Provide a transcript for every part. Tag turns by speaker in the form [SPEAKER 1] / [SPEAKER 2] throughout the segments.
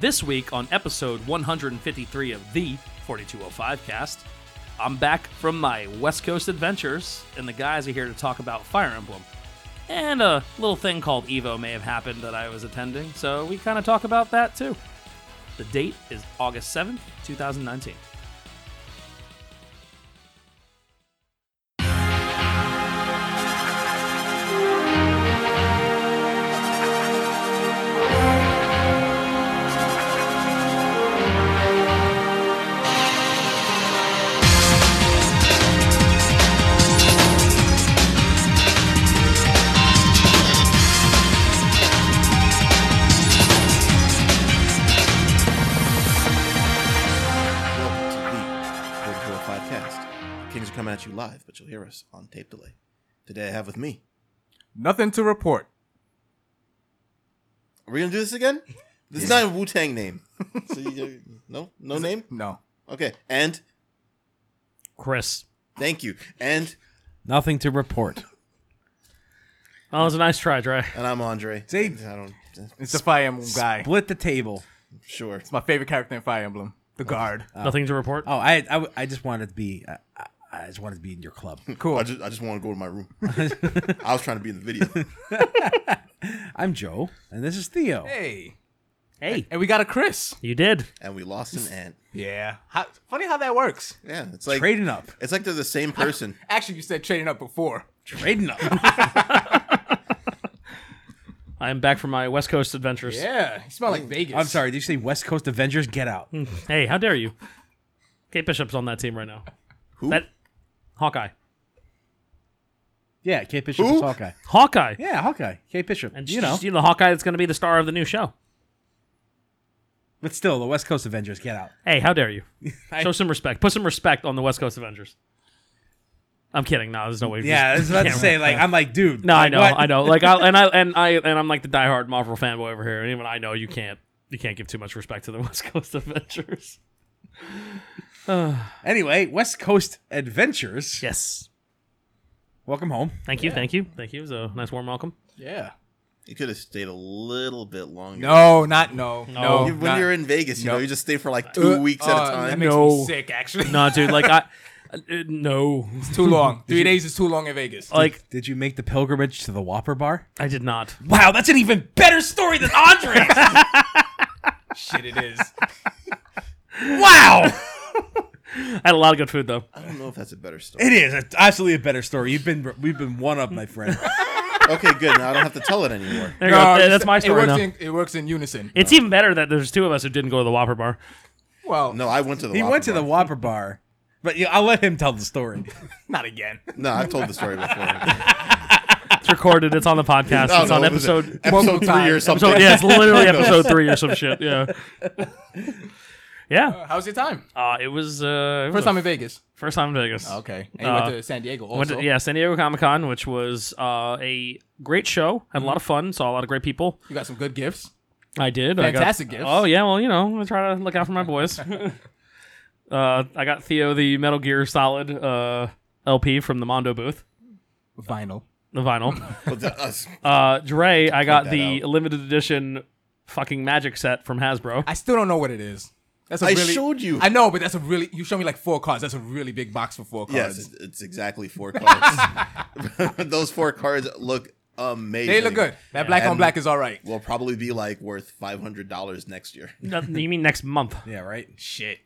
[SPEAKER 1] This week on episode 153 of the 4205 cast, I'm back from my West Coast adventures, and the guys are here to talk about Fire Emblem. And a little thing called Evo may have happened that I was attending, so we kind of talk about that too. The date is August 7th, 2019.
[SPEAKER 2] Welcome to the 4205 cast. Kings are coming at you live, but you'll hear us on tape delay. Today I have with me.
[SPEAKER 3] Nothing to report.
[SPEAKER 2] Are we gonna do this again? This is not a Wu Tang name. So you, no, no name.
[SPEAKER 3] No.
[SPEAKER 2] Okay, and
[SPEAKER 1] Chris.
[SPEAKER 2] thank you, and
[SPEAKER 4] Nothing to report.
[SPEAKER 1] Oh, that was a nice try, Dry.
[SPEAKER 2] and I'm Andre.
[SPEAKER 3] See?
[SPEAKER 2] I don't.
[SPEAKER 3] It's the Fire Emblem guy. It's
[SPEAKER 4] Split the table.
[SPEAKER 2] Sure.
[SPEAKER 3] my favorite character in Fire Emblem. The guard.
[SPEAKER 1] Nothing to report.
[SPEAKER 4] Oh, I, I, I just wanted to be. I, I- I just wanted to be in your club.
[SPEAKER 3] Cool.
[SPEAKER 2] I just, I just want to go to my room. I was trying to be in the video.
[SPEAKER 4] I'm Joe, and this is Theo.
[SPEAKER 3] hey.
[SPEAKER 1] hey,
[SPEAKER 3] And we got a Chris.
[SPEAKER 1] you did.
[SPEAKER 2] And we lost an ant.
[SPEAKER 3] Yeah. How, funny how that works.
[SPEAKER 2] Yeah, it's like
[SPEAKER 4] Trading up,
[SPEAKER 2] it's like they're the same person.
[SPEAKER 3] Actually, you said trading up before.
[SPEAKER 4] trading up.
[SPEAKER 1] I am back from my West Coast adventures.
[SPEAKER 3] Yeah. You smell like Vegas.
[SPEAKER 4] I'm sorry. Did you say West Coast Avengers? Get out.
[SPEAKER 1] Hey, how dare you? Kate Bishop's on that team right now.
[SPEAKER 2] Who?
[SPEAKER 1] That Hawkeye.
[SPEAKER 4] Yeah, Kate Bishop
[SPEAKER 2] Who?
[SPEAKER 4] is Hawkeye.
[SPEAKER 1] Hawkeye.
[SPEAKER 4] Yeah, Hawkeye. Kate Bishop.
[SPEAKER 1] And
[SPEAKER 4] you know,
[SPEAKER 1] you know, Hawkeye that's going to be the star of the new show.
[SPEAKER 4] but still, the West Coast Avengers. Get out.
[SPEAKER 1] Hey, how dare you?
[SPEAKER 4] I-
[SPEAKER 1] Show some respect. Put some respect on the West Coast Avengers. I'm kidding. No, there's no way.
[SPEAKER 4] Yeah, I was about to
[SPEAKER 1] Can't-
[SPEAKER 4] say. Like, I'm like, dude.
[SPEAKER 1] No, I know,
[SPEAKER 4] what?
[SPEAKER 1] I know. Like, I and I and I and I'm like the diehard Marvel fanboy over here, and even I know you can't you can't give too much respect to the West Coast Avengers.
[SPEAKER 4] Anyway, West Coast Adventures.
[SPEAKER 1] Yes.
[SPEAKER 4] Welcome home.
[SPEAKER 1] Thank you. Thank you. Thank you. It was a nice warm welcome.
[SPEAKER 3] Yeah.
[SPEAKER 2] You could have stayed a little bit longer.
[SPEAKER 3] No, not no. No.
[SPEAKER 2] You- when
[SPEAKER 3] not-
[SPEAKER 2] you're in Vegas, you know
[SPEAKER 3] No.
[SPEAKER 2] you just stay for like two
[SPEAKER 3] Uh,
[SPEAKER 2] weeks at
[SPEAKER 3] uh,
[SPEAKER 2] a
[SPEAKER 3] That
[SPEAKER 2] time.
[SPEAKER 3] makes
[SPEAKER 1] No.
[SPEAKER 3] me sick, actually.
[SPEAKER 1] No, dude. Like I. uh, no,
[SPEAKER 3] It's too long. Three days is too long in Vegas.
[SPEAKER 1] like
[SPEAKER 4] Did you make the pilgrimage to the Whopper Bar?
[SPEAKER 1] I did not.
[SPEAKER 4] Wow, that's an even better story than Andre.
[SPEAKER 3] Shit, it is.
[SPEAKER 4] wow.
[SPEAKER 1] I had a lot of good food though.
[SPEAKER 2] I don't know if that's a better story.
[SPEAKER 4] It is it's absolutely a better story. You've been we've been one up, my friend.
[SPEAKER 2] okay, good. Now I don't have to tell it anymore.
[SPEAKER 1] There you go.
[SPEAKER 3] No,
[SPEAKER 1] Th- That's my
[SPEAKER 3] It
[SPEAKER 1] story
[SPEAKER 3] works,
[SPEAKER 1] now.
[SPEAKER 3] in, it works in unison.
[SPEAKER 1] it's even better that there's two of us who didn't go to the Whopper Bar.
[SPEAKER 3] Well,
[SPEAKER 2] No, I went to the.
[SPEAKER 4] He
[SPEAKER 2] Whopper
[SPEAKER 4] went to
[SPEAKER 2] Bar.
[SPEAKER 4] the Whopper Bar, but yeah, I'll let him tell the story.
[SPEAKER 3] not again.
[SPEAKER 2] No, I've told the story before.
[SPEAKER 1] It's recorded. It's on the podcast.
[SPEAKER 2] I don't
[SPEAKER 1] it's
[SPEAKER 2] know,
[SPEAKER 1] on
[SPEAKER 2] what was it?
[SPEAKER 1] episode.
[SPEAKER 2] episode
[SPEAKER 3] Multiple
[SPEAKER 2] three or
[SPEAKER 3] times.
[SPEAKER 2] something.
[SPEAKER 1] So yeah, it's literally
[SPEAKER 2] Who knows?
[SPEAKER 1] episode three or some shit. Yeah. Yeah.
[SPEAKER 3] Uh, How's your time?
[SPEAKER 1] Uh, it was uh, it was
[SPEAKER 3] First
[SPEAKER 1] a-
[SPEAKER 3] time in Vegas.
[SPEAKER 1] First time in Vegas.
[SPEAKER 3] Okay. And you
[SPEAKER 1] Uh,
[SPEAKER 3] went to San Diego also.
[SPEAKER 1] Went to, yeah, San Diego Comic Con, which was uh, a great show. Had a lot of fun. Saw a lot of great people.
[SPEAKER 3] You got some good gifts.
[SPEAKER 1] I did.
[SPEAKER 3] Fantastic
[SPEAKER 1] I got,
[SPEAKER 3] gifts.
[SPEAKER 1] Oh yeah. Well, you know, I try to look out for my boys. uh, I got Theo the Metal Gear Solid uh, LP from the Mondo booth,
[SPEAKER 3] Vinyl.
[SPEAKER 1] the vinyl.
[SPEAKER 2] But the- us-
[SPEAKER 1] Uh, Dre, I got
[SPEAKER 2] that
[SPEAKER 1] the limited edition fucking magic set from Hasbro.
[SPEAKER 3] I still don't know what it is. That's a
[SPEAKER 2] I
[SPEAKER 3] really,
[SPEAKER 2] showed you.
[SPEAKER 3] I know, but that's a really. You showed me like four cards. That's a really big box for four
[SPEAKER 2] yes,
[SPEAKER 3] cards.
[SPEAKER 2] it's, it's exactly four cards. Those four cards look amazing.
[SPEAKER 3] they look good. That black on
[SPEAKER 2] And-
[SPEAKER 3] black is all right.
[SPEAKER 2] Will probably be like worth five hundred dollars next year.
[SPEAKER 1] That- you mean next month?
[SPEAKER 4] Yeah, right.
[SPEAKER 3] Shit.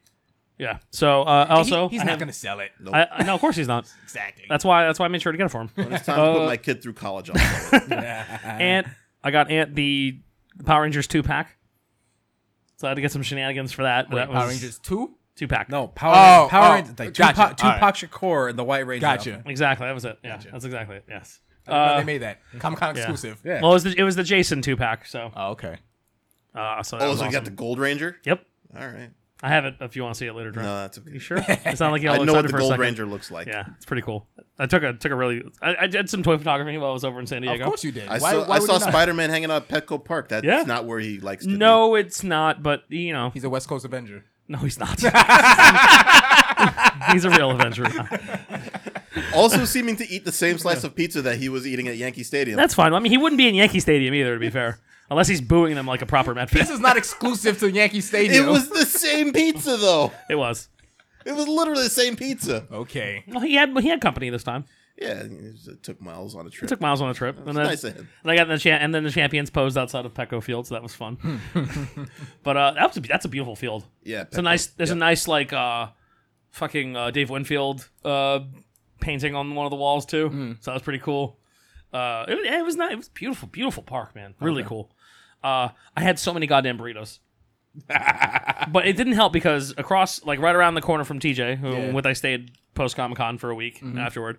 [SPEAKER 1] Yeah. So uh, also,
[SPEAKER 3] He- he's
[SPEAKER 1] I
[SPEAKER 3] not
[SPEAKER 1] have-
[SPEAKER 3] gonna sell it.
[SPEAKER 1] I, I- no, of course he's not.
[SPEAKER 3] Exactly.
[SPEAKER 1] That's why. That's why I made sure to get it for him.
[SPEAKER 2] It's time
[SPEAKER 1] Uh,
[SPEAKER 2] to put my kid through college. Also.
[SPEAKER 1] Ant, I got Ant the Power Rangers two pack. So I had to get some shenanigans for that. that was
[SPEAKER 3] Power Rangers two.
[SPEAKER 1] two pack.
[SPEAKER 4] No, Power
[SPEAKER 3] Oh,
[SPEAKER 4] Power
[SPEAKER 3] oh,
[SPEAKER 4] Rangers, like
[SPEAKER 3] gotcha.
[SPEAKER 4] Tupac,
[SPEAKER 3] All right.
[SPEAKER 4] Tupac Shakur and the White Ranger.
[SPEAKER 3] Gotcha.
[SPEAKER 1] exactly. That was it. Yeah, that's exactly it. Yes.
[SPEAKER 3] No, they made that Comic Con exclusive.
[SPEAKER 4] Yeah.
[SPEAKER 1] Well, it was the, it was the Jason two pack. So,
[SPEAKER 3] Oh, okay.
[SPEAKER 1] uh, so that
[SPEAKER 2] oh,
[SPEAKER 1] was
[SPEAKER 2] so you
[SPEAKER 1] awesome.
[SPEAKER 2] got the Gold Ranger.
[SPEAKER 1] Yep,
[SPEAKER 2] All right.
[SPEAKER 1] I have it. If you want to see it later, Dre.
[SPEAKER 2] No, that's okay.
[SPEAKER 1] You sure? It's not like you all
[SPEAKER 2] I know what
[SPEAKER 1] excited
[SPEAKER 2] the
[SPEAKER 1] for a
[SPEAKER 2] Gold
[SPEAKER 1] second.
[SPEAKER 2] Ranger looks like.
[SPEAKER 1] Yeah, it's pretty cool. I took a took a really. I, I did some toy photography while I was over in San
[SPEAKER 3] Of
[SPEAKER 1] Diego.
[SPEAKER 3] course you did.
[SPEAKER 2] I
[SPEAKER 3] why,
[SPEAKER 2] saw,
[SPEAKER 3] why
[SPEAKER 2] I
[SPEAKER 3] would
[SPEAKER 2] saw
[SPEAKER 3] you not?
[SPEAKER 2] Spider Man hanging out at Petco Park. That's
[SPEAKER 1] Yeah.
[SPEAKER 2] not where he likes to be.
[SPEAKER 1] No, it's not. But you know,
[SPEAKER 3] He's a West Coast Avenger.
[SPEAKER 1] no, he's not. he's a real Avenger.
[SPEAKER 2] Also, seeming to eat the same slice of pizza that he was eating at Yankee Stadium.
[SPEAKER 1] That's fine. I mean, he wouldn't be in Yankee Stadium either. To be fair, Unless he's booing them like a proper Met fan.
[SPEAKER 3] This is not exclusive to Yankee
[SPEAKER 2] It
[SPEAKER 3] Stadium.
[SPEAKER 2] was the same pizza though.
[SPEAKER 1] It was.
[SPEAKER 2] It was literally the same pizza.
[SPEAKER 3] okay.
[SPEAKER 1] Well, he had he had company this time.
[SPEAKER 2] Yeah, it took miles on a trip.
[SPEAKER 1] Took Miles on a trip, and then,
[SPEAKER 2] nice of him.
[SPEAKER 1] and I got in the cha- and then the champions posed outside of Petco Field, so that was fun. but uh, that was a, that's a beautiful field.
[SPEAKER 2] Yeah,
[SPEAKER 1] It's a nice. There's a nice like uh, fucking uh, Dave Winfield uh, painting on one of the walls too. So that was pretty cool. Uh, it, it was nice. It was beautiful, beautiful park, man. Really cool. Uh, I had so many goddamn burritos. but it didn't help because across, like right around the corner from TJ, who,
[SPEAKER 3] Yeah.
[SPEAKER 1] with I stayed post Comic Con for a week afterward,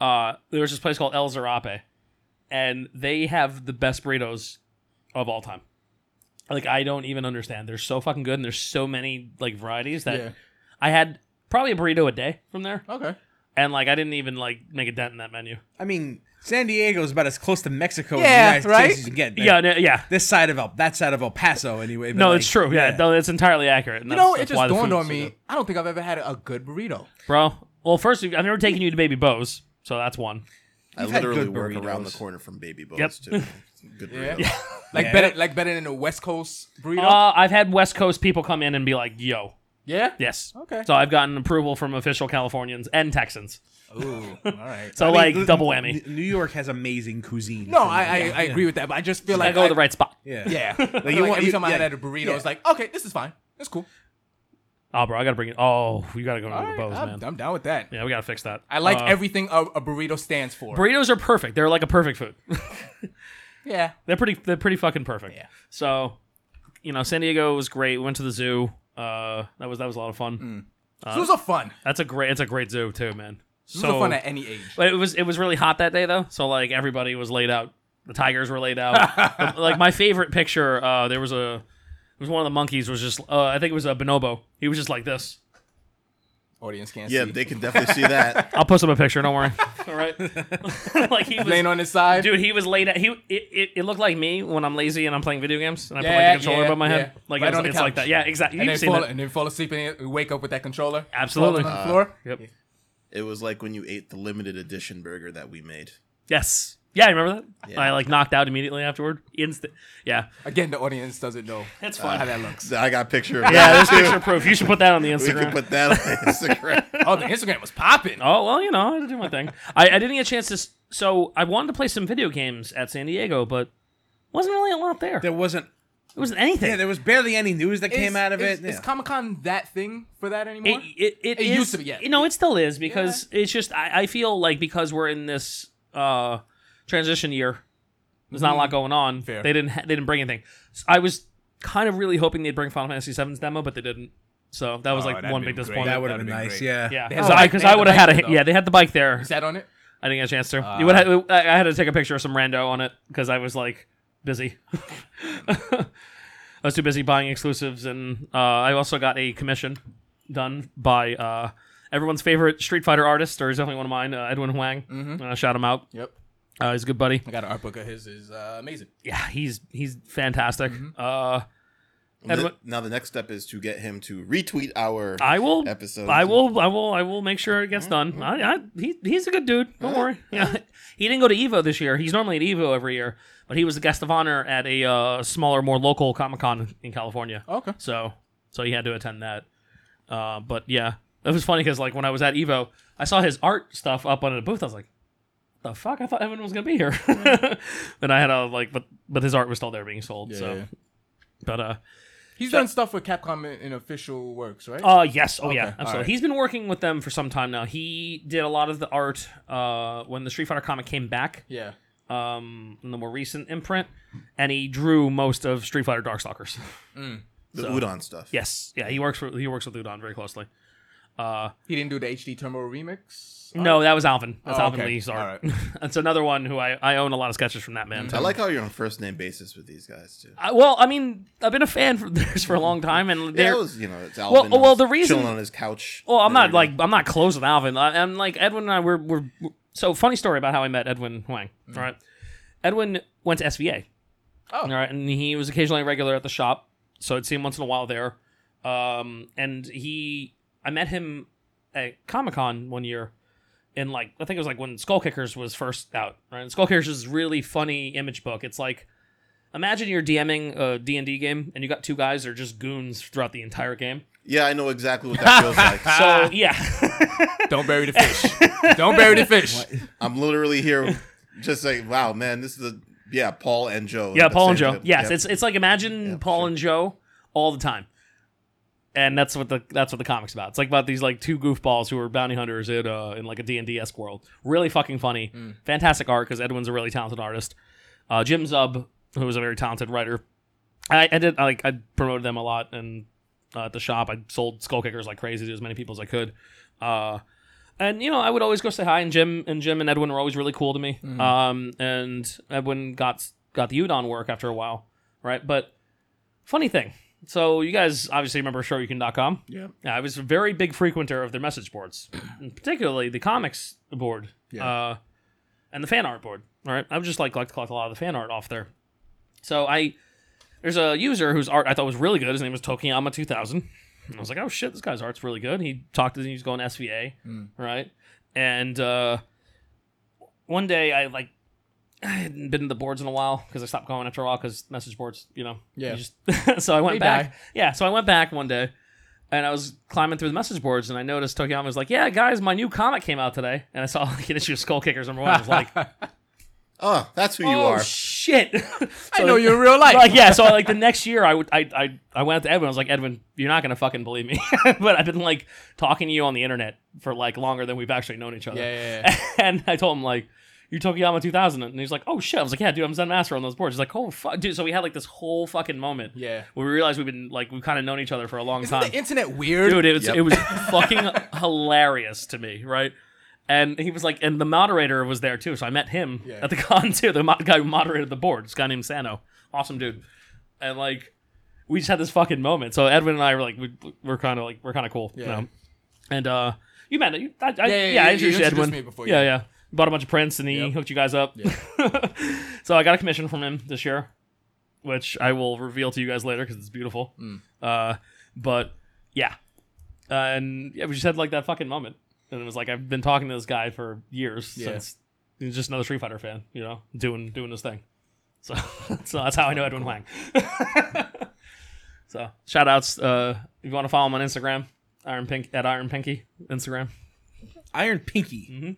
[SPEAKER 1] uh, there was this place called El Zarape, and they have the best burritos of all time. Like I don't even understand. They're so fucking good, and there's so many like varieties that
[SPEAKER 3] Yeah.
[SPEAKER 1] I had probably a burrito a day from there,
[SPEAKER 3] Okay.
[SPEAKER 1] and like I didn't even like make a dent in that menu.
[SPEAKER 4] I mean, San Diego is about as close to Mexico
[SPEAKER 3] Yeah,
[SPEAKER 4] as the United
[SPEAKER 3] right?
[SPEAKER 4] States as you can get. man.
[SPEAKER 1] Yeah, no, yeah.
[SPEAKER 4] This side of El, that side of El Paso, anyway. but
[SPEAKER 1] No,
[SPEAKER 4] like-
[SPEAKER 1] it's true. Yeah, no, it's entirely accurate. And
[SPEAKER 3] You
[SPEAKER 1] that's-
[SPEAKER 3] know, it
[SPEAKER 1] that's
[SPEAKER 3] just
[SPEAKER 1] why the
[SPEAKER 3] dawned
[SPEAKER 1] food's
[SPEAKER 3] on
[SPEAKER 1] so
[SPEAKER 3] me.
[SPEAKER 1] good.
[SPEAKER 3] I don't think I've ever had a good burrito.
[SPEAKER 1] bro. Well, first I've never taken you to Baby Bo's, so that's one.
[SPEAKER 2] I
[SPEAKER 4] You've had
[SPEAKER 2] literally
[SPEAKER 4] good
[SPEAKER 2] work around the
[SPEAKER 4] burritos.
[SPEAKER 2] corner from Baby Bo's
[SPEAKER 1] Yep.
[SPEAKER 2] too. Good
[SPEAKER 3] Yeah.
[SPEAKER 2] burritos.
[SPEAKER 3] Like
[SPEAKER 4] Yeah.
[SPEAKER 3] better, like better than the West Coast burrito.
[SPEAKER 1] Uh, I've had West Coast people come in and be like, "Yo,
[SPEAKER 3] yeah.
[SPEAKER 1] yes."
[SPEAKER 3] Okay.
[SPEAKER 1] So I've gotten approval from official Californians and Texans.
[SPEAKER 3] Ooh. All right.
[SPEAKER 1] So
[SPEAKER 4] I mean,
[SPEAKER 1] like
[SPEAKER 4] New-
[SPEAKER 1] double whammy.
[SPEAKER 4] New York has amazing cuisine.
[SPEAKER 3] No,
[SPEAKER 4] for me.
[SPEAKER 3] I I, I agree with that, but I just feel
[SPEAKER 1] I
[SPEAKER 3] like
[SPEAKER 1] go to the right spot.
[SPEAKER 4] Yeah.
[SPEAKER 3] Yeah. Like
[SPEAKER 4] you want-
[SPEAKER 3] every
[SPEAKER 4] you-
[SPEAKER 3] time I
[SPEAKER 4] yeah.
[SPEAKER 3] had a burrito, it's
[SPEAKER 4] Yeah.
[SPEAKER 3] like, okay, this is fine. That's cool.
[SPEAKER 1] Oh, bro, I gotta bring it. Oh, you gotta go to
[SPEAKER 3] All
[SPEAKER 1] the
[SPEAKER 3] right,
[SPEAKER 1] Bo's, man.
[SPEAKER 3] I'm, I'm down with that.
[SPEAKER 1] Yeah, we gotta fix that.
[SPEAKER 3] I like
[SPEAKER 1] Uh,
[SPEAKER 3] everything a, a burrito stands for.
[SPEAKER 1] burritos are perfect. They're like a perfect food.
[SPEAKER 3] yeah.
[SPEAKER 1] they're pretty. They're pretty fucking perfect.
[SPEAKER 3] Yeah.
[SPEAKER 1] So, you know, San Diego was great. We went to the zoo. Uh, that was that was a lot of fun.
[SPEAKER 3] Mm.
[SPEAKER 1] Uh,
[SPEAKER 3] Zoos are fun.
[SPEAKER 1] That's a great. It's a great zoo too, man.
[SPEAKER 3] Zoos
[SPEAKER 1] so
[SPEAKER 3] are fun e- at any age.
[SPEAKER 1] But it was it was really hot that day though, so like everybody was laid out. The tigers were laid out. The- like my favorite picture, uh, there was a, it was one of the monkeys was just, uh, I think it was a bonobo. He was just like this.
[SPEAKER 3] Audience can't
[SPEAKER 2] Yeah,
[SPEAKER 3] see.
[SPEAKER 2] they can definitely see that.
[SPEAKER 1] I'll post up a picture. Don't worry. All right. like he was
[SPEAKER 3] Laying on his side.
[SPEAKER 1] Dude, he was laid out. He it, it, it looked like me when I'm lazy and I'm playing video games and I put like
[SPEAKER 3] Yeah,
[SPEAKER 1] the controller
[SPEAKER 3] yeah,
[SPEAKER 1] above my head.
[SPEAKER 3] yeah.
[SPEAKER 1] Like
[SPEAKER 3] Right
[SPEAKER 1] it's,
[SPEAKER 3] on the
[SPEAKER 1] it's like
[SPEAKER 3] couch.
[SPEAKER 1] that. Yeah, exactly.
[SPEAKER 3] and,
[SPEAKER 1] You've
[SPEAKER 3] then
[SPEAKER 1] seen
[SPEAKER 3] fall,
[SPEAKER 1] it.
[SPEAKER 3] and then fall asleep and you wake up with that controller.
[SPEAKER 1] Absolutely.
[SPEAKER 3] Falling on
[SPEAKER 4] Uh,
[SPEAKER 3] the floor.
[SPEAKER 1] Yep.
[SPEAKER 2] It was like when you ate the limited edition burger that we made.
[SPEAKER 1] Yes. Yeah, I remember that.
[SPEAKER 2] Yeah.
[SPEAKER 1] I like knocked out immediately afterward. Instant. Yeah,
[SPEAKER 3] Again, the audience doesn't know uh,
[SPEAKER 1] that's
[SPEAKER 3] how
[SPEAKER 1] fun.
[SPEAKER 3] that looks.
[SPEAKER 2] So I got a picture of
[SPEAKER 1] Ah, yeah,
[SPEAKER 2] that.
[SPEAKER 1] there's picture proof. You should put that on the
[SPEAKER 2] We can
[SPEAKER 1] Instagram.
[SPEAKER 2] put that on Instagram.
[SPEAKER 3] Oh, the Instagram was popping.
[SPEAKER 1] Oh well, you know, I had to do my thing. I, I didn't get a chance to. s- So I wanted to play some video games at San Diego, but wasn't really a lot there.
[SPEAKER 4] There
[SPEAKER 1] There
[SPEAKER 4] wasn't.
[SPEAKER 1] wasn't anything.
[SPEAKER 4] Yeah, there was barely any news that came out of
[SPEAKER 3] is,
[SPEAKER 4] it.
[SPEAKER 3] Is
[SPEAKER 4] Yeah.
[SPEAKER 3] Comic Con that thing for that anymore?
[SPEAKER 1] it it, it,
[SPEAKER 3] It
[SPEAKER 1] is-
[SPEAKER 3] used to be, yeah.
[SPEAKER 1] You know, it still is because it's just I, I feel like because we're in this uh transition year, there's not a lot going on.
[SPEAKER 3] Mm-hmm. Fair.
[SPEAKER 1] They didn't ha- they didn't bring anything. S- I was kind of really hoping they'd bring Final Fantasy VII's demo, but they didn't. So that was
[SPEAKER 3] Oh,
[SPEAKER 1] like
[SPEAKER 3] that'd
[SPEAKER 1] one
[SPEAKER 3] been
[SPEAKER 1] big
[SPEAKER 3] great.
[SPEAKER 1] disappointment.
[SPEAKER 4] that would have
[SPEAKER 3] That'd
[SPEAKER 4] been
[SPEAKER 3] have been
[SPEAKER 4] nice.
[SPEAKER 3] great.
[SPEAKER 4] Yeah.
[SPEAKER 1] yeah,
[SPEAKER 3] They had
[SPEAKER 1] because
[SPEAKER 3] the
[SPEAKER 1] I
[SPEAKER 3] bike-
[SPEAKER 1] because
[SPEAKER 3] they had
[SPEAKER 1] I
[SPEAKER 3] the
[SPEAKER 1] would have had
[SPEAKER 3] bike
[SPEAKER 1] a
[SPEAKER 3] there, though.
[SPEAKER 1] yeah they had the bike there.
[SPEAKER 3] Is that on it?
[SPEAKER 1] I didn't get a chance to. you would have, I I had to take a picture of some rando on it because I was like busy. I was too busy buying exclusives, and uh, I also got a commission done by uh, everyone's favorite Street Fighter artist, or he's definitely one of mine, uh, Edwin Huang. Uh, shout him out.
[SPEAKER 3] Yep.
[SPEAKER 1] Uh, he's a good buddy.
[SPEAKER 3] I got an art book of his. is uh, amazing.
[SPEAKER 1] Yeah, he's he's fantastic. Uh, And what-
[SPEAKER 2] now the next step is to get him to retweet our
[SPEAKER 1] I will.
[SPEAKER 2] episode.
[SPEAKER 1] I will. I will. I will make sure it gets done. I, I, he, he's a good dude. Don't worry. Mm-hmm. Yeah. he didn't go to Evo this year. He's normally at Evo every year, but he was the guest of honor at a uh, smaller, more local Comic Con in California.
[SPEAKER 3] Okay.
[SPEAKER 1] So, so he had to attend that. Uh, but yeah, it was funny because like when I was at Evo, I saw his art stuff up on the booth. I was like, "The fuck! I thought Evan was gonna be here." Mm. and I had a like, but but his art was still there being sold. so, but uh,
[SPEAKER 3] He's done stuff with Capcom in, in official works, right?
[SPEAKER 1] Uh yes. Oh yeah.
[SPEAKER 3] Okay,
[SPEAKER 1] Absolutely.
[SPEAKER 3] alright.
[SPEAKER 1] He's been working with them for some time now. He did a lot of the art uh when the Street Fighter comic came back,
[SPEAKER 3] yeah.
[SPEAKER 1] um in the more recent imprint, and he drew most of Street Fighter Darkstalkers.
[SPEAKER 2] the udon stuff.
[SPEAKER 1] yes. Yeah, he works for he works with Udon very closely. Uh
[SPEAKER 3] He didn't do the HD Turbo remix.
[SPEAKER 1] no, that was Alvin. That's
[SPEAKER 3] Oh,
[SPEAKER 1] Alvin
[SPEAKER 3] okay.
[SPEAKER 1] Lee's art.
[SPEAKER 3] Alright.
[SPEAKER 1] That's another one who I I own a lot of sketches from that
[SPEAKER 3] Mm.
[SPEAKER 1] man.
[SPEAKER 2] I like how you're on first name basis with these guys too.
[SPEAKER 1] I- well, I mean, I've been a fan for theirs for a long time, and
[SPEAKER 2] Yeah,
[SPEAKER 1] they're
[SPEAKER 2] it was you know it's
[SPEAKER 1] Well-
[SPEAKER 2] Alvin
[SPEAKER 1] well,
[SPEAKER 2] was
[SPEAKER 1] the reason-
[SPEAKER 2] chilling on his couch.
[SPEAKER 1] Well, I'm not
[SPEAKER 2] There
[SPEAKER 1] like
[SPEAKER 2] you
[SPEAKER 1] I'm not close with Alvin. I, I'm like Edwin and I were we're so funny story about how I met Edwin Huang.
[SPEAKER 2] Mm.
[SPEAKER 1] All right, Edwin went to SVA.
[SPEAKER 3] Oh.
[SPEAKER 1] all right, and he was occasionally a regular at the shop, so I'd see him once in a while there. Um, and he, I met him at Comic Con one year, in like I think it was like when Skull Kickers was first out. Right, and Skull Kickers is this really funny image book. It's like Imagine you're DMing a D&D game and you got two guys that are just goons throughout the entire game.
[SPEAKER 2] Yeah, I know exactly what that feels like.
[SPEAKER 1] So, yeah.
[SPEAKER 3] Don't bury the fish. Don't bury the fish.
[SPEAKER 2] I'm literally here, just like, wow, man, this is a yeah, Paul and Joe.
[SPEAKER 1] Yeah,
[SPEAKER 2] at the
[SPEAKER 1] Paul and
[SPEAKER 2] same
[SPEAKER 1] Joe.
[SPEAKER 2] time.
[SPEAKER 1] Yes,
[SPEAKER 2] Yep.
[SPEAKER 1] it's it's like imagine Paul and Joe all the time, and that's what the that's what the comics about. It's like about these like two goofballs who are bounty hunters in uh in like a D and D esque world. Really fucking funny,
[SPEAKER 2] Mm.
[SPEAKER 1] fantastic art because Edwin's a really talented artist. Uh, Jim Zub, who is a very talented writer. I, I did I, like I promoted them a lot and uh, at the shop I sold skull kickers like crazy to as many people as I could. Uh, and you know I would always go say hi and Jim and Jim and Edwin were always really cool to me. Um, and Edwin got got the Udon work after a while, right? But funny thing, so you guys obviously remember Shoryuken.com.
[SPEAKER 2] Yeah.
[SPEAKER 1] uh, I was a very big frequenter of their message boards, and particularly the comics board, uh, and the fan art board. All right, I would just like like to collect a lot of the fan art off there. So I there's a user whose art I thought was really good. His name was Tokiyama2000. And I was like, oh shit, this guy's art's really good. He talked to he was going SVA, right? And uh, one day I like I hadn't been to the boards in a while because I stopped going after a while because message boards, you know. you
[SPEAKER 3] Yeah.
[SPEAKER 1] just- so I went
[SPEAKER 3] They
[SPEAKER 1] back.
[SPEAKER 3] die.
[SPEAKER 1] Yeah, so I went back one day and I was climbing through the message boards and I noticed Tokiyama was like, yeah, guys, my new comic came out today. And I saw like an issue of Skull Kickers number one. I was like,
[SPEAKER 2] Oh, that's who you
[SPEAKER 1] oh
[SPEAKER 2] are.
[SPEAKER 1] shit.
[SPEAKER 3] I
[SPEAKER 1] So-
[SPEAKER 3] know you in real life.
[SPEAKER 1] like yeah, so like the next year, I would I I, I went up to Edwin. I was like, Edwin, you're not gonna fucking believe me, but I've been like talking to you on the internet for like longer than we've actually known each other.
[SPEAKER 3] yeah, yeah, yeah.
[SPEAKER 1] And I told him like, you're Tokiyama 2000, and he's like, oh shit. I was like, yeah, dude, I'm Zen Master on those boards. He's like, oh fuck, dude. So we had like this whole fucking moment.
[SPEAKER 3] Yeah.
[SPEAKER 1] Where we realized we've been like we've kind of known each other for a long
[SPEAKER 3] Isn't
[SPEAKER 1] time.
[SPEAKER 3] the internet weird?
[SPEAKER 1] Dude, it was
[SPEAKER 2] Yep.
[SPEAKER 1] it was fucking hilarious to me, right? And he was like, and the moderator was there too, so I met him
[SPEAKER 3] Yeah.
[SPEAKER 1] at the con too. The mo- guy who moderated the board, this guy named Sano, awesome dude, and like we just had this fucking moment. So Edwin and I were like, we, we're kind of like we're kind of cool, you
[SPEAKER 3] Yeah.
[SPEAKER 1] know. And uh, you met you, I, I, yeah,
[SPEAKER 3] Yeah, yeah,
[SPEAKER 1] I
[SPEAKER 3] you- you
[SPEAKER 1] introduced,
[SPEAKER 3] introduced
[SPEAKER 1] Edwin
[SPEAKER 3] me before,
[SPEAKER 1] yeah,
[SPEAKER 3] yeah.
[SPEAKER 1] yeah. Bought a bunch of prints and he
[SPEAKER 3] Yep.
[SPEAKER 1] hooked you guys up. so I got a commission from him this year, which I will reveal to you guys later because it's beautiful.
[SPEAKER 3] Mm.
[SPEAKER 1] Uh, but yeah, uh, and yeah, we just had like that fucking moment, and it was like I've been talking to this guy for years
[SPEAKER 3] Yeah.
[SPEAKER 1] since he's just another Street Fighter fan, you know, doing doing his thing. So, so that's how I know Edwin Wang. so shout outs. Uh, if you want to follow him on Instagram, Iron Pink at Iron Pinky Instagram.
[SPEAKER 4] Iron Pinky.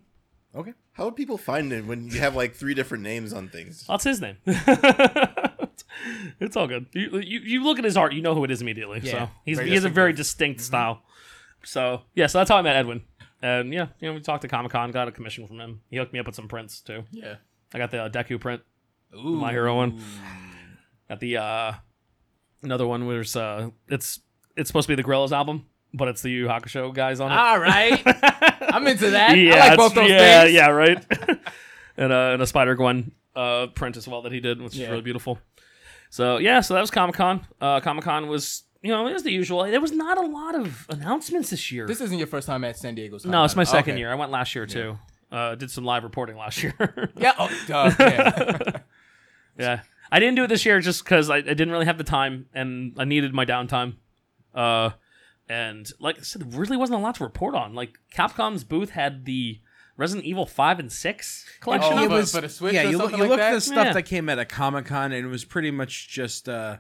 [SPEAKER 4] Okay.
[SPEAKER 2] How would people find it when you have like three different names on things?
[SPEAKER 1] That's his name. it's all good. You, you you look at his art, you know who it is immediately.
[SPEAKER 3] Yeah,
[SPEAKER 1] so he's,
[SPEAKER 3] very Mm-hmm.
[SPEAKER 1] he has a very distinct style. So yeah, so that's how I met Edwin. And yeah, you know, we talked to Comic Con, got a commission from him. He hooked me up with some prints too.
[SPEAKER 3] yeah.
[SPEAKER 1] I got the uh, Deku print,
[SPEAKER 3] Ooh.
[SPEAKER 1] my hero one. Got the uh another one where's uh it's it's supposed to be the Gorillas album, but it's the Yu Yu Hakusho guys on it.
[SPEAKER 3] All right. I'm into that.
[SPEAKER 1] yeah,
[SPEAKER 3] I like
[SPEAKER 1] it's-
[SPEAKER 3] both those
[SPEAKER 1] yeah,
[SPEAKER 3] things.
[SPEAKER 1] yeah, right. and, uh, and a Spider Gwen uh, print as well that he did, which is
[SPEAKER 3] Yeah.
[SPEAKER 1] really beautiful. So yeah, so that was Comic Con. Uh, Comic Con was you know it was the usual. There was not a lot of announcements this year.
[SPEAKER 3] This isn't your first time at San Diego's.
[SPEAKER 1] no, it's my second year. I went last year too. Uh, did some live reporting last year.
[SPEAKER 3] Yeah. Oh, duh, yeah.
[SPEAKER 1] yeah, I didn't do it this year just because I, I didn't really have the time and I needed my downtime. Uh, and like I said, there really wasn't a lot to report on. Like Capcom's booth had the Resident Evil Five and Six collection.
[SPEAKER 3] Oh,
[SPEAKER 1] up.
[SPEAKER 3] but- but a Switch
[SPEAKER 4] yeah,
[SPEAKER 3] or
[SPEAKER 4] you, look-
[SPEAKER 3] something
[SPEAKER 4] you
[SPEAKER 3] like
[SPEAKER 4] look
[SPEAKER 3] that?
[SPEAKER 4] at the stuff
[SPEAKER 1] Yeah.
[SPEAKER 4] that came at a Comic Con, and it was pretty much just uh,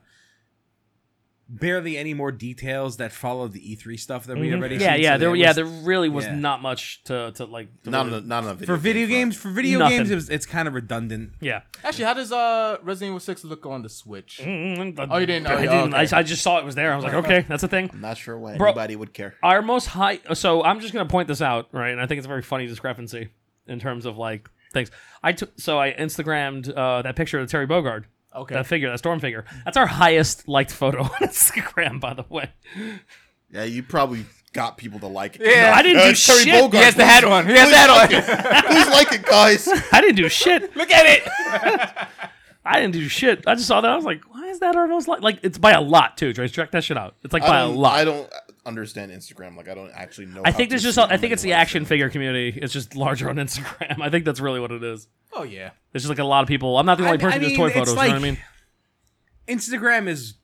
[SPEAKER 4] barely any more details that followed the E3 stuff that we already
[SPEAKER 1] Mm-hmm. yeah,
[SPEAKER 4] seen,
[SPEAKER 1] yeah,
[SPEAKER 4] so
[SPEAKER 1] there,
[SPEAKER 4] was-
[SPEAKER 1] yeah, there really was
[SPEAKER 4] yeah.
[SPEAKER 1] not much to, to like. to
[SPEAKER 2] Not on
[SPEAKER 1] really-
[SPEAKER 2] the, not on a video
[SPEAKER 4] for video
[SPEAKER 2] game
[SPEAKER 4] games. For video
[SPEAKER 1] Nothing.
[SPEAKER 4] games, it was, it's kind of redundant.
[SPEAKER 1] yeah.
[SPEAKER 3] Actually, how does uh Resident Evil 6 look on the Switch?
[SPEAKER 1] Mm,
[SPEAKER 3] Oh, you didn't- oh,
[SPEAKER 1] I
[SPEAKER 3] yeah,
[SPEAKER 1] didn't.
[SPEAKER 3] okay.
[SPEAKER 1] I, I just saw it was there. I was like, okay, that's a thing.
[SPEAKER 2] front. Not sure why
[SPEAKER 1] Bro-
[SPEAKER 2] anybody would care.
[SPEAKER 1] Our most high. So I'm just gonna point this out, right? And I think it's a very funny discrepancy in terms of like things. I took so I Instagrammed uh, that picture of Terry Bogard.
[SPEAKER 3] Okay.
[SPEAKER 1] That figure, that storm figure. That's our highest liked photo on Instagram, by the way.
[SPEAKER 2] Yeah, you probably got people to like it.
[SPEAKER 3] Yeah.
[SPEAKER 1] I didn't
[SPEAKER 2] Uh,
[SPEAKER 1] do
[SPEAKER 2] Terry
[SPEAKER 1] shit.
[SPEAKER 2] Bogard.
[SPEAKER 3] He has the hat on. He has the hat on.
[SPEAKER 2] Please like it, guys.
[SPEAKER 1] I didn't do shit.
[SPEAKER 3] Look at it.
[SPEAKER 1] I didn't do shit. I just saw that. I was like, why is that our most like? Like it's by a lot too. Dre, check that shit out. It's like by
[SPEAKER 2] I
[SPEAKER 1] a
[SPEAKER 2] don't,
[SPEAKER 1] lot.
[SPEAKER 2] I don't understand Instagram. Like, I don't actually know.
[SPEAKER 1] I
[SPEAKER 2] how
[SPEAKER 1] think
[SPEAKER 2] to
[SPEAKER 1] there's just
[SPEAKER 2] see
[SPEAKER 1] I
[SPEAKER 2] how
[SPEAKER 1] think
[SPEAKER 2] many
[SPEAKER 1] it's the
[SPEAKER 2] likes
[SPEAKER 1] action
[SPEAKER 2] there.
[SPEAKER 1] figure community. It's just larger on Instagram. I think that's really what it is.
[SPEAKER 3] Oh yeah.
[SPEAKER 1] It's just like a lot of people. I'm not the only
[SPEAKER 4] I-
[SPEAKER 1] person
[SPEAKER 4] I
[SPEAKER 1] who does
[SPEAKER 4] mean,
[SPEAKER 1] toy
[SPEAKER 4] it's
[SPEAKER 1] photos. you know
[SPEAKER 4] like-
[SPEAKER 1] what I mean?
[SPEAKER 4] Instagram is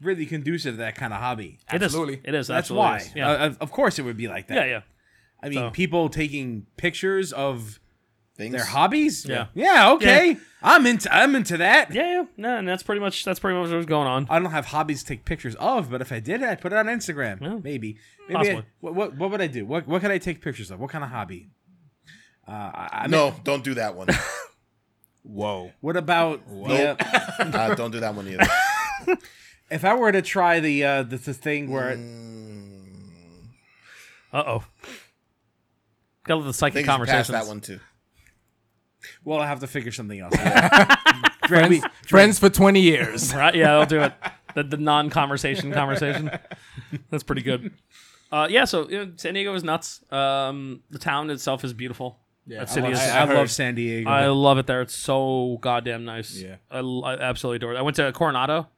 [SPEAKER 4] really conducive to that kind of hobby.
[SPEAKER 1] It is.
[SPEAKER 3] absolutely.
[SPEAKER 1] It is.
[SPEAKER 4] That's
[SPEAKER 1] absolutely
[SPEAKER 4] why.
[SPEAKER 1] is. Yeah.
[SPEAKER 4] Uh, of- of course, it would be like that.
[SPEAKER 1] yeah. Yeah.
[SPEAKER 4] I mean,
[SPEAKER 1] So-
[SPEAKER 4] people taking pictures of
[SPEAKER 2] things.
[SPEAKER 4] Their hobbies?
[SPEAKER 1] Yeah.
[SPEAKER 4] Yeah, okay. I'm into I'm into that.
[SPEAKER 1] Yeah, yeah, no, and that's pretty much that's pretty much what was going on.
[SPEAKER 4] I don't have hobbies to take pictures of, but if I did, I'd put it on Instagram.
[SPEAKER 1] Yeah.
[SPEAKER 4] Maybe. Maybe
[SPEAKER 1] Possibly.
[SPEAKER 4] I- what, what what would I do? What what could I take pictures of? What kind of hobby? Uh, I, I mean,
[SPEAKER 2] no, don't do that one.
[SPEAKER 3] Whoa.
[SPEAKER 4] What about the, uh,
[SPEAKER 2] uh, don't do that one either.
[SPEAKER 4] if I were to try the uh, the, the thing where
[SPEAKER 2] Mm,
[SPEAKER 1] Uh oh. Got to the
[SPEAKER 2] I
[SPEAKER 1] psychic
[SPEAKER 2] think you should pass
[SPEAKER 1] conversations.
[SPEAKER 2] that one too.
[SPEAKER 4] well I have to figure something else. out. Greg, we-
[SPEAKER 3] Friends for 20 years.
[SPEAKER 1] Right? Yeah, I'll do it. The, the non-conversation conversation. That's pretty good. Uh, yeah, so you know, San Diego is nuts. Um, the town itself is beautiful. Yeah, that city
[SPEAKER 4] I,
[SPEAKER 1] is.
[SPEAKER 4] I
[SPEAKER 1] I,
[SPEAKER 4] love San Diego.
[SPEAKER 1] love it there. It's so goddamn nice.
[SPEAKER 3] Yeah.
[SPEAKER 1] I, l- I absolutely adore it. I went to Coronado,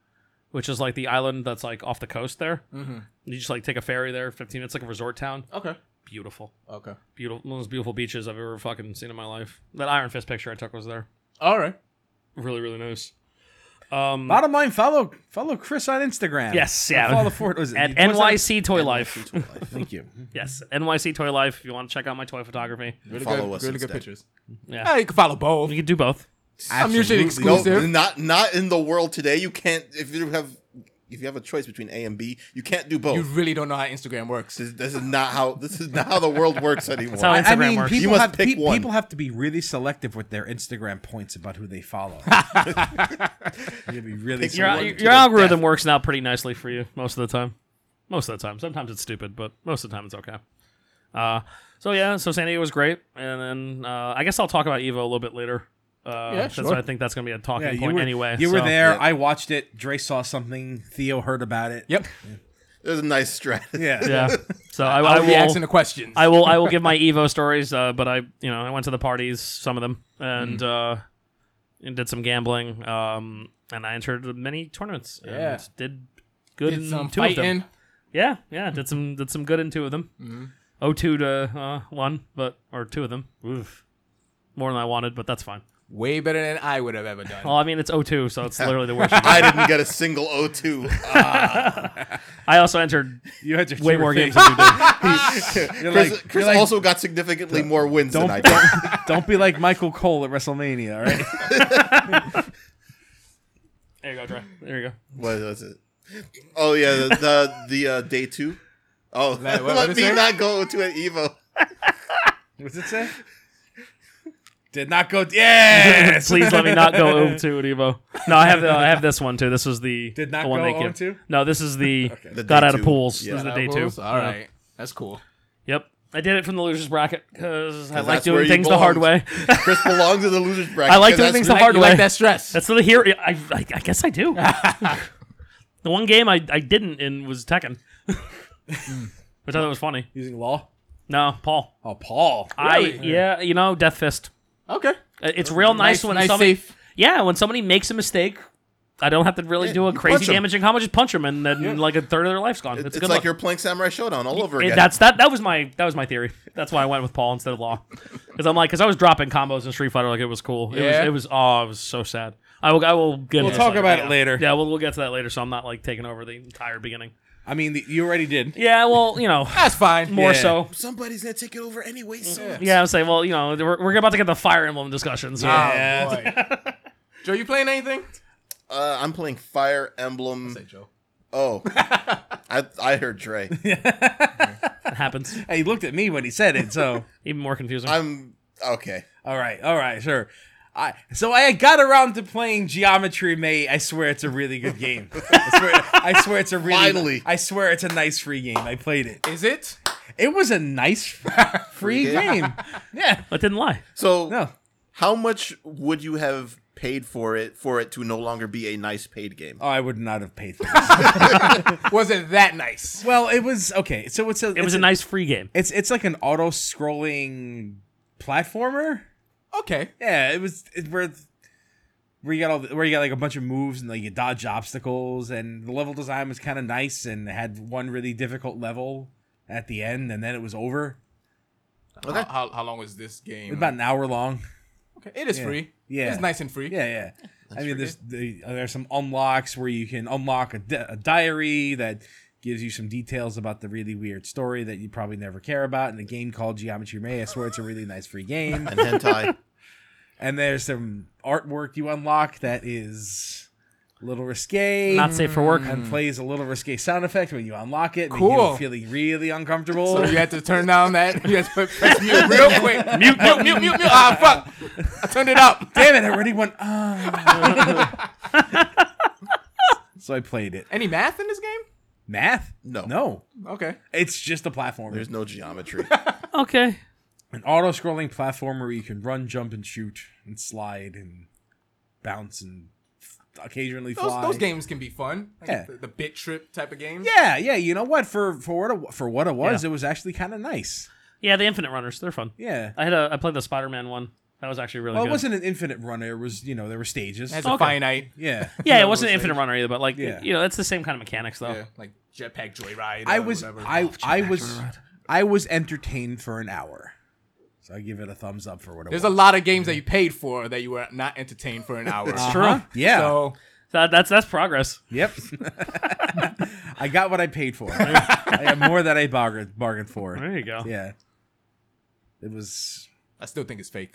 [SPEAKER 1] which is like the island that's like off the coast there. Mm-hmm. You just like take a ferry there, fifteen minutes, like a resort town.
[SPEAKER 3] Okay.
[SPEAKER 1] Beautiful,
[SPEAKER 3] Okay.
[SPEAKER 1] beautiful, one of those beautiful beaches I've ever fucking seen in my life. That Iron Fist picture I took was there.
[SPEAKER 3] All right.
[SPEAKER 1] Really, really nice. Um,
[SPEAKER 4] Bottom line, follow follow Chris on Instagram.
[SPEAKER 1] Yes,
[SPEAKER 4] Or
[SPEAKER 1] yeah.
[SPEAKER 4] Follow Ford was it
[SPEAKER 1] at
[SPEAKER 4] what's that?
[SPEAKER 1] NYC Toy Life.
[SPEAKER 4] Thank you.
[SPEAKER 1] Yes, NYC Toy Life. If you want to check out my toy photography,
[SPEAKER 3] Really
[SPEAKER 2] Follow
[SPEAKER 3] good,
[SPEAKER 2] us
[SPEAKER 3] really
[SPEAKER 2] instead.
[SPEAKER 3] good pictures.
[SPEAKER 1] Yeah.
[SPEAKER 3] Yeah, you can follow both.
[SPEAKER 1] you can do both.
[SPEAKER 3] I'm usually
[SPEAKER 2] Absolutely.
[SPEAKER 3] exclusive.
[SPEAKER 2] No, not not in the world today. You can't if you have if you have a choice between A and B, you can't do both.
[SPEAKER 3] You really don't know how Instagram works.
[SPEAKER 2] this, this is not how this is not how the world works anymore.
[SPEAKER 1] how
[SPEAKER 4] I
[SPEAKER 1] Instagram
[SPEAKER 4] mean,
[SPEAKER 1] works.
[SPEAKER 4] people
[SPEAKER 2] You must
[SPEAKER 4] have
[SPEAKER 2] pick
[SPEAKER 4] pe-
[SPEAKER 2] one.
[SPEAKER 4] people have to be really selective with their Instagram points about who they follow. you be really
[SPEAKER 2] Pick
[SPEAKER 1] Your,
[SPEAKER 2] one.
[SPEAKER 4] selective.
[SPEAKER 1] your,
[SPEAKER 2] to
[SPEAKER 1] your
[SPEAKER 2] the
[SPEAKER 1] algorithm
[SPEAKER 2] death.
[SPEAKER 1] works out pretty nicely for you most of the time. Most of the time, sometimes it's stupid, but most of the time it's okay. Uh, so yeah, so San Diego was great, and then uh, I guess I'll talk about Evo a little bit later. Uh,
[SPEAKER 3] Yeah,
[SPEAKER 1] Since
[SPEAKER 3] sure.
[SPEAKER 1] I think that's going to be a talking
[SPEAKER 4] Yeah, you
[SPEAKER 1] point
[SPEAKER 4] were,
[SPEAKER 1] anyway.
[SPEAKER 4] you were
[SPEAKER 1] so-
[SPEAKER 4] there. I watched it. Dre saw something. Theo heard about it.
[SPEAKER 3] Yep.
[SPEAKER 2] There's a nice strategy.
[SPEAKER 4] Yeah.
[SPEAKER 1] Yeah. So I, I
[SPEAKER 3] I'll be
[SPEAKER 1] will.
[SPEAKER 3] asking the questions.
[SPEAKER 1] I will I will give my Evo stories, uh, but I you know I went to the parties, some of them, and uh, and did some gambling, um, and I entered many tournaments. And
[SPEAKER 3] Yeah.
[SPEAKER 1] did good
[SPEAKER 3] Did
[SPEAKER 1] in
[SPEAKER 3] some
[SPEAKER 1] two of them.
[SPEAKER 3] um, fighting.
[SPEAKER 1] Yeah, yeah, did some did some good in two of them.
[SPEAKER 4] Mm-hmm.
[SPEAKER 1] Oh two to uh, one, but or two of them. Oof. More than I wanted, but that's fine.
[SPEAKER 3] Way better than I would have ever done.
[SPEAKER 1] Well, I mean it's 0-2, so it's literally the worst. you can-
[SPEAKER 2] I didn't get a single O2.
[SPEAKER 1] I also entered
[SPEAKER 4] You had your
[SPEAKER 1] way
[SPEAKER 4] two
[SPEAKER 1] more
[SPEAKER 4] things.
[SPEAKER 1] games than you did.
[SPEAKER 4] You're
[SPEAKER 2] Chris,
[SPEAKER 4] like,
[SPEAKER 2] Chris
[SPEAKER 4] you're like,
[SPEAKER 2] also got significantly more wins than I
[SPEAKER 4] don't,
[SPEAKER 2] did.
[SPEAKER 4] don't, don't be like Michael Cole at WrestleMania. All right.
[SPEAKER 1] There you go, Dre. There you go.
[SPEAKER 2] What was it? Oh yeah, the the, the uh, day two. Oh,
[SPEAKER 3] Let-
[SPEAKER 2] let,
[SPEAKER 3] what- what'd it
[SPEAKER 2] me
[SPEAKER 3] say?
[SPEAKER 2] not go to an Evo.
[SPEAKER 4] What's it say? Did not go. Yes.
[SPEAKER 1] Please let me not go 0-2 at Evo. No, I have I have this one too. This was the
[SPEAKER 4] Did not
[SPEAKER 1] the one
[SPEAKER 4] go
[SPEAKER 1] they give.
[SPEAKER 4] 0-2?
[SPEAKER 1] No, this is the,
[SPEAKER 2] The
[SPEAKER 1] got
[SPEAKER 2] day
[SPEAKER 1] out of
[SPEAKER 2] two.
[SPEAKER 1] pools.
[SPEAKER 2] Yeah.
[SPEAKER 1] This is the
[SPEAKER 3] That
[SPEAKER 1] day
[SPEAKER 3] was-
[SPEAKER 1] two.
[SPEAKER 3] All
[SPEAKER 1] Yeah.
[SPEAKER 3] right. That's cool.
[SPEAKER 1] Yep. I did it from the losers bracket because I like
[SPEAKER 2] that's where
[SPEAKER 1] doing
[SPEAKER 2] you
[SPEAKER 1] things the hard way.
[SPEAKER 2] belong. Chris belongs in the losers bracket.
[SPEAKER 1] I like
[SPEAKER 2] 'cause
[SPEAKER 1] doing
[SPEAKER 2] that's-
[SPEAKER 1] things
[SPEAKER 3] You
[SPEAKER 1] the
[SPEAKER 3] like-
[SPEAKER 1] hard
[SPEAKER 3] you
[SPEAKER 1] way.
[SPEAKER 3] like that stress.
[SPEAKER 1] That's the hero. I, I, I guess I do. the one game I, I didn't in was Tekken, which I thought was funny.
[SPEAKER 4] Using law.
[SPEAKER 1] No, Paul.
[SPEAKER 4] Oh, Paul.
[SPEAKER 1] I yeah, you know, Death Fist.
[SPEAKER 3] Okay.
[SPEAKER 1] Uh, It's real nice,
[SPEAKER 3] Nice,
[SPEAKER 1] when
[SPEAKER 3] nice,
[SPEAKER 1] somebody
[SPEAKER 3] safe.
[SPEAKER 1] yeah when somebody makes a mistake. I don't have to really do a
[SPEAKER 2] you
[SPEAKER 1] crazy
[SPEAKER 2] punch 'em.
[SPEAKER 1] damaging combo. Just punch them, and then like a third of their life's gone.
[SPEAKER 2] It's,
[SPEAKER 1] It's, a good.
[SPEAKER 2] like
[SPEAKER 1] look.
[SPEAKER 2] you're playing Samurai Showdown all over
[SPEAKER 1] Yeah,
[SPEAKER 2] again.
[SPEAKER 1] that's that. That was my that was my theory. That's why I went with Paul instead of Law, because I'm like because I was dropping combos in Street Fighter like it was cool. It
[SPEAKER 3] Yeah.
[SPEAKER 1] was it was oh it was so sad. I will I will get.
[SPEAKER 4] We'll talk about it later.
[SPEAKER 1] Yeah, we'll we'll get to that later. So I'm not like taking over the entire beginning.
[SPEAKER 4] I mean, the, you already did.
[SPEAKER 1] Yeah, well you know
[SPEAKER 3] That's fine.
[SPEAKER 1] more
[SPEAKER 4] Yeah.
[SPEAKER 1] so.
[SPEAKER 2] Somebody's gonna take it over anyway. So
[SPEAKER 1] Yeah, I'm saying well you know we're, we're about to get the Fire Emblem Uh, discussion. So.
[SPEAKER 3] Yeah. Oh, boy. Joe, you playing anything?
[SPEAKER 2] uh, I'm playing Fire Emblem.
[SPEAKER 3] Say, Joe.
[SPEAKER 2] Oh, I I heard Dre.
[SPEAKER 1] It happens
[SPEAKER 4] Hey, he looked at me when he said it. So.
[SPEAKER 1] even more confusing.
[SPEAKER 2] I'm okay.
[SPEAKER 4] All right, all right, sure. I so I got around to playing Geometry May. I swear it's a really good game. I swear, I swear it's a really.
[SPEAKER 2] Finally.
[SPEAKER 4] I swear it's a nice free game. I played it.
[SPEAKER 3] Is it?
[SPEAKER 4] It was a nice free game. Yeah.
[SPEAKER 1] I didn't lie.
[SPEAKER 2] So
[SPEAKER 4] No.
[SPEAKER 2] how much would you have paid for it for it to no longer be a nice paid game?
[SPEAKER 4] Oh, I would not have paid for this.
[SPEAKER 3] Was it that nice?
[SPEAKER 4] well, it was okay. So it's a.
[SPEAKER 1] It was a nice free game.
[SPEAKER 4] It's it's like an auto-scrolling platformer.
[SPEAKER 3] Okay.
[SPEAKER 4] Yeah, it was it, where where you got all the, where you got like a bunch of moves and like you dodge obstacles and the level design was kind of nice and it had one really difficult level at the end and then it was over.
[SPEAKER 3] How, how, how long was this game?
[SPEAKER 4] It was about an hour long.
[SPEAKER 3] okay. It is free.
[SPEAKER 4] Yeah.
[SPEAKER 3] It's nice and free.
[SPEAKER 4] Yeah, yeah. I mean, there's the, uh, there's some unlocks where you can unlock a, di- a diary that gives you some details about the really weird story that you probably never care about in a game called Geometry May. I swear it's a really nice free game.
[SPEAKER 2] And hentai.
[SPEAKER 4] and there's some artwork you unlock that is a little risque.
[SPEAKER 1] Not safe for work.
[SPEAKER 4] and plays a little risque sound effect when you unlock it.
[SPEAKER 3] Mm. Cool.
[SPEAKER 4] Cool. You're feeling really uncomfortable.
[SPEAKER 3] So you had to turn down that. You had to put- press mute real quick. Mute, mute, mute, mute, mute. Ah, fuck. I turned it up.
[SPEAKER 4] Damn it! I already went. Ah. so I played it.
[SPEAKER 3] Any math in this game?
[SPEAKER 4] Math?
[SPEAKER 2] No.
[SPEAKER 4] no.
[SPEAKER 3] Okay.
[SPEAKER 4] It's just a platformer.
[SPEAKER 2] There's no geometry.
[SPEAKER 1] Okay.
[SPEAKER 4] an auto-scrolling platformer where you can run, jump, and shoot, and slide, and bounce, and f- occasionally
[SPEAKER 3] Those,
[SPEAKER 4] fly.
[SPEAKER 3] those games can be fun. Like
[SPEAKER 4] Yeah.
[SPEAKER 3] The, the bit trip type of games.
[SPEAKER 4] Yeah, yeah. You know what? For for what it, for what it was,
[SPEAKER 1] Yeah.
[SPEAKER 4] it was actually kind of nice.
[SPEAKER 1] Yeah, the Infinite Runners, they're fun.
[SPEAKER 3] Oh
[SPEAKER 4] Yeah.
[SPEAKER 1] I had a I played the Spider Man one. That was actually really
[SPEAKER 4] Well,
[SPEAKER 1] good.
[SPEAKER 4] it wasn't an infinite runner. It was you know there were stages.
[SPEAKER 3] It has a
[SPEAKER 1] Okay.
[SPEAKER 3] finite.
[SPEAKER 4] yeah.
[SPEAKER 1] yeah, it
[SPEAKER 3] no,
[SPEAKER 1] wasn't
[SPEAKER 3] it was
[SPEAKER 1] Infinite
[SPEAKER 3] like-
[SPEAKER 1] Runner either, but like
[SPEAKER 4] Yeah.
[SPEAKER 1] you know, that's the same kind of mechanics though.
[SPEAKER 3] Yeah, like jetpack joyride.
[SPEAKER 4] Oh. I
[SPEAKER 3] or
[SPEAKER 4] was
[SPEAKER 3] whatever.
[SPEAKER 4] I I was I was entertained for an hour. So I give it a thumbs up for what it
[SPEAKER 3] There's a
[SPEAKER 4] was.
[SPEAKER 3] lot of games that you paid for that you were not entertained for an hour. Uh-huh.
[SPEAKER 1] It's true.
[SPEAKER 4] yeah.
[SPEAKER 3] So
[SPEAKER 1] That, that's that's progress.
[SPEAKER 4] Yep. I got what I paid for. I got more that I bargained bargained for.
[SPEAKER 1] There you go.
[SPEAKER 4] Yeah. It was
[SPEAKER 3] I still think it's fake.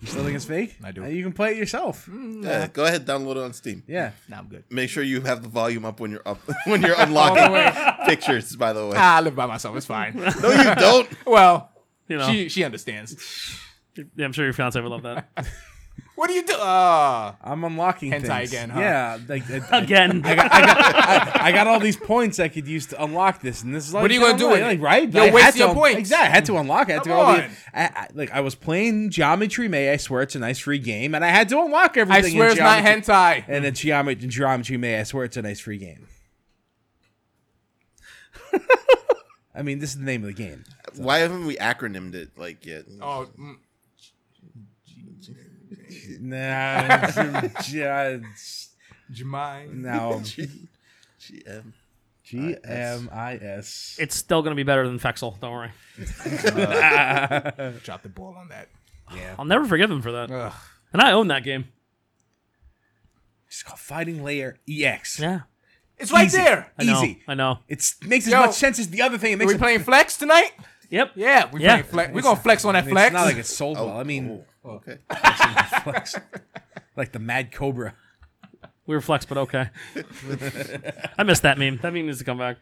[SPEAKER 4] You still think it's fake?
[SPEAKER 3] I do. Hmm.
[SPEAKER 4] Uh, You can play it yourself.
[SPEAKER 2] yeah, go ahead, download it on Steam.
[SPEAKER 4] Yeah.
[SPEAKER 3] Nah, I'm good.
[SPEAKER 2] Make sure you have the volume up when you're up when you're
[SPEAKER 3] All the
[SPEAKER 2] unlocking
[SPEAKER 3] way.
[SPEAKER 2] pictures. By the way,
[SPEAKER 3] Ah, I live by myself. It's fine.
[SPEAKER 2] no, you don't.
[SPEAKER 3] Well,
[SPEAKER 1] You know,
[SPEAKER 3] she she understands.
[SPEAKER 1] yeah, I'm sure your fiance would love that.
[SPEAKER 3] What do you do? Uh,
[SPEAKER 4] I'm unlocking
[SPEAKER 3] Hentai
[SPEAKER 4] things.
[SPEAKER 3] again, huh?
[SPEAKER 4] Yeah. Like, I, I-
[SPEAKER 1] Again,
[SPEAKER 4] I got, I, I got all these points I could use to unlock this, and this is like,
[SPEAKER 3] What are you gonna do
[SPEAKER 4] Like,
[SPEAKER 3] with it?
[SPEAKER 4] like, right?
[SPEAKER 3] You're
[SPEAKER 4] I had
[SPEAKER 3] wasting your
[SPEAKER 4] to-
[SPEAKER 3] points.
[SPEAKER 4] Exactly. I had to unlock. it. I had to
[SPEAKER 3] Come
[SPEAKER 4] get all the-
[SPEAKER 3] on.
[SPEAKER 4] I, I, like I was playing Geometry May. I swear it's a nice free game, and I had to unlock
[SPEAKER 3] I
[SPEAKER 4] everything.
[SPEAKER 3] swear
[SPEAKER 4] in
[SPEAKER 3] it's not
[SPEAKER 4] Geometry-
[SPEAKER 3] hentai.
[SPEAKER 4] And then Geometry, Geometry May. I swear it's a nice free game. I mean, this is the name of the game.
[SPEAKER 2] Why haven't we acronymed it like yet?
[SPEAKER 3] Oh, mm,
[SPEAKER 4] Nah, it's- yeah, it's-
[SPEAKER 3] Jemai.
[SPEAKER 4] no.
[SPEAKER 2] G- GM.
[SPEAKER 4] G M I S.
[SPEAKER 1] it's still gonna be better than Fexel. Don't worry.
[SPEAKER 3] Drop the ball on that.
[SPEAKER 1] I'll never forgive him for that.
[SPEAKER 3] Ugh.
[SPEAKER 1] And I own that game.
[SPEAKER 4] It's called Fighting Layer EX.
[SPEAKER 1] Yeah,
[SPEAKER 3] It's right
[SPEAKER 4] Easy.
[SPEAKER 3] there.
[SPEAKER 1] I know.
[SPEAKER 4] Easy.
[SPEAKER 1] I know.
[SPEAKER 4] It makes as
[SPEAKER 3] Yo.
[SPEAKER 4] much sense as the other thing. It
[SPEAKER 3] Are
[SPEAKER 4] makes
[SPEAKER 3] we
[SPEAKER 4] it,
[SPEAKER 3] playing flex tonight?
[SPEAKER 1] Yep.
[SPEAKER 3] Yeah, we
[SPEAKER 1] Yeah.
[SPEAKER 3] playing flex. We're gonna flex on that
[SPEAKER 4] I mean,
[SPEAKER 3] flex.
[SPEAKER 4] It's not like it's sold well. I mean,
[SPEAKER 2] Oh, okay.
[SPEAKER 4] flex. like the Mad Cobra.
[SPEAKER 1] We were flex, but okay. I missed that meme. That meme needs to come back.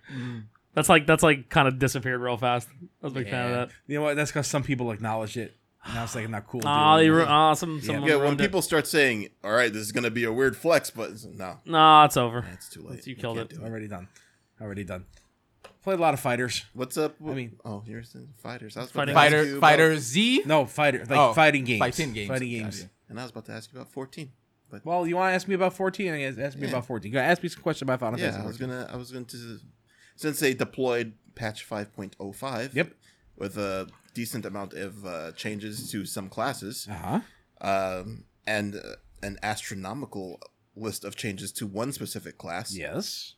[SPEAKER 1] That's like that's like kind of disappeared real fast. I was a big fan
[SPEAKER 3] Yeah.
[SPEAKER 1] of that.
[SPEAKER 4] You know what? That's because some people acknowledge it. And I was like, not cool.
[SPEAKER 1] Ah,
[SPEAKER 4] dude.
[SPEAKER 1] they ru- ah, some someone
[SPEAKER 2] Yeah, when
[SPEAKER 1] ruined it.
[SPEAKER 2] people start saying, "All right, this is gonna be a weird flex," but it's- no,
[SPEAKER 1] Nah, it's over.
[SPEAKER 2] it's too late.
[SPEAKER 1] You killed
[SPEAKER 2] can't
[SPEAKER 1] it.
[SPEAKER 2] do
[SPEAKER 4] Already done. Already done. Played a lot of fighters.
[SPEAKER 2] What's up? I
[SPEAKER 4] mean-
[SPEAKER 2] oh, here's the fighters. I was
[SPEAKER 1] Fighting-
[SPEAKER 2] about to ask you
[SPEAKER 3] fighter
[SPEAKER 2] about-
[SPEAKER 3] fighter Z.
[SPEAKER 4] No, fighter. Like
[SPEAKER 3] Oh,
[SPEAKER 4] fighting games.
[SPEAKER 3] fighting games.
[SPEAKER 4] Fighting games.
[SPEAKER 3] Gotcha.
[SPEAKER 2] and I was about to ask you about fourteen. But
[SPEAKER 4] Well, you want to ask me about 14? I guess ask me about 14. Go ask me some questions about Final
[SPEAKER 2] yeah,
[SPEAKER 4] Fantasy.
[SPEAKER 2] I was
[SPEAKER 4] 14.
[SPEAKER 2] gonna, I was going to, since they deployed patch five point oh five.
[SPEAKER 4] Yep.
[SPEAKER 2] With a decent amount of uh, changes to some classes,
[SPEAKER 4] Uh-huh.
[SPEAKER 2] um, and uh, an astronomical list of changes to one specific class.
[SPEAKER 4] Yes.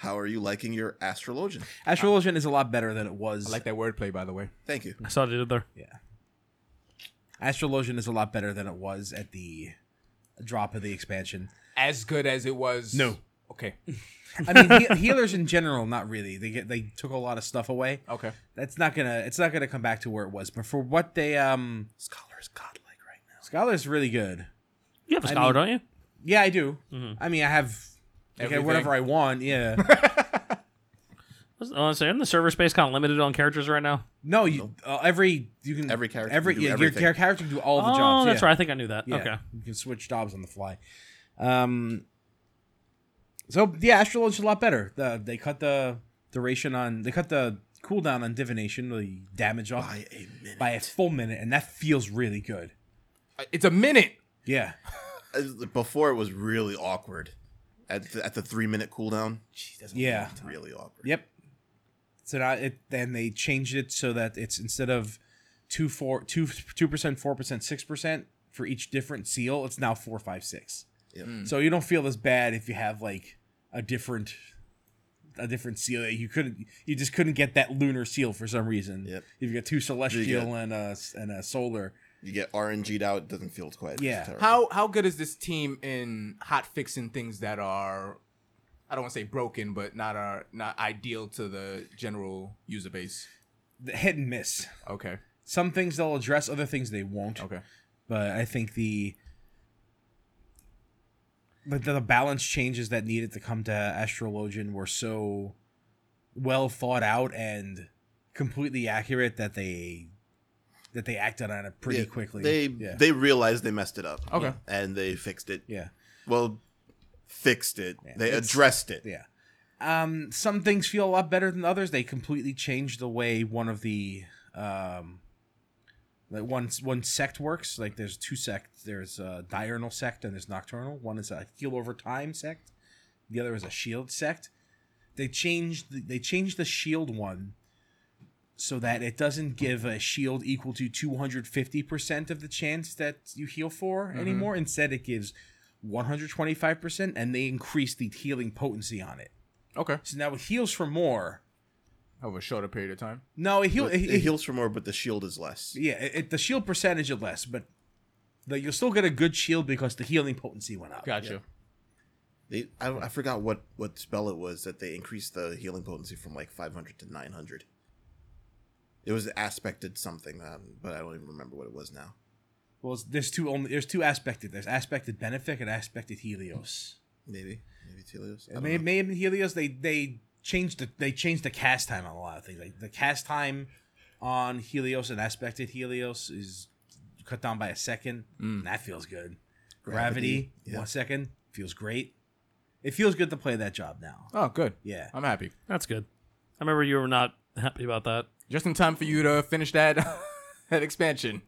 [SPEAKER 2] How are you liking your astrologian?
[SPEAKER 4] Astrologian is a lot better than it was.
[SPEAKER 3] I like that wordplay, by the way.
[SPEAKER 2] Thank you.
[SPEAKER 1] I saw what you did there.
[SPEAKER 4] Astrologian is a lot better than it was at the drop of the expansion.
[SPEAKER 3] As good as it was.
[SPEAKER 4] No.
[SPEAKER 3] Okay.
[SPEAKER 4] I mean, he- healers in general, not really. They get they took a lot of stuff away.
[SPEAKER 3] Okay.
[SPEAKER 4] That's not gonna it's not gonna come back to where it was. But for what they um,
[SPEAKER 2] Scholar's godlike right now.
[SPEAKER 4] Scholar's really good.
[SPEAKER 1] You have a scholar, don't you?
[SPEAKER 4] Yeah, I do.
[SPEAKER 2] Mm-hmm.
[SPEAKER 4] I mean, I have I get whatever I want. Yeah.
[SPEAKER 1] What's- oh, so isn't the server space kind of limited on characters right now?
[SPEAKER 4] no, you uh, every you can
[SPEAKER 2] Every character
[SPEAKER 4] every
[SPEAKER 2] can do
[SPEAKER 4] yeah,
[SPEAKER 2] everything.
[SPEAKER 4] your character can do all the
[SPEAKER 1] oh,
[SPEAKER 4] jobs.
[SPEAKER 1] that's
[SPEAKER 4] yeah.
[SPEAKER 1] right. I think I knew that.
[SPEAKER 4] Yeah,
[SPEAKER 1] Okay.
[SPEAKER 4] you can switch jobs on the fly. Um, so yeah, astrology's a lot better. The, they cut the duration on, they cut the cooldown on divination, the damage off by,
[SPEAKER 2] By a minute.
[SPEAKER 4] a full minute, and that feels really good.
[SPEAKER 3] Uh, It's a minute.
[SPEAKER 4] Yeah,
[SPEAKER 2] Uh, Before it was really awkward. At the, at the three minute cooldown,
[SPEAKER 4] yeah,
[SPEAKER 2] really awkward.
[SPEAKER 4] yep. So now it then they changed it so that it's instead of two four two two percent four percent six percent for each different seal, it's now four five six.
[SPEAKER 2] Yep.
[SPEAKER 4] So you don't feel as bad if you have like a different a different seal that you couldn't you just couldn't get that lunar seal for some reason.
[SPEAKER 2] Yep.
[SPEAKER 4] If you got two celestial
[SPEAKER 2] get-
[SPEAKER 4] and a and a solar.
[SPEAKER 2] You get RNG'd out, it doesn't feel quite. as
[SPEAKER 4] Yeah.
[SPEAKER 2] terrible.
[SPEAKER 3] How how good is this team in hot fixing things that are I don't want to say broken, but not are not ideal to the general user base.
[SPEAKER 4] The hit and miss.
[SPEAKER 3] Okay.
[SPEAKER 4] Some things they'll address, other things they won't.
[SPEAKER 3] Okay.
[SPEAKER 4] but I think the but the balance changes that needed to come to Astrologian were so well thought out and completely accurate that they that they acted on it pretty
[SPEAKER 2] Yeah,
[SPEAKER 4] quickly.
[SPEAKER 2] They
[SPEAKER 4] yeah.
[SPEAKER 2] they realized they messed it up.
[SPEAKER 3] Okay.
[SPEAKER 2] And they fixed it.
[SPEAKER 4] yeah.
[SPEAKER 2] Well, fixed it. they
[SPEAKER 4] it's-
[SPEAKER 2] addressed it.
[SPEAKER 4] Yeah. Um, some things feel a lot better than others. They completely changed the way one of the um, like one one sect works. Like there's two sects. There's a diurnal sect and there's nocturnal. One is a heal over time sect. The other is a shield sect. They changed the- they changed the shield one so that it doesn't give a shield equal to 250% of the chance that you heal for anymore. Instead it gives 125% and they increased the healing potency on it.
[SPEAKER 3] Okay.
[SPEAKER 4] So now it heals for more.
[SPEAKER 3] Over a shorter period of time.
[SPEAKER 4] No, it, heal,
[SPEAKER 2] But
[SPEAKER 4] it,
[SPEAKER 2] it,
[SPEAKER 4] it-
[SPEAKER 2] heals for more, but the shield is less.
[SPEAKER 4] Yeah, it, it- the shield percentage is less, but the, you'll still get a good shield because the healing potency went up.
[SPEAKER 3] Gotcha.
[SPEAKER 2] They, I, I forgot what what spell it was that they increased the healing potency from like 500 to 900. It was aspected something, um, but I don't even remember what it was now.
[SPEAKER 4] Well, it's- there's two only there's two aspected. There's aspected benefic and aspected Helios.
[SPEAKER 2] Maybe, maybe Telios. I
[SPEAKER 4] It
[SPEAKER 2] don't
[SPEAKER 4] may,
[SPEAKER 2] know.
[SPEAKER 4] may have been Helios. They they changed the they changed the cast time on a lot of things. Like the cast time on Helios and aspected Helios is cut down by a second. And that feels good. Gravity,
[SPEAKER 2] Mm. Gravity, yeah.
[SPEAKER 4] one second feels great. It feels good to play that job now.
[SPEAKER 3] Oh, good.
[SPEAKER 4] Yeah.
[SPEAKER 3] I'm happy.
[SPEAKER 1] That's good. I remember you were not happy about that.
[SPEAKER 3] Just in time for you to finish that that expansion.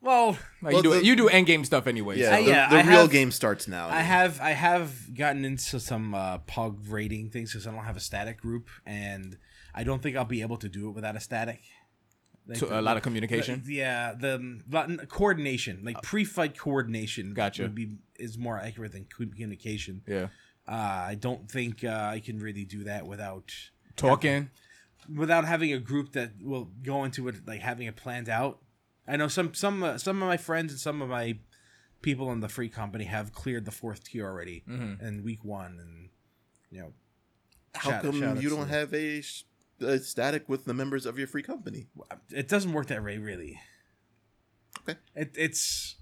[SPEAKER 4] Well,
[SPEAKER 2] Well,
[SPEAKER 3] Like you do
[SPEAKER 2] the-
[SPEAKER 3] you do end game stuff anyways.
[SPEAKER 2] yeah,
[SPEAKER 4] I-
[SPEAKER 2] the,
[SPEAKER 4] yeah,
[SPEAKER 2] the
[SPEAKER 4] I
[SPEAKER 2] real
[SPEAKER 4] have-
[SPEAKER 2] game starts now.
[SPEAKER 4] I have I have gotten into some uh, pug rating things because I don't have a static group, and I don't think I'll be able to do it without a static. Like,
[SPEAKER 3] So, a lot of communication.
[SPEAKER 4] Yeah, the um, lot- coordination, like pre-fight coordination,
[SPEAKER 3] Gotcha.
[SPEAKER 4] would be is more accurate than communication.
[SPEAKER 3] Yeah.
[SPEAKER 4] Uh, I don't think uh, I can really do that without
[SPEAKER 3] Talking.
[SPEAKER 4] without having a group that will go into it like having it planned out. I know some some uh, some of my friends and some of my people in the free company have cleared the fourth tier already in week one, and you know
[SPEAKER 2] How
[SPEAKER 4] shout-
[SPEAKER 2] come
[SPEAKER 4] shout out
[SPEAKER 2] you
[SPEAKER 4] to
[SPEAKER 2] don't
[SPEAKER 4] them.
[SPEAKER 2] have a, sh- a static with the members of your free company?
[SPEAKER 4] it doesn't work that way really.
[SPEAKER 2] Okay.
[SPEAKER 4] It, it's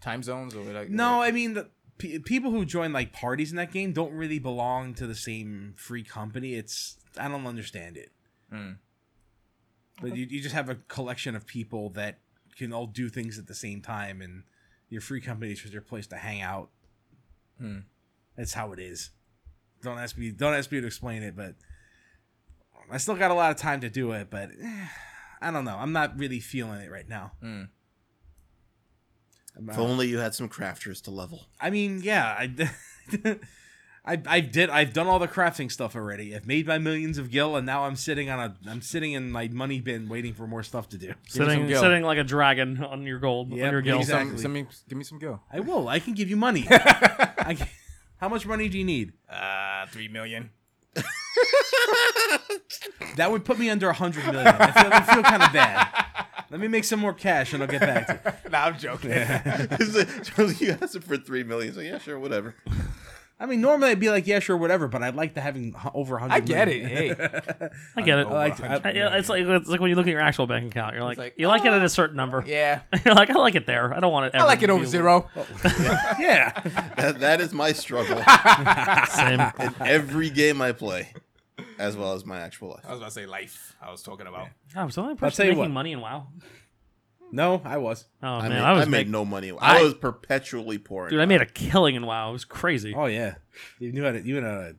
[SPEAKER 3] Time zones or like
[SPEAKER 4] no, I mean the pe people who join like parties in that game don't really belong to the same free company. It's I don't understand it.
[SPEAKER 3] Mm.
[SPEAKER 4] But you, you just have a collection of people that can all do things at the same time, and your free company is just your place to hang out.
[SPEAKER 3] Hmm.
[SPEAKER 4] That's how it is. Don't ask me. Don't ask me to explain it, but I still got a lot of time to do it. But eh, I don't know. I'm not really feeling it right now.
[SPEAKER 3] Hmm.
[SPEAKER 4] I'm-
[SPEAKER 2] If only you had some crafters to level.
[SPEAKER 4] I mean, yeah, I, I, I did. I've done all the crafting stuff already. I've made my millions of gil, and now I'm sitting on a. I'm sitting in my money bin waiting for more stuff to do.
[SPEAKER 3] me some
[SPEAKER 1] Sitting,
[SPEAKER 3] gil.
[SPEAKER 1] sitting like a dragon on your gold,
[SPEAKER 4] Yep,
[SPEAKER 1] on your
[SPEAKER 3] Give
[SPEAKER 1] gil.
[SPEAKER 3] me some-
[SPEAKER 4] Exactly.
[SPEAKER 3] send me- give me some go.
[SPEAKER 4] I will. I can give you money. I can- how much money do you need?
[SPEAKER 3] Uh three million.
[SPEAKER 4] That would put me under a hundred million. I feel, I feel kind of bad. Let me make some more cash, and I'll get back to you.
[SPEAKER 3] nah, I'm joking.
[SPEAKER 2] Charles, you asked him for three million. So yeah, sure, whatever.
[SPEAKER 4] I mean, normally I'd be like, yeah, sure, whatever, but I'd like to having h- over a hundred.
[SPEAKER 3] I get it.
[SPEAKER 4] million.
[SPEAKER 3] Hey.
[SPEAKER 1] I get it.
[SPEAKER 4] Oh, I like to- I-
[SPEAKER 1] I- yeah, it's like it's like when you look at your actual bank account, you're like,
[SPEAKER 3] like,
[SPEAKER 1] you like it
[SPEAKER 4] "Ah."
[SPEAKER 1] at a certain number.
[SPEAKER 3] Yeah.
[SPEAKER 1] you're like, I like it there. I don't want it.
[SPEAKER 3] I like it over zero.
[SPEAKER 4] yeah.
[SPEAKER 2] That, that is my struggle
[SPEAKER 1] Same.
[SPEAKER 2] in every game I play, as well as my actual life.
[SPEAKER 3] I was about to say life. I was talking about.
[SPEAKER 1] I was the only
[SPEAKER 4] tell
[SPEAKER 1] person
[SPEAKER 4] you
[SPEAKER 1] making
[SPEAKER 4] what.
[SPEAKER 1] money in WoW.
[SPEAKER 4] No, I was.
[SPEAKER 1] Oh
[SPEAKER 2] I,
[SPEAKER 1] man,
[SPEAKER 2] made,
[SPEAKER 1] I was
[SPEAKER 2] I made
[SPEAKER 1] making,
[SPEAKER 2] no money. I,
[SPEAKER 1] I-
[SPEAKER 2] was perpetually pouring.
[SPEAKER 1] dude. I made a killing in WoW. It was crazy.
[SPEAKER 4] Oh yeah, you knew how to you knew how to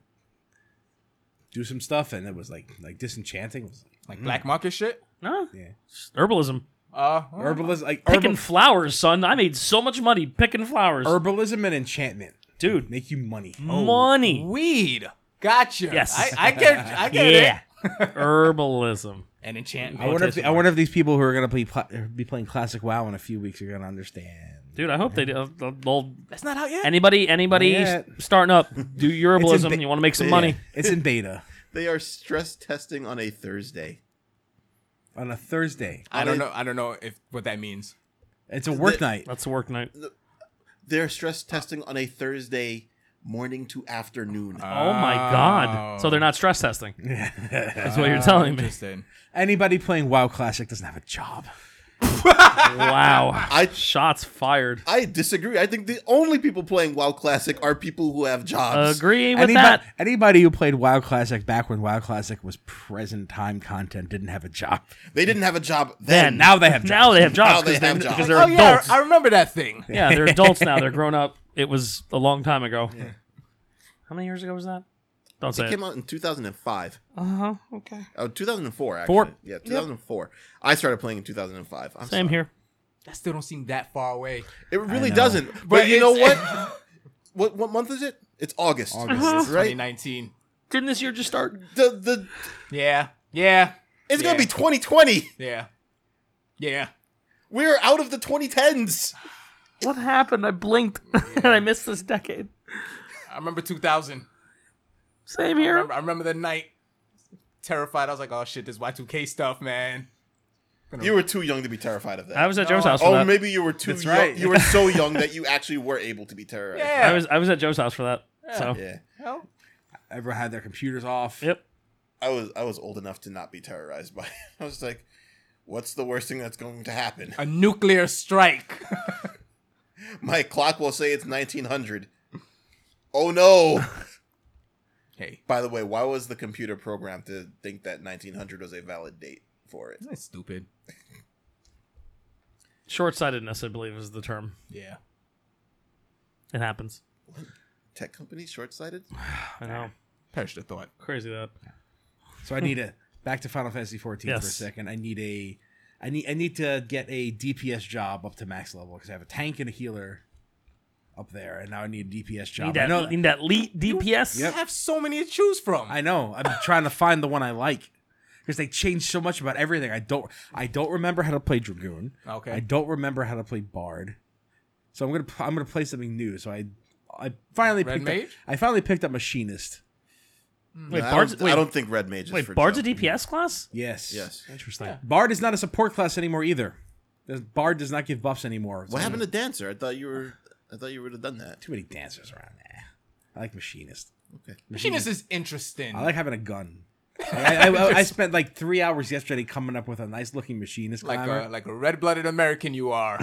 [SPEAKER 4] do some stuff, and it was like like disenchanting. It was
[SPEAKER 3] Like black market shit?
[SPEAKER 1] No,
[SPEAKER 4] Yeah.
[SPEAKER 1] Just herbalism,
[SPEAKER 3] Uh
[SPEAKER 4] herbalism, like
[SPEAKER 1] picking
[SPEAKER 4] herbal,
[SPEAKER 1] flowers, son. I made so much money picking flowers,
[SPEAKER 4] herbalism and enchantment
[SPEAKER 1] dude.
[SPEAKER 4] make you money. Oh.
[SPEAKER 1] money,
[SPEAKER 3] Weed. Gotcha.
[SPEAKER 1] Yes.
[SPEAKER 3] I, I get I get
[SPEAKER 1] yeah.
[SPEAKER 3] it.
[SPEAKER 1] herbalism.
[SPEAKER 3] And enchantment.
[SPEAKER 4] I wonder if the, I wonder if these people who are gonna be pla- uh, be playing classic WoW in a few weeks are gonna understand.
[SPEAKER 1] Dude, I hope they do. uh, uh, well,
[SPEAKER 3] That's not out yet.
[SPEAKER 1] Anybody, anybody
[SPEAKER 4] Yeah.
[SPEAKER 1] s- starting up, do your herbalism.
[SPEAKER 4] ba-
[SPEAKER 1] you want to make some money?
[SPEAKER 4] It's in beta
[SPEAKER 2] They are stress testing on a Thursday.
[SPEAKER 4] on a Thursday.
[SPEAKER 3] I don't know. I don't know if what that means.
[SPEAKER 4] It's a work
[SPEAKER 2] The-
[SPEAKER 4] night.
[SPEAKER 1] That's the work night.
[SPEAKER 2] They're stress testing on a Thursday morning to afternoon.
[SPEAKER 1] Oh my god! So they're
[SPEAKER 4] Oh.
[SPEAKER 1] not stress testing.
[SPEAKER 3] Uh,
[SPEAKER 1] That's what you're telling me.
[SPEAKER 3] Interesting.
[SPEAKER 4] Anybody playing WoW Classic doesn't have a job.
[SPEAKER 1] wow.
[SPEAKER 2] I-
[SPEAKER 1] Shots fired.
[SPEAKER 2] I disagree. I think the only people playing WoW Classic are people who have jobs.
[SPEAKER 1] Agree with
[SPEAKER 4] Anybody,
[SPEAKER 1] that.
[SPEAKER 4] anybody who played WoW Classic back when WoW Classic was present time content didn't have a job.
[SPEAKER 2] They didn't have a job
[SPEAKER 1] Then
[SPEAKER 2] then.
[SPEAKER 4] now they have
[SPEAKER 1] Now
[SPEAKER 4] jobs.
[SPEAKER 1] they have jobs
[SPEAKER 2] Now they
[SPEAKER 1] because they
[SPEAKER 2] have jobs.
[SPEAKER 1] because they're
[SPEAKER 3] Oh yeah,
[SPEAKER 1] adults.
[SPEAKER 3] I remember that thing.
[SPEAKER 1] yeah, they're adults now. They're grown up. It was a long time ago. How many years ago was that? Don't say
[SPEAKER 2] it
[SPEAKER 1] it.
[SPEAKER 2] came out in 2005.
[SPEAKER 1] Uh huh. Okay.
[SPEAKER 2] Oh, 2004 actually.
[SPEAKER 1] Four.
[SPEAKER 2] Yeah, 2004. I started playing in 2005. I'm
[SPEAKER 1] Same
[SPEAKER 2] sorry.
[SPEAKER 1] here.
[SPEAKER 3] That still don't seem that far away.
[SPEAKER 2] It really
[SPEAKER 4] know.
[SPEAKER 2] doesn't. But, you know what?
[SPEAKER 3] it's-
[SPEAKER 2] what what month is it? It's August. Uh-huh.
[SPEAKER 3] It's
[SPEAKER 4] August.
[SPEAKER 2] Right?
[SPEAKER 3] 2019.
[SPEAKER 1] Didn't this year just start?
[SPEAKER 2] The the
[SPEAKER 3] Yeah, yeah,
[SPEAKER 2] it's going
[SPEAKER 3] Yeah.
[SPEAKER 2] to be 2020.
[SPEAKER 3] yeah, yeah.
[SPEAKER 2] We're out of the 2010s.
[SPEAKER 1] What happened? I blinked and I missed this decade.
[SPEAKER 3] I remember 2000.
[SPEAKER 1] Same
[SPEAKER 3] I
[SPEAKER 1] here.
[SPEAKER 3] remember, I remember the night. Terrified. I was like, oh shit, this Y2K stuff, man.
[SPEAKER 2] You were too young to be terrified of that.
[SPEAKER 1] I was at Joe's house. For
[SPEAKER 2] oh,
[SPEAKER 1] that.
[SPEAKER 2] maybe you were too
[SPEAKER 4] That's
[SPEAKER 2] young.
[SPEAKER 4] right.
[SPEAKER 2] You were so young that you actually were able to be terrorized.
[SPEAKER 3] Yeah.
[SPEAKER 1] I was I was at Joe's house for that. So
[SPEAKER 2] Yeah.
[SPEAKER 3] Hell,
[SPEAKER 4] Everyone had their computers off.
[SPEAKER 1] yep.
[SPEAKER 2] I was I was old enough to not be terrorized by it. I was like, what's the worst thing that's going to happen?
[SPEAKER 3] A nuclear strike.
[SPEAKER 2] My clock will say it's 1900. Oh no.
[SPEAKER 3] hey,
[SPEAKER 2] By the way, why was the computer programmed to think that 1900 was a valid date for it?
[SPEAKER 3] that's stupid.
[SPEAKER 1] Short sightedness, I believe, is the term.
[SPEAKER 3] Yeah.
[SPEAKER 1] It happens.
[SPEAKER 2] Tech companies short-sighted?
[SPEAKER 1] I know.
[SPEAKER 3] Perish the thought.
[SPEAKER 1] Crazy that.
[SPEAKER 4] So I need a back to Final Fantasy 14 for a
[SPEAKER 1] Yes.
[SPEAKER 4] second. I need a I need I need to get a DPS job up to max level because I have a tank and a healer up there, and now I need a DPS job.
[SPEAKER 1] Need
[SPEAKER 4] I
[SPEAKER 1] that,
[SPEAKER 4] know.
[SPEAKER 1] need that elite DPS.
[SPEAKER 3] I have so many to choose from.
[SPEAKER 4] I know. I'm trying to find the one I like because they changed so much about everything. I don't. I don't remember how to play Dragoon.
[SPEAKER 3] Okay.
[SPEAKER 4] I don't remember how to play Bard. So I'm gonna pl- I'm gonna play something new. So I I finally
[SPEAKER 3] Red
[SPEAKER 4] picked up-
[SPEAKER 3] Mage?
[SPEAKER 4] I finally picked up Machinist.
[SPEAKER 1] Wait,
[SPEAKER 2] I,
[SPEAKER 1] Bard's,
[SPEAKER 2] don't,
[SPEAKER 1] wait,
[SPEAKER 2] I don't think red mage is for
[SPEAKER 1] wait, Bard's a
[SPEAKER 2] Joe.
[SPEAKER 1] DPS class?
[SPEAKER 4] Yes.
[SPEAKER 2] Yes.
[SPEAKER 1] Interesting.
[SPEAKER 4] Bard is not a support class anymore either. The Bard does not give buffs anymore.
[SPEAKER 2] What happened to dancer? I thought you were I thought you would have done that.
[SPEAKER 4] Too many dancers around. Nah. I like machinist.
[SPEAKER 2] Okay.
[SPEAKER 3] Machinist is interesting.
[SPEAKER 4] I like having a gun. I, I, I, I spent like three hours yesterday coming up with a nice looking machinist
[SPEAKER 3] like uh,
[SPEAKER 4] climber.
[SPEAKER 3] a like a red blooded American you are.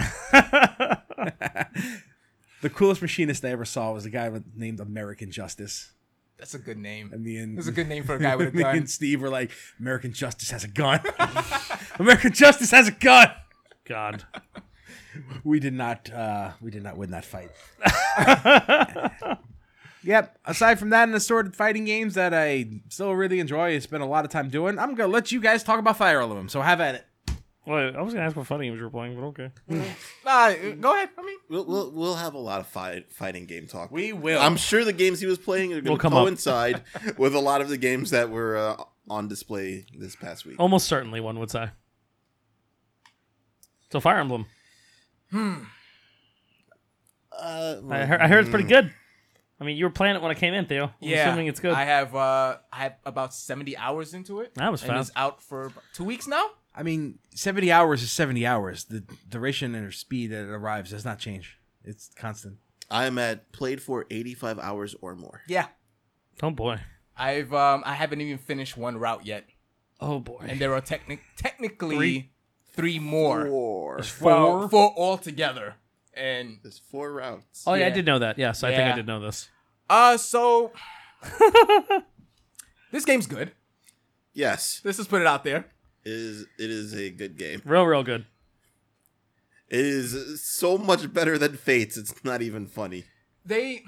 [SPEAKER 4] the coolest machinist I ever saw was a guy with- named American Justice.
[SPEAKER 3] That's a good name.
[SPEAKER 4] And me and
[SPEAKER 3] That's a good name for a guy with a
[SPEAKER 4] me
[SPEAKER 3] gun.
[SPEAKER 4] and Steve were like, American Justice has a gun. American Justice has a gun.
[SPEAKER 1] God.
[SPEAKER 4] We did not. Uh, we did not win that fight. yep. Aside from that, and assorted fighting games that I still really enjoy, I spend a lot of time doing. I'm gonna let you guys talk about Fire Emblem. So have at it.
[SPEAKER 1] Wait, I was gonna ask what fun games you were playing, but okay.
[SPEAKER 3] Nah, go ahead. I mean,
[SPEAKER 2] We'll, we'll we'll have a lot of fight, fighting game talk.
[SPEAKER 4] We will.
[SPEAKER 2] I'm sure the games he was playing are going
[SPEAKER 1] We'll
[SPEAKER 2] to
[SPEAKER 1] come up.
[SPEAKER 2] coincide with a lot of the games that were uh, on display this past week.
[SPEAKER 1] Almost certainly, one would say. So Fire Emblem.
[SPEAKER 2] Uh,
[SPEAKER 3] Mm.
[SPEAKER 1] I heard, I heard it's pretty good. I mean, you were playing it when I came in, Theo. I'm
[SPEAKER 3] yeah.
[SPEAKER 1] assuming it's good.
[SPEAKER 3] I have uh, I have about seventy hours into it.
[SPEAKER 1] That was
[SPEAKER 3] and
[SPEAKER 1] fast.
[SPEAKER 3] It's out for about two weeks now.
[SPEAKER 4] I mean, 70 hours is 70 hours. The duration and speed that it arrives does not change. It's constant.
[SPEAKER 2] I am at played for 85 hours or more.
[SPEAKER 3] Yeah.
[SPEAKER 1] oh boy.
[SPEAKER 3] I've um, I haven't even finished one route yet,
[SPEAKER 1] Oh boy.
[SPEAKER 3] and there are technic technically
[SPEAKER 1] Three?
[SPEAKER 3] three, more.
[SPEAKER 2] Four.
[SPEAKER 3] Well, four altogether. And
[SPEAKER 2] There's four routes.
[SPEAKER 1] Oh yeah, I
[SPEAKER 3] Yeah.
[SPEAKER 1] did know that. Yes, I think I
[SPEAKER 3] Yeah.
[SPEAKER 1] did know this.
[SPEAKER 3] uh, so this game's good.
[SPEAKER 2] Yes,
[SPEAKER 3] Let's just put it out there.
[SPEAKER 2] it is it is a good game.
[SPEAKER 1] Real, real good.
[SPEAKER 2] It is so much better than Fates. It's not even funny.
[SPEAKER 3] They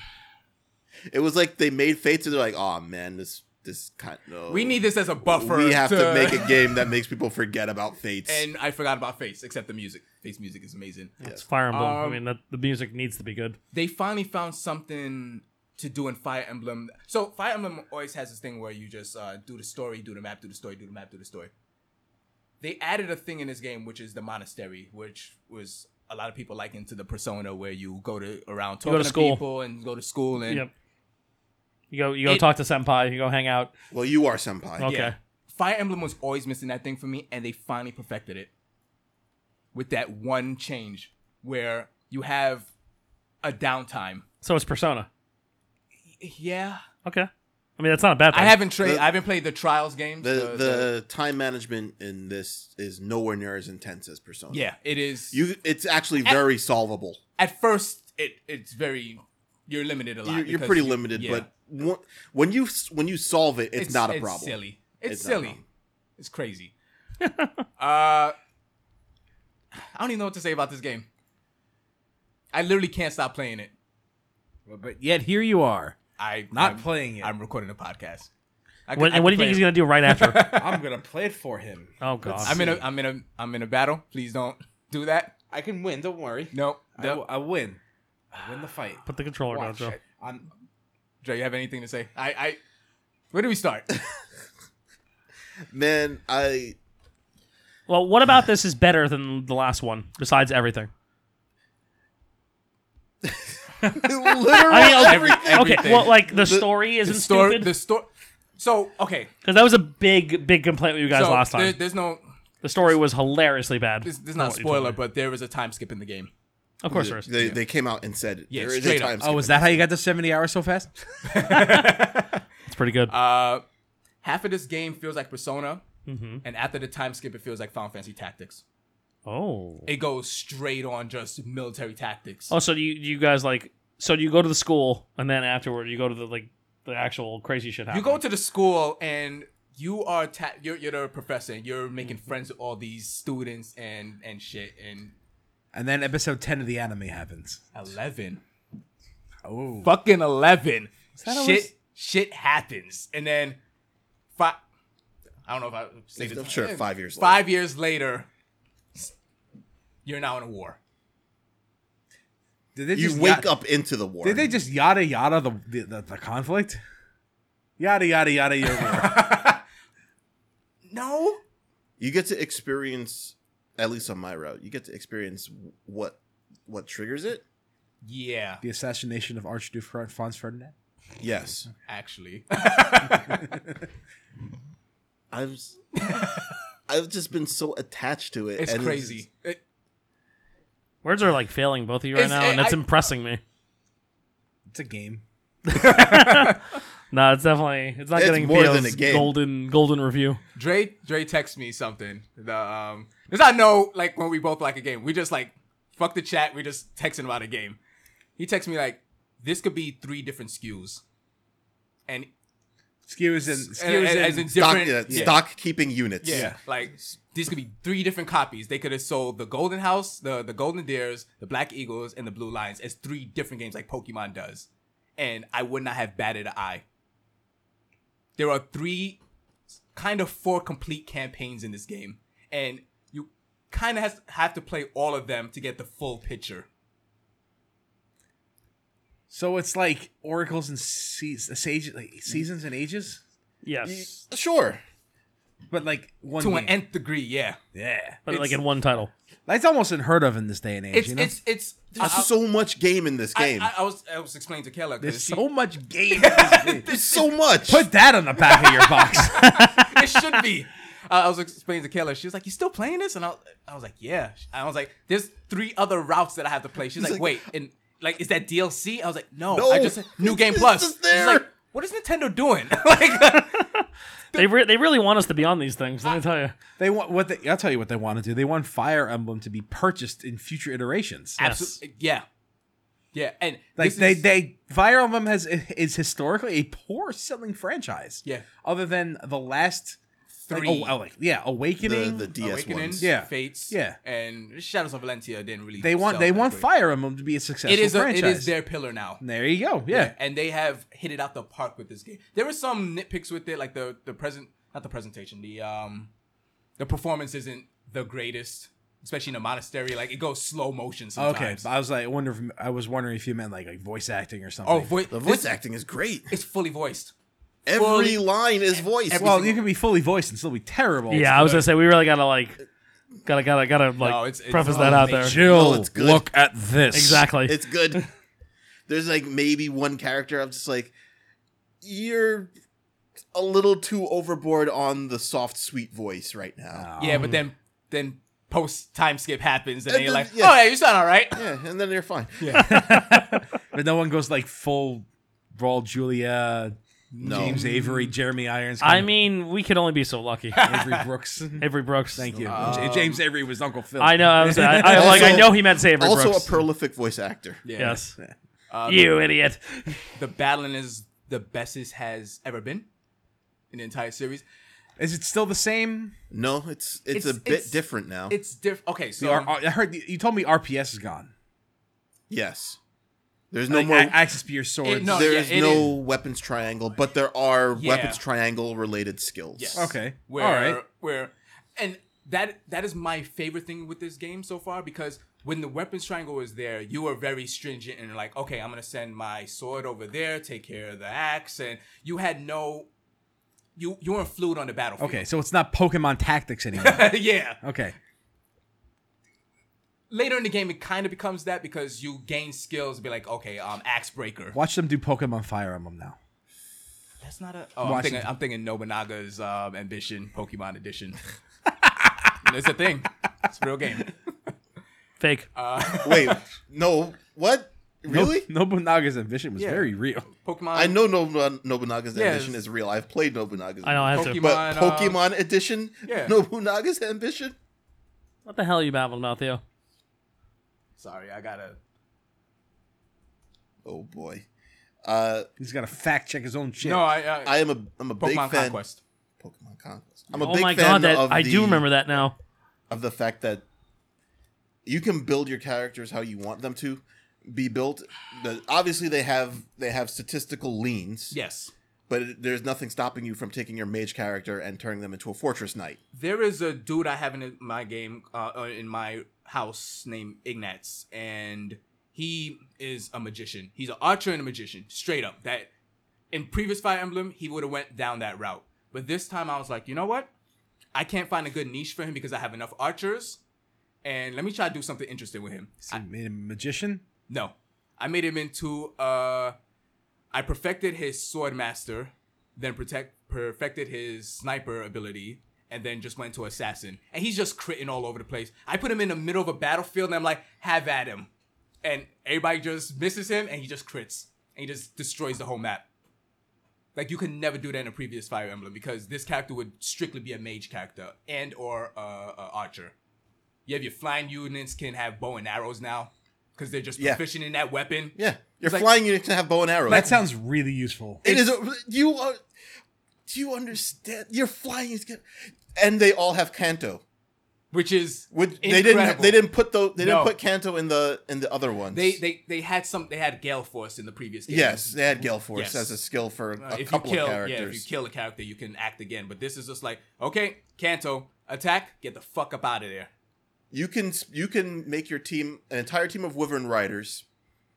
[SPEAKER 2] It was like they made Fates and they're like, "Oh man, this this kind of
[SPEAKER 3] we need this as a buffer.
[SPEAKER 2] We have to, make a game that makes people forget about Fates."
[SPEAKER 3] And I forgot about Face, except the music. Face music is amazing.
[SPEAKER 1] It's Fire Emblem. I
[SPEAKER 3] Um,
[SPEAKER 1] mean, that, the music needs to be good.
[SPEAKER 3] They finally found something to do in Fire Emblem. So Fire Emblem always has this thing where you just uh, do the story, do the map, do the story, do the map, do the story. They added a thing in this game, which is the monastery, which was a lot of people liken to the persona where you go to around
[SPEAKER 1] go
[SPEAKER 3] talking
[SPEAKER 1] to
[SPEAKER 3] to,
[SPEAKER 1] school.
[SPEAKER 3] people and go to school and
[SPEAKER 1] Yep. You go, you go
[SPEAKER 3] It-
[SPEAKER 1] talk to senpai. You go hang out.
[SPEAKER 2] well, you are senpai.
[SPEAKER 1] Okay.
[SPEAKER 3] Yeah. Fire Emblem was always missing that thing for me, and they finally perfected it with that one change where you have a downtime.
[SPEAKER 1] So it's Persona.
[SPEAKER 3] Yeah,
[SPEAKER 1] Okay. I mean, that's not a bad thing.
[SPEAKER 3] I haven't tra-
[SPEAKER 2] The-
[SPEAKER 3] I haven't played the trials games.
[SPEAKER 2] The the time management in this is nowhere near as intense as Persona.
[SPEAKER 3] yeah, it is.
[SPEAKER 2] you it's actually very solvable.
[SPEAKER 3] at first it it's very you're limited a lot.
[SPEAKER 2] You're, you're
[SPEAKER 3] because
[SPEAKER 2] pretty
[SPEAKER 3] you-
[SPEAKER 2] limited,
[SPEAKER 3] yeah.
[SPEAKER 2] but wha- when you s- when you solve it, it's, not a problem.
[SPEAKER 3] silly. It's,
[SPEAKER 2] It's not a
[SPEAKER 3] silly.
[SPEAKER 2] problem.
[SPEAKER 3] It's crazy. uh, I don't even know what to say about this game. I literally can't stop playing it.
[SPEAKER 4] But- But yet here you are.
[SPEAKER 3] I
[SPEAKER 4] Not
[SPEAKER 3] I'm-
[SPEAKER 4] playing it.
[SPEAKER 3] I'm recording a podcast. I,
[SPEAKER 1] What, and what do you think he's gonna do right after?
[SPEAKER 4] I'm gonna play it for him.
[SPEAKER 1] oh god.
[SPEAKER 3] I'm in a I'm in a I'm in a battle. Please don't do that.
[SPEAKER 4] I can win. Don't worry.
[SPEAKER 3] No.
[SPEAKER 4] I,
[SPEAKER 3] no.
[SPEAKER 4] w- I win. I win the fight.
[SPEAKER 1] Put the controller down,
[SPEAKER 4] Watch.
[SPEAKER 1] Joe.
[SPEAKER 4] I'm,
[SPEAKER 3] Dre, you have anything to say? I I where do we start?
[SPEAKER 2] Man, I
[SPEAKER 1] Well, what about this is better than the last one? Besides everything.
[SPEAKER 2] literally
[SPEAKER 1] I mean, okay,
[SPEAKER 3] Every-
[SPEAKER 1] okay.
[SPEAKER 3] everything.
[SPEAKER 1] Well, like the, story
[SPEAKER 3] the
[SPEAKER 1] isn't
[SPEAKER 3] story
[SPEAKER 1] stupid
[SPEAKER 3] the story So, okay.
[SPEAKER 1] because that was a big, big complaint with you guys
[SPEAKER 3] so
[SPEAKER 1] last time.
[SPEAKER 3] there- there's no
[SPEAKER 1] the story was hilariously bad.
[SPEAKER 3] this, this is
[SPEAKER 1] From
[SPEAKER 3] not a
[SPEAKER 1] what you told
[SPEAKER 3] spoiler,
[SPEAKER 1] me.
[SPEAKER 3] but there is a time skip in the game.
[SPEAKER 1] of course there is.
[SPEAKER 2] they, they came out and said
[SPEAKER 3] Yeah,
[SPEAKER 2] there is a
[SPEAKER 3] straight up.
[SPEAKER 2] time
[SPEAKER 4] oh,
[SPEAKER 2] skip.
[SPEAKER 4] is that how you got to 70 hours so fast?
[SPEAKER 1] It's pretty good.
[SPEAKER 3] Uh, half of this game feels like Persona,
[SPEAKER 1] Mm-hmm.
[SPEAKER 3] and after the time skip, it feels like Final Fantasy Tactics.
[SPEAKER 1] oh.
[SPEAKER 3] It goes straight on just military tactics.
[SPEAKER 1] Oh, so do you, do you guys like? So do you go to the school, and then afterward you go to the like the actual crazy shit.
[SPEAKER 3] you
[SPEAKER 1] Happening.
[SPEAKER 3] go to the school, and you are ta- you're, you're the professor, and you're making
[SPEAKER 1] Mm-hmm.
[SPEAKER 3] friends with all these students and and shit. And
[SPEAKER 4] And then episode 10 of the anime happens.
[SPEAKER 3] eleven,
[SPEAKER 4] Oh.
[SPEAKER 3] fucking eleven, shit,
[SPEAKER 4] that always-
[SPEAKER 3] shit happens, and then five. I don't know if I say this.
[SPEAKER 2] I'm sure five years
[SPEAKER 3] Five years later, you're now in a war.
[SPEAKER 4] Did they
[SPEAKER 2] later.
[SPEAKER 4] just
[SPEAKER 2] You wake
[SPEAKER 4] ya-
[SPEAKER 2] up into the war.
[SPEAKER 4] Did they just yada yada the the, the, the conflict? Yada yada yada yada.
[SPEAKER 3] No,
[SPEAKER 2] you get to experience at least on my route you get to experience what what triggers it
[SPEAKER 3] Yeah,
[SPEAKER 4] the assassination of Archduke Fran- Franz Ferdinand.
[SPEAKER 2] yes
[SPEAKER 3] actually.
[SPEAKER 2] i've s- i've just been so attached to it
[SPEAKER 3] It's
[SPEAKER 2] and
[SPEAKER 3] crazy. It-
[SPEAKER 1] Words are like failing both of you right
[SPEAKER 3] It's-
[SPEAKER 1] now, and
[SPEAKER 3] I-
[SPEAKER 1] it's impressing me.
[SPEAKER 4] It's a game.
[SPEAKER 1] No, it's definitely it's not
[SPEAKER 2] It's
[SPEAKER 1] getting
[SPEAKER 2] more than
[SPEAKER 1] Theo's
[SPEAKER 2] a game.
[SPEAKER 1] golden golden review.
[SPEAKER 3] Dre Dre texts me something. The um cuz I know like when we both like a game, we just like fuck the chat, we just texting about a game. He texts me like this could be three different SKUs. And
[SPEAKER 4] Skewers and
[SPEAKER 3] and-
[SPEAKER 4] skewers
[SPEAKER 3] and-
[SPEAKER 4] and,
[SPEAKER 3] as in
[SPEAKER 2] stock,
[SPEAKER 3] different
[SPEAKER 2] yeah,
[SPEAKER 3] yeah.
[SPEAKER 2] stock keeping units
[SPEAKER 3] Yeah. Like these could be three different copies. They could have sold the Golden House, the the Golden Deers, the Black Eagles, and the Blue Lions as three different games like Pokemon does. And I would not have batted an eye. There are three kind of four complete campaigns in this game. And you kind of has have to play all of them to get the full picture.
[SPEAKER 4] so it's like oracles and se- sage, like, seasons and ages,
[SPEAKER 1] Yes,
[SPEAKER 2] sure
[SPEAKER 4] but like one
[SPEAKER 3] To an
[SPEAKER 4] game.
[SPEAKER 3] nth degree, yeah.
[SPEAKER 4] yeah,
[SPEAKER 1] but like
[SPEAKER 3] it's-
[SPEAKER 1] in one title.
[SPEAKER 4] that's almost unheard of in this day and age.
[SPEAKER 3] It's
[SPEAKER 4] you know?
[SPEAKER 3] it's it's
[SPEAKER 2] there's so much game in this
[SPEAKER 3] I,
[SPEAKER 2] game
[SPEAKER 3] I, I was I was explaining to Keller 'cause
[SPEAKER 4] there's
[SPEAKER 3] she-
[SPEAKER 4] so much game. in this game.
[SPEAKER 2] there's so much
[SPEAKER 4] Put that on the back of your box.
[SPEAKER 3] it should be. Uh, I was explaining to Kayla. She was like, "You still playing this?" And I, I was like, "Yeah." I was like, "There's three other routes that I have to play." She's like,
[SPEAKER 2] like-
[SPEAKER 3] "Wait, and like, is that DLC?" I was like, "No,
[SPEAKER 2] No,
[SPEAKER 3] I just new game
[SPEAKER 2] it's
[SPEAKER 3] plus."
[SPEAKER 2] just
[SPEAKER 3] She's
[SPEAKER 2] there.
[SPEAKER 3] like, "What is Nintendo doing?" like,
[SPEAKER 1] They re- they really want us to be on these things. Let me tell you.
[SPEAKER 4] they want what they. I'll tell you what they want to do. They want Fire Emblem to be purchased in future iterations.
[SPEAKER 3] absolutely, yeah, yeah, and
[SPEAKER 4] Like
[SPEAKER 3] this
[SPEAKER 4] they,
[SPEAKER 3] is-
[SPEAKER 4] they Fire Emblem has is historically a poor selling franchise.
[SPEAKER 3] Yeah.
[SPEAKER 4] Other than the last like,
[SPEAKER 3] three.
[SPEAKER 4] oh, well, like, yeah,
[SPEAKER 2] the,
[SPEAKER 4] Awakening.
[SPEAKER 2] the ds
[SPEAKER 3] Awakening,
[SPEAKER 2] ones
[SPEAKER 4] Yeah.
[SPEAKER 3] Fates,
[SPEAKER 4] Yeah.
[SPEAKER 3] and Shadows of Valentia didn't really.
[SPEAKER 4] they want
[SPEAKER 3] sell
[SPEAKER 4] they
[SPEAKER 3] that
[SPEAKER 4] want
[SPEAKER 3] great.
[SPEAKER 4] Fire Emblem to be a successful
[SPEAKER 3] It is a,
[SPEAKER 4] franchise.
[SPEAKER 3] it is their pillar now.
[SPEAKER 4] There you go. Yeah.
[SPEAKER 3] and they have hit it out the park with this game. There were some nitpicks with it, like the the present, not the presentation, the um, the performance isn't the greatest, especially in a monastery. Like it goes slow motion
[SPEAKER 4] Okay.
[SPEAKER 3] sometimes.
[SPEAKER 4] I was like, I wonder if I was wondering if you meant like, like voice acting or something.
[SPEAKER 3] Oh, voi-
[SPEAKER 2] the voice
[SPEAKER 3] this-
[SPEAKER 2] acting is great
[SPEAKER 3] It's fully voiced.
[SPEAKER 2] every
[SPEAKER 3] fully-
[SPEAKER 2] line is voiced
[SPEAKER 3] e-, every
[SPEAKER 4] well,
[SPEAKER 3] single-
[SPEAKER 4] you can be fully voiced and still be terrible.
[SPEAKER 1] yeah, I was gonna say we really gotta like gotta gotta gotta like
[SPEAKER 3] No, it's- it's
[SPEAKER 1] preface
[SPEAKER 3] all
[SPEAKER 1] that out
[SPEAKER 3] nature.
[SPEAKER 1] there.
[SPEAKER 4] Jill,
[SPEAKER 2] No, it's good.
[SPEAKER 4] look at this.
[SPEAKER 1] Exactly.
[SPEAKER 2] it's good there's like maybe one character i'm just like you're a little too overboard on the soft sweet voice right now
[SPEAKER 3] yeah,
[SPEAKER 4] Um,
[SPEAKER 3] but then then post time skip happens,
[SPEAKER 2] And
[SPEAKER 3] and, then you're
[SPEAKER 2] then-
[SPEAKER 3] like,
[SPEAKER 2] yeah.
[SPEAKER 3] oh yeah, you sound all right.
[SPEAKER 2] Yeah, and then you're fine.
[SPEAKER 4] But no one goes like full Raul Julia
[SPEAKER 2] No.
[SPEAKER 4] James Avery, Jeremy Irons.
[SPEAKER 1] I mean, we could only be so lucky.
[SPEAKER 4] Avery Brooks.
[SPEAKER 1] Avery Brooks.
[SPEAKER 4] Thank you.
[SPEAKER 3] Um,
[SPEAKER 4] J- James Avery was Uncle Phil.
[SPEAKER 1] I know. I was. I, I- like. I
[SPEAKER 2] Also-
[SPEAKER 1] know he meant to Avery
[SPEAKER 2] also
[SPEAKER 1] Brooks.
[SPEAKER 2] a Um, prolific voice actor.
[SPEAKER 4] Yeah.
[SPEAKER 1] Yes.
[SPEAKER 3] Uh,
[SPEAKER 1] You idiot.
[SPEAKER 3] The battling is the best it has ever been in the entire series.
[SPEAKER 4] Is it still the same?
[SPEAKER 2] No, it's it's,
[SPEAKER 3] It's-
[SPEAKER 2] a bit
[SPEAKER 3] it's-
[SPEAKER 2] different now.
[SPEAKER 3] It's different. Okay,
[SPEAKER 4] The
[SPEAKER 3] so
[SPEAKER 4] R- R- I heard you told me RPS is gone.
[SPEAKER 2] yes, there's no
[SPEAKER 4] like,
[SPEAKER 2] more.
[SPEAKER 4] a- access to your swords.
[SPEAKER 3] no,
[SPEAKER 2] there
[SPEAKER 3] yeah,
[SPEAKER 2] is
[SPEAKER 3] it
[SPEAKER 2] no weapons triangle, but there are
[SPEAKER 3] Yeah.
[SPEAKER 2] weapons triangle related skills.
[SPEAKER 3] Yes.
[SPEAKER 4] Okay.
[SPEAKER 3] Where,
[SPEAKER 4] All right.
[SPEAKER 3] Where, and that that is my favorite thing with this game so far because when the weapons triangle is there, you are very stringent and like, okay, I'm gonna send my sword over there, take care of the axe, and you had no, you you weren't fluid on the battlefield.
[SPEAKER 4] Okay, so it's not Pokemon Tactics anymore.
[SPEAKER 3] yeah.
[SPEAKER 4] okay.
[SPEAKER 3] Later in the game, it kind of becomes that because you gain skills. Be like, okay, um, axe breaker.
[SPEAKER 4] Watch them do Pokemon Fire Emblem now.
[SPEAKER 3] That's not a. Oh, I'm
[SPEAKER 4] Watch
[SPEAKER 3] thinking,
[SPEAKER 4] it.
[SPEAKER 3] I'm thinking Nobunaga's um, ambition, Pokemon edition. it's a thing. It's a real game.
[SPEAKER 1] Fake.
[SPEAKER 3] uh,
[SPEAKER 2] Wait, no, what? Really?
[SPEAKER 4] No, Nobunaga's ambition was
[SPEAKER 3] Yeah.
[SPEAKER 4] very real.
[SPEAKER 3] Pokemon.
[SPEAKER 2] I know Nobu- Nobunaga's
[SPEAKER 3] Yes.
[SPEAKER 2] ambition is real. I've played Nobunaga's.
[SPEAKER 1] I know. I have to.
[SPEAKER 3] Pokemon.
[SPEAKER 2] but
[SPEAKER 3] uh,
[SPEAKER 2] Pokemon edition,
[SPEAKER 3] yeah.
[SPEAKER 2] Nobunaga's ambition.
[SPEAKER 1] What the hell are you babbling about, Theo?
[SPEAKER 3] Sorry, I gotta.
[SPEAKER 2] Oh boy, uh,
[SPEAKER 4] He's got to fact check his own shit.
[SPEAKER 3] No, I. I,
[SPEAKER 2] I am a I'm a big
[SPEAKER 3] Pokemon
[SPEAKER 2] fan.
[SPEAKER 3] Conquest.
[SPEAKER 2] Pokemon Conquest. I'm a
[SPEAKER 1] Oh
[SPEAKER 2] big
[SPEAKER 1] my
[SPEAKER 2] fan
[SPEAKER 1] god, that
[SPEAKER 2] of
[SPEAKER 1] I
[SPEAKER 2] the,
[SPEAKER 1] do remember that now.
[SPEAKER 2] of the fact that you can build your characters how you want them to be built. The- obviously, they have they have statistical leans,
[SPEAKER 3] Yes,
[SPEAKER 2] but it, there's nothing stopping you from taking your mage character and turning them into a fortress knight.
[SPEAKER 3] there is a dude I have in my game, uh, uh, in my house named Ignatz, and he is a magician. He's an archer and a magician, straight up. That in previous Fire Emblem, he would have went down that route, but this time I was like, you know what? I can't find a good niche for him because I have enough archers, and let me try to do something interesting with him.
[SPEAKER 4] Is he made a magician?
[SPEAKER 3] No. I made him into uh I perfected his sword master, then protect perfected his sniper ability, and then just went to assassin. And he's just critting all over the place. I put him in the middle of a battlefield and I'm like, have at him. And everybody just misses him and he just crits. And he just destroys the whole map. Like you could never do that in a previous Fire Emblem because this character would strictly be a mage character and or uh, a archer. You have your flying units can have bow and arrows now because they're just
[SPEAKER 2] Yeah.
[SPEAKER 3] proficient in that weapon.
[SPEAKER 2] Yeah, your
[SPEAKER 3] like-
[SPEAKER 2] flying units can have bow and arrows.
[SPEAKER 4] That sounds really useful.
[SPEAKER 2] it is a, you are. Do you understand? Your flying is good, and they all have Kanto.
[SPEAKER 3] which is
[SPEAKER 2] Which they didn't.
[SPEAKER 3] incredible.
[SPEAKER 2] They didn't put the. They didn't
[SPEAKER 3] No.
[SPEAKER 2] put Kanto in the in the other ones.
[SPEAKER 3] They they they had some. They had Gale Force in the previous game.
[SPEAKER 2] Yes, they had Gale Force
[SPEAKER 3] Yes.
[SPEAKER 2] as a skill for a
[SPEAKER 3] Uh, if you
[SPEAKER 2] couple
[SPEAKER 3] kill,
[SPEAKER 2] of
[SPEAKER 3] yeah, if you
[SPEAKER 2] characters.
[SPEAKER 3] kill a character, you can act again. But this is just like, okay, Kanto, attack, get the fuck up out of there.
[SPEAKER 2] you, can s- you can make your team an entire team of Wyvern Riders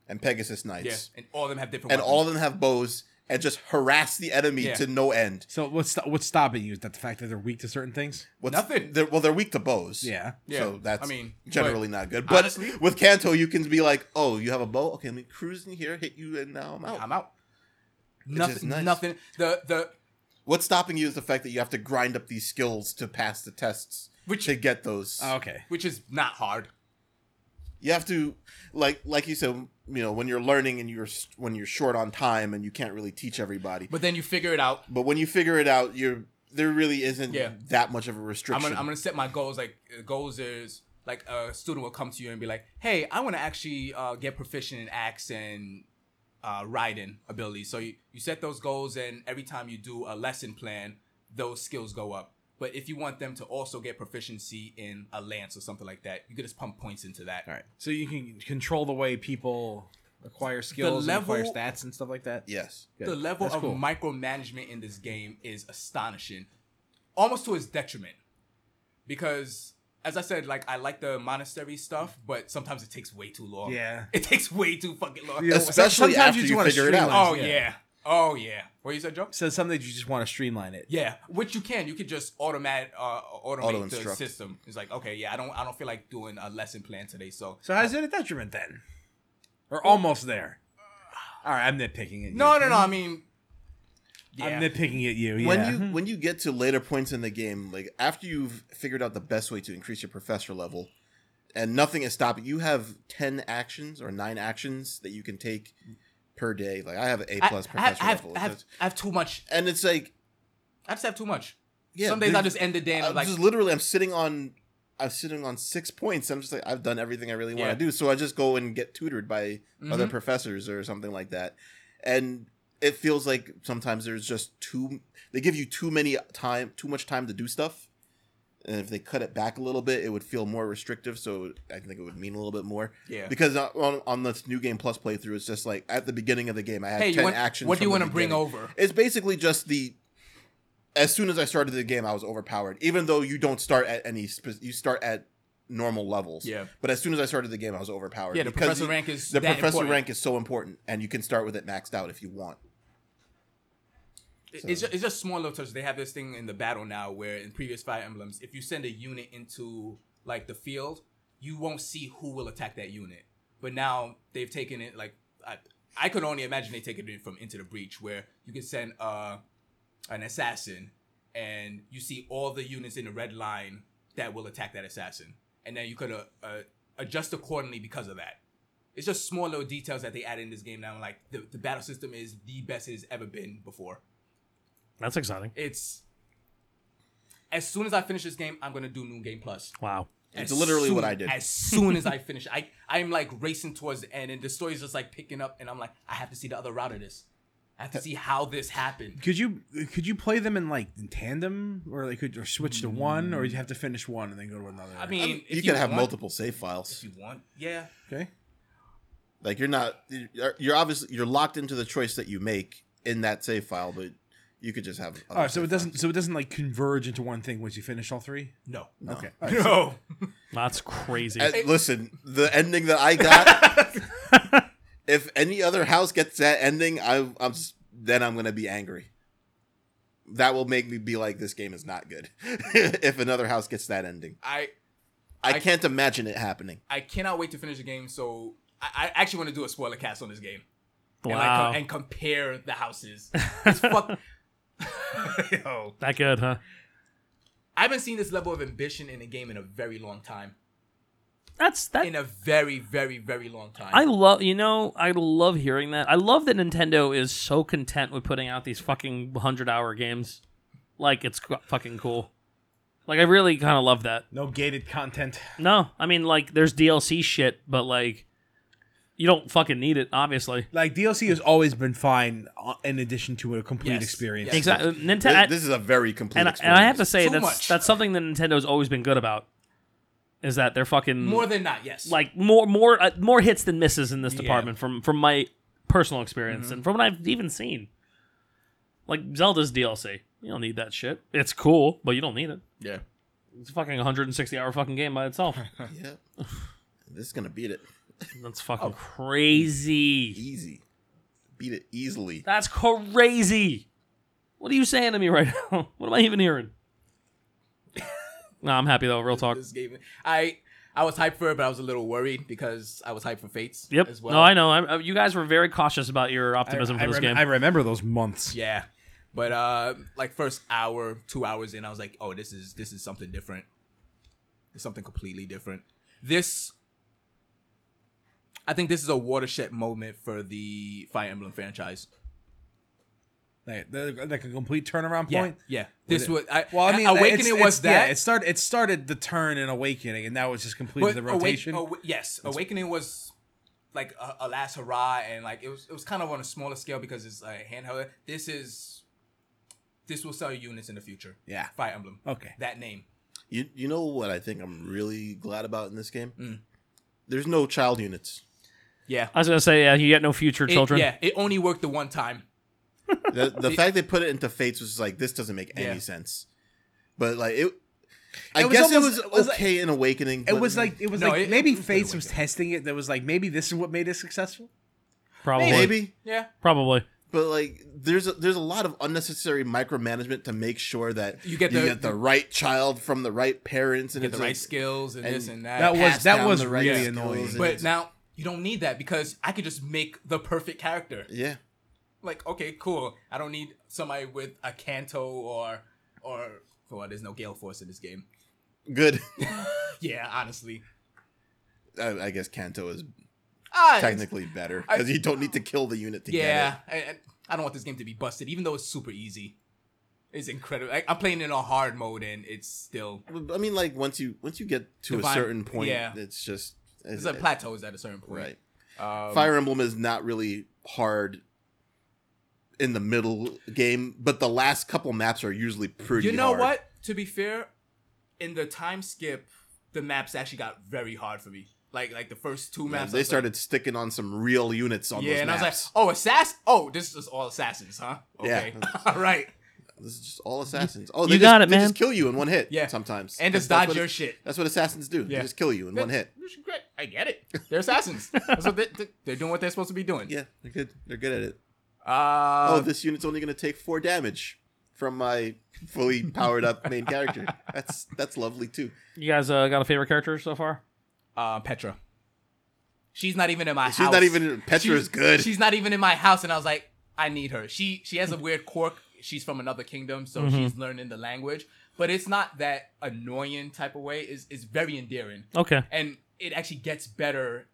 [SPEAKER 2] and Pegasus
[SPEAKER 3] Yeah,
[SPEAKER 2] Knights,
[SPEAKER 3] and all of them have different.
[SPEAKER 2] and
[SPEAKER 3] weapons.
[SPEAKER 2] all of them have bows and just harass the enemy
[SPEAKER 3] Yeah.
[SPEAKER 2] to no end.
[SPEAKER 4] So what's sto- what's stopping you? Is that the fact that they're weak to certain things?
[SPEAKER 2] What's,
[SPEAKER 3] Nothing.
[SPEAKER 2] They're, well, they're weak to bows.
[SPEAKER 4] Yeah.
[SPEAKER 3] Yeah,
[SPEAKER 2] So that's
[SPEAKER 3] I mean, but-
[SPEAKER 2] generally not good. But
[SPEAKER 3] honestly-
[SPEAKER 2] with Kanto, you can be like, oh, you have a bow? Okay, let me cruise in here, hit you, and now I'm out.
[SPEAKER 3] I'm out.
[SPEAKER 2] is
[SPEAKER 3] Nothing.
[SPEAKER 2] nice.
[SPEAKER 3] Nothing. The the
[SPEAKER 2] What's stopping you is the fact that you have to grind up these skills to pass the tests
[SPEAKER 3] Which-
[SPEAKER 2] to get those.
[SPEAKER 4] Oh, okay.
[SPEAKER 3] which is not hard.
[SPEAKER 2] you have to like like you said you know when you're learning and you're s- when you're short on time and you can't really teach everybody but,
[SPEAKER 3] But then you figure it out.
[SPEAKER 2] when you figure it out you're there really isn't
[SPEAKER 3] Yeah.
[SPEAKER 2] that much of a
[SPEAKER 3] I'm
[SPEAKER 2] restriction
[SPEAKER 3] gonna, I'm gonna set my goals. Like uh, goals is like a student will come to you and be like, "Hey, I want to actually uh, get proficient in axe and uh, riding abilities." So you, you set those goals, and every time you do a lesson plan, those skills go up. But if you want them to also get proficiency in a lance or something like that, you could just pump points into that.
[SPEAKER 4] All right. So you can control the way people acquire skills, and
[SPEAKER 3] level-
[SPEAKER 4] acquire stats, and stuff like that.
[SPEAKER 2] yes
[SPEAKER 4] Good.
[SPEAKER 3] The level
[SPEAKER 4] That's
[SPEAKER 3] of
[SPEAKER 4] cool.
[SPEAKER 3] micromanagement in this game is astonishing, almost to its detriment. Because, as I said, like I like the monastery stuff, but sometimes it takes way too long.
[SPEAKER 4] Yeah.
[SPEAKER 3] it takes way too fucking long.
[SPEAKER 4] Yeah.
[SPEAKER 2] especially
[SPEAKER 4] sometimes
[SPEAKER 2] after
[SPEAKER 4] you
[SPEAKER 2] you,
[SPEAKER 4] just wanna
[SPEAKER 2] figure it out
[SPEAKER 4] streamline.
[SPEAKER 3] Oh yeah. oh yeah. What you said, Joe?
[SPEAKER 4] So some that you just want to streamline it.
[SPEAKER 3] Yeah, which you can. You could just automatic uh, automate the
[SPEAKER 2] Auto-instruct.
[SPEAKER 3] system. It's like okay, yeah, I don't, I don't feel like doing a lesson plan today, so.
[SPEAKER 4] So how's it a detriment then? Or almost there. All right, I'm nitpicking at you.
[SPEAKER 3] No, no, no. I mean, yeah,
[SPEAKER 4] I'm nitpicking at you. Yeah.
[SPEAKER 2] when you when you get to later points in the game like after you've figured out the best way to increase your professor level and nothing is stopping you have 10 actions or 9 actions that you can take per day. Like I have an A
[SPEAKER 3] I,
[SPEAKER 2] plus
[SPEAKER 3] I have,
[SPEAKER 2] professional
[SPEAKER 3] I, have,
[SPEAKER 2] level,
[SPEAKER 3] I, have, I have too much.
[SPEAKER 2] and it's like
[SPEAKER 3] I just have too much.
[SPEAKER 2] yeah.
[SPEAKER 3] Some days I
[SPEAKER 2] there's-
[SPEAKER 3] just end the day and
[SPEAKER 2] I'm
[SPEAKER 3] I'm like,
[SPEAKER 2] just literally I'm sitting on I'm sitting on six points. I'm just like I've done everything I really want
[SPEAKER 3] Yeah.
[SPEAKER 2] to do. So I just go and get tutored by other
[SPEAKER 3] mhm.
[SPEAKER 2] professors or something like that. And it feels like sometimes there's just too they give you too many time too much time to do stuff. And if they cut it back a little bit, it would feel more restrictive. So I think it would mean a little bit more
[SPEAKER 3] yeah.
[SPEAKER 2] because on on this new game plus playthrough, it's just like at the beginning of the game, I had
[SPEAKER 3] Hey, you
[SPEAKER 2] ten
[SPEAKER 3] want,
[SPEAKER 2] actions.
[SPEAKER 3] what do you
[SPEAKER 2] want to
[SPEAKER 3] bring over?
[SPEAKER 2] It's basically just the. As soon as I started the game, I was overpowered. Even though you don't start at any, spe- you start at normal levels.
[SPEAKER 3] Yeah.
[SPEAKER 2] But as soon as I started the game, I was overpowered.
[SPEAKER 3] Yeah, the
[SPEAKER 2] because
[SPEAKER 3] professor
[SPEAKER 2] you-
[SPEAKER 3] rank is
[SPEAKER 2] the
[SPEAKER 3] that
[SPEAKER 2] professor
[SPEAKER 3] important.
[SPEAKER 2] rank is so important, and you can start with it maxed out if you want.
[SPEAKER 3] It's just, it's just small little touches. They have this thing in the battle now where in previous Fire Emblems, if you send a unit into like the field, you won't see who will attack that unit. But now they've taken it like I, I could only imagine they taken it from Into the Breach where you can send uh, an assassin and you see all the units in the red line that will attack that assassin, and then you could uh, uh, adjust accordingly because of that. It's just small little details that they add in this game now. Like the, the battle system is the best it has ever been before
[SPEAKER 1] That's exciting.
[SPEAKER 3] it's as soon as I finish this game, I'm gonna do New Game Plus.
[SPEAKER 1] Wow.
[SPEAKER 2] It's
[SPEAKER 3] As
[SPEAKER 2] literally what
[SPEAKER 3] soon-
[SPEAKER 2] I did.
[SPEAKER 3] As soon as I finish, I I'm like racing towards the end, and the story's just like picking up, and I'm like, I have to see the other route of this. I have to see how this happened.
[SPEAKER 4] Could you could you play them in like in tandem, or like could or switch to one, or you have to finish one and then go to another?
[SPEAKER 3] I mean, if
[SPEAKER 2] you can have
[SPEAKER 3] want-
[SPEAKER 2] multiple save
[SPEAKER 3] If
[SPEAKER 2] files.
[SPEAKER 3] you want, yeah,
[SPEAKER 4] okay.
[SPEAKER 2] Like you're not, you're, you're obviously you're locked into the choice that you make in that save file, but you could just have.
[SPEAKER 4] All right, so
[SPEAKER 2] other save
[SPEAKER 4] it doesn't so it doesn't like converge into one thing once you finish all three.
[SPEAKER 3] no,
[SPEAKER 4] Okay.
[SPEAKER 3] no.
[SPEAKER 1] That's crazy.
[SPEAKER 2] And listen, the ending that I got. if any other house gets that ending, I, I'm s- then I'm gonna be angry. That will make me be like, this game is not good. if another house gets that ending,
[SPEAKER 3] I
[SPEAKER 2] I,
[SPEAKER 3] I-
[SPEAKER 2] can't imagine it happening.
[SPEAKER 3] I cannot wait to finish the game. So I, I actually want to do a spoiler cast on this game
[SPEAKER 1] wow.
[SPEAKER 3] and, like, com- and compare the houses. It's fuck. Yo.
[SPEAKER 1] that good, huh?
[SPEAKER 3] I haven't seen this level of ambition in a game in a very long time.
[SPEAKER 1] That's that.
[SPEAKER 3] in a very, very, very long time.
[SPEAKER 1] I love you know I love hearing that. I love that Nintendo is so content with putting out these fucking 100-hour games. Like it's cu- fucking cool. Like I really kind of love that.
[SPEAKER 4] No gated content.
[SPEAKER 1] No, I mean like there's DLC shit, but like you don't fucking need it obviously.
[SPEAKER 4] Like DLC has always been fine uh, in addition to a complete
[SPEAKER 3] Yes.
[SPEAKER 4] experience.
[SPEAKER 3] Yes.
[SPEAKER 1] Exactly.
[SPEAKER 2] Thi-
[SPEAKER 1] Nintendo
[SPEAKER 2] this is a very complete.
[SPEAKER 1] and, uh, I- and
[SPEAKER 2] experience.
[SPEAKER 1] I have to say
[SPEAKER 3] Too
[SPEAKER 1] that's
[SPEAKER 3] much.
[SPEAKER 1] that's something that Nintendo's always been good about is that they're fucking
[SPEAKER 3] more than not, yes.
[SPEAKER 1] like more more uh, more hits than misses in this department from from my personal experience and from what I've even seen. Like Zelda's DLC, you don't need that shit. It's cool, but you don't need it.
[SPEAKER 3] yeah.
[SPEAKER 1] It's a fucking 160 hour fucking game by itself.
[SPEAKER 2] Yeah. this is gonna beat it
[SPEAKER 1] That's fucking crazy.
[SPEAKER 2] easy. Beat it easily.
[SPEAKER 1] That's crazy. What are you saying to me right now? What am I even hearing? nah, I'm happy though. Real talk.
[SPEAKER 3] This game, I I was hyped for it, but I was a little worried because I was hyped for Fates.
[SPEAKER 1] Yep.
[SPEAKER 3] As well.
[SPEAKER 1] No, I know. I, I- you guys were very cautious about your
[SPEAKER 4] I,
[SPEAKER 1] optimism
[SPEAKER 4] I
[SPEAKER 1] for this
[SPEAKER 4] rem-
[SPEAKER 1] game.
[SPEAKER 4] I remember those months.
[SPEAKER 3] Yeah. But uh, like first hour, two hours in, I was like, oh, this is this is something different. It's something completely different. This. I think this is a watershed moment for the Fire Emblem franchise.
[SPEAKER 4] Like, the- like a complete turnaround
[SPEAKER 3] Yeah,
[SPEAKER 4] point.
[SPEAKER 3] yeah. This was I,
[SPEAKER 4] Well, I mean,
[SPEAKER 3] Awakening
[SPEAKER 4] it's-
[SPEAKER 3] was
[SPEAKER 4] it's-
[SPEAKER 3] that.
[SPEAKER 4] Yeah, it started. It started the turn in Awakening, and now it's just completed the
[SPEAKER 3] Awake-
[SPEAKER 4] rotation.
[SPEAKER 3] Awa- yes, Awakening was like a, a last hurrah, and like it was it was kind of on a smaller scale because it's a handheld. This is this will sell you units in the future.
[SPEAKER 4] Yeah.
[SPEAKER 3] Fire Emblem.
[SPEAKER 4] Okay.
[SPEAKER 3] That name.
[SPEAKER 2] You you know what I think I'm really glad about in this game?
[SPEAKER 1] Mm.
[SPEAKER 2] There's no child units.
[SPEAKER 3] Yeah.
[SPEAKER 1] I was gonna say, yeah, you got no future
[SPEAKER 3] It-
[SPEAKER 1] children.
[SPEAKER 3] yeah. It only worked the one time.
[SPEAKER 2] the, the fact they put it into Fates was like this doesn't make any
[SPEAKER 3] Yeah.
[SPEAKER 2] sense. But like it, I
[SPEAKER 4] It was
[SPEAKER 2] guess
[SPEAKER 4] almost-
[SPEAKER 2] it
[SPEAKER 4] it
[SPEAKER 2] was,
[SPEAKER 4] was like-
[SPEAKER 2] okay in Awakening.
[SPEAKER 4] It
[SPEAKER 2] but-
[SPEAKER 4] was like it was
[SPEAKER 3] No,
[SPEAKER 4] like
[SPEAKER 3] it-
[SPEAKER 4] maybe
[SPEAKER 3] it was good
[SPEAKER 4] Fates was
[SPEAKER 3] Awakening.
[SPEAKER 4] testing it. That was like maybe this is what made it successful.
[SPEAKER 1] probably,
[SPEAKER 2] maybe,
[SPEAKER 3] Yeah.
[SPEAKER 1] probably.
[SPEAKER 2] but like there's a, there's a lot of unnecessary micromanagement to make sure that
[SPEAKER 3] You get the-
[SPEAKER 2] right child from the right parents and
[SPEAKER 3] Get the
[SPEAKER 2] it's
[SPEAKER 3] right
[SPEAKER 2] like-
[SPEAKER 3] skills and,
[SPEAKER 2] and
[SPEAKER 3] this and that.
[SPEAKER 4] That was
[SPEAKER 2] passed
[SPEAKER 4] that
[SPEAKER 2] down
[SPEAKER 4] was
[SPEAKER 2] the right
[SPEAKER 4] really
[SPEAKER 2] skills
[SPEAKER 4] annoying.
[SPEAKER 2] and-
[SPEAKER 3] but now you don't need that because I could just make the perfect character.
[SPEAKER 2] Yeah,
[SPEAKER 3] Like okay, cool. I don't need somebody with a Kanto or or well, there's no Gale Force in this game.
[SPEAKER 2] good.
[SPEAKER 3] Yeah, honestly.
[SPEAKER 2] I, I guess Kanto is
[SPEAKER 3] Ah, it's-
[SPEAKER 2] technically better because you don't need to kill the unit to
[SPEAKER 3] yeah,
[SPEAKER 2] get
[SPEAKER 3] I, I- I don't want this game to be busted, even though it's super easy. It's incredible. Like, I'm playing it on hard mode, and it's still
[SPEAKER 2] it. I mean, like once you once you get to
[SPEAKER 3] Divine-
[SPEAKER 2] a certain point,
[SPEAKER 3] yeah.
[SPEAKER 2] it's just
[SPEAKER 3] it's
[SPEAKER 2] it's,
[SPEAKER 3] like plateaus at a certain point.
[SPEAKER 2] right.
[SPEAKER 3] Um,
[SPEAKER 2] Fire Emblem is not really hard in the middle game, but the last couple maps are usually pretty.
[SPEAKER 3] You know
[SPEAKER 2] hard.
[SPEAKER 3] what? To be fair, in the time skip, the maps actually got very hard for me. Like like the first two
[SPEAKER 2] Yeah,
[SPEAKER 3] maps, I
[SPEAKER 2] they
[SPEAKER 3] was
[SPEAKER 2] started sticking on some real units on
[SPEAKER 3] Like, yeah,
[SPEAKER 2] those
[SPEAKER 3] and
[SPEAKER 2] maps.
[SPEAKER 3] I was like, oh, assassin. Oh, this is all assassins, huh? Okay,
[SPEAKER 2] Yeah.
[SPEAKER 3] all right.
[SPEAKER 2] this is just all assassins. Oh,
[SPEAKER 1] you
[SPEAKER 2] they just,
[SPEAKER 1] got it,
[SPEAKER 2] they
[SPEAKER 1] man.
[SPEAKER 2] just kill you in one hit.
[SPEAKER 3] Yeah.
[SPEAKER 2] sometimes
[SPEAKER 3] And just
[SPEAKER 2] That's- that's
[SPEAKER 3] dodge
[SPEAKER 2] what-
[SPEAKER 3] your shit.
[SPEAKER 2] That's what assassins do.
[SPEAKER 3] Yeah.
[SPEAKER 2] They just kill you in one hit.
[SPEAKER 3] Which is Great. I get it. They're assassins. That's what they, they're doing what they're supposed to be doing.
[SPEAKER 2] Yeah, they're good. They're good at it.
[SPEAKER 3] Uh,
[SPEAKER 2] oh, this unit's only going to take four damage from my fully powered up main character. That's that's lovely too.
[SPEAKER 1] You guys uh, got a favorite character so far?
[SPEAKER 3] uh, Petra. She's not even in my
[SPEAKER 2] She's
[SPEAKER 3] house.
[SPEAKER 2] not even Petra
[SPEAKER 3] She's-
[SPEAKER 2] is good.
[SPEAKER 3] She's not even in my house, and I was like, I need her. She she has a weird quirk. She's from another kingdom, so
[SPEAKER 1] Mm-hmm.
[SPEAKER 3] she's learning the language. But it's not that annoying type of way. It's, it's very endearing,
[SPEAKER 1] Okay.
[SPEAKER 3] and it actually gets better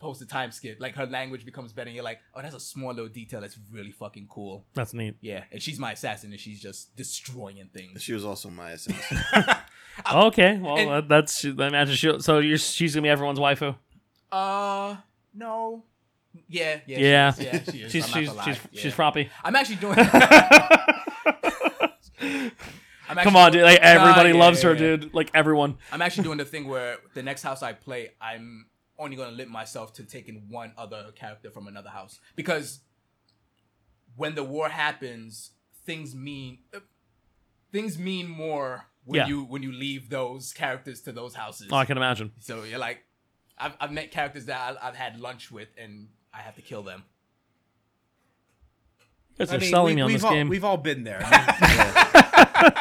[SPEAKER 3] post the time skip. Like her language becomes better, and you're like, oh, that's a small little detail that's really fucking cool.
[SPEAKER 1] That's neat.
[SPEAKER 3] Yeah, and she's my assassin, and she's just destroying things.
[SPEAKER 2] She was also my assassin.
[SPEAKER 1] Okay. Well,
[SPEAKER 3] and-
[SPEAKER 1] uh, that's. I imagine she. So you're, she's gonna be everyone's waifu.
[SPEAKER 3] Uh, no. Yeah, yeah, she
[SPEAKER 1] Yeah.
[SPEAKER 3] is. yeah. She is.
[SPEAKER 1] She's
[SPEAKER 3] I'm
[SPEAKER 1] she's
[SPEAKER 3] not gonna
[SPEAKER 1] she's,
[SPEAKER 3] lie.
[SPEAKER 1] she's
[SPEAKER 3] Yeah.
[SPEAKER 1] proppy.
[SPEAKER 3] I'm actually doing. I'm actually
[SPEAKER 1] Come on, dude. Like,
[SPEAKER 3] Nah,
[SPEAKER 1] everybody
[SPEAKER 3] yeah,
[SPEAKER 1] loves
[SPEAKER 3] yeah,
[SPEAKER 1] her,
[SPEAKER 3] yeah.
[SPEAKER 1] dude. Like everyone.
[SPEAKER 3] I'm actually doing the thing where the next house I play, I'm only gonna limit myself to taking one other character from another house because when the war happens, things mean uh, things mean more when
[SPEAKER 1] Yeah.
[SPEAKER 3] you when you leave those characters to those houses.
[SPEAKER 1] Oh, I can imagine.
[SPEAKER 3] So you're like, I've I've met characters that I, I've had lunch with, and I have to kill them.
[SPEAKER 1] Guys
[SPEAKER 4] I
[SPEAKER 1] are
[SPEAKER 4] mean,
[SPEAKER 1] selling
[SPEAKER 4] we-
[SPEAKER 1] me on
[SPEAKER 4] we've
[SPEAKER 1] this
[SPEAKER 4] all,
[SPEAKER 1] game.
[SPEAKER 4] We've all been there. I mean,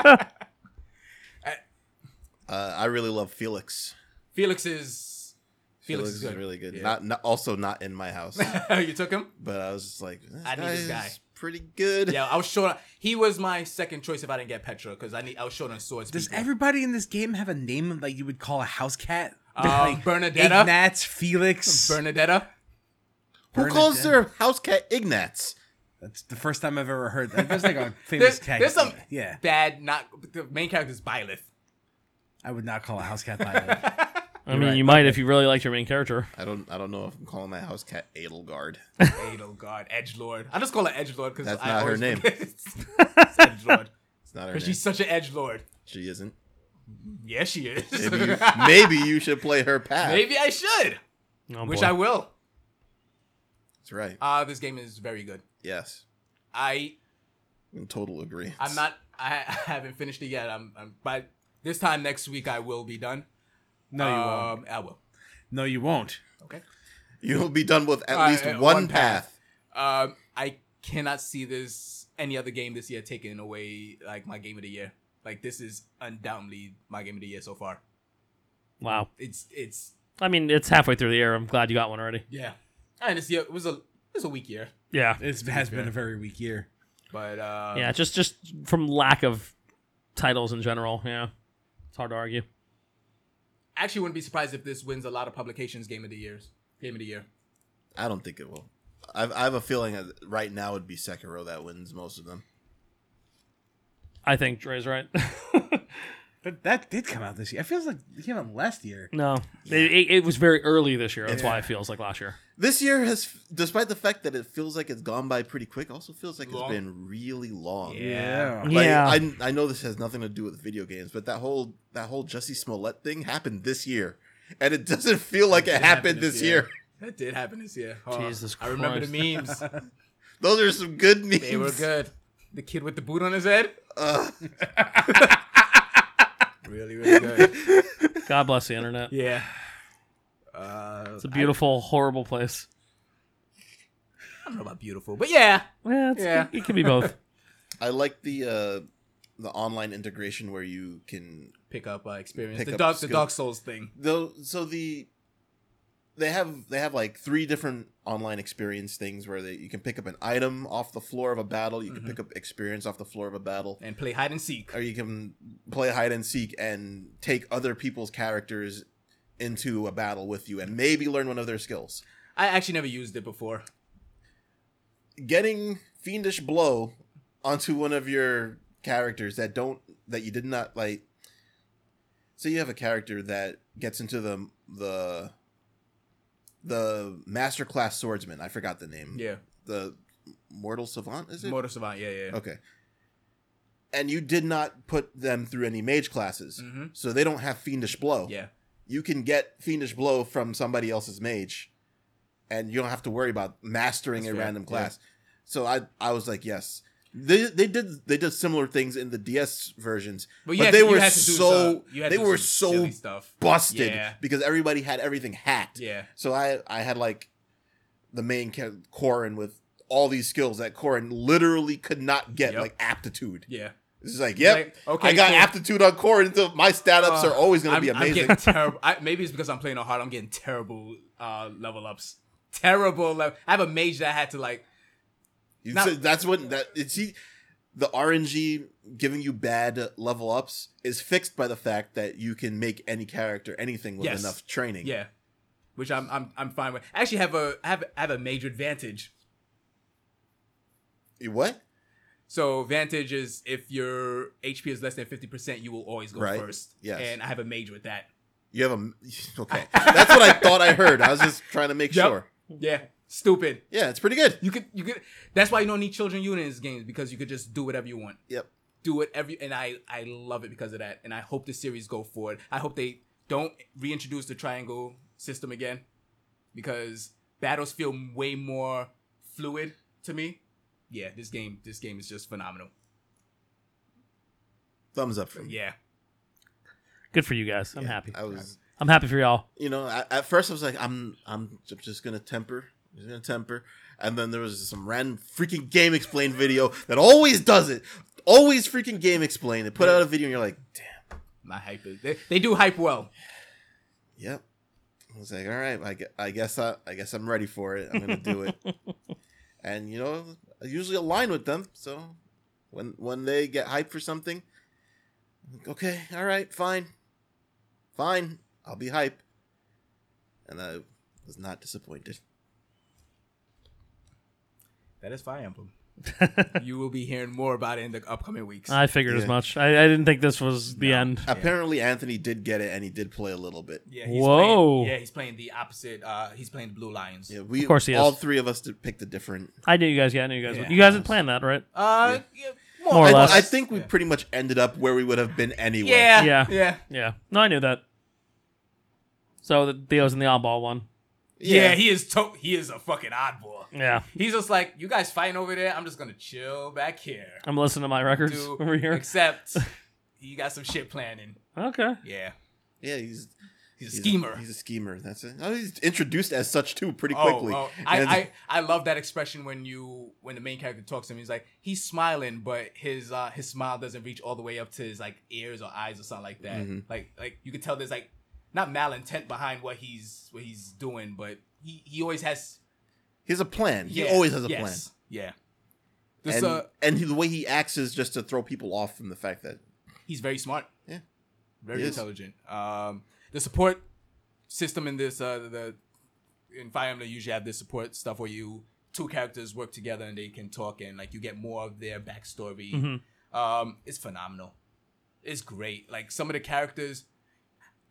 [SPEAKER 2] Uh, I really love Felix.
[SPEAKER 3] Felix is Felix, is good.
[SPEAKER 2] really good.
[SPEAKER 3] Yeah.
[SPEAKER 2] Not, not also not in my house,
[SPEAKER 3] you took him.
[SPEAKER 2] but I was just like, this
[SPEAKER 3] I need
[SPEAKER 2] guy
[SPEAKER 3] this guy.
[SPEAKER 2] is pretty good.
[SPEAKER 3] Yeah, I was short. On, he was my second choice if I didn't get Petra because I need. I was short on swords.
[SPEAKER 4] does
[SPEAKER 3] people.
[SPEAKER 4] everybody in this game have a name like you would call a house cat?
[SPEAKER 3] Uh,
[SPEAKER 4] like
[SPEAKER 3] Bernadetta?
[SPEAKER 4] Ignatz, Felix.
[SPEAKER 3] Bernadetta?
[SPEAKER 2] Who
[SPEAKER 4] Bernadette.
[SPEAKER 2] calls their house cat Ignatz?
[SPEAKER 4] That's the first time I've ever heard that. That's like a
[SPEAKER 3] There's,
[SPEAKER 4] famous cat.
[SPEAKER 3] there's some
[SPEAKER 4] Yeah,
[SPEAKER 3] bad. Not the main character is Byleth.
[SPEAKER 4] I would not call a house cat by that.
[SPEAKER 1] I mean,
[SPEAKER 4] right,
[SPEAKER 1] you might if you really liked your main character.
[SPEAKER 2] I don't I don't know if I'm calling my house cat Adelgard.
[SPEAKER 3] Edelgard, oh Edge Lord. I just call her Edge Lord because
[SPEAKER 2] That's
[SPEAKER 3] I
[SPEAKER 2] not her
[SPEAKER 3] always
[SPEAKER 2] name.
[SPEAKER 3] forget it's Edge Lord
[SPEAKER 2] It's not her name.
[SPEAKER 3] because she's such an Edge Lord.
[SPEAKER 2] She isn't.
[SPEAKER 3] Yeah, she is.
[SPEAKER 2] Maybe you, maybe you should play her path.
[SPEAKER 3] Maybe I should,
[SPEAKER 1] Oh,
[SPEAKER 3] which
[SPEAKER 1] boy.
[SPEAKER 3] I will.
[SPEAKER 2] That's right.
[SPEAKER 3] Uh, this game is very good.
[SPEAKER 2] yes,
[SPEAKER 3] I
[SPEAKER 2] in total agreement.
[SPEAKER 3] I'm not. I, I haven't finished it yet. I'm, I'm. By this time next week, I will be done.
[SPEAKER 4] No, you won't.
[SPEAKER 3] Um, I will.
[SPEAKER 4] Uh, No, you won't.
[SPEAKER 3] Okay.
[SPEAKER 2] You'll be done with at
[SPEAKER 3] Uh,
[SPEAKER 2] least
[SPEAKER 3] uh,
[SPEAKER 2] one,
[SPEAKER 3] one
[SPEAKER 2] path.
[SPEAKER 3] path. Um, I cannot see this any other game this year taking away like my game of the year. Like this is undoubtedly my game of the year so far.
[SPEAKER 1] Wow.
[SPEAKER 3] It's it's
[SPEAKER 1] I mean, it's halfway through the year. I'm glad you got one already.
[SPEAKER 3] yeah. And this year it was a it was a weak year,
[SPEAKER 1] Yeah.
[SPEAKER 4] It has been a very weak year.
[SPEAKER 3] but uh,
[SPEAKER 1] Yeah. Just just from lack of titles in general. Yeah. It's hard to argue.
[SPEAKER 3] I actually wouldn't be surprised if this wins a lot of publications game of the years game of the year.
[SPEAKER 2] I don't think it will. I've, I have a feeling that right now it'd be Sekiro that wins most of them.
[SPEAKER 1] I think Dre's right.
[SPEAKER 4] But that did come out this year. It feels like it came out last year.
[SPEAKER 1] no, it, it, it was very early this year. That's why it feels like last year.
[SPEAKER 2] This year has, despite the fact that it feels like it's gone by pretty quick, also feels like
[SPEAKER 3] Long.
[SPEAKER 2] it's been really long.
[SPEAKER 3] Yeah.
[SPEAKER 2] Like,
[SPEAKER 1] Yeah.
[SPEAKER 2] I, I know this has nothing to do with video games, but that whole that whole Jesse Smollett thing happened this year, and it doesn't feel like it,
[SPEAKER 3] It
[SPEAKER 2] happened, this year.
[SPEAKER 3] That did happen this year. Oh,
[SPEAKER 1] Jesus
[SPEAKER 3] I remember
[SPEAKER 1] Christ.
[SPEAKER 3] the memes.
[SPEAKER 2] Those are some good memes. Uh,
[SPEAKER 3] They were good. The kid with the boot on his head.
[SPEAKER 2] Ugh.
[SPEAKER 3] Really, really good.
[SPEAKER 1] God bless the internet.
[SPEAKER 3] Yeah. Uh,
[SPEAKER 1] It's a beautiful, horrible place.
[SPEAKER 3] I don't know about beautiful, but yeah.
[SPEAKER 1] Yeah, it's,
[SPEAKER 3] Yeah.
[SPEAKER 1] It, can be both.
[SPEAKER 2] I like the uh, the online integration where you can
[SPEAKER 3] Pick up uh, experience.
[SPEAKER 2] Pick
[SPEAKER 3] the
[SPEAKER 2] up
[SPEAKER 3] Dark, the
[SPEAKER 2] skill.
[SPEAKER 3] Dark Souls thing.
[SPEAKER 2] though so the they have they have like three different online experience things where they, you can pick up an item off the floor of a battle you can pick up experience off the floor of a battle
[SPEAKER 3] and play hide and seek.
[SPEAKER 2] or you can play hide and seek and take other people's characters into a battle with you and maybe learn one of their skills
[SPEAKER 3] I actually never used it before.
[SPEAKER 2] Getting fiendish blow onto one of your characters that don't that you did not like. Say you have a character that gets into the the the master class swordsman. I forgot the name.
[SPEAKER 3] Yeah,
[SPEAKER 2] The mortal savant is it?
[SPEAKER 3] Motor Savant. Yeah, yeah.
[SPEAKER 2] Okay. And you did not put them through any mage classes,
[SPEAKER 3] Mm-hmm.
[SPEAKER 2] so they don't have fiendish blow.
[SPEAKER 3] Yeah.
[SPEAKER 2] You can get fiendish blow from somebody else's mage, and you don't have to worry about mastering
[SPEAKER 3] That's
[SPEAKER 2] a
[SPEAKER 3] fair,
[SPEAKER 2] random
[SPEAKER 3] yeah.
[SPEAKER 2] class. So I I was like, yes, they they did they did similar things in the DS versions, but,
[SPEAKER 3] yeah,
[SPEAKER 2] they
[SPEAKER 3] you
[SPEAKER 2] were
[SPEAKER 3] had to do
[SPEAKER 2] so
[SPEAKER 3] some- you had
[SPEAKER 2] they
[SPEAKER 3] to do
[SPEAKER 2] were
[SPEAKER 3] some
[SPEAKER 2] so
[SPEAKER 3] silly stuff.
[SPEAKER 2] busted
[SPEAKER 3] Yeah.
[SPEAKER 2] because everybody had everything hacked.
[SPEAKER 3] Yeah.
[SPEAKER 2] So I I had like the main ca- Corin with all these skills that Corin literally could not get
[SPEAKER 3] Yep.
[SPEAKER 2] like aptitude.
[SPEAKER 3] Yeah.
[SPEAKER 2] It's just like, yep,
[SPEAKER 3] Like, okay,
[SPEAKER 2] I got
[SPEAKER 3] cool.
[SPEAKER 2] aptitude on Corin, so my stat ups
[SPEAKER 3] Uh,
[SPEAKER 2] are always going to
[SPEAKER 3] I'm-
[SPEAKER 2] be
[SPEAKER 3] I'm
[SPEAKER 2] amazing.
[SPEAKER 3] getting terrible. I, maybe it's because I'm playing on hard. I'm getting terrible uh, level ups. Terrible level. I have a mage that I had to like.
[SPEAKER 2] You
[SPEAKER 3] Now-
[SPEAKER 2] said that's what that it's he, the RNG giving you bad level ups is fixed by the fact that you can make any character anything with
[SPEAKER 3] Yes.
[SPEAKER 2] enough training.
[SPEAKER 3] Yeah. Which I'm I'm I'm fine with. I actually have a I have I have a major advantage.
[SPEAKER 2] You What?
[SPEAKER 3] So advantage is if your HP is less than fifty percent, you will always go
[SPEAKER 2] Right.
[SPEAKER 3] first.
[SPEAKER 2] Yes.
[SPEAKER 3] And I have a mage with that.
[SPEAKER 2] You have a m- okay. That's what I thought I heard. I was just trying to make
[SPEAKER 3] Yep.
[SPEAKER 2] sure.
[SPEAKER 3] Yeah. Stupid.
[SPEAKER 2] Yeah, it's pretty good.
[SPEAKER 3] You could you could. That's why you don't need children units games because you could just do whatever you want.
[SPEAKER 2] Yep.
[SPEAKER 3] do whatever and I I love it because of that and I hope the series go forward. I hope they don't reintroduce the triangle system again because battles feel way more fluid to me. Yeah, this game this game is just phenomenal.
[SPEAKER 2] Thumbs up for me.
[SPEAKER 3] Yeah.
[SPEAKER 1] Good for you guys. I'm
[SPEAKER 2] Yeah,
[SPEAKER 1] happy.
[SPEAKER 2] I was
[SPEAKER 1] I'm happy for y'all.
[SPEAKER 2] you know, at, at first I was like, I'm, I'm j- just gonna temper, just gonna temper, and then there was some random freaking game explain video that always does it, always freaking game explain. They put out a video, and you're like, damn,
[SPEAKER 3] My hype is they, they do hype well.
[SPEAKER 2] yep. I was like, all right, I, gue- I guess I, I guess I'm ready for it. I'm gonna do it. and you know, I usually align with them, so when when they get hyped for something, I'm like, okay, all right, fine, fine, I'll be hype. And I was not disappointed.
[SPEAKER 3] That is Fire Emblem. you will be hearing more about it in the upcoming weeks.
[SPEAKER 1] I figured as
[SPEAKER 2] Yeah.
[SPEAKER 1] much. I, I didn't think this was the end.
[SPEAKER 2] Apparently, Anthony did get it, and he did play a little bit.
[SPEAKER 3] yeah,
[SPEAKER 1] Whoa.
[SPEAKER 3] Playing, yeah, he's playing the opposite. Uh, he's playing the Blue Lions.
[SPEAKER 2] Yeah, we
[SPEAKER 1] Of course he
[SPEAKER 2] all
[SPEAKER 1] is.
[SPEAKER 2] three of us did picked a different.
[SPEAKER 1] I knew you guys. Yeah, I knew you guys. would.
[SPEAKER 3] Yeah.
[SPEAKER 1] You guys had planned that, right?
[SPEAKER 3] Uh, yeah, more,
[SPEAKER 1] More or
[SPEAKER 2] I,
[SPEAKER 1] less.
[SPEAKER 2] I think we
[SPEAKER 3] Yeah.
[SPEAKER 2] pretty much ended up where we would have been anyway.
[SPEAKER 3] Yeah.
[SPEAKER 1] Yeah.
[SPEAKER 3] Yeah.
[SPEAKER 1] Yeah. No, I knew that. So the Theo's in the oddball one.
[SPEAKER 3] Yeah, he is to- he is a fucking oddball.
[SPEAKER 1] Yeah.
[SPEAKER 3] He's just like, you guys fighting over there. I'm just gonna chill back here.
[SPEAKER 1] I'm listening to my records
[SPEAKER 3] Do-
[SPEAKER 1] over here.
[SPEAKER 3] Except you got some shit planning.
[SPEAKER 1] okay.
[SPEAKER 3] Yeah,
[SPEAKER 2] yeah, he's,
[SPEAKER 3] he's
[SPEAKER 2] he's
[SPEAKER 3] a schemer.
[SPEAKER 2] he's a schemer. That's it. Oh, he's introduced as such too pretty
[SPEAKER 3] Oh,
[SPEAKER 2] quickly.
[SPEAKER 3] oh, I,
[SPEAKER 2] And-
[SPEAKER 3] I I love that expression when you when the main character talks to him. He's like he's smiling, but his uh his smile doesn't reach all the way up to his like ears or eyes or something like that.
[SPEAKER 2] Mhm.
[SPEAKER 3] Like like you can tell there's like not malintent behind what he's what he's doing, but he he always has
[SPEAKER 2] he has a plan. He
[SPEAKER 3] yeah,
[SPEAKER 2] always has a
[SPEAKER 3] yes, Yeah,
[SPEAKER 2] plan.
[SPEAKER 3] this
[SPEAKER 2] And,
[SPEAKER 3] uh
[SPEAKER 2] and he, the way he acts is just to throw people off from the fact that
[SPEAKER 3] he's very smart.
[SPEAKER 2] Yeah.
[SPEAKER 3] Very
[SPEAKER 2] He is.
[SPEAKER 3] intelligent. Um, the support system in this uh, the in Fire Emblem you usually have this support stuff where you two characters work together and they can talk and like you get more of their backstory.
[SPEAKER 1] Mhm.
[SPEAKER 3] Um, it's phenomenal. It's great. Like some of the characters,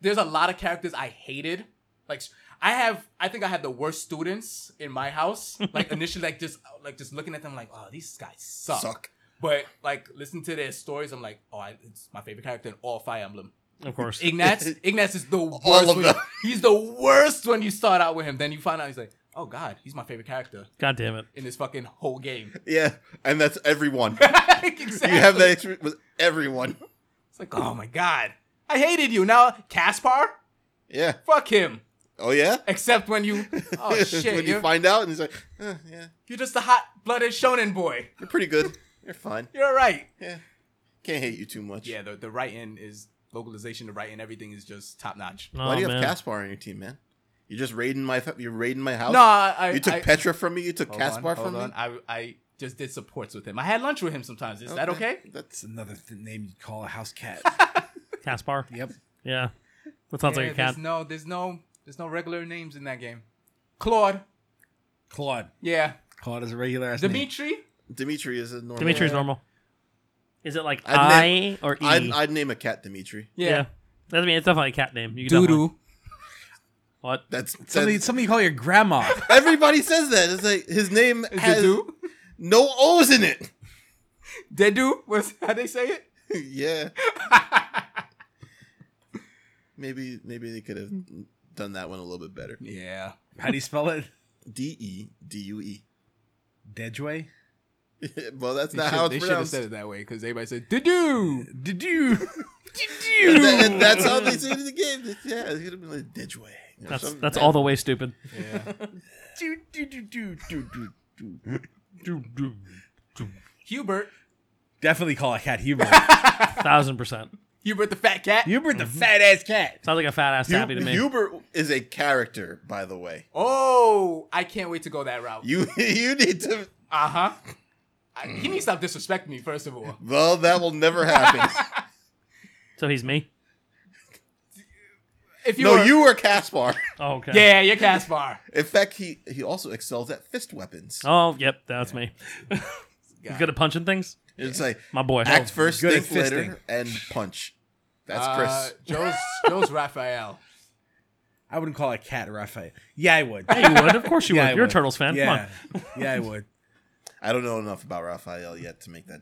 [SPEAKER 3] there's a lot of characters I hated. Like I have, I think I had the worst students in my house. Like initially, like just like just looking at them, like oh these guys suck.
[SPEAKER 2] suck.
[SPEAKER 3] But like listen to their stories, I'm like, oh, I, it's my favorite character in all Fire Emblem.
[SPEAKER 1] Of course.
[SPEAKER 3] Ignatz, Ignatz is the worst.
[SPEAKER 2] of
[SPEAKER 3] when-
[SPEAKER 2] them.
[SPEAKER 3] he's the worst when you start out with him. Then you find out he's like, oh god, he's my favorite character
[SPEAKER 1] God damn it.
[SPEAKER 3] in this fucking whole game.
[SPEAKER 2] Yeah, and that's everyone.
[SPEAKER 3] Like,
[SPEAKER 2] you
[SPEAKER 3] exactly.
[SPEAKER 2] have that experience with everyone.
[SPEAKER 3] It's like, oh my god, I hated you. Now Caspar,
[SPEAKER 2] Yeah.
[SPEAKER 3] fuck him.
[SPEAKER 2] Oh yeah.
[SPEAKER 3] Except when you, oh shit,
[SPEAKER 2] when
[SPEAKER 3] you're,
[SPEAKER 2] you find out, and he's like, eh, yeah,
[SPEAKER 3] you're just a hot-blooded shonen boy.
[SPEAKER 2] you're pretty good. You're fine.
[SPEAKER 3] You're all right.
[SPEAKER 2] Yeah. Can't hate you too much.
[SPEAKER 3] Yeah, the the writing is localization, the writing, everything is just top notch.
[SPEAKER 1] Oh,
[SPEAKER 2] Why do you
[SPEAKER 1] man.
[SPEAKER 2] have Caspar on your team, man? You're just raiding my you're raiding my house.
[SPEAKER 3] No, I
[SPEAKER 2] you took
[SPEAKER 3] I,
[SPEAKER 2] Petra from me. You took
[SPEAKER 3] Hold on,
[SPEAKER 2] Caspar from
[SPEAKER 3] hold
[SPEAKER 2] me.
[SPEAKER 3] on. I I just did supports with him. I had lunch with him sometimes. Is that okay?
[SPEAKER 2] That's
[SPEAKER 4] It's another th- name you call a house cat.
[SPEAKER 1] Caspar.
[SPEAKER 4] yep.
[SPEAKER 1] Yeah. That sounds
[SPEAKER 3] Yeah,
[SPEAKER 1] like a
[SPEAKER 3] there's
[SPEAKER 1] cat.
[SPEAKER 3] no there's no there's no regular names in that game. Claude.
[SPEAKER 4] Claude.
[SPEAKER 3] Yeah.
[SPEAKER 4] Claude is a regular ass name.
[SPEAKER 3] Dimitri?
[SPEAKER 2] Dimitri is a normal.
[SPEAKER 1] Dimitri's
[SPEAKER 3] Yeah.
[SPEAKER 1] normal. Is it like
[SPEAKER 2] I'd
[SPEAKER 1] i
[SPEAKER 2] name-
[SPEAKER 1] or e?
[SPEAKER 3] Mm.
[SPEAKER 2] I'd, I'd name a cat Dimitri.
[SPEAKER 1] yeah.
[SPEAKER 3] Yeah.
[SPEAKER 1] I mean, it's definitely a cat name. You can
[SPEAKER 3] Doo
[SPEAKER 1] definitely-
[SPEAKER 3] doo.
[SPEAKER 1] What?
[SPEAKER 2] That's,
[SPEAKER 4] Something,
[SPEAKER 2] that's-
[SPEAKER 4] something you call your grandma.
[SPEAKER 2] everybody says that. It's like his name has
[SPEAKER 3] Dedu?
[SPEAKER 2] no O's in it.
[SPEAKER 3] Dedu? Was how they say it?
[SPEAKER 2] yeah. maybe maybe they could have done that one a little bit better.
[SPEAKER 3] Yeah.
[SPEAKER 4] How do you spell it?
[SPEAKER 2] D E D U E.
[SPEAKER 4] Dejway?
[SPEAKER 2] Well, that's
[SPEAKER 3] They
[SPEAKER 2] not
[SPEAKER 3] should,
[SPEAKER 2] how
[SPEAKER 3] they
[SPEAKER 2] it's
[SPEAKER 3] should have
[SPEAKER 2] pronounced.
[SPEAKER 3] said it that way because everybody said Dedu.
[SPEAKER 4] Did you?
[SPEAKER 2] And that- and that's how they say it in the game. It's- Yeah, it's gonna be like Didgeway.
[SPEAKER 1] That's that's all the way stupid.
[SPEAKER 3] Yeah.
[SPEAKER 4] Do, do, do, do, do, do, do.
[SPEAKER 3] Hubert.
[SPEAKER 4] Definitely call a cat Hubert.
[SPEAKER 1] Thousand percent.
[SPEAKER 3] Hubert the fat cat.
[SPEAKER 4] Hubert the fat ass cat.
[SPEAKER 1] Sounds like a fat ass tappy to me.
[SPEAKER 2] Hubert is a character, by the way.
[SPEAKER 3] oh, I can't wait to go that route.
[SPEAKER 2] You you need to.
[SPEAKER 3] Uh huh. He needs to stop disrespecting me, first of all.
[SPEAKER 2] Well, that will never happen.
[SPEAKER 1] so he's me.
[SPEAKER 3] If you
[SPEAKER 2] no,
[SPEAKER 3] were-
[SPEAKER 2] you were Caspar.
[SPEAKER 1] Oh, okay.
[SPEAKER 3] Yeah, you're Caspar.
[SPEAKER 2] In fact, he he also excels at fist weapons.
[SPEAKER 1] Oh, yep, that's me. He's good at punching things.
[SPEAKER 2] It's like
[SPEAKER 1] My boy.
[SPEAKER 2] act first,
[SPEAKER 4] good at
[SPEAKER 2] think later,
[SPEAKER 4] fisting.
[SPEAKER 2] and punch. That's Chris.
[SPEAKER 3] Uh, Joe's Joe's Raphael.
[SPEAKER 4] I wouldn't call a cat Raphael. Yeah, I would.
[SPEAKER 1] Oh. Yeah, you would. Of course you
[SPEAKER 4] Yeah, I
[SPEAKER 1] would. You're
[SPEAKER 4] would.
[SPEAKER 1] a Turtles fan. Come
[SPEAKER 4] yeah,
[SPEAKER 1] on.
[SPEAKER 4] yeah, I would.
[SPEAKER 2] I don't know enough about Raphael yet to make that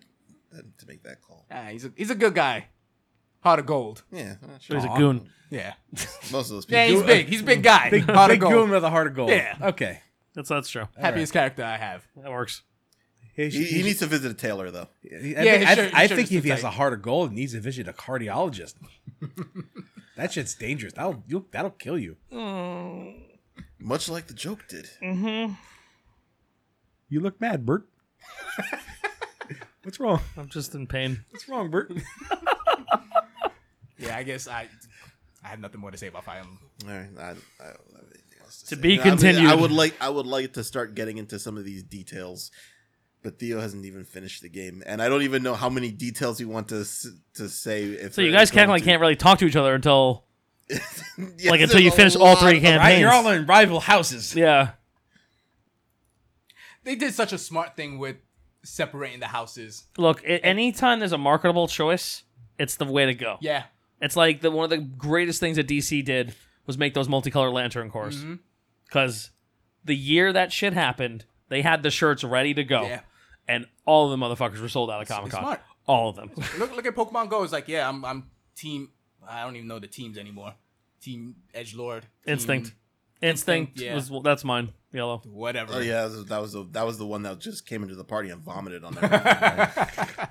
[SPEAKER 2] that- to make that call.
[SPEAKER 3] Ah, he's a he's a good guy. Heart of gold.
[SPEAKER 2] Yeah, uh,
[SPEAKER 1] So
[SPEAKER 2] sure.
[SPEAKER 1] he's a goon.
[SPEAKER 3] Yeah.
[SPEAKER 2] Most of those people. uh,
[SPEAKER 3] Yeah, he's big. He's a big guy.
[SPEAKER 4] Big,
[SPEAKER 3] Heart
[SPEAKER 4] big
[SPEAKER 3] of gold.
[SPEAKER 4] goon with a heart of gold.
[SPEAKER 3] Yeah.
[SPEAKER 4] Okay.
[SPEAKER 1] That's that's true.
[SPEAKER 3] Happiest character I have.
[SPEAKER 1] That works.
[SPEAKER 4] He,
[SPEAKER 2] He, he needs to visit a tailor though.
[SPEAKER 4] I
[SPEAKER 3] Yeah, his
[SPEAKER 4] think, I,
[SPEAKER 3] shirt-
[SPEAKER 4] I
[SPEAKER 3] his shirt
[SPEAKER 4] think
[SPEAKER 3] is too
[SPEAKER 4] if he has
[SPEAKER 3] tight.
[SPEAKER 4] a heart of gold, he needs to visit a cardiologist. that shit's dangerous. That'll you'll, that'll kill you.
[SPEAKER 2] Much like the joke did.
[SPEAKER 1] Mm.
[SPEAKER 4] You look mad, Bert. What's wrong?
[SPEAKER 1] I'm just in pain.
[SPEAKER 4] What's wrong, Bert?
[SPEAKER 3] Yeah, I guess I I have nothing more to say about Fire Emblem.
[SPEAKER 2] All right, I, I don't have anything else to, say.
[SPEAKER 1] be
[SPEAKER 2] No, I mean, I,
[SPEAKER 1] continued.
[SPEAKER 2] would like I would like to start getting into some of these details, but Theo hasn't even finished the game, and I don't even know how many details you want to s- to say. If
[SPEAKER 1] So you guys kind of like can't really talk to each other until like, until you finish all three
[SPEAKER 2] games.
[SPEAKER 4] Right, you're
[SPEAKER 1] Pains.
[SPEAKER 4] all in rival houses.
[SPEAKER 1] yeah.
[SPEAKER 3] They did such a smart thing with separating the houses.
[SPEAKER 1] Look, a- anytime there's a marketable choice, it's the way to go.
[SPEAKER 3] Yeah.
[SPEAKER 1] It's like the one of the greatest things that DC did was make those multicolored lantern cores.
[SPEAKER 4] Mm-hmm.
[SPEAKER 1] Because the year that shit happened, they had the shirts ready to go.
[SPEAKER 3] Yeah.
[SPEAKER 1] And all of the motherfuckers were sold out of Comic Con.
[SPEAKER 3] smart.
[SPEAKER 1] All of them.
[SPEAKER 3] Look look at Pokemon Go. It's like, yeah, I'm I'm team I don't even know the teams anymore. Team Edge Lord.
[SPEAKER 1] Instinct.
[SPEAKER 4] Mm-hmm.
[SPEAKER 1] Instinct
[SPEAKER 3] yeah.
[SPEAKER 1] was that's mine. Yellow.
[SPEAKER 3] Whatever.
[SPEAKER 2] Oh yeah, that was- that was the, that was the one that just came into the party and vomited on everything.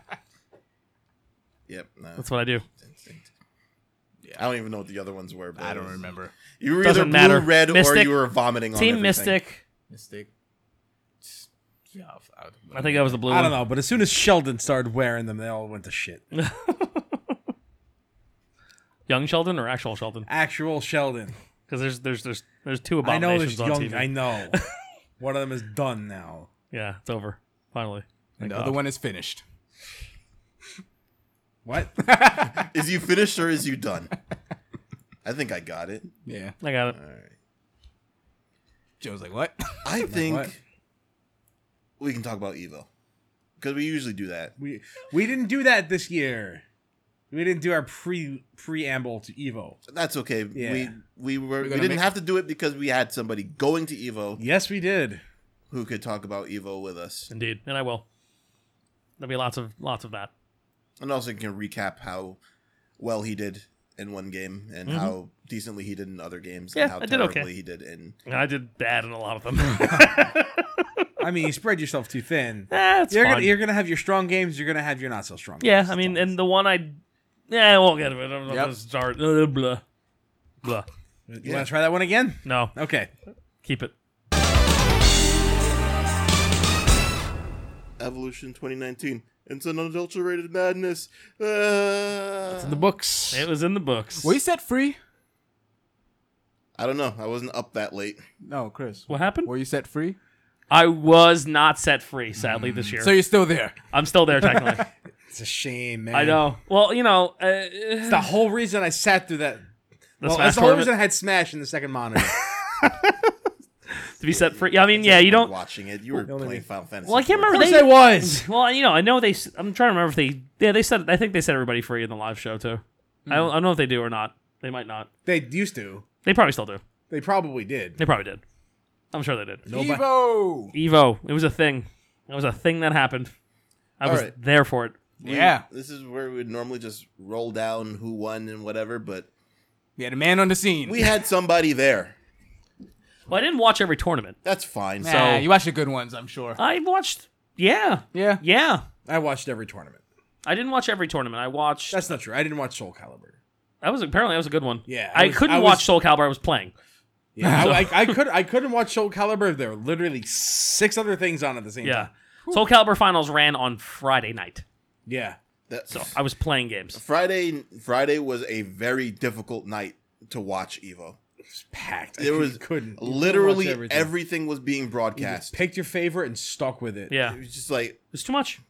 [SPEAKER 2] yep, no,
[SPEAKER 1] That's what I do.
[SPEAKER 2] instinct. I don't even know what the other ones were. But
[SPEAKER 3] I don't
[SPEAKER 2] it was-
[SPEAKER 3] remember.
[SPEAKER 2] You were
[SPEAKER 1] Doesn't
[SPEAKER 2] either
[SPEAKER 1] matter.
[SPEAKER 2] blue, red, or
[SPEAKER 1] Mystic.
[SPEAKER 2] you were vomiting on
[SPEAKER 1] Team
[SPEAKER 2] everything.
[SPEAKER 1] Mystic.
[SPEAKER 3] Mystic. Yeah, I, I,
[SPEAKER 1] I think that was the blue
[SPEAKER 4] I don't
[SPEAKER 1] one.
[SPEAKER 4] know, but as soon as Sheldon started wearing them, they all went to shit.
[SPEAKER 1] Young Sheldon or actual Sheldon?
[SPEAKER 4] Actual Sheldon.
[SPEAKER 1] Because there's there's there's there's two
[SPEAKER 4] I know
[SPEAKER 1] abominations
[SPEAKER 4] there's
[SPEAKER 1] on
[SPEAKER 4] young.
[SPEAKER 1] TV.
[SPEAKER 4] I know. One of them is done now.
[SPEAKER 1] Yeah, it's over. Finally.
[SPEAKER 3] and
[SPEAKER 1] Thank
[SPEAKER 3] the other
[SPEAKER 1] God.
[SPEAKER 3] one is finished.
[SPEAKER 4] What?
[SPEAKER 2] Is you finished or is you done? I think I got it.
[SPEAKER 3] Yeah.
[SPEAKER 1] I got it.
[SPEAKER 4] Uh.
[SPEAKER 2] All right.
[SPEAKER 3] Joe's like, what?
[SPEAKER 2] I
[SPEAKER 4] what?
[SPEAKER 2] think we can talk about Evo because we usually do that.
[SPEAKER 4] We we didn't do that this year. We didn't do our pre preamble to Evo.
[SPEAKER 2] That's okay.
[SPEAKER 4] Yeah.
[SPEAKER 2] We we were, we
[SPEAKER 3] gonna
[SPEAKER 2] didn't
[SPEAKER 3] make-
[SPEAKER 2] have to do it because we had somebody going to Evo
[SPEAKER 4] Yes, we did.
[SPEAKER 2] who could talk about Evo with us,
[SPEAKER 1] Indeed. And I will. There'll be lots of lots of that.
[SPEAKER 2] and also can recap how well he did in one game and how decently he did in other games
[SPEAKER 1] Mm-hmm. Yeah,
[SPEAKER 2] and how
[SPEAKER 1] I did okay.
[SPEAKER 2] terribly he did in.
[SPEAKER 1] And I did bad in a lot of them.
[SPEAKER 4] I mean, you spread yourself too thin.
[SPEAKER 1] That's
[SPEAKER 4] You're
[SPEAKER 1] fine.
[SPEAKER 4] gonna, you're gonna have your strong games. You're gonna have your not so strong.
[SPEAKER 1] Yeah,
[SPEAKER 4] games.
[SPEAKER 1] I mean, and the one I, yeah, I won't get it. I'm not
[SPEAKER 3] Yep.
[SPEAKER 1] gonna start. uh, blah, blah.
[SPEAKER 4] you want to try that one again?
[SPEAKER 1] No,
[SPEAKER 4] Okay.
[SPEAKER 1] keep it.
[SPEAKER 2] Evolution 2019. It's an adulterated madness. Uh,
[SPEAKER 4] the books.
[SPEAKER 1] It was in the books.
[SPEAKER 3] Were you set free?
[SPEAKER 2] I don't know. I wasn't up that late.
[SPEAKER 3] No, Chris.
[SPEAKER 1] what happened?
[SPEAKER 3] Were you set free?
[SPEAKER 1] I was not set free, sadly, this year.
[SPEAKER 3] Mm. So you're still there.
[SPEAKER 1] I'm still there technically.
[SPEAKER 4] It's a shame, man.
[SPEAKER 1] I know. Well, you know, uh,
[SPEAKER 4] It's the whole reason I sat through that.
[SPEAKER 1] the
[SPEAKER 4] well,
[SPEAKER 1] Smash
[SPEAKER 4] that's the whole
[SPEAKER 1] tournament-
[SPEAKER 4] reason I had Smash in the second monitor.
[SPEAKER 1] to to be set free. Yeah, I mean,
[SPEAKER 2] It's
[SPEAKER 1] yeah,
[SPEAKER 2] like
[SPEAKER 1] you
[SPEAKER 2] were
[SPEAKER 1] don't.
[SPEAKER 2] watching it. You were
[SPEAKER 4] Well,
[SPEAKER 2] playing Final Fantasy.
[SPEAKER 1] Well, I can't
[SPEAKER 2] first.
[SPEAKER 1] remember
[SPEAKER 4] course
[SPEAKER 1] they.
[SPEAKER 4] I was.
[SPEAKER 1] Well, you know, I know they. s- I'm trying to remember if they. Yeah, they said. I think they set everybody free in the live show too.
[SPEAKER 3] Hmm.
[SPEAKER 1] I, don't, I don't know if they do or not. They might not.
[SPEAKER 4] They used to.
[SPEAKER 1] They probably still do.
[SPEAKER 4] They probably did.
[SPEAKER 1] They probably did. I'm sure they did.
[SPEAKER 4] Nobody-
[SPEAKER 3] Evo.
[SPEAKER 1] Evo, it was a thing. It was a thing that happened. I
[SPEAKER 2] All
[SPEAKER 1] was
[SPEAKER 2] right.
[SPEAKER 1] there for it.
[SPEAKER 2] We-
[SPEAKER 3] Yeah.
[SPEAKER 2] This is where we would normally just roll down who won and whatever, but
[SPEAKER 3] We had a man on the scene.
[SPEAKER 2] we had somebody there.
[SPEAKER 1] Well, I didn't watch every tournament.
[SPEAKER 2] That's fine.
[SPEAKER 3] nah,
[SPEAKER 2] So
[SPEAKER 1] so-
[SPEAKER 3] you watch the good ones, I'm sure.
[SPEAKER 1] I watched. Yeah,
[SPEAKER 3] Uh, yeah.
[SPEAKER 1] yeah.
[SPEAKER 4] I watched every tournament.
[SPEAKER 1] I didn't watch every tournament. I watched.
[SPEAKER 4] That's not true. I didn't watch Soul Calibur.
[SPEAKER 1] that was apparently that was a good one.
[SPEAKER 4] Yeah,
[SPEAKER 1] I,
[SPEAKER 4] I was-
[SPEAKER 1] couldn't
[SPEAKER 4] I was-
[SPEAKER 1] watch Soul Calibur. I was playing.
[SPEAKER 4] Yeah, I, I, I could I couldn't watch Soul Calibur. There were literally six other things on at the same
[SPEAKER 1] Yeah.
[SPEAKER 4] time.
[SPEAKER 1] Soul Calibur finals ran on Friday night,
[SPEAKER 4] Yeah,
[SPEAKER 2] that-
[SPEAKER 1] so I was playing games.
[SPEAKER 2] Friday Friday was a very difficult night to watch Evo.
[SPEAKER 4] it's packed. I
[SPEAKER 2] There
[SPEAKER 4] cou-
[SPEAKER 2] was
[SPEAKER 4] couldn't you couldn't watch
[SPEAKER 2] literally everything.
[SPEAKER 4] everything.
[SPEAKER 2] was being
[SPEAKER 4] You just
[SPEAKER 2] broadcast.
[SPEAKER 4] picked your favorite and stuck with it.
[SPEAKER 1] Yeah,
[SPEAKER 2] It was just like
[SPEAKER 1] It's too much.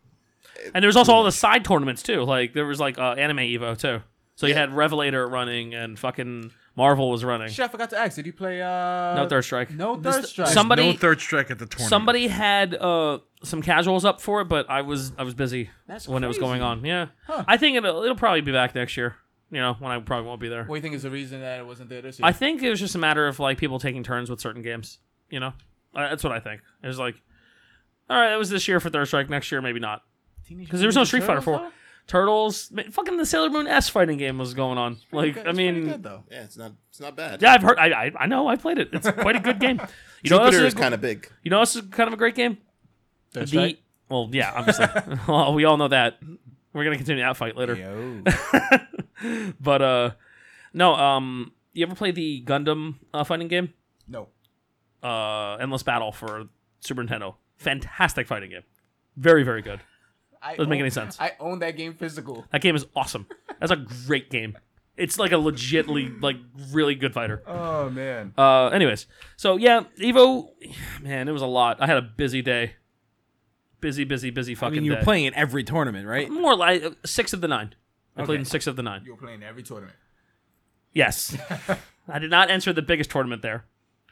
[SPEAKER 1] And there was also all the side tournaments too. Like there was like uh, anime Evo too. So you had Revelator running and fucking Marvel was running.
[SPEAKER 3] Shit, I forgot to ask. Did you play uh
[SPEAKER 1] No third strike.
[SPEAKER 3] No
[SPEAKER 1] This-
[SPEAKER 3] third strike.
[SPEAKER 1] Somebody
[SPEAKER 4] no third strike at the tournament.
[SPEAKER 1] somebody had uh some casuals up for it, but I was I was busy
[SPEAKER 3] That's
[SPEAKER 1] when it was going
[SPEAKER 3] crazy.
[SPEAKER 1] on. Yeah.
[SPEAKER 3] Huh.
[SPEAKER 1] I think it'll it'll probably be back next year. You know when I probably won't be there.
[SPEAKER 3] What do you think is the reason that it wasn't there this year?
[SPEAKER 1] I think it was just a matter of like people taking turns with certain games. You know, uh, that's what I think. It was like, all right, that was this year for third strike. Next year maybe not. because there was no Street Fighter 4. Turtles, ma- fucking the Sailor Moon S fighting game was going on. Like, I mean,
[SPEAKER 2] yeah, it's not it's not bad.
[SPEAKER 1] yeah, I've heard, I, I, I know, I played it. It's quite a good game. You know, what else
[SPEAKER 2] Jupiter
[SPEAKER 1] is
[SPEAKER 2] is
[SPEAKER 1] kind
[SPEAKER 2] kind
[SPEAKER 1] of,
[SPEAKER 2] of big.
[SPEAKER 1] you know, this is kind of a great game.
[SPEAKER 3] Third
[SPEAKER 1] The-
[SPEAKER 3] strike?
[SPEAKER 1] well, yeah, obviously, well, we all know that. We're gonna continue that fight later,
[SPEAKER 3] Yo.
[SPEAKER 1] but uh, no, um, you ever play the Gundam uh, fighting game,
[SPEAKER 3] no.
[SPEAKER 1] uh, Endless Battle for Super Nintendo? Fantastic fighting game, very very good.
[SPEAKER 3] I
[SPEAKER 1] Doesn't make
[SPEAKER 3] own-
[SPEAKER 1] any sense.
[SPEAKER 3] I own that game physical.
[SPEAKER 1] That game is awesome. That's a great game. It's like a legitly like really good fighter.
[SPEAKER 3] Oh man.
[SPEAKER 1] Uh, anyways, so yeah, Evo, man, it was a lot. I had a busy day, busy, busy, busy
[SPEAKER 4] I
[SPEAKER 1] fucking
[SPEAKER 4] mean, you were
[SPEAKER 1] day.
[SPEAKER 4] playing in every tournament, right?
[SPEAKER 1] more like uh, six of the nine. I played
[SPEAKER 4] Okay.
[SPEAKER 1] in six of the nine.
[SPEAKER 3] You were playing every tournament.
[SPEAKER 1] Yes, I did not enter the biggest tournament there.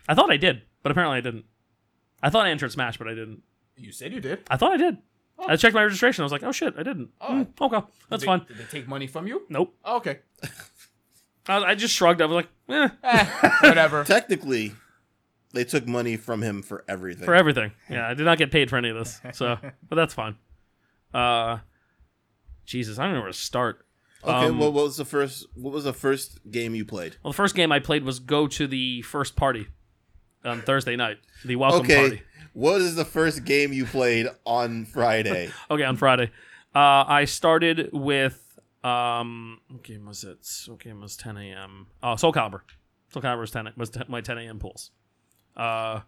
[SPEAKER 1] I thought I did, but apparently I didn't. I thought I entered Smash, but I didn't.
[SPEAKER 3] You said you did.
[SPEAKER 1] I thought I did. I checked my registration. I was like, oh shit, I didn't. Mm, okay, that's
[SPEAKER 3] Did they-
[SPEAKER 1] fine.
[SPEAKER 3] Did they take money from you?
[SPEAKER 1] Nope.
[SPEAKER 3] Oh, okay.
[SPEAKER 1] I, I just shrugged. I was like, eh,
[SPEAKER 3] Eh, whatever.
[SPEAKER 2] Technically, they took money from him for everything.
[SPEAKER 1] for everything. Yeah, I did not get paid for any of this. So, but that's fine. Uh, Jesus, I don't know where to start.
[SPEAKER 2] okay,
[SPEAKER 1] um,
[SPEAKER 2] well, what was the first what was the first game you played?
[SPEAKER 1] Well, the first game I played was go to the first party on Thursday night, the welcome
[SPEAKER 2] Okay.
[SPEAKER 1] party.
[SPEAKER 2] What is the first game you played on Friday?
[SPEAKER 1] Okay, on Friday, uh, I started with um, what game was it? What game was 10 a.m. Oh, Soul Calibur. Soul Calibur was 10 was 10 my 10 a.m. pulls. Uh,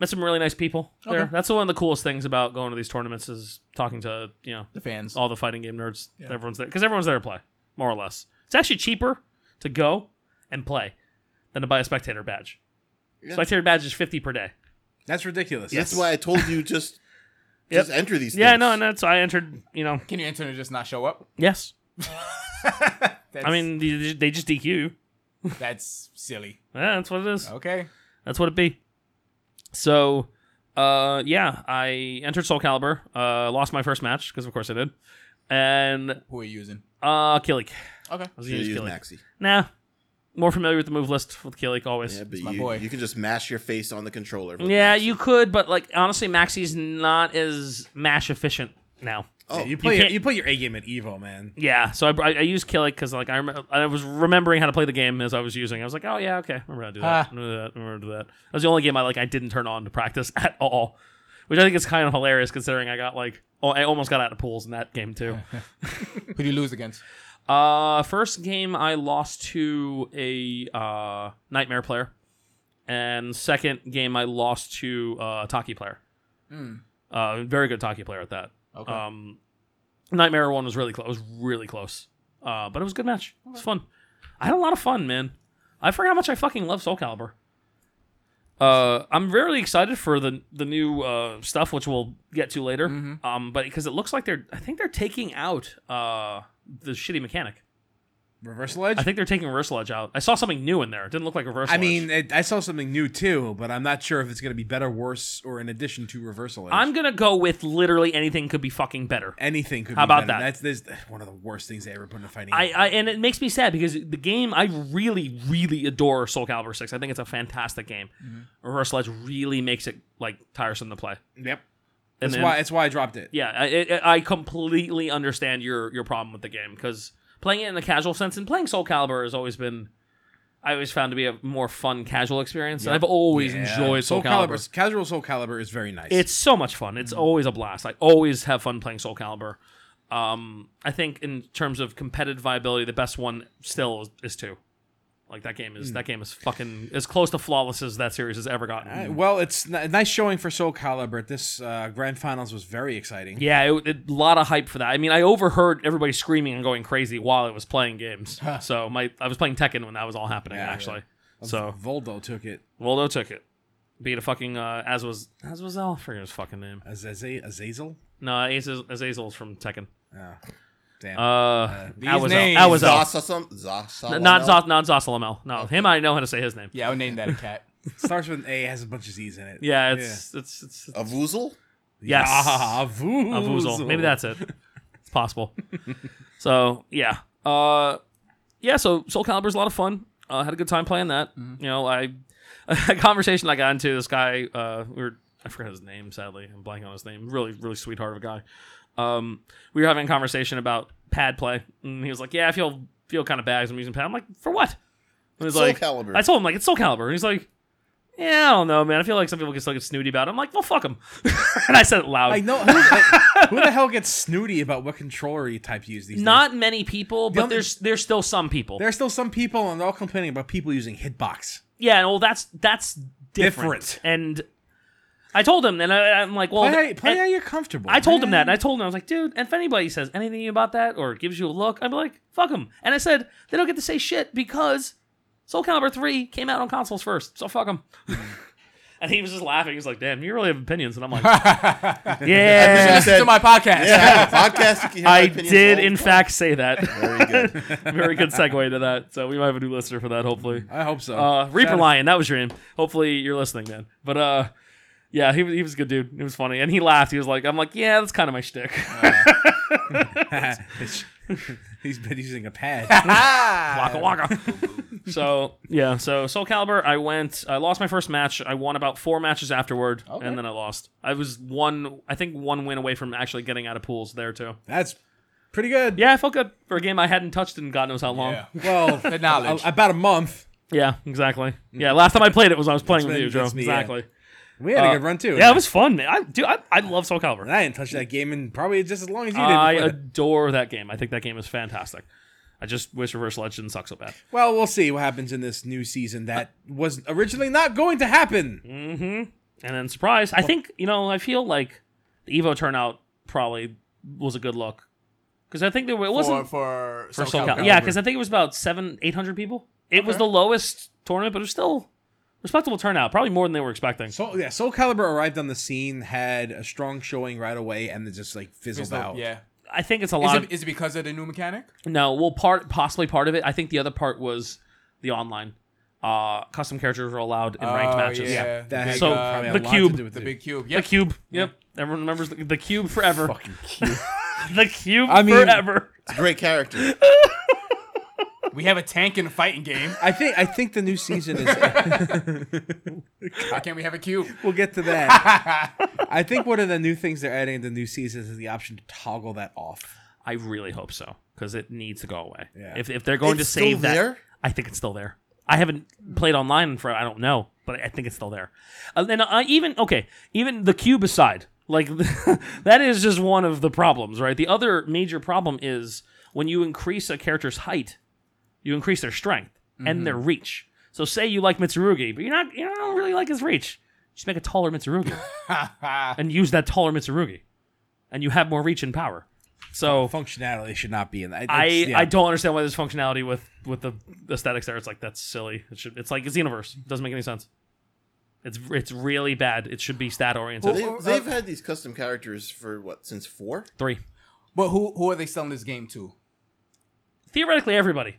[SPEAKER 1] met some really nice people there.
[SPEAKER 3] Okay.
[SPEAKER 1] That's one of the coolest things about going to these tournaments is talking to you know
[SPEAKER 3] The fans.
[SPEAKER 1] all the fighting game nerds.
[SPEAKER 3] Yeah.
[SPEAKER 1] Everyone's there because everyone's there to play, more or less. It's actually cheaper to go and play than to buy a spectator badge.
[SPEAKER 2] Yeah.
[SPEAKER 1] Spectator badge is fifty per day.
[SPEAKER 4] That's ridiculous.
[SPEAKER 2] That's why I told you just
[SPEAKER 1] Yep.
[SPEAKER 2] just enter these.
[SPEAKER 1] Yeah,
[SPEAKER 2] things.
[SPEAKER 1] no, and that's I entered. You know,
[SPEAKER 3] Can you enter and just not show up?
[SPEAKER 1] yes.
[SPEAKER 3] that's,
[SPEAKER 1] I mean, they they just DQ. you.
[SPEAKER 3] that's silly.
[SPEAKER 1] Yeah, that's what it is.
[SPEAKER 3] Okay.
[SPEAKER 1] That's what it be. So, uh, yeah, I entered Soul Calibur. Uh, lost my first match because of course I did, and
[SPEAKER 3] Who are you using?
[SPEAKER 1] uh, Killik.
[SPEAKER 3] Okay.
[SPEAKER 1] I was
[SPEAKER 2] You
[SPEAKER 1] gonna use
[SPEAKER 2] use
[SPEAKER 1] Killik.
[SPEAKER 2] Maxi.
[SPEAKER 1] Nah, more familiar with the move list with Killik always.
[SPEAKER 2] Yeah, but
[SPEAKER 3] my
[SPEAKER 2] you,
[SPEAKER 3] boy.
[SPEAKER 2] you can just mash your face on the controller. with
[SPEAKER 1] Yeah,
[SPEAKER 2] Maxi.
[SPEAKER 1] you could, but like honestly, Maxi's not as mash efficient now.
[SPEAKER 2] Oh,
[SPEAKER 4] Yeah, you play you,
[SPEAKER 1] can't-
[SPEAKER 4] play your A game at Evo, man.
[SPEAKER 1] Yeah, so I, I, I used Killick because like I rem- I was remembering how to play the game as I was using. it. I was like, oh yeah, okay, remember how to do that.
[SPEAKER 3] Ah.
[SPEAKER 1] Remember that. Remember how to do that. That was the only game I like I didn't turn on to practice at all, which I think is kind of hilarious considering I got like oh I almost got out of pools in that game too.
[SPEAKER 3] Who do you lose against?
[SPEAKER 1] Uh, first game I lost to a uh, nightmare player, and second game I lost to uh, a Taki player. Uh, very good Taki player at that.
[SPEAKER 3] Okay.
[SPEAKER 1] Um, nightmare one was really close. Was really close. Uh, but it was a good match. It was fun. I had a lot of fun, man. I forgot how much I fucking love Soul Calibur. Uh, I'm really excited for the the new uh, stuff, which we'll get to later. Um, but because it looks like they're, I think they're taking out uh the shitty mechanic.
[SPEAKER 4] Reverse Ledge?
[SPEAKER 1] I think they're taking reverse ledge out. I saw something new in there. It didn't look like reverse.
[SPEAKER 4] I
[SPEAKER 1] ledge.
[SPEAKER 4] mean, it, I saw something new too, but I'm not sure if it's going to be better, worse, or in addition to Reversal Edge.
[SPEAKER 1] I'm gonna go with literally anything could be fucking better.
[SPEAKER 4] Anything could
[SPEAKER 1] How
[SPEAKER 4] be
[SPEAKER 1] about
[SPEAKER 4] better.
[SPEAKER 1] that?
[SPEAKER 4] That's, this one of the worst things they ever put in a fighting
[SPEAKER 1] I,
[SPEAKER 4] game.
[SPEAKER 1] I and it makes me sad because the game I really really adore Soul Calibur Six. I think it's a fantastic game.
[SPEAKER 4] Mm-hmm.
[SPEAKER 1] Reverse Ledge really makes it like tiresome to play.
[SPEAKER 4] Yep.
[SPEAKER 1] And
[SPEAKER 4] That's
[SPEAKER 1] then-
[SPEAKER 4] why, that's why I dropped it.
[SPEAKER 1] Yeah, I, it, I completely understand your your problem with the game because playing it in a casual sense and playing Soul Calibur has always been, I always found to be a more fun casual experience. And I've always
[SPEAKER 4] Yeah.
[SPEAKER 1] enjoyed Soul, Calibur.
[SPEAKER 4] Casual Soul Calibur is very nice.
[SPEAKER 1] It's so much fun.
[SPEAKER 4] Mm-hmm.
[SPEAKER 1] It's always a blast. I always have fun playing Soul Calibur. Um, I think in terms of competitive viability, the best one still is, is two. Like that game
[SPEAKER 4] Hmm.
[SPEAKER 1] is that game is fucking as close to flawless as that series has ever gotten.
[SPEAKER 4] Uh, well, it's n- nice showing for Soul Calibur. This uh, grand finals was very exciting.
[SPEAKER 1] Yeah, it, it- a lot of hype for that. I mean, I overheard everybody screaming and going crazy while I was playing games. so my I was playing Tekken when that was all happening
[SPEAKER 4] Yeah,
[SPEAKER 1] actually. So
[SPEAKER 4] Voldo took it.
[SPEAKER 1] Voldo took it. Beat a fucking uh, as was as was oh, I forget his fucking name.
[SPEAKER 4] Azazel? Azazel?
[SPEAKER 1] No, Azazel, Azazel's from Tekken.
[SPEAKER 4] Oh, damn.
[SPEAKER 1] Uh,
[SPEAKER 3] these
[SPEAKER 1] Azazel,
[SPEAKER 3] names.
[SPEAKER 1] Azazel.
[SPEAKER 2] Zasa some Zasa.
[SPEAKER 1] not Zos, not Zosalamel. No, him I know how to say his name. Yeah,
[SPEAKER 3] Yeah, I would name that a cat.
[SPEAKER 4] Starts with an A, has a bunch of Z's in it.
[SPEAKER 1] it's, it's it's it's
[SPEAKER 2] Avuzal.
[SPEAKER 1] yes.
[SPEAKER 4] Ah, Avuzel.
[SPEAKER 1] Avuzal. Maybe that's it. It's possible. so yeah, uh, yeah. So Soul Calibur's a lot of fun. Uh, had a good time playing that. You know, I a conversation I got into this guy. Uh, we were I forgot his name. Sadly, I'm blanking on his name. Really, really sweetheart of a guy. Um, we were having a conversation about pad play, and he was like, "Yeah, I feel feel kind of bad 'cause I'm using pad." I'm like, "For what?" And he's
[SPEAKER 2] Soul
[SPEAKER 1] like,
[SPEAKER 2] Calibur.
[SPEAKER 1] I told him like it's Soul Calibur, and he's like. Yeah, I don't know, man. I feel like some people can still get snooty about it. I'm like, well, fuck them. and I said it loud.
[SPEAKER 4] I know. Who, I- who the hell gets snooty about what controller you type use these days?
[SPEAKER 1] Not many people, but
[SPEAKER 4] only-
[SPEAKER 1] there's there's still some people.
[SPEAKER 4] There are still some people, and they're all complaining about people using hitbox.
[SPEAKER 1] Yeah, well, that's that's different.
[SPEAKER 4] Different.
[SPEAKER 1] And I told him, and I, I'm like, well,
[SPEAKER 4] Play, how, play
[SPEAKER 1] and-
[SPEAKER 4] how you're comfortable.
[SPEAKER 1] I told him that,
[SPEAKER 4] man.
[SPEAKER 1] and I told him I was like, dude, and if anybody says anything about that or gives you a look, I'm like, fuck them. And I said they don't get to say shit because Soul Calibur three came out on consoles first, so fuck them. and he was just laughing. He was like, damn, you really have opinions. And I'm like, yeah.
[SPEAKER 3] Listen to my podcast.
[SPEAKER 2] Yeah, podcast. You can hear my
[SPEAKER 1] I
[SPEAKER 2] opinions
[SPEAKER 1] did,
[SPEAKER 2] all
[SPEAKER 1] in
[SPEAKER 2] the
[SPEAKER 1] fact, say that.
[SPEAKER 2] time. Very good.
[SPEAKER 1] Very good segue to that. So we might have a new listener for that, hopefully.
[SPEAKER 4] I hope so.
[SPEAKER 1] Uh, Reaper
[SPEAKER 4] Shout out-
[SPEAKER 1] Lion, that was your name. Hopefully you're listening, man. But uh, yeah, he was he was a good dude. It was funny, and he laughed. He was like, "I'm like, yeah, that's kind of my shtick."
[SPEAKER 4] He's been using a pad.
[SPEAKER 1] waka waka. so yeah, so Soul Calibur, I went. I lost my first match. I won about four matches afterward, and then I lost. I was one, I think one win away from actually getting out of pools there too.
[SPEAKER 4] That's pretty good.
[SPEAKER 1] Yeah, I felt good for a game I hadn't touched in God knows how long. Yeah,
[SPEAKER 3] Yeah.
[SPEAKER 4] Well,
[SPEAKER 3] The knowledge.
[SPEAKER 4] a- about a month.
[SPEAKER 1] exactly. Yeah, last time I played Mm-hmm. it was I was playing with
[SPEAKER 4] when-
[SPEAKER 1] you, Joe.
[SPEAKER 4] that's me, yeah.
[SPEAKER 1] exactly.
[SPEAKER 4] We had
[SPEAKER 1] Uh,
[SPEAKER 4] a good run too.
[SPEAKER 1] Yeah, it was fun, man. I, dude, I, I love Soul Calibur.
[SPEAKER 4] And I didn't touch that game in probably just as long as you did.
[SPEAKER 1] I uh,
[SPEAKER 4] before that.
[SPEAKER 1] adore that game. I think that game is fantastic. I just wish Reverse Ledge didn't suck so bad.
[SPEAKER 4] well, we'll see what happens in this new season that was originally not going to
[SPEAKER 1] Mm.
[SPEAKER 4] happen.
[SPEAKER 3] Mm-hmm.
[SPEAKER 1] And then surprise, I think you know. I feel like the Evo turnout probably was a good look because I think there were, it
[SPEAKER 3] For,
[SPEAKER 1] wasn't
[SPEAKER 3] for,
[SPEAKER 1] for
[SPEAKER 3] Soul
[SPEAKER 1] Soul Cal-
[SPEAKER 3] Calibur.
[SPEAKER 1] yeah, because I think it was about seven, eight hundred people. It was the lowest tournament, but it was still respectable turnout. Probably more than they were expecting.
[SPEAKER 4] So yeah, Soul Calibur arrived on the scene, had a strong showing right away, and then just like fizzled
[SPEAKER 3] So,
[SPEAKER 4] out.
[SPEAKER 3] yeah.
[SPEAKER 1] I think it's a
[SPEAKER 3] Is
[SPEAKER 1] lot.
[SPEAKER 3] it, is it because of the new mechanic?
[SPEAKER 1] of, no, well, part possibly part of it. I think the other part was the online. Uh, custom characters were allowed in ranked
[SPEAKER 3] Oh,
[SPEAKER 1] matches.
[SPEAKER 3] yeah.
[SPEAKER 4] yeah. That had uh,
[SPEAKER 1] So,
[SPEAKER 4] probably had
[SPEAKER 1] the
[SPEAKER 4] a lot to
[SPEAKER 1] cube-
[SPEAKER 4] do with
[SPEAKER 3] The
[SPEAKER 4] it.
[SPEAKER 3] big cube.
[SPEAKER 1] The
[SPEAKER 3] Yep.
[SPEAKER 1] cube. Yep. Everyone remembers the, the cube forever.
[SPEAKER 4] fucking cube.
[SPEAKER 1] the cube
[SPEAKER 4] I mean-
[SPEAKER 1] forever.
[SPEAKER 2] It's a great character.
[SPEAKER 3] We have a tank in a fighting game.
[SPEAKER 4] I think I think the new season is.
[SPEAKER 3] Why can't we have a cube?
[SPEAKER 4] we'll get to that. I think one of the new things they're adding in the new season is the option to toggle that off.
[SPEAKER 1] I really hope so because it needs to go away.
[SPEAKER 4] Yeah.
[SPEAKER 1] If, if they're going to
[SPEAKER 2] It's still
[SPEAKER 1] save that,
[SPEAKER 2] there?
[SPEAKER 1] I think it's still there. I haven't played online for I don't know, but I think it's still there. Uh, and I even okay, even the cube aside, like that is just one of the problems, right? The other major problem is when you increase a character's height, you increase their strength and their reach. So say you like Mitsurugi, but you're not you don't really like his reach. Just make a taller Mitsurugi and use that taller Mitsurugi, and you have more reach and power. So
[SPEAKER 4] Functionality should not be in that.
[SPEAKER 1] I,
[SPEAKER 4] It's- yeah.
[SPEAKER 1] I don't understand why there's functionality with with the aesthetics there. It's like that's silly. It should it's like it's universe. It doesn't make any sense. It's it's really bad. It should be stat oriented.
[SPEAKER 2] They, they've had these custom characters for what since four?
[SPEAKER 1] Three.
[SPEAKER 3] But who who are they selling this game to?
[SPEAKER 1] Theoretically everybody.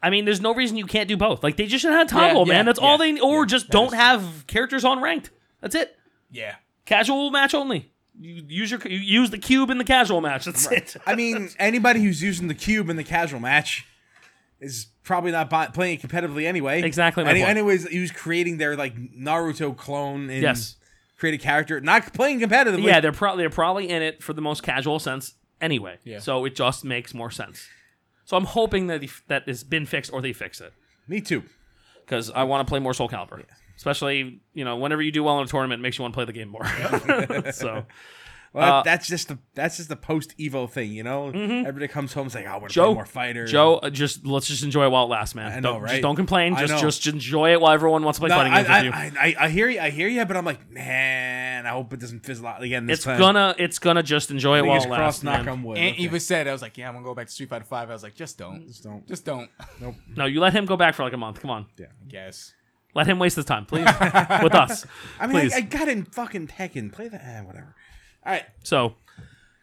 [SPEAKER 1] I mean, there's no reason you can't do both. Like they just should have toggle,
[SPEAKER 3] Hmm. Yeah,
[SPEAKER 1] man.
[SPEAKER 3] yeah,
[SPEAKER 1] That's all
[SPEAKER 3] yeah,
[SPEAKER 1] they or
[SPEAKER 3] yeah,
[SPEAKER 1] just
[SPEAKER 3] that
[SPEAKER 1] don't
[SPEAKER 3] is true.
[SPEAKER 1] have characters on ranked. That's it.
[SPEAKER 3] Yeah.
[SPEAKER 1] Casual match only. You use your you use the cube in the casual match. That's it.
[SPEAKER 4] I mean, anybody who's using the cube in the casual match is probably not bu- playing it competitively anyway.
[SPEAKER 1] Exactly my
[SPEAKER 4] Any-
[SPEAKER 1] point.
[SPEAKER 4] Anyways, he was creating their like Naruto clone and
[SPEAKER 1] Yes.
[SPEAKER 4] create a character, not playing competitively.
[SPEAKER 1] yeah, they're probably they're probably in it for the most casual sense anyway.
[SPEAKER 3] Yeah.
[SPEAKER 1] So it just makes more sense. So I'm hoping that if- that has been fixed or they fix it
[SPEAKER 4] me too.
[SPEAKER 1] because I want to play more Soul Calibur. Especially you know whenever you do well in a tournament, it makes you want to play the game more. so Uh,
[SPEAKER 4] Well,
[SPEAKER 1] Mm-hmm.
[SPEAKER 4] that's just the that's just the post Evo thing, you know. Everybody comes home is like, "Oh, we're
[SPEAKER 1] Joe-
[SPEAKER 4] play more fighter."
[SPEAKER 1] Joe, uh, just let's just enjoy it while it lasts, man.
[SPEAKER 4] I know,
[SPEAKER 1] don't,
[SPEAKER 4] right?
[SPEAKER 1] Just don't complain.
[SPEAKER 4] I
[SPEAKER 1] Just
[SPEAKER 4] know.
[SPEAKER 1] just enjoy it while everyone wants to play
[SPEAKER 4] No,
[SPEAKER 1] fighting
[SPEAKER 4] I,
[SPEAKER 1] games
[SPEAKER 4] I,
[SPEAKER 1] with you.
[SPEAKER 4] I, I, I hear you, I hear you, but I'm like, man, I hope it doesn't fizzle out again this
[SPEAKER 1] it's
[SPEAKER 4] time.
[SPEAKER 1] gonna it's gonna just enjoy it while
[SPEAKER 4] Fingers
[SPEAKER 1] it lasts.
[SPEAKER 4] crossed, knock
[SPEAKER 1] man.
[SPEAKER 4] on wood.
[SPEAKER 3] And
[SPEAKER 4] Okay.
[SPEAKER 3] Eva said, I was like, yeah, I'm gonna go back to Street Fighter Five. I was like, just don't,
[SPEAKER 4] Just don't.
[SPEAKER 3] just don't.
[SPEAKER 1] No, you let him go back for like a month. Come on,
[SPEAKER 3] I guess.
[SPEAKER 1] let him waste his time, please, with us.
[SPEAKER 4] I mean,
[SPEAKER 1] please.
[SPEAKER 4] I, I got in fucking Tekken. Play that, eh, whatever. All right,
[SPEAKER 1] So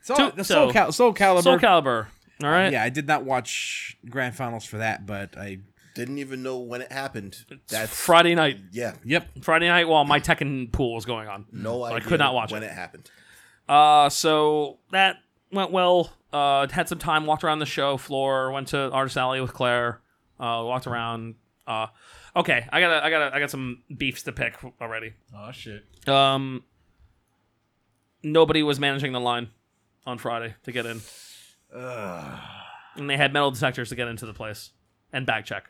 [SPEAKER 4] so
[SPEAKER 1] Two-
[SPEAKER 4] the
[SPEAKER 1] so-
[SPEAKER 4] Soul, Cal- Soul Calibur.
[SPEAKER 1] Soul Calibur. All right.
[SPEAKER 4] yeah, I did not watch grand finals for that, but I
[SPEAKER 2] Didn't even know when it happened. That's
[SPEAKER 1] Friday night.
[SPEAKER 2] yeah.
[SPEAKER 4] yep.
[SPEAKER 1] Friday night while my Tekken pool was going on.
[SPEAKER 2] No
[SPEAKER 1] So
[SPEAKER 2] idea.
[SPEAKER 1] I could not watch
[SPEAKER 2] when
[SPEAKER 1] it.
[SPEAKER 2] it happened.
[SPEAKER 1] Uh, so that went well. Uh, had some time, walked around the show floor, went to Artist Alley with Claire, uh, walked around. Uh, okay, I got I got I got some beefs to pick already.
[SPEAKER 3] Oh shit.
[SPEAKER 1] Um, nobody was managing the line on Friday to get in, and they had metal detectors to get into the place and bag check,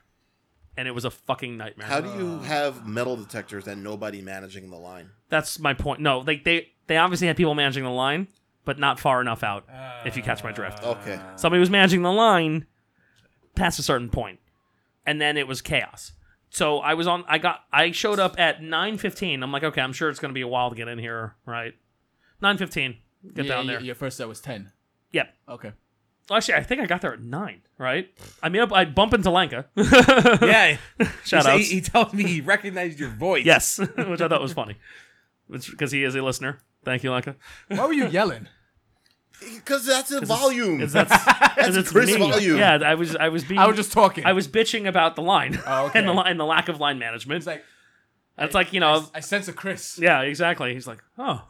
[SPEAKER 1] and it was a fucking nightmare.
[SPEAKER 2] How do you have metal detectors and nobody managing the line?
[SPEAKER 1] That's my point. No, like they they obviously had people managing the line, but not far enough out. if you catch my drift,
[SPEAKER 2] Okay.
[SPEAKER 1] somebody was managing the line past a certain point, and then it was chaos. So I was on. I got. I showed up at nine fifteen. I'm like, okay, I'm sure it's going to be a while to get in here, right? Nine fifteen. Get
[SPEAKER 3] Yeah,
[SPEAKER 1] down
[SPEAKER 3] y-
[SPEAKER 1] there.
[SPEAKER 3] Your first set was ten.
[SPEAKER 1] Yep.
[SPEAKER 3] Okay.
[SPEAKER 1] Actually, I think I got there at nine. Right. I mean, I bump into Lanka.
[SPEAKER 4] Yeah,
[SPEAKER 1] Shout
[SPEAKER 4] he,
[SPEAKER 1] outs.
[SPEAKER 4] he tells me he recognized your voice.
[SPEAKER 1] yes, which I thought was funny, because he is a listener. Thank you, Lanka.
[SPEAKER 3] Why were you yelling?
[SPEAKER 2] Because that's the volume.
[SPEAKER 1] Because that's, 'cause it's
[SPEAKER 2] Chris
[SPEAKER 1] me.
[SPEAKER 2] volume.
[SPEAKER 1] Yeah, I was. I was being.
[SPEAKER 3] I was just talking.
[SPEAKER 1] I was bitching about the line
[SPEAKER 3] Oh, okay.
[SPEAKER 1] and the li- and the lack of line management.
[SPEAKER 3] It's like
[SPEAKER 1] it's like you know,
[SPEAKER 3] I sense a Chris.
[SPEAKER 1] yeah, exactly. He's like, oh.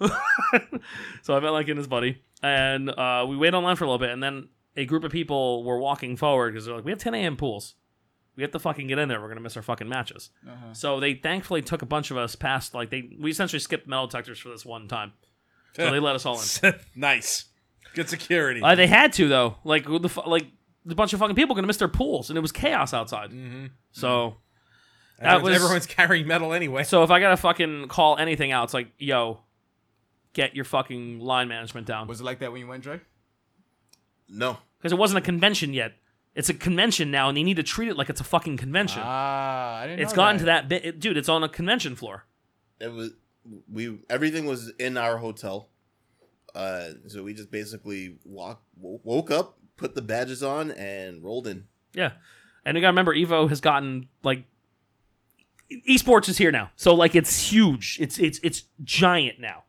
[SPEAKER 1] so I met like in his buddy, and uh, we waited online for a little bit, and then a group of people were walking forward because they're like, we have 10 a.m. pools. We have to fucking get in there. We're gonna miss our fucking matches.
[SPEAKER 3] Uh-huh.
[SPEAKER 1] So they thankfully took a bunch of us past. Like they, we essentially skipped metal detectors for this one time. So they let us all in.
[SPEAKER 4] nice, good security.
[SPEAKER 1] Uh, they had to though. Like who the fu- like the bunch of fucking people gonna miss their pools, and it was chaos outside.
[SPEAKER 3] Mm-hmm.
[SPEAKER 1] So that
[SPEAKER 4] everyone's,
[SPEAKER 1] was
[SPEAKER 4] everyone's carrying metal anyway.
[SPEAKER 1] so. If I gotta fucking call anything out, it's like yo, get your fucking line management down
[SPEAKER 3] Was it like that when you went, Dre?
[SPEAKER 2] no.
[SPEAKER 1] because it wasn't a convention yet. It's a convention now, and they need to treat it like it's a fucking convention.
[SPEAKER 3] Ah, I didn't.
[SPEAKER 1] it's
[SPEAKER 3] know
[SPEAKER 1] gotten to that bit, dude. It's on a convention floor.
[SPEAKER 2] It was we everything was in our hotel. Uh so we just basically walk wo- woke up, put the badges on and rolled in.
[SPEAKER 1] Yeah, and you gotta remember, Evo has gotten like esports is here now, so like it's huge. It's it's it's giant now,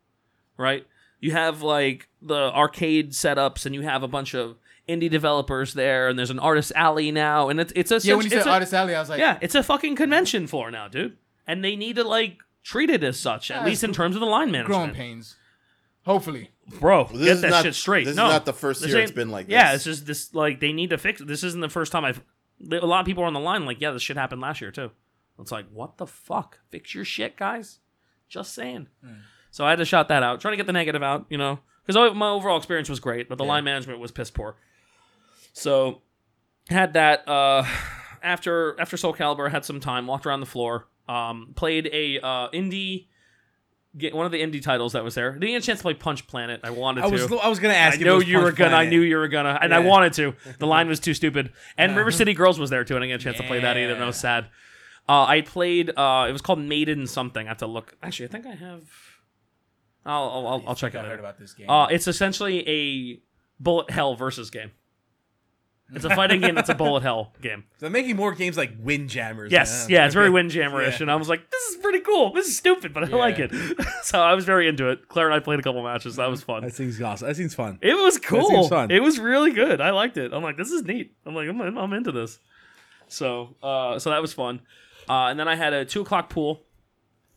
[SPEAKER 1] right? You have like the arcade setups, and you have a bunch of indie developers there, and there's an artist alley now, and it's it's a
[SPEAKER 3] Yeah, when you
[SPEAKER 1] it's
[SPEAKER 3] said
[SPEAKER 1] a-
[SPEAKER 3] Artist Alley, I was like,
[SPEAKER 1] yeah, it's a fucking convention floor now, dude, and they need to like treat it as such, at
[SPEAKER 3] Yeah,
[SPEAKER 1] least
[SPEAKER 3] it's
[SPEAKER 1] in terms of the line
[SPEAKER 3] growing
[SPEAKER 1] management,
[SPEAKER 3] pains. Hopefully,
[SPEAKER 1] bro.
[SPEAKER 2] This
[SPEAKER 1] get
[SPEAKER 2] is
[SPEAKER 1] that
[SPEAKER 2] not-
[SPEAKER 1] shit straight.
[SPEAKER 2] This
[SPEAKER 1] no,
[SPEAKER 2] is not the first
[SPEAKER 1] this
[SPEAKER 2] year it's
[SPEAKER 1] ain't-
[SPEAKER 2] been like
[SPEAKER 1] yeah,
[SPEAKER 2] this.
[SPEAKER 1] it's just this like they need to fix. This isn't the first time I've. A lot of people are on the line like, yeah, this shit happened last year too. It's like, what the fuck? Fix your shit, guys. Just saying. So I had to shout that out, trying to get the negative out, you know, because my overall experience was great, but the line management was piss poor. So had that uh, after after Soul Calibur had some time, walked around the floor, um, played a uh, indie. Get one of the indie titles that was there. Didn't get a chance to play Punch Planet. I wanted
[SPEAKER 4] I
[SPEAKER 1] to.
[SPEAKER 4] was I was gonna ask.
[SPEAKER 1] I
[SPEAKER 4] if it
[SPEAKER 1] know
[SPEAKER 4] was
[SPEAKER 1] you were
[SPEAKER 4] Punch
[SPEAKER 1] gonna. I
[SPEAKER 4] Planet.
[SPEAKER 1] knew you were gonna, and I
[SPEAKER 4] Yeah.
[SPEAKER 1] wanted to. The line was too stupid. And River City Girls was there too, and I didn't get a chance to play that either. And I was sad. Uh, I played. Uh, it was called Maiden something. I have to look. Actually, I think I have. I'll I'll, I'll, I'll check it
[SPEAKER 3] I heard
[SPEAKER 1] out.
[SPEAKER 3] about this game.
[SPEAKER 1] Uh, it's essentially a bullet hell versus game. It's a fighting game that's a bullet hell game.
[SPEAKER 4] They're making more games like Windjammers.
[SPEAKER 1] Yes, yeah, it's very Windjammerish, and I was like, "This is pretty cool. This is stupid, but I
[SPEAKER 3] Yeah.
[SPEAKER 1] like it." so I was very into it. Claire and I played a couple matches. That was fun.
[SPEAKER 4] That seems awesome. That seems fun.
[SPEAKER 1] It was cool.
[SPEAKER 4] fun.
[SPEAKER 1] It was really good. I liked it. I'm like, this is neat. I'm like, I'm, I'm into this. So uh, so that was fun. Uh, and then I had a two o'clock pool,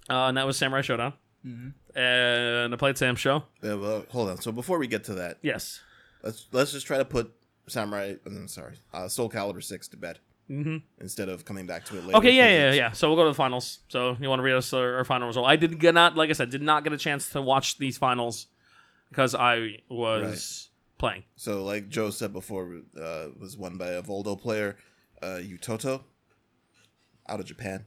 [SPEAKER 1] uh, and that was Samurai Showdown.
[SPEAKER 4] Mm-hmm.
[SPEAKER 1] And I played Sam Show.
[SPEAKER 2] Uh, well, hold on. So before we get to that,
[SPEAKER 1] Yes.
[SPEAKER 2] let's let's just try to put Samurai. I'm sorry, uh, Soul Calibur Six to bed
[SPEAKER 1] Mhm.
[SPEAKER 2] instead of coming back to it later.
[SPEAKER 1] Okay. Yeah.
[SPEAKER 2] 'cause
[SPEAKER 1] Yeah.
[SPEAKER 2] it's-
[SPEAKER 1] Yeah. So we'll go to the finals. So you want to read us our, our final result? I did get not, like I said, did not get a chance to watch these finals because I was playing.
[SPEAKER 2] So like Joe said before, uh, was won by a Voldo player, uh, Utoto, out of Japan.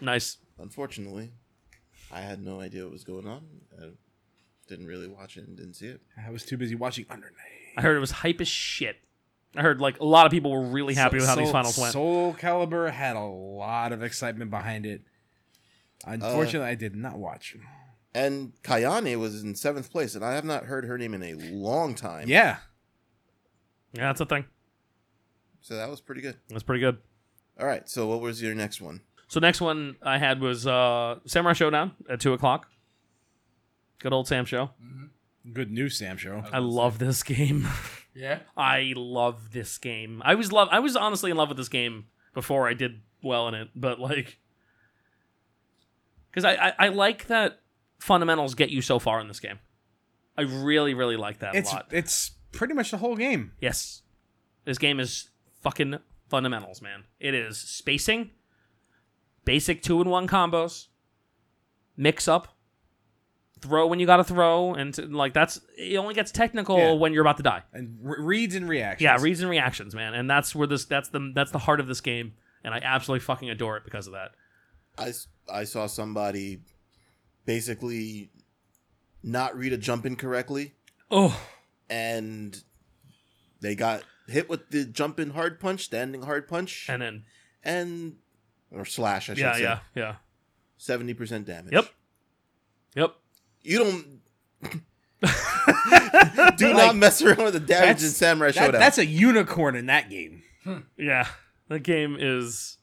[SPEAKER 1] Nice.
[SPEAKER 2] Unfortunately, I had no idea what was going on. I didn't really watch it and didn't see it.
[SPEAKER 4] I was too busy watching Under
[SPEAKER 1] I heard it was hype as shit. I heard like a lot of people were really happy with how these finals went.
[SPEAKER 4] Soul Calibur had a lot of excitement behind it. Unfortunately, I did not watch.
[SPEAKER 2] And Kayane was in seventh place, and I have not heard her name in a long time.
[SPEAKER 4] Yeah,
[SPEAKER 1] yeah, that's a thing.
[SPEAKER 2] So that was pretty good.
[SPEAKER 1] That's pretty good.
[SPEAKER 2] All right. So what was your next one?
[SPEAKER 1] So next one I had was uh, Samurai Showdown at two o'clock. Good old Sam Show.
[SPEAKER 4] good news, Sam Show.
[SPEAKER 1] I love this game.
[SPEAKER 3] Yeah.
[SPEAKER 1] I love this game. I was love. I was honestly in love with this game before I did well in it, but like, because I, I I like that fundamentals get you so far in this game. I really really like that
[SPEAKER 4] It's
[SPEAKER 1] a lot.
[SPEAKER 4] it's pretty much the whole game.
[SPEAKER 1] Yes. This game is fucking fundamentals, man. It is spacing, basic two and one combos, mix up, throw when you gotta throw, and t- like that's it only gets technical
[SPEAKER 4] Yeah.
[SPEAKER 1] when you're about to die.
[SPEAKER 4] And re- reads and reactions.
[SPEAKER 1] Yeah, reads and reactions, man. And that's where this that's the that's the heart of this game, and I absolutely fucking adore it because of that.
[SPEAKER 2] I, s- I saw somebody basically not read a jump in correctly,
[SPEAKER 1] Oh
[SPEAKER 2] and they got hit with the jump in hard punch, standing hard punch, and,
[SPEAKER 1] and then
[SPEAKER 2] or slash, I should
[SPEAKER 1] yeah,
[SPEAKER 2] say.
[SPEAKER 1] yeah, yeah.
[SPEAKER 2] Seventy percent damage.
[SPEAKER 1] Yep. Yep.
[SPEAKER 2] You don't. Do not mess around with the damage in
[SPEAKER 4] That's-
[SPEAKER 2] Samurai
[SPEAKER 4] That-
[SPEAKER 2] Showdown.
[SPEAKER 4] that's a unicorn in that game.
[SPEAKER 1] Yeah. The game is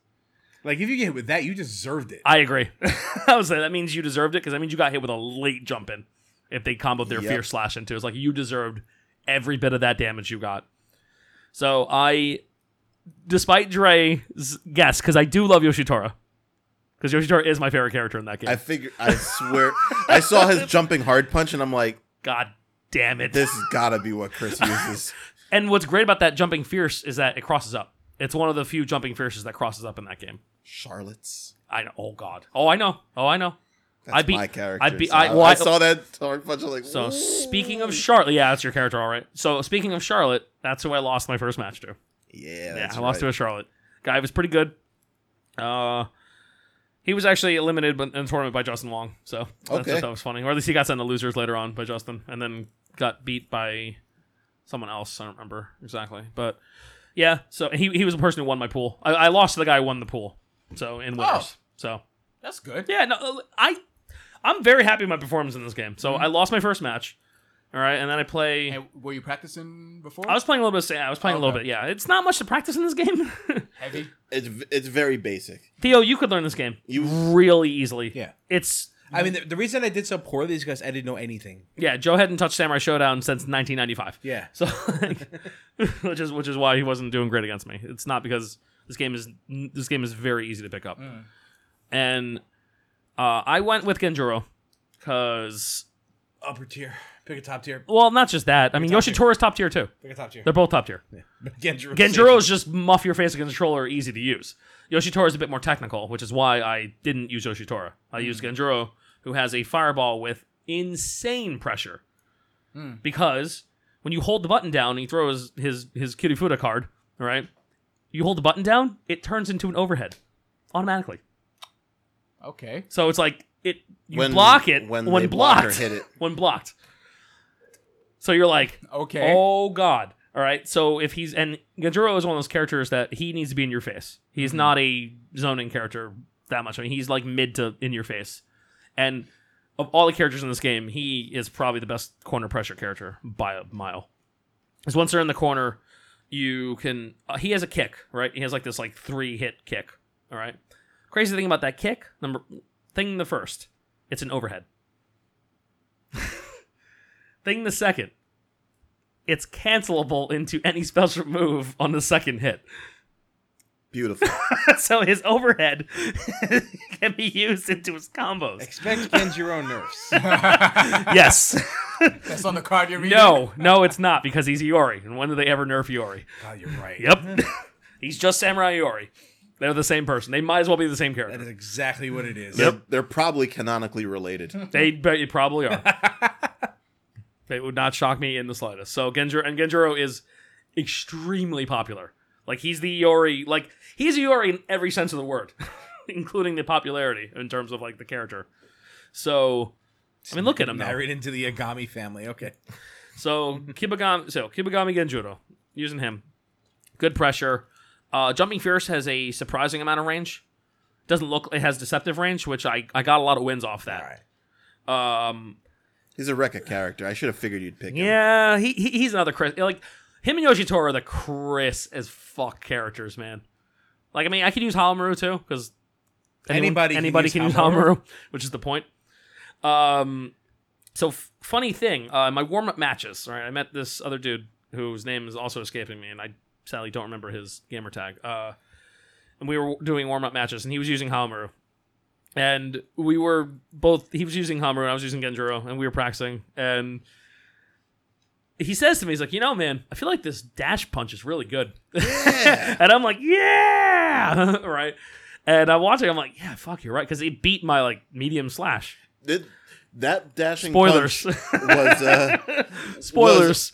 [SPEAKER 4] Like if you get hit with that, you deserved it.
[SPEAKER 1] I agree. I was like, that means you deserved it because that means you got hit with a late jump in if they comboed their
[SPEAKER 2] Yep.
[SPEAKER 1] fear slash into. It's like you deserved every bit of that damage you got. So I, despite Dre's guess, because I do love Yoshitora, because Yoshitora is my favorite character in that game.
[SPEAKER 2] I figure. I swear. I saw his jumping hard punch, and I'm like,
[SPEAKER 1] God damn it.
[SPEAKER 2] this has got to be what Chris uses.
[SPEAKER 1] and what's great about that jumping fierce is that it crosses up. It's one of the few jumping fierces that crosses up in that game.
[SPEAKER 2] Charlotte's.
[SPEAKER 1] I know. Oh God. Oh I know. Oh I know.
[SPEAKER 2] That's
[SPEAKER 1] I beat-
[SPEAKER 2] my character.
[SPEAKER 1] I beat-
[SPEAKER 2] so
[SPEAKER 1] I- well,
[SPEAKER 2] I,
[SPEAKER 1] I-
[SPEAKER 2] saw that hard punch. I'm like,
[SPEAKER 1] So speaking of Charlotte, yeah, that's your character, all right. So speaking of Charlotte, that's who I lost my first match to.
[SPEAKER 2] yeah,
[SPEAKER 1] Yeah,
[SPEAKER 2] that's
[SPEAKER 1] I lost to
[SPEAKER 2] right.
[SPEAKER 1] a Charlotte guy. Was pretty good. Uh, he was actually eliminated in the tournament by Justin Wong. So I
[SPEAKER 2] Okay.
[SPEAKER 1] thought that was funny. Or at least he got sent to losers later on by Justin, and then got beat by someone else. I don't remember exactly, but yeah. So he he was the person who won my pool. I, I lost to the guy who won the pool. So in
[SPEAKER 2] Oh.
[SPEAKER 1] winners. So
[SPEAKER 3] That's good.
[SPEAKER 1] yeah, no, uh, I I'm very happy with my performance in this game.
[SPEAKER 4] Mhm.
[SPEAKER 1] So I lost my first match. All right, and then I play.
[SPEAKER 3] And were you practicing before?
[SPEAKER 1] I was playing a little bit. Of, yeah, I was playing a little
[SPEAKER 3] Okay.
[SPEAKER 1] bit. Yeah, it's not much to practice in this game.
[SPEAKER 3] heavy.
[SPEAKER 2] It's v- it's very basic.
[SPEAKER 1] Theo, you could learn this game you really easily.
[SPEAKER 4] Yeah.
[SPEAKER 1] it's
[SPEAKER 4] I mean, the, the reason I did so poorly is because I didn't know anything.
[SPEAKER 1] yeah. Joe hadn't touched Samurai Showdown since 1995.
[SPEAKER 4] Yeah.
[SPEAKER 1] So, which is which is why he wasn't doing great against me. It's not because this game is this game is very easy to pick up,
[SPEAKER 4] Mm.
[SPEAKER 1] and uh, I went with Genjuro because
[SPEAKER 4] Upper tier. Pick a top tier.
[SPEAKER 1] well, not just that. I mean,
[SPEAKER 4] top tier.
[SPEAKER 1] Yoshitora's top tier too.
[SPEAKER 4] Pick a top tier.
[SPEAKER 1] They're both top tier.
[SPEAKER 4] Genjuro.
[SPEAKER 1] Genjuro is just muff your face against the controller, easy to use. Yoshitora is a bit more technical, which is why I didn't use Yoshitora. I used
[SPEAKER 2] Mm.
[SPEAKER 1] Genjuro, who has a fireball with insane pressure.
[SPEAKER 2] Hmm.
[SPEAKER 1] Because when you hold the button down and you throw his, his, his Kirifuda card, all right, you hold the button down, it turns into an overhead automatically.
[SPEAKER 3] Okay.
[SPEAKER 1] So it's like it you
[SPEAKER 2] When-
[SPEAKER 1] block it
[SPEAKER 2] when
[SPEAKER 1] when,
[SPEAKER 2] they block
[SPEAKER 1] blocked,
[SPEAKER 2] or hit it.
[SPEAKER 1] when blocked. So you're like,
[SPEAKER 3] Okay.
[SPEAKER 1] Oh God! All right. So if he's and Ganjuro is one of those characters that he needs to be in your face. He's not a zoning character that much. I mean, he's like mid to in your face. And of all the characters in this game, he is probably the best corner pressure character by a mile. Because once they're in the corner, you can. Uh, he has a kick, right? He has like this like three hit kick. All right. Crazy thing about that kick number thing the first, it's an overhead. thing the second, it's cancelable into any special move on the second hit.
[SPEAKER 2] Beautiful.
[SPEAKER 1] so his overhead can be used into his combos.
[SPEAKER 4] Expect Kenjiro Nurse.
[SPEAKER 1] Yes.
[SPEAKER 3] That's on the card you're reading.
[SPEAKER 1] no, no, it's not because he's Iori. And when do they ever nerf Iori?
[SPEAKER 4] God, you're right.
[SPEAKER 1] Yep. he's just Samurai Iori. They're the same person. They might as well be the same
[SPEAKER 4] That
[SPEAKER 1] character.
[SPEAKER 4] is exactly what it is.
[SPEAKER 1] Yep.
[SPEAKER 2] They're probably canonically related.
[SPEAKER 1] They be- probably are. it would not shock me in the slightest. So Genjiro and Genjiro is extremely popular. Like he's the Iori, like he's Iori in every sense of the word, including the popularity in terms of like the character. So I mean, look at him now.
[SPEAKER 4] Married into the Agami family. Okay.
[SPEAKER 1] So Kibagami, so Kibagami Genjuro, using him, good pressure. Uh, Jumping Fierce has a surprising amount of range. Doesn't look it has deceptive range, which I I got a lot of wins off
[SPEAKER 4] All
[SPEAKER 1] that.
[SPEAKER 4] right.
[SPEAKER 1] Um,
[SPEAKER 2] He's a wreck character. I should have figured you'd pick him.
[SPEAKER 1] yeah, he, he he's another Chris. Like him and Yoshitora are the Chris as fuck characters, man. Like I mean, I could use Halomaru too because
[SPEAKER 4] Anybody can
[SPEAKER 1] anybody
[SPEAKER 4] use
[SPEAKER 1] can use
[SPEAKER 4] Halomaru.
[SPEAKER 1] Halomaru, which is the point. Um, so f- funny thing, uh, in my warm up matches, right? I met this other dude whose name is also escaping me, and I sadly don't remember his gamer tag. Uh, and we were doing warm up matches, and he was using Hamaru. And we were both, he was using Hamaru, and I was using Genjiro, and we were practicing. And he says to me, he's like, you know, man, I feel like this dash punch is really good. and I'm like, yeah, right. And I'm watching, I'm like, yeah, fuck, you're right. Because it beat my, like, medium slash.
[SPEAKER 2] Th- that dashing
[SPEAKER 1] Spoilers.
[SPEAKER 2] punch was uh,
[SPEAKER 1] Spoilers.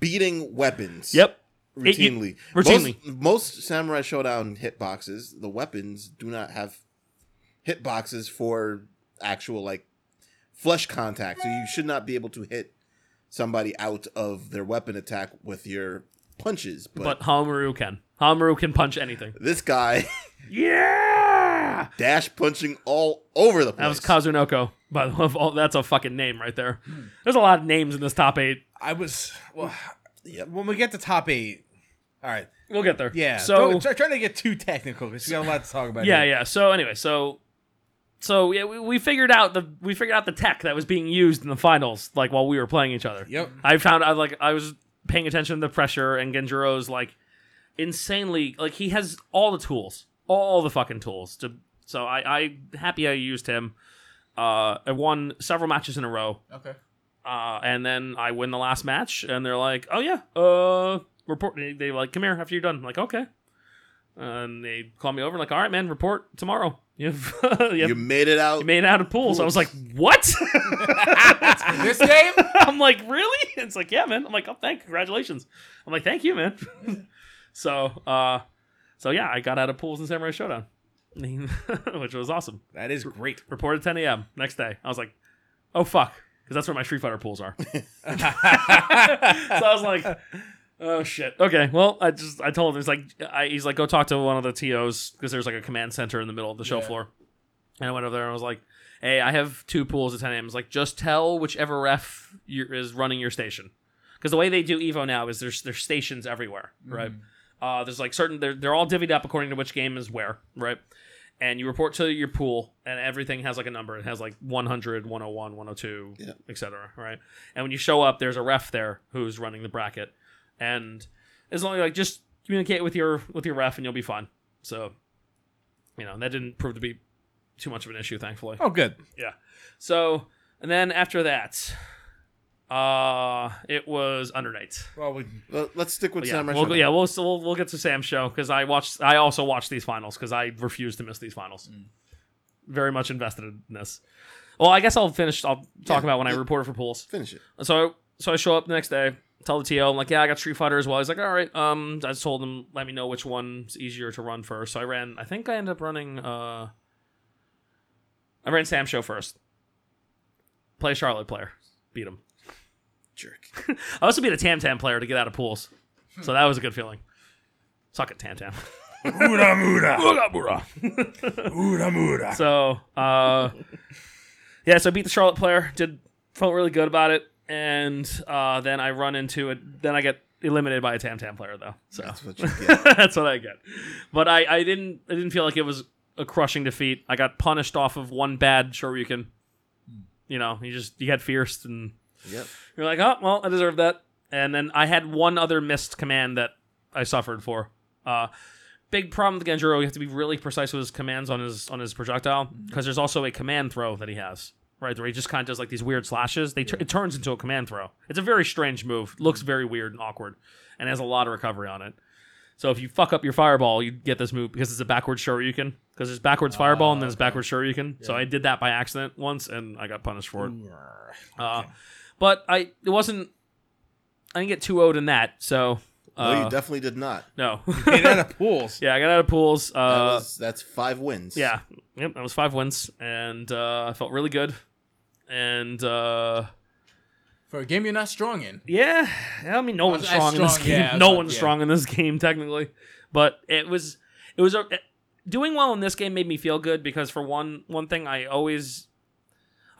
[SPEAKER 2] beating weapons.
[SPEAKER 1] Yep. It- you-
[SPEAKER 2] Routinely.
[SPEAKER 1] routinely.
[SPEAKER 2] Most, most Samurai Showdown hitboxes, the weapons do not have hitboxes for actual like flesh contact. So you should not be able to hit somebody out of their weapon attack with your punches.
[SPEAKER 1] But
[SPEAKER 2] But,
[SPEAKER 1] Hamaru can. Hamaru can punch anything.
[SPEAKER 2] this guy
[SPEAKER 1] Yeah.
[SPEAKER 2] dash punching all over the place.
[SPEAKER 1] That was Kazunoko. By the way, of all- that's a fucking name right there. There's a lot of names in this top eight.
[SPEAKER 4] I was well.
[SPEAKER 2] Yep.
[SPEAKER 4] When we get to top eight, all right.
[SPEAKER 1] We'll get there.
[SPEAKER 4] Yeah.
[SPEAKER 1] So
[SPEAKER 4] don't- try, trying to get too technical because we got a lot to talk about.
[SPEAKER 1] yeah,
[SPEAKER 4] here.
[SPEAKER 1] yeah. So anyway, so so yeah, we, we figured out the we figured out the tech that was being used in the finals, like while we were playing each other.
[SPEAKER 4] Yep.
[SPEAKER 1] I found I like I was paying attention to the pressure and Genjiro's like insanely like he has all the tools, all the fucking tools. To so I I happy I used him. Uh, I won several matches in a row.
[SPEAKER 3] Okay.
[SPEAKER 1] uh, and then I win the last match, and they're like, "Oh yeah, uh, report." They, they like, "Come here after you're done." I'm like, okay, and they call me over, like, "All right, man, report tomorrow." You've
[SPEAKER 2] You
[SPEAKER 1] you
[SPEAKER 2] made it out.
[SPEAKER 1] made it out of pools. I was like, "What?"
[SPEAKER 3] In this game?
[SPEAKER 1] I'm like, "Really?" It's like, "Yeah, man." I'm like, "Oh, thank, congratulations." I'm like, "Thank you, man." so, uh, so yeah, I got out of pools in Samurai Showdown, which was awesome.
[SPEAKER 4] That is great.
[SPEAKER 1] Reported 10 a.m. next day. I was like, "Oh fuck," because that's where my Street Fighter pools are. so I was like, "Oh shit." Okay. Well, I just I told him he's like I, he's like go talk to one of the tos because there's like a command center in the middle of the show
[SPEAKER 3] Yeah.
[SPEAKER 1] floor. And I went over there and I was like, "Hey, I have two pools at 10 a.m." He's like, "Just tell whichever ref you is running your station." Because the way they do Evo now is there's there's stations everywhere,
[SPEAKER 3] Mm-hmm.
[SPEAKER 1] right?
[SPEAKER 3] Hmm.
[SPEAKER 1] Uh, there's like certain they're they're all divvied up according to which game is where, right? And you report to your pool, and everything has like a number. It has like 100, 101, 102,
[SPEAKER 2] Yeah.
[SPEAKER 1] etc. Right? And when you show up, there's a ref there who's running the bracket, and as long as like just communicate with your with your ref, and you'll be fine. So, you know that didn't prove to be too much of an issue, thankfully.
[SPEAKER 4] Oh, good.
[SPEAKER 1] So, and then after that, uh, it was Undernight.
[SPEAKER 4] Well, we,
[SPEAKER 2] Well, let's stick with
[SPEAKER 1] Yeah,
[SPEAKER 2] Samurai
[SPEAKER 1] we'll,
[SPEAKER 2] Showdown.
[SPEAKER 1] yeah, we'll, so we'll we'll get to Sam's show because I watched. I also watched these finals because I refuse to miss these finals.
[SPEAKER 2] Mm.
[SPEAKER 1] Very much invested in this. Well, I guess I'll finish. I'll talk
[SPEAKER 2] Yeah,
[SPEAKER 1] about when I
[SPEAKER 2] yeah.
[SPEAKER 1] reported for pools.
[SPEAKER 2] Finish it.
[SPEAKER 1] So I, so I show up the next day, tell the TO, I'm like, yeah, I got Street Fighter as well. He's like, all right. Um, I just told him let me know which one's easier to run first. So I ran. I think I ended up running. Uh, I ran Sam's show first. Play Charlotte player, beat him.
[SPEAKER 2] Jerk.
[SPEAKER 1] I also beat a Tam Tam player to get out of pools. So that was a good feeling. Suck it, Tam Tam.
[SPEAKER 4] Ura Mura. Ura Mura.
[SPEAKER 1] so, uh, yeah, so I beat the Charlotte player. Did felt really good about it, and uh, then I run into it. Then I get eliminated by a Tam Tam player, though. So
[SPEAKER 2] That's what you get.
[SPEAKER 1] that's what I get. But I, I didn't I didn't feel like it was a crushing defeat. I got punished off of one bad Shoryuken. You know, you just you got fierced and
[SPEAKER 2] Yep.
[SPEAKER 1] you're like, oh well, I deserve that. And then I had one other missed command that I suffered for. Uh, Big problem with Genjuro. You have to be really precise with his commands on his on his projectile because there's also a command throw that he has. Right, where he just kind of does like these weird slashes. They tur- it turns into a command throw. It's a very strange move. Looks very weird and awkward, and has a lot of recovery on it. So if you fuck up your fireball, you get this move because it's a backwards shoryuken. Because there's backwards fireball and then there's backwards shoryuken. So I did that by accident once, and I got punished for it. Uh, But I it wasn't. I didn't get too owed in that. So
[SPEAKER 2] no, you
[SPEAKER 1] uh,
[SPEAKER 2] definitely did not.
[SPEAKER 1] no.
[SPEAKER 4] Made out of pools.
[SPEAKER 1] yeah, I got out of pools. Uh,
[SPEAKER 2] That was, that's five wins.
[SPEAKER 1] yeah, yep, that was five wins, and uh, I felt really good. And uh,
[SPEAKER 3] For a game you're not strong in.
[SPEAKER 1] Yeah, I mean, no one's
[SPEAKER 3] as
[SPEAKER 1] strong in this
[SPEAKER 3] strong,
[SPEAKER 1] game.
[SPEAKER 3] yeah, as
[SPEAKER 1] no
[SPEAKER 3] strong,
[SPEAKER 1] one's
[SPEAKER 3] yeah.
[SPEAKER 1] strong in this game technically, but it was it was a, doing well in this game made me feel good because for one one thing, I always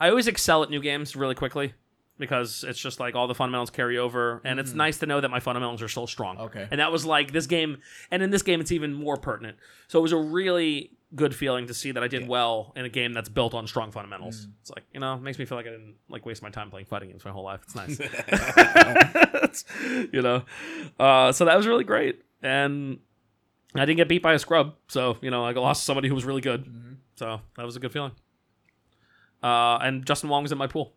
[SPEAKER 1] I always excel at new games really quickly because it's just like all the fundamentals carry over, and
[SPEAKER 3] Mm-hmm.
[SPEAKER 1] it's nice to know that my fundamentals are still strong.
[SPEAKER 3] Okay.
[SPEAKER 1] and that was like this game, and in this game, it's even more pertinent. So it was a really good feeling to see that I did well in a game that's built on strong fundamentals. It's like you know, it makes me feel like I didn't like waste my time playing fighting games my whole life. It's nice. It's- you know, uh, so that was really great, and I didn't get beat by a scrub. So you know, I lost somebody who was really good. So that was a good feeling. Uh, and Justin Wong was in my pool.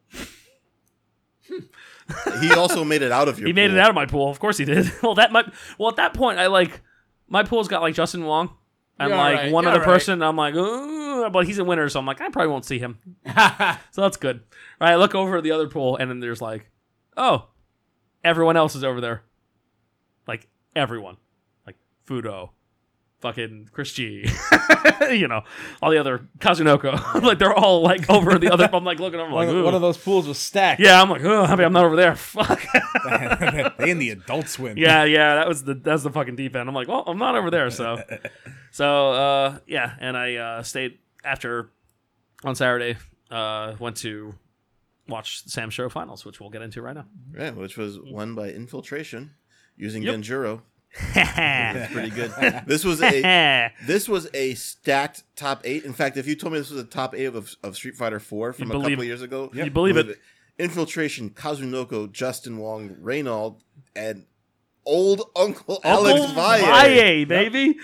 [SPEAKER 2] He also made it out of your.
[SPEAKER 1] he made
[SPEAKER 2] pool.
[SPEAKER 1] it out of my pool. Of course he did. well, that might. Well, at that point, I like my pool's got like Justin Wong and
[SPEAKER 3] You're
[SPEAKER 1] like
[SPEAKER 3] alright,
[SPEAKER 1] one
[SPEAKER 3] you're
[SPEAKER 1] other
[SPEAKER 3] alright.
[SPEAKER 1] person. And I'm like, "Ooh," but he's a winner, so I'm like, I probably won't see him.
[SPEAKER 3] That's
[SPEAKER 1] So that's good. All right, I look over at the other pool, and then there's like, oh, everyone else is over there. Like everyone, like Fudo, fucking Chris G, you know, all the other Kazunoko. like they're all like over the other. I'm like looking over, like,
[SPEAKER 4] One,
[SPEAKER 1] Ooh.
[SPEAKER 4] of- one of those pools was stacked.
[SPEAKER 1] yeah, I'm like, oh, happy I'm not over there. Fuck.
[SPEAKER 4] they and the adult swim.
[SPEAKER 1] yeah, yeah, that was the that's the fucking deep end. I'm like, well, I'm not over there, so, so uh, yeah. And I uh, stayed after on Saturday. Uh, went to watch Sam Show finals, which we'll get into right now.
[SPEAKER 2] Yeah, which was won by infiltration using
[SPEAKER 1] Mm. Yep.
[SPEAKER 2] Genjuro. It's pretty good. this was a this was a stacked top eight. In fact, if you told me this was a top eight of, of Street Fighter Four from
[SPEAKER 1] You'd
[SPEAKER 2] a couple
[SPEAKER 1] believe-
[SPEAKER 2] of years ago,
[SPEAKER 1] You'd believe it.
[SPEAKER 2] Infiltration, Kazunoko, Justin Wong, Reynald, and old Uncle Alex
[SPEAKER 1] Uncle
[SPEAKER 2] Valle.
[SPEAKER 1] Valle, baby,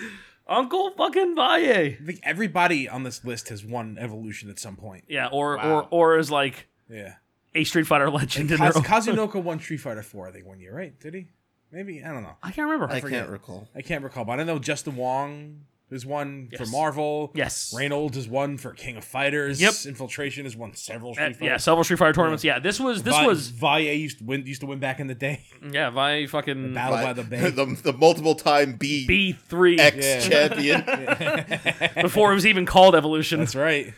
[SPEAKER 1] Uncle fucking Valle.
[SPEAKER 4] I think everybody on this list has won evolution at some point.
[SPEAKER 1] Yeah, or
[SPEAKER 3] Wow.
[SPEAKER 1] or or is like
[SPEAKER 4] Yeah.
[SPEAKER 1] a Street Fighter legend in
[SPEAKER 4] Kaz-
[SPEAKER 1] their own.
[SPEAKER 4] Kazunoko won Street Fighter 4, I think, one year, right? Did he? Maybe. I don't know.
[SPEAKER 1] I can't remember.
[SPEAKER 2] I
[SPEAKER 4] forget.
[SPEAKER 2] can't recall.
[SPEAKER 4] I can't recall, but I know Justin Wong is one for
[SPEAKER 1] Yes.
[SPEAKER 4] Marvel.
[SPEAKER 1] Yes.
[SPEAKER 4] Reynolds is one for King of Fighters.
[SPEAKER 1] Yep.
[SPEAKER 4] Infiltration has won several
[SPEAKER 1] Uh,
[SPEAKER 4] Street Fighter.
[SPEAKER 1] yeah, several Street Fighter tournaments. Yeah, this was this
[SPEAKER 4] Vi-
[SPEAKER 1] was
[SPEAKER 4] Valle used to win used to win back in the day.
[SPEAKER 1] yeah Valle fucking
[SPEAKER 4] Battle by the Bay.
[SPEAKER 2] the, the multiple time B,
[SPEAKER 1] B three
[SPEAKER 2] X
[SPEAKER 4] Yeah.
[SPEAKER 2] champion.
[SPEAKER 1] before it was even called Evolution.
[SPEAKER 4] That's right.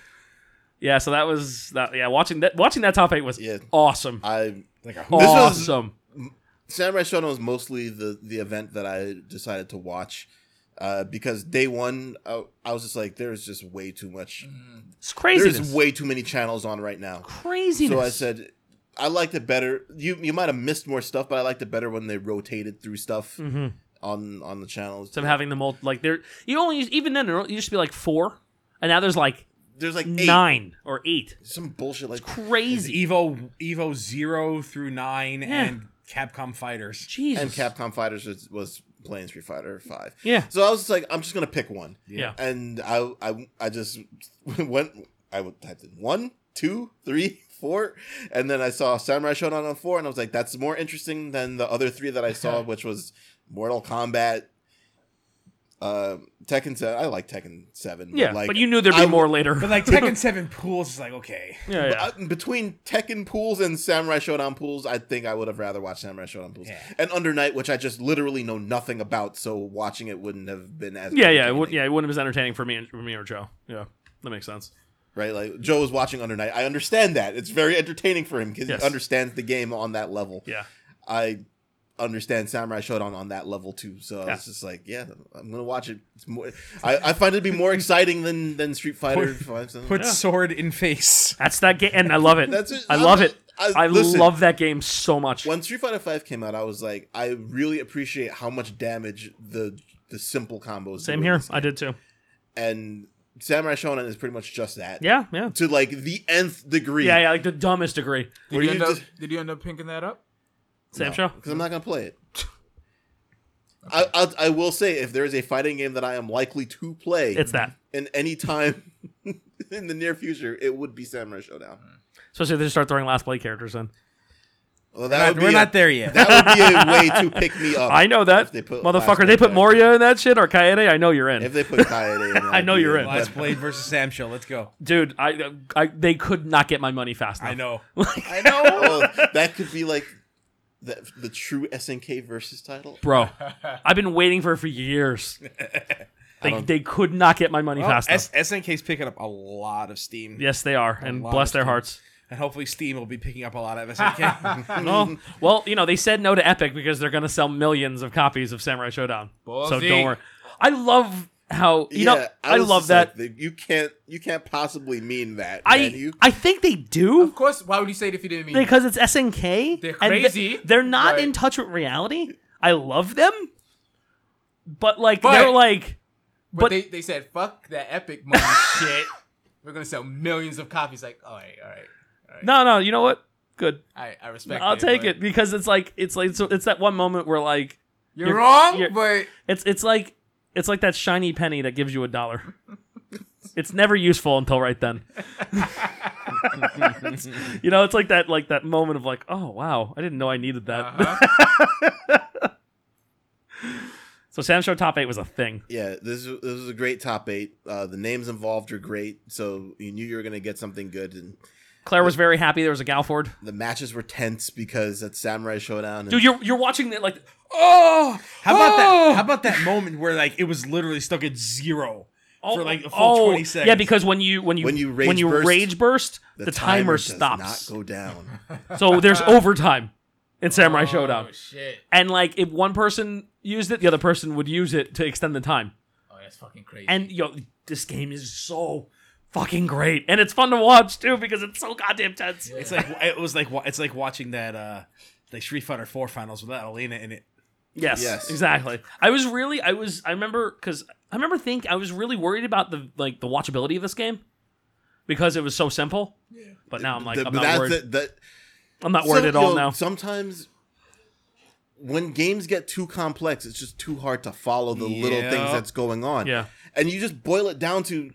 [SPEAKER 1] Yeah, so that was that. Yeah, watching that watching that top eight was
[SPEAKER 2] Yeah.
[SPEAKER 1] awesome,
[SPEAKER 2] I
[SPEAKER 4] Like a
[SPEAKER 2] This was-
[SPEAKER 1] awesome.
[SPEAKER 2] Samurai Shodown was mostly the the event that I decided to watch uh, because day one I, I was just like, there's just way too much.
[SPEAKER 1] It's
[SPEAKER 2] There's
[SPEAKER 1] craziness.
[SPEAKER 2] way too many channels on right now.
[SPEAKER 1] craziness.
[SPEAKER 2] So I said, I liked it better. You you might have missed more stuff, but I liked it better when they rotated through stuff
[SPEAKER 1] Mm-hmm.
[SPEAKER 2] on on the channels.
[SPEAKER 1] So I'm having the mul like there. You only even then there used to be like four, and now there's like
[SPEAKER 2] There's like eight,
[SPEAKER 1] nine or eight.
[SPEAKER 2] some bullshit like
[SPEAKER 1] Crazy.
[SPEAKER 4] Evo Evo zero through nine and Capcom Fighters.
[SPEAKER 1] Jesus.
[SPEAKER 2] and Capcom Fighters was, was playing Street Fighter Five.
[SPEAKER 1] Yeah.
[SPEAKER 2] So I was just like, I'm just gonna pick one.
[SPEAKER 1] Yeah.
[SPEAKER 2] And I I, I just went. I would typed in one, two, three, four, and then I saw Samurai Shodown on four, and I was like, that's more interesting than the other three that I saw, which was Mortal Kombat. Uh, Tekken 7. I like Tekken 7.
[SPEAKER 1] Yeah,
[SPEAKER 2] like,
[SPEAKER 1] but you knew there'd be
[SPEAKER 2] I-
[SPEAKER 1] more later.
[SPEAKER 4] But like Tekken Seven Pools is like okay.
[SPEAKER 1] yeah, yeah.
[SPEAKER 2] Uh, between Tekken pools and Samurai Showdown pools, I think I would have rather watched Samurai Showdown pools
[SPEAKER 4] Yeah.
[SPEAKER 2] and Under Night, which I just literally know nothing about, so watching it wouldn't have been as
[SPEAKER 1] yeah, yeah. It would,
[SPEAKER 2] entertaining,
[SPEAKER 1] yeah, it wouldn't have been entertaining for me and for me or Joe. Yeah, that makes sense.
[SPEAKER 2] right. Like Joe was watching Under Night, I understand that it's very entertaining for him because
[SPEAKER 1] Yes.
[SPEAKER 2] he understands the game on that level.
[SPEAKER 1] Yeah.
[SPEAKER 2] I understand Samurai Showdown on that level too, so I
[SPEAKER 1] Yeah.
[SPEAKER 2] was just like, yeah, I'm gonna watch it. It's more, I, I find it to be more exciting than than Street Fighter Five. so-
[SPEAKER 4] Put sword in face.
[SPEAKER 1] That's that game, and I love it.
[SPEAKER 2] That's it.
[SPEAKER 1] I
[SPEAKER 2] I'm
[SPEAKER 1] love
[SPEAKER 2] not-
[SPEAKER 1] it. I,
[SPEAKER 2] I- listen.
[SPEAKER 1] love that game so much.
[SPEAKER 2] when Street Fighter Five came out, I was like, I really appreciate how much damage the the simple combos.
[SPEAKER 1] Same
[SPEAKER 2] do in
[SPEAKER 1] here.
[SPEAKER 2] this.
[SPEAKER 1] I did too.
[SPEAKER 2] And Samurai Shonen is pretty much just that.
[SPEAKER 1] Yeah, yeah,
[SPEAKER 2] To like the nth degree.
[SPEAKER 1] yeah, yeah. Like the dumbest degree.
[SPEAKER 3] Did
[SPEAKER 2] Where
[SPEAKER 3] you,
[SPEAKER 2] you
[SPEAKER 3] end up,
[SPEAKER 2] just-
[SPEAKER 3] did you end up pinking that up?
[SPEAKER 1] Sam show.
[SPEAKER 2] Because I'm not gonna play it. I, I I will say if there is a fighting game that I am likely to play
[SPEAKER 1] It's that.
[SPEAKER 2] in any time in the near future, it would be Samurai Showdown.
[SPEAKER 1] Especially if they start throwing last play characters in.
[SPEAKER 2] Well,
[SPEAKER 4] We're
[SPEAKER 2] that
[SPEAKER 4] not,
[SPEAKER 2] would be
[SPEAKER 4] Uh, we're
[SPEAKER 2] a-
[SPEAKER 4] not there yet.
[SPEAKER 2] That would be a way to pick me up.
[SPEAKER 1] I know that.
[SPEAKER 2] If they put last
[SPEAKER 1] Motherfucker,
[SPEAKER 2] play
[SPEAKER 1] they put
[SPEAKER 2] characters.
[SPEAKER 1] Moria in that shit or Kaede, I know you're in.
[SPEAKER 2] If they put Kaede in, that
[SPEAKER 1] I know
[SPEAKER 2] would be
[SPEAKER 1] you're
[SPEAKER 2] it,
[SPEAKER 1] in.
[SPEAKER 4] Last
[SPEAKER 2] but
[SPEAKER 4] Blade versus Sam show. Let's go.
[SPEAKER 1] Dude, I, I they could not get my money fast enough.
[SPEAKER 4] I know.
[SPEAKER 2] I know that could be like the, the true SNK versus title.
[SPEAKER 1] Bro, I've been waiting for it for years. They,
[SPEAKER 2] don't-
[SPEAKER 1] they could not get my money
[SPEAKER 4] Well,
[SPEAKER 1] fast enough.
[SPEAKER 4] S- SNK's picking up a lot of steam.
[SPEAKER 1] Yes, they are, and
[SPEAKER 4] lot
[SPEAKER 1] bless
[SPEAKER 4] of
[SPEAKER 1] their
[SPEAKER 4] steam.
[SPEAKER 1] hearts.
[SPEAKER 4] And hopefully Steam will be picking up a lot of SNK.
[SPEAKER 1] No, well, you know they said no to Epic because they're going to sell millions of copies of Samurai Showdown. So
[SPEAKER 3] Ballsy.
[SPEAKER 1] don't worry. I love how you know. I,
[SPEAKER 2] was
[SPEAKER 1] love
[SPEAKER 2] just
[SPEAKER 1] that.
[SPEAKER 2] like, you can't you can't possibly mean that.
[SPEAKER 1] I
[SPEAKER 2] can you?
[SPEAKER 1] I think they do
[SPEAKER 3] Of course, why would you say it if you didn't mean it?
[SPEAKER 1] because it's SNK.
[SPEAKER 3] They're
[SPEAKER 1] and th-
[SPEAKER 3] crazy,
[SPEAKER 1] they're not
[SPEAKER 3] but-
[SPEAKER 1] in touch with reality. I love them, but like
[SPEAKER 3] But-
[SPEAKER 1] they're like
[SPEAKER 3] But,
[SPEAKER 1] but-
[SPEAKER 3] they, they said, fuck that Epic money shit. We're going to sell millions of copies. Like, all right, all right.
[SPEAKER 1] no, no. You know what? Good.
[SPEAKER 3] I, I respect
[SPEAKER 1] I'll
[SPEAKER 3] it,
[SPEAKER 1] take
[SPEAKER 3] but
[SPEAKER 1] it because it's like it's like so it's that one moment where like
[SPEAKER 3] You're,
[SPEAKER 1] You're-
[SPEAKER 3] wrong,
[SPEAKER 1] you're-
[SPEAKER 3] but
[SPEAKER 1] It's it's like it's like that shiny penny that gives you a dollar. it's never useful until right then. It's- you know, it's like that like that moment of like, oh wow, I didn't know I needed that.
[SPEAKER 3] uh-huh.
[SPEAKER 1] So Sam Show top eight was a thing.
[SPEAKER 2] Yeah, this is, this is a great top eight. Uh, the names involved are great, so you knew you were gonna get something good. And
[SPEAKER 1] Claire was very happy there was a Galford.
[SPEAKER 2] the matches were tense because that's Samurai Showdown. And
[SPEAKER 1] Dude, you're you're watching it like
[SPEAKER 4] oh, how about
[SPEAKER 1] Oh!
[SPEAKER 4] that? How about that moment where like it was literally stuck at zero
[SPEAKER 1] oh,
[SPEAKER 4] for like a full
[SPEAKER 1] oh,
[SPEAKER 4] twenty seconds?
[SPEAKER 1] Yeah, because when you when you
[SPEAKER 2] When you rage
[SPEAKER 1] when you
[SPEAKER 2] burst,
[SPEAKER 1] rage burst, the, timer,
[SPEAKER 2] does
[SPEAKER 1] stops.
[SPEAKER 2] Not go down.
[SPEAKER 1] so there's overtime in Samurai Showdown.
[SPEAKER 3] Oh, shit.
[SPEAKER 1] And like if one person used it, the other person would use it to extend the time.
[SPEAKER 3] Oh, that's fucking crazy.
[SPEAKER 1] And yo, this game is so fucking great, and it's fun to watch too because it's so goddamn tense.
[SPEAKER 4] it's like it was like wa- it's like watching that uh like Street Fighter Four finals without Elena in it.
[SPEAKER 1] Yes,
[SPEAKER 2] Yes.
[SPEAKER 1] exactly. I was really, I was, I remember because I remember think I was really worried about the like the watchability of this game because it was so simple. But now I'm like,
[SPEAKER 2] The-
[SPEAKER 1] I'm
[SPEAKER 2] but
[SPEAKER 1] not
[SPEAKER 2] that's
[SPEAKER 1] worried.
[SPEAKER 2] the- that-
[SPEAKER 1] I'm not worried
[SPEAKER 2] some-
[SPEAKER 1] at all
[SPEAKER 2] yo,
[SPEAKER 1] now.
[SPEAKER 2] Sometimes when games get too complex, it's just too hard to follow the little
[SPEAKER 4] Yeah.
[SPEAKER 2] things that's going on.
[SPEAKER 1] Yeah.
[SPEAKER 2] and you just boil it down to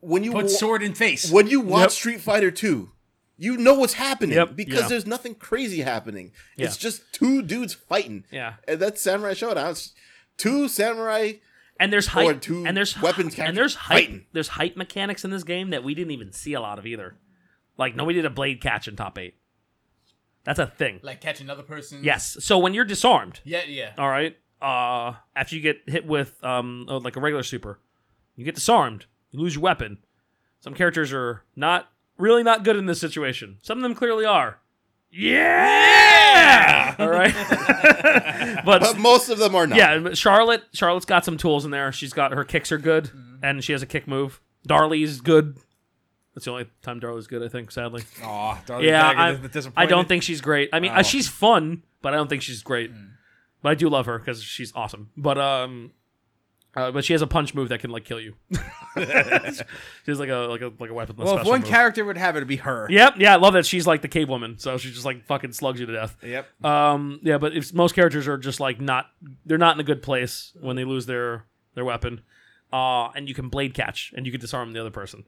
[SPEAKER 2] when you
[SPEAKER 4] Put
[SPEAKER 2] wa-
[SPEAKER 4] sword in face.
[SPEAKER 2] when you watch
[SPEAKER 1] Yep.
[SPEAKER 2] Street Fighter 2, you know what's happening
[SPEAKER 1] Yep,
[SPEAKER 2] because
[SPEAKER 1] yeah.
[SPEAKER 2] there's nothing crazy happening.
[SPEAKER 1] Yeah.
[SPEAKER 2] It's just two dudes fighting.
[SPEAKER 1] Yeah.
[SPEAKER 2] And that's Samurai Showdown. It's two samurai
[SPEAKER 1] And there's hype,
[SPEAKER 2] two
[SPEAKER 1] and there's
[SPEAKER 2] weapons
[SPEAKER 1] and
[SPEAKER 2] capture-
[SPEAKER 1] there's hype,
[SPEAKER 2] fighting.
[SPEAKER 1] there's hype mechanics in this game that we didn't even see a lot of either. Like nobody did a blade catch in top eight. That's a thing.
[SPEAKER 3] like catch another person.
[SPEAKER 1] Yes. So when you're disarmed,
[SPEAKER 3] Yeah, yeah.
[SPEAKER 1] All right. Uh, after you get hit with um, oh, like a regular super, you get disarmed. You lose your weapon. Some characters are not really not good in this situation. Some of them clearly are. Yeah. All right. but,
[SPEAKER 2] but most of them are not.
[SPEAKER 1] yeah, but Charlotte. Charlotte's got some tools in there. She's got her kicks are good,
[SPEAKER 4] Mm-hmm.
[SPEAKER 1] and she has a kick move. Darley's good. That's the only time Darley's good, I think. Sadly,
[SPEAKER 4] Aw, darling,
[SPEAKER 1] yeah,
[SPEAKER 4] darling,
[SPEAKER 1] I,
[SPEAKER 4] the
[SPEAKER 1] I
[SPEAKER 4] disappointment.
[SPEAKER 1] don't think she's great. I mean, uh,
[SPEAKER 4] Oh. Mm.
[SPEAKER 1] she's fun, but I don't think she's great. But I do love her because she's awesome. But um, uh, but she has a punch move that can like kill you. she has like a like a like a weapon.
[SPEAKER 4] Well, if
[SPEAKER 1] special
[SPEAKER 4] one
[SPEAKER 1] move.
[SPEAKER 4] character would have it, it'd be her.
[SPEAKER 1] Yep, yeah, I love that she's like the cave woman, so she just like fucking slugs you to death.
[SPEAKER 4] Yep.
[SPEAKER 1] Um, yeah, but if most characters are just like not, they're not in a good place when they lose their their weapon, uh, and you can blade catch and you can disarm the other person,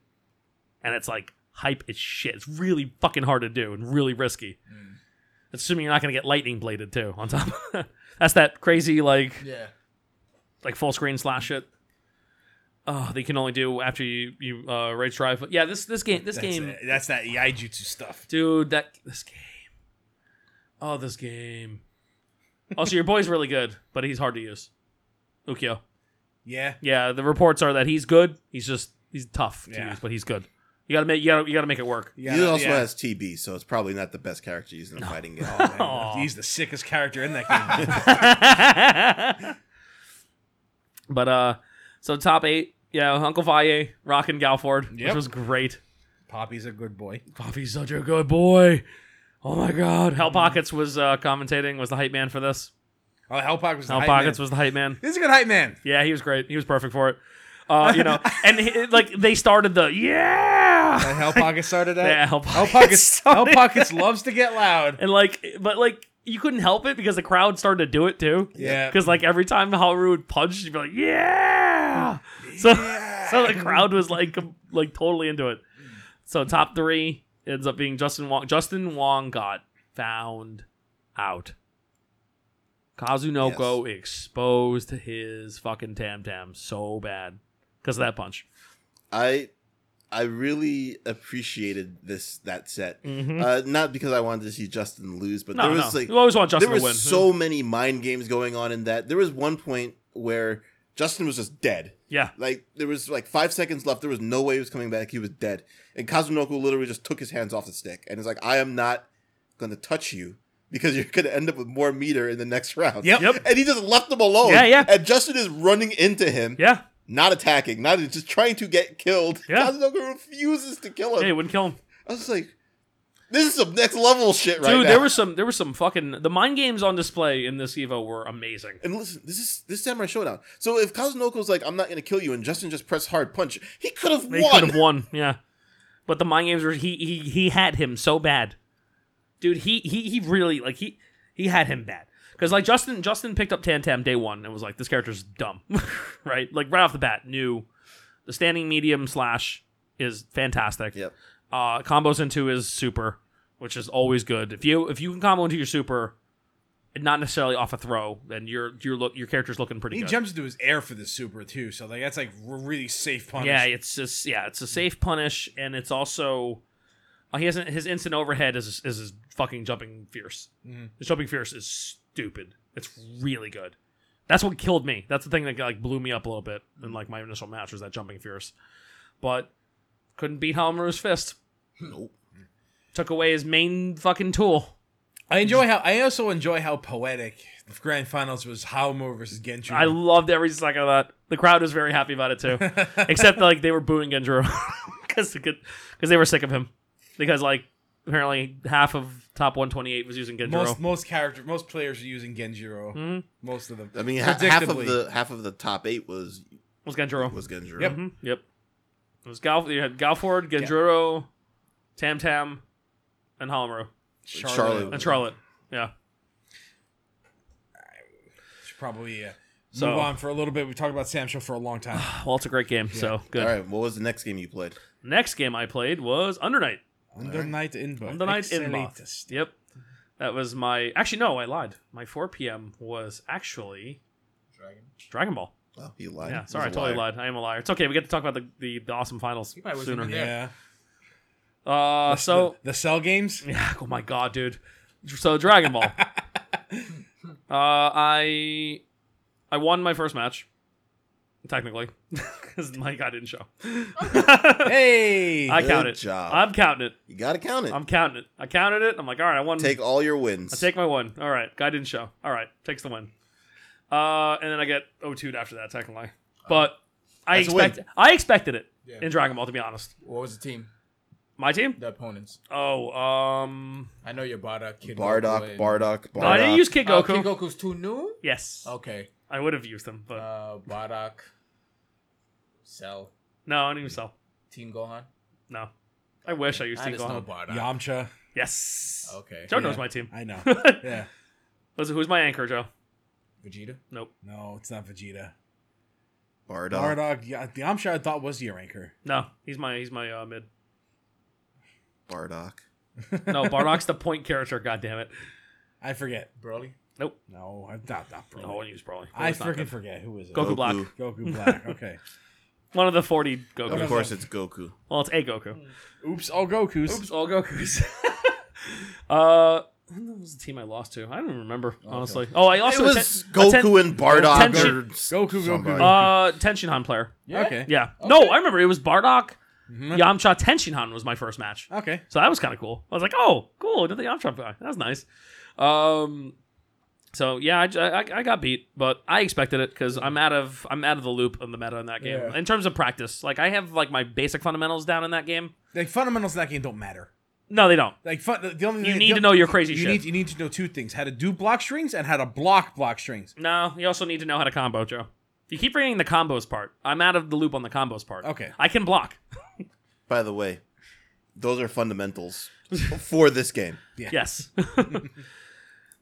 [SPEAKER 1] and it's like hype as shit. It's really fucking hard to do and really risky, assuming you're not gonna get lightning bladed too. On top, that's that crazy like
[SPEAKER 3] Yeah.
[SPEAKER 1] like full screen slash shit. Oh, that you can only do after you you uh, rage drive. But yeah, this this game this
[SPEAKER 4] That's,
[SPEAKER 1] game
[SPEAKER 4] uh, that's that Yaijutsu stuff.
[SPEAKER 1] dude that this game oh this game also your boy's really good but he's hard to use ukyo
[SPEAKER 4] Yeah.
[SPEAKER 1] yeah the reports are that he's good he's just he's tough to
[SPEAKER 4] Yeah.
[SPEAKER 1] use but he's good you gotta make you gotta, you gotta make it work
[SPEAKER 4] Yeah,
[SPEAKER 2] he also
[SPEAKER 4] yeah.
[SPEAKER 2] has TB, so it's probably not the best character used in a fighting game.
[SPEAKER 1] Aw.
[SPEAKER 4] He's the sickest character in that game.
[SPEAKER 1] but uh so top eight yeah uncle valle rockin' galford which
[SPEAKER 4] Yep.
[SPEAKER 1] was great
[SPEAKER 4] Poppy's a good boy.
[SPEAKER 1] Poppy's such a good boy oh my god hell pockets was uh commentating was the hype man for this
[SPEAKER 4] Oh, Hell Pockets was the
[SPEAKER 1] hell
[SPEAKER 4] hype
[SPEAKER 1] pockets
[SPEAKER 4] man.
[SPEAKER 1] was the hype man
[SPEAKER 4] He's a good hype man.
[SPEAKER 1] Yeah, he was great. He was perfect for it. Uh, you know, and he, like they started the yeah,
[SPEAKER 4] And Hell Pockets started that.
[SPEAKER 1] yeah, Hell
[SPEAKER 4] Hell
[SPEAKER 1] Pockets
[SPEAKER 4] Pockets, Hell
[SPEAKER 1] started-
[SPEAKER 4] Pockets loves to get loud.
[SPEAKER 1] and like, but like you couldn't help it because the crowd started to do it too.
[SPEAKER 4] Yeah.
[SPEAKER 1] Because like every time Haru would punch, you'd be like, "Yeah!" So, so the crowd was like, com- like totally into it. So top three ends up being Justin Wong. Justin Wong got found out. Kazunoko exposed his fucking tam tam so bad because of that punch.
[SPEAKER 2] I I really appreciated this that set.
[SPEAKER 1] Mhm.
[SPEAKER 2] Uh, not because I wanted to see Justin lose, but
[SPEAKER 1] No,
[SPEAKER 2] there was
[SPEAKER 1] no.
[SPEAKER 2] like
[SPEAKER 1] you always want Justin
[SPEAKER 2] there
[SPEAKER 1] to win.
[SPEAKER 2] was so many mind games going on in that. There was one point where Justin was just dead.
[SPEAKER 1] yeah,
[SPEAKER 2] Like there was like five seconds left. There was no way he was coming back. He was dead. And Kazunoko literally just took his hands off the stick and is like, "I am not going to touch you because you're going to end up with more meter in the next round."
[SPEAKER 4] Yep.
[SPEAKER 1] Yep.
[SPEAKER 2] And he just left him alone.
[SPEAKER 1] Yeah, yeah.
[SPEAKER 2] And Justin is running into him,
[SPEAKER 1] yeah.
[SPEAKER 2] not attacking, not just trying to get killed.
[SPEAKER 1] Yeah.
[SPEAKER 2] Kazunoko refuses to kill him.
[SPEAKER 1] Hey, it wouldn't kill him.
[SPEAKER 2] I was like, "This is some next level shit right
[SPEAKER 1] Dude,
[SPEAKER 2] now."
[SPEAKER 1] there were some there were some fucking the mind games on display in this Evo were amazing.
[SPEAKER 2] And listen, this is this is samurai showdown. So if Kazunoko's like, "I'm not gonna kill you," and Justin just pressed hard punch, he could have
[SPEAKER 1] They could
[SPEAKER 2] won.
[SPEAKER 1] have won, yeah. But the mind games were he he he had him so bad. Dude, he he he really like he he had him bad. Cause like Justin Justin picked up Tantam day one and was like, this character's dumb. right? Like right off the bat, knew the standing medium slash is fantastic.
[SPEAKER 2] Yep.
[SPEAKER 1] Uh combos into his super, which is always good. If you if you can combo into your super and not necessarily off a throw, then your your look your character's looking pretty
[SPEAKER 4] He
[SPEAKER 1] good.
[SPEAKER 4] jumps into his air for the super too, so like that's like r- really safe punish.
[SPEAKER 1] Yeah, it's just yeah, it's a safe punish, and it's also uh, he hasn't his instant overhead is is his fucking jumping fierce.
[SPEAKER 4] Mhm.
[SPEAKER 1] His jumping fierce is stupid. It's really good. That's what killed me. That's the thing that like blew me up a little bit in like my initial match was that jumping fierce, but couldn't beat Hamaru's fist.
[SPEAKER 2] Nope.
[SPEAKER 1] Took away his main fucking tool.
[SPEAKER 4] I enjoy how I also enjoy how poetic the grand finals was. Haomo versus Gentry.
[SPEAKER 1] I loved every second of that. The crowd was very happy about it too. except like they were booing Genjiro because because they were sick of him because like apparently half of top 128 was using Genjiro.
[SPEAKER 4] most most character most players are using Genjiro.
[SPEAKER 1] Mhm.
[SPEAKER 4] Most of them.
[SPEAKER 2] I mean, ha- half of
[SPEAKER 4] Predictably.
[SPEAKER 2] the half of the top eight was
[SPEAKER 1] was Genjiro.
[SPEAKER 2] was Genjiro.
[SPEAKER 4] Yep.
[SPEAKER 1] Mhm, Yep. It was Gal. You had Galford, Genjiro, Tam Tam, and Hamaru
[SPEAKER 4] Charlotte,
[SPEAKER 2] Charlotte.
[SPEAKER 1] and Charlotte. Yeah.
[SPEAKER 4] should probably uh,
[SPEAKER 1] So-
[SPEAKER 4] move on for a little bit. We talked about Sam Show for a long time.
[SPEAKER 1] Well, it's a great game. So good.
[SPEAKER 2] All right. What was the next game you played?
[SPEAKER 1] Next game I played was Undernight.
[SPEAKER 4] Under night inbox.
[SPEAKER 1] Under Night Inbox. Yep. That was my. Actually, no, I lied. My 4 p.m. was actually
[SPEAKER 3] Dragon.
[SPEAKER 1] Dragon Ball.
[SPEAKER 2] Oh, he lied.
[SPEAKER 1] Yeah,
[SPEAKER 2] He's
[SPEAKER 1] sorry, I
[SPEAKER 2] a
[SPEAKER 1] totally
[SPEAKER 2] liar.
[SPEAKER 1] lied. I am a liar. It's okay. We get to talk about the the, the awesome finals
[SPEAKER 3] He probably wasn't
[SPEAKER 1] sooner.
[SPEAKER 3] even
[SPEAKER 4] Yeah.
[SPEAKER 1] Uh, so
[SPEAKER 4] the, the cell games.
[SPEAKER 1] yeah, oh my god, dude. So Dragon Ball. uh, I I won my first match, technically, because Mike I didn't show.
[SPEAKER 4] Hey.
[SPEAKER 1] I
[SPEAKER 2] Good
[SPEAKER 1] count it.
[SPEAKER 2] job.
[SPEAKER 1] I'm counting it.
[SPEAKER 2] You gotta count it.
[SPEAKER 1] I'm counting it. I counted it. I'm like, all right, I won.
[SPEAKER 2] take all your wins.
[SPEAKER 1] I take my one. All right, guy didn't show. All right, takes the win. Uh, and then I get 0-2 after that, technically. But I
[SPEAKER 2] That's a win.
[SPEAKER 1] expect I expected it
[SPEAKER 3] Yeah.
[SPEAKER 1] in Dragon Ball, to be honest.
[SPEAKER 3] What was the team?
[SPEAKER 1] My team?
[SPEAKER 3] The opponents.
[SPEAKER 1] Oh, um,
[SPEAKER 3] I know your Bardock, Kid Goku
[SPEAKER 2] Bardock,
[SPEAKER 3] and-
[SPEAKER 2] Bardock, Bardock.
[SPEAKER 1] no, I didn't use Kid
[SPEAKER 3] Oh,
[SPEAKER 1] Goku.
[SPEAKER 3] Kid Goku's too new.
[SPEAKER 1] Yes,
[SPEAKER 3] Okay.
[SPEAKER 1] I would have used him, but
[SPEAKER 3] Uh, Bardock. Cell.
[SPEAKER 1] no, I didn't even sell.
[SPEAKER 3] Team Gohan.
[SPEAKER 1] No, I wish I used
[SPEAKER 3] I
[SPEAKER 1] Team
[SPEAKER 3] just know
[SPEAKER 1] Gohan.
[SPEAKER 3] Bardock.
[SPEAKER 4] Yamcha.
[SPEAKER 1] Yes.
[SPEAKER 3] Okay.
[SPEAKER 1] Joe
[SPEAKER 4] Yeah.
[SPEAKER 1] knows my team.
[SPEAKER 4] I know.
[SPEAKER 1] Who's-
[SPEAKER 4] Yeah.
[SPEAKER 1] Who's my anchor, Joe?
[SPEAKER 3] Vegeta.
[SPEAKER 1] Nope.
[SPEAKER 4] No, it's not Vegeta.
[SPEAKER 2] Bardock.
[SPEAKER 4] Bardock. Yeah, Yamcha I thought was your anchor.
[SPEAKER 1] No, he's my he's my uh, mid.
[SPEAKER 2] Bardock.
[SPEAKER 1] No, Bardock's the point character. God damn it.
[SPEAKER 4] I forget.
[SPEAKER 3] Broly.
[SPEAKER 1] Nope.
[SPEAKER 4] No, I'm not not Broly.
[SPEAKER 1] No one used probably.
[SPEAKER 4] I freaking forget who is it.
[SPEAKER 1] Goku Black.
[SPEAKER 4] Goku Black. Okay.
[SPEAKER 1] One of the forty Goku.
[SPEAKER 2] Of course, it's Goku.
[SPEAKER 1] Well, it's a Goku.
[SPEAKER 4] Oops, all Gokus.
[SPEAKER 1] Oops, all Goku's. uh, who was the team I lost to? I don't even remember honestly. Oh, I lost
[SPEAKER 2] It
[SPEAKER 1] to a
[SPEAKER 2] was
[SPEAKER 1] ten- a
[SPEAKER 2] Goku
[SPEAKER 1] ten-
[SPEAKER 2] and Bardock.
[SPEAKER 1] Tenchi-
[SPEAKER 2] or s-
[SPEAKER 4] Goku, Goku,
[SPEAKER 2] somebody.
[SPEAKER 4] Goku.
[SPEAKER 1] uh Tenshinhan player.
[SPEAKER 4] Okay. Mm-hmm.
[SPEAKER 1] Yeah. No, I remember it was Bardock, Yamcha, Tenshinhan was my first match.
[SPEAKER 4] Okay.
[SPEAKER 1] So that was kind of cool. I was like, oh, cool, another Yamcha guy. That was nice. Um, so yeah, I, I, I got beat, but I expected it because I'm out of I'm out of the loop on the meta in that game
[SPEAKER 3] Yeah.
[SPEAKER 1] in terms of practice. Like I have like my basic fundamentals down in that game.
[SPEAKER 4] Like fundamentals in that game don't matter.
[SPEAKER 1] No, they don't.
[SPEAKER 4] Like fun, the only
[SPEAKER 1] You
[SPEAKER 4] the-
[SPEAKER 1] need
[SPEAKER 4] the-
[SPEAKER 1] to know your crazy
[SPEAKER 4] you
[SPEAKER 1] shit.
[SPEAKER 4] Need, you need to know two things: how to do block strings and how to block block strings.
[SPEAKER 1] No, you also need to know how to combo, Joe. You keep bringing the combos part. I'm out of the loop on the combos part.
[SPEAKER 4] Okay.
[SPEAKER 1] I can block.
[SPEAKER 2] By the way, those are fundamentals for this game.
[SPEAKER 1] Yes.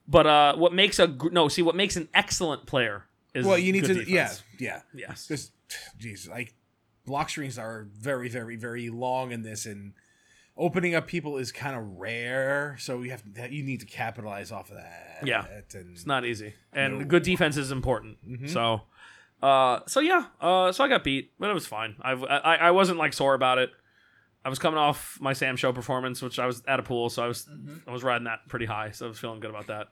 [SPEAKER 1] But uh, what makes a gr- no? See, what makes an excellent player is
[SPEAKER 4] Well, you need
[SPEAKER 1] good
[SPEAKER 4] to,
[SPEAKER 1] defense.
[SPEAKER 4] yeah, yeah.
[SPEAKER 1] yes.
[SPEAKER 4] Because, jeez, like block screens are very, very, very long in this, and opening up people is kind of rare. So you have that you need to capitalize off of that.
[SPEAKER 1] Yeah.
[SPEAKER 4] and
[SPEAKER 1] It's not easy, and
[SPEAKER 4] No. Mm-hmm.
[SPEAKER 1] good defense is important. So, uh, so yeah, uh, so I got beat, but it was fine. I've, I I wasn't like sore about it. I was coming off my Sam Show performance, which I was at a pool, so I was
[SPEAKER 3] Mm-hmm.
[SPEAKER 1] I was riding that pretty high, so I was feeling good about that.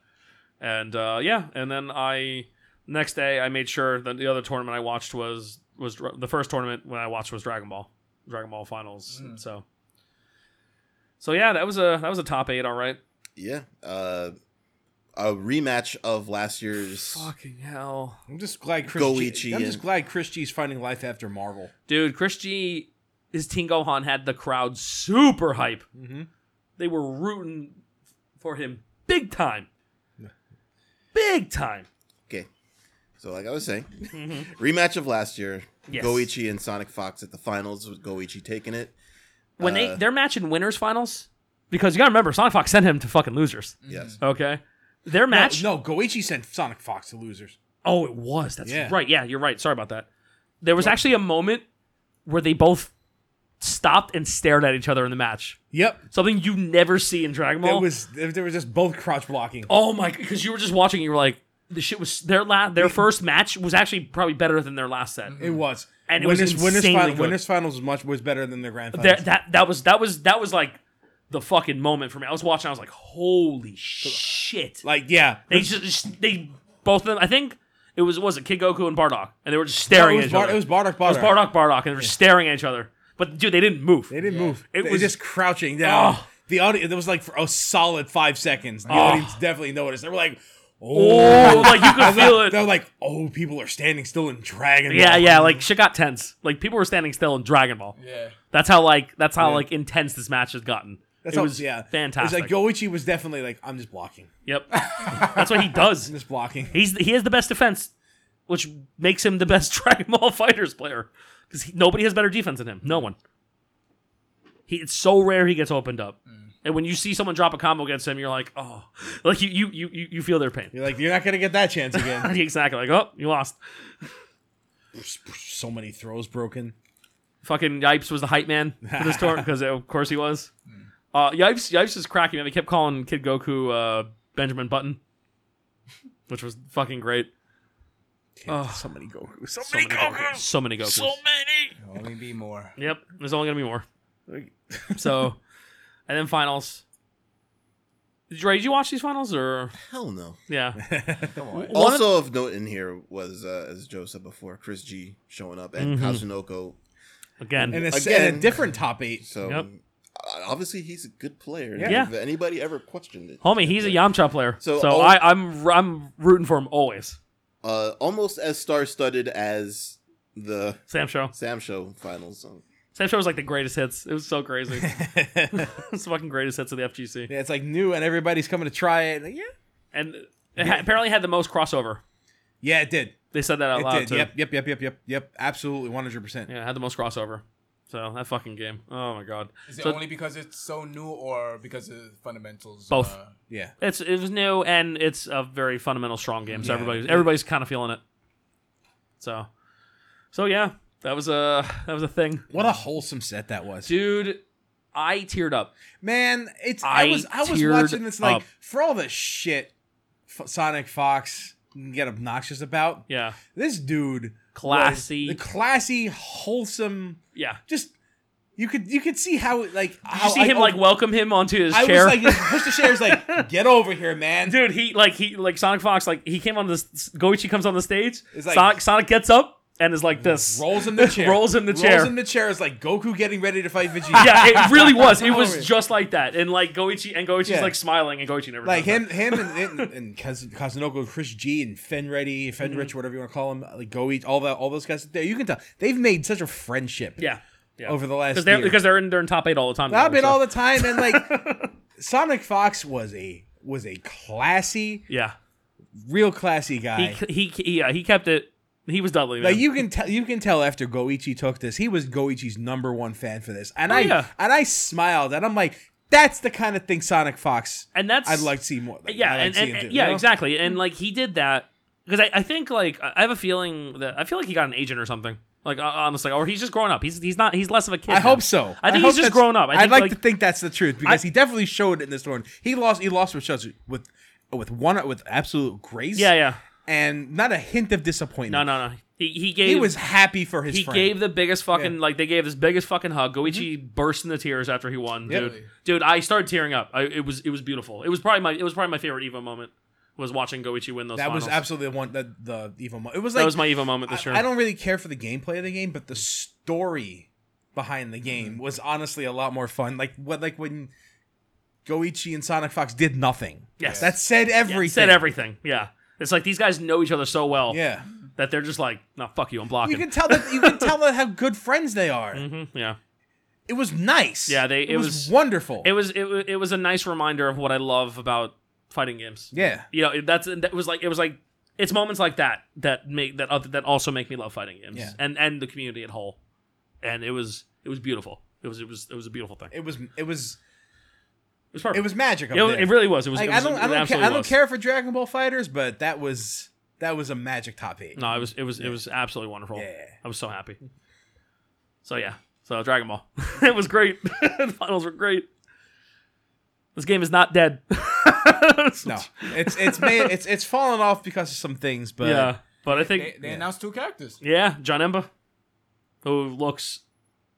[SPEAKER 1] And uh, yeah, and then I next day I made sure that the other tournament I watched was was dra- the first tournament when I watched was Dragon Ball, Dragon Ball Finals.
[SPEAKER 3] Mm.
[SPEAKER 1] So, so yeah, that was a that was a top eight, all right.
[SPEAKER 2] Yeah. Uh, a rematch of last year's.
[SPEAKER 1] Fucking hell.
[SPEAKER 4] I'm just glad Chris.
[SPEAKER 2] Goichi
[SPEAKER 4] G, I'm just
[SPEAKER 2] and-
[SPEAKER 4] glad Chris G's finding life after Marvel.
[SPEAKER 1] Dude, Chris G, his Team Gohan had the crowd super hype.
[SPEAKER 4] Mm-hmm.
[SPEAKER 1] They were rooting for him big time. Big time.
[SPEAKER 2] Okay. So, like I was saying, rematch of last year.
[SPEAKER 1] Mm-hmm. Yes.
[SPEAKER 2] Goichi and Sonic Fox at the finals with Goichi taking it.
[SPEAKER 1] When
[SPEAKER 4] Uh,
[SPEAKER 1] they they're matching winners finals, because you gotta remember Sonic Fox sent him to fucking losers.
[SPEAKER 2] Yes.
[SPEAKER 1] Okay. Their match.
[SPEAKER 4] No, no, Goichi sent Sonic Fox to losers.
[SPEAKER 1] Oh, it was. That's
[SPEAKER 4] Yeah.
[SPEAKER 1] right. Yeah, you're right. Sorry about that. There was actually a moment where they both stopped and stared at each other in the match.
[SPEAKER 4] Yep.
[SPEAKER 1] Something you never see in Dragon Ball.
[SPEAKER 4] It was they were just both crouch blocking.
[SPEAKER 1] Oh my! Because you were just watching, you were like, the shit was their la- their first match was actually probably better than their last set.
[SPEAKER 4] It was.
[SPEAKER 1] And it
[SPEAKER 4] Winners-
[SPEAKER 1] was
[SPEAKER 4] winners,
[SPEAKER 1] insanely
[SPEAKER 4] final,
[SPEAKER 1] good.
[SPEAKER 4] winners finals was much was better than their grand
[SPEAKER 1] There,
[SPEAKER 4] finals.
[SPEAKER 1] that that was that was that was like the fucking moment for me. I was watching, I was like, holy shit!
[SPEAKER 4] like yeah,
[SPEAKER 1] They just, just- they both of them. I think it was was it Kid Goku and Bardock, and they were just staring
[SPEAKER 4] it
[SPEAKER 1] at
[SPEAKER 4] was,
[SPEAKER 1] each
[SPEAKER 4] Bar-
[SPEAKER 1] other.
[SPEAKER 4] it was Bardock. Bardock.
[SPEAKER 1] It was Bardock Bardock, and they were staring at each other. But dude, they didn't move.
[SPEAKER 4] They didn't move.
[SPEAKER 1] It
[SPEAKER 4] It
[SPEAKER 1] was-
[SPEAKER 4] was just crouching down.
[SPEAKER 1] Oh.
[SPEAKER 4] The audience, it was like for a solid five seconds. The audience definitely noticed. They were like,
[SPEAKER 1] Oh,
[SPEAKER 4] oh.
[SPEAKER 1] like you could feel it.
[SPEAKER 4] They were like, oh, people are standing still in Dragon
[SPEAKER 1] Yeah,
[SPEAKER 4] Ball.
[SPEAKER 1] yeah, like shit got tense. Like people were standing still in Dragon Ball.
[SPEAKER 3] Yeah.
[SPEAKER 1] That's how like that's how like intense this match has gotten.
[SPEAKER 4] That's
[SPEAKER 1] it
[SPEAKER 4] how,
[SPEAKER 1] was
[SPEAKER 4] yeah.
[SPEAKER 1] fantastic.
[SPEAKER 4] It's like Goichi was definitely like, I'm just blocking.
[SPEAKER 1] Yep. That's what he does.
[SPEAKER 4] I'm just blocking.
[SPEAKER 1] He's he has the best defense, which makes him the best Dragon Ball Fighters player because nobody has better defense than him. No one. He it's so rare he gets opened up,
[SPEAKER 4] Mm.
[SPEAKER 1] and when you see someone drop a combo against him, you're like, oh, like you you you you- you feel their pain.
[SPEAKER 4] You're like, you're not gonna get that chance again.
[SPEAKER 1] exactly. Like oh, you lost.
[SPEAKER 4] so many throws broken.
[SPEAKER 1] Fucking Yipes was the hype man for this tour because of course he was.
[SPEAKER 4] Mm.
[SPEAKER 1] Uh, Yipes Yipes is cracking man. They kept calling Kid Goku uh, Benjamin Button, which was fucking great.
[SPEAKER 4] Oh. So many Goku. So,
[SPEAKER 1] So many Gokus. So many Gokus.
[SPEAKER 3] There'll Only be more.
[SPEAKER 1] Yep, there's only gonna be more. So, and then finals. Did you, Ray, did you watch these finals or
[SPEAKER 2] Hell no.
[SPEAKER 1] yeah?
[SPEAKER 3] Come on.
[SPEAKER 1] One of-
[SPEAKER 2] also of note in here was, uh, as Joe said before, Chris G showing up and
[SPEAKER 1] Mm-hmm.
[SPEAKER 2] Kazunoko.
[SPEAKER 1] again,
[SPEAKER 4] and, a, s-
[SPEAKER 2] Again.
[SPEAKER 4] and a different top eight.
[SPEAKER 2] So
[SPEAKER 1] Yep.
[SPEAKER 2] uh, obviously he's a good player.
[SPEAKER 1] Yeah.
[SPEAKER 2] If anybody ever questioned it,
[SPEAKER 1] homie, he's a Yamcha player, so,
[SPEAKER 2] So oh- all-
[SPEAKER 1] I, I'm I'm rooting for him always.
[SPEAKER 2] uh, almost as star-studded as the
[SPEAKER 1] Sam Show,
[SPEAKER 2] Sam Show finals. So,
[SPEAKER 1] Sam Show was like the greatest hits. It was so crazy. it's the fucking greatest hits of the FGC,
[SPEAKER 4] Yeah, it's like new and everybody's coming to try it. Like, yeah.
[SPEAKER 1] and it ha- apparently had the most crossover.
[SPEAKER 4] Yeah, it did.
[SPEAKER 1] They said that out
[SPEAKER 4] It
[SPEAKER 1] loud
[SPEAKER 4] did.
[SPEAKER 1] too.
[SPEAKER 4] Yep, yep, yep, yep, yep, yep. Absolutely, one hundred percent.
[SPEAKER 1] Yeah, it had the most crossover. So that fucking game. Oh my god.
[SPEAKER 3] Is it
[SPEAKER 1] So-
[SPEAKER 3] only because it's so new or because of the fundamentals?
[SPEAKER 1] Both.
[SPEAKER 3] Uh,
[SPEAKER 4] Yeah.
[SPEAKER 1] It's it was new and it's a very fundamental strong game. So
[SPEAKER 4] Yeah.
[SPEAKER 1] everybody's everybody's kind of feeling it. So, so yeah, that was a that was a thing,
[SPEAKER 4] What a wholesome set that was,
[SPEAKER 1] dude. I teared up.
[SPEAKER 4] man. It's I,
[SPEAKER 1] I
[SPEAKER 4] was I was
[SPEAKER 1] teared
[SPEAKER 4] watching this like
[SPEAKER 1] up.
[SPEAKER 4] for all the shit F- Sonic Fox can get obnoxious about.
[SPEAKER 1] Yeah,
[SPEAKER 4] This dude, was
[SPEAKER 1] Classy.
[SPEAKER 4] the classy, wholesome,
[SPEAKER 1] yeah.
[SPEAKER 4] just you could you could see how like
[SPEAKER 1] Did
[SPEAKER 4] how oh,
[SPEAKER 1] you see him like welcome him onto his
[SPEAKER 4] I
[SPEAKER 1] chair?
[SPEAKER 4] was like push the chairs like get over here, man.
[SPEAKER 1] dude, he like he like Sonic Fox like he came on this Goichi comes on the stage.
[SPEAKER 4] It's like-
[SPEAKER 1] Sonic Sonic gets up and is like this.
[SPEAKER 4] Rolls in the chair.
[SPEAKER 1] Rolls in the chair.
[SPEAKER 4] Rolls in the chair is like Goku getting ready to fight Vegeta.
[SPEAKER 1] yeah, it really was. It
[SPEAKER 4] Over.
[SPEAKER 1] was just like that, and like Goichi and Goichi's
[SPEAKER 4] Yeah.
[SPEAKER 1] like smiling, and Goichi never
[SPEAKER 4] like
[SPEAKER 1] does
[SPEAKER 4] him, him, and, and, and Kaz- Kazunoko, Chris G, and Fenrich, Fenrich,
[SPEAKER 1] Mhm.
[SPEAKER 4] whatever you want to call him, like Goichi, all that, all those guys. There, you can tell they've made such a friendship.
[SPEAKER 1] That. Yeah, yeah.
[SPEAKER 4] over the last
[SPEAKER 1] because they're
[SPEAKER 4] year.
[SPEAKER 1] because they're in they're in top eight all the time.
[SPEAKER 4] I've
[SPEAKER 1] together,
[SPEAKER 4] been
[SPEAKER 1] so-
[SPEAKER 4] all the time, and like Sonic Fox was a was a classy,
[SPEAKER 1] yeah.
[SPEAKER 4] real classy guy.
[SPEAKER 1] He he yeah he kept it. He was Dudley.
[SPEAKER 4] like
[SPEAKER 1] man.
[SPEAKER 4] you can tell, you can tell after Goichi took this, he was Goichi's number one fan for this, and I
[SPEAKER 1] Oh, yeah.
[SPEAKER 4] and I smiled, and I'm like, That's the kind of thing Sonic Fox
[SPEAKER 1] and that's
[SPEAKER 4] I'd like to see more. like,
[SPEAKER 1] yeah,
[SPEAKER 4] I like
[SPEAKER 1] and,
[SPEAKER 4] seeing
[SPEAKER 1] and-
[SPEAKER 4] too,
[SPEAKER 1] yeah,
[SPEAKER 4] you know?
[SPEAKER 1] exactly. And like he did that because I, I think like I I have a feeling that I feel like he got an agent or something. Like hon- honestly, or he's just grown up. He's he's not. He's less of a kid.
[SPEAKER 4] I
[SPEAKER 1] now.
[SPEAKER 4] hope so.
[SPEAKER 1] I think
[SPEAKER 4] hope
[SPEAKER 1] he's just
[SPEAKER 4] that's-
[SPEAKER 1] grown up. I
[SPEAKER 4] I'd
[SPEAKER 1] think,
[SPEAKER 4] like,
[SPEAKER 1] like
[SPEAKER 4] to think that's the truth because he definitely showed it in this one. He lost. He lost with Chelsea with with one with absolute grace.
[SPEAKER 1] yeah, yeah.
[SPEAKER 4] and not a hint of
[SPEAKER 1] No,
[SPEAKER 4] disappointment.
[SPEAKER 1] no, no. He he gave
[SPEAKER 4] he was happy for his.
[SPEAKER 1] he
[SPEAKER 4] friend.
[SPEAKER 1] gave the biggest fucking like they gave his biggest fucking hug. Goichi
[SPEAKER 4] Mm-hmm.
[SPEAKER 1] burst into tears after he won, dude. Dude, I started tearing up. I, it was it was beautiful. It was probably my it was probably my favorite Evo moment was watching Goichi win those.
[SPEAKER 4] that was
[SPEAKER 1] finals.
[SPEAKER 4] absolutely the one that the evil. Mo- it was
[SPEAKER 1] that
[SPEAKER 4] like
[SPEAKER 1] was my Evo moment this year.
[SPEAKER 4] I, I don't really care for the gameplay of the game, but the story behind the game was honestly a lot more fun. Like what, like when Goichi and Sonic Fox did nothing.
[SPEAKER 1] Yes.
[SPEAKER 4] that said everything.
[SPEAKER 1] It said everything. Yeah, it's like these guys know each other so well
[SPEAKER 4] Yeah,
[SPEAKER 1] that they're just like, no, fuck you, I'm blocking.
[SPEAKER 4] you can tell that you can tell that how good friends they are.
[SPEAKER 1] Mhm, yeah,
[SPEAKER 4] It was nice.
[SPEAKER 1] Yeah, they- it
[SPEAKER 4] was,
[SPEAKER 1] was-
[SPEAKER 4] wonderful.
[SPEAKER 1] it was it, wa- it was a nice reminder of what I love about fighting games.
[SPEAKER 4] yeah,
[SPEAKER 1] you know that's that was like it was like it's moments like that that make that other, that also make me love fighting games
[SPEAKER 4] Yeah.
[SPEAKER 1] and and the community at whole and it was it was beautiful it was it was it was a beautiful thing it
[SPEAKER 4] it was it was
[SPEAKER 1] was perfect
[SPEAKER 4] it was magic. Up
[SPEAKER 1] it, was-
[SPEAKER 4] there.
[SPEAKER 1] it really was it was,
[SPEAKER 4] Like,
[SPEAKER 1] it was
[SPEAKER 4] I don't
[SPEAKER 1] it
[SPEAKER 4] I don't, care,
[SPEAKER 1] absolutely
[SPEAKER 4] I don't
[SPEAKER 1] was.
[SPEAKER 4] care for Dragon Ball Fighters, but that was that was a magic top eight.
[SPEAKER 1] no it was it was it was absolutely wonderful
[SPEAKER 4] Yeah.
[SPEAKER 1] I was so happy so yeah so Dragon Ball it was great the finals were great this game is not dead
[SPEAKER 4] No, it's it's made it's it's fallen off because of some things, but
[SPEAKER 1] yeah but I
[SPEAKER 3] They,
[SPEAKER 1] think
[SPEAKER 3] they announced two characters.
[SPEAKER 1] yeah John Emba who looks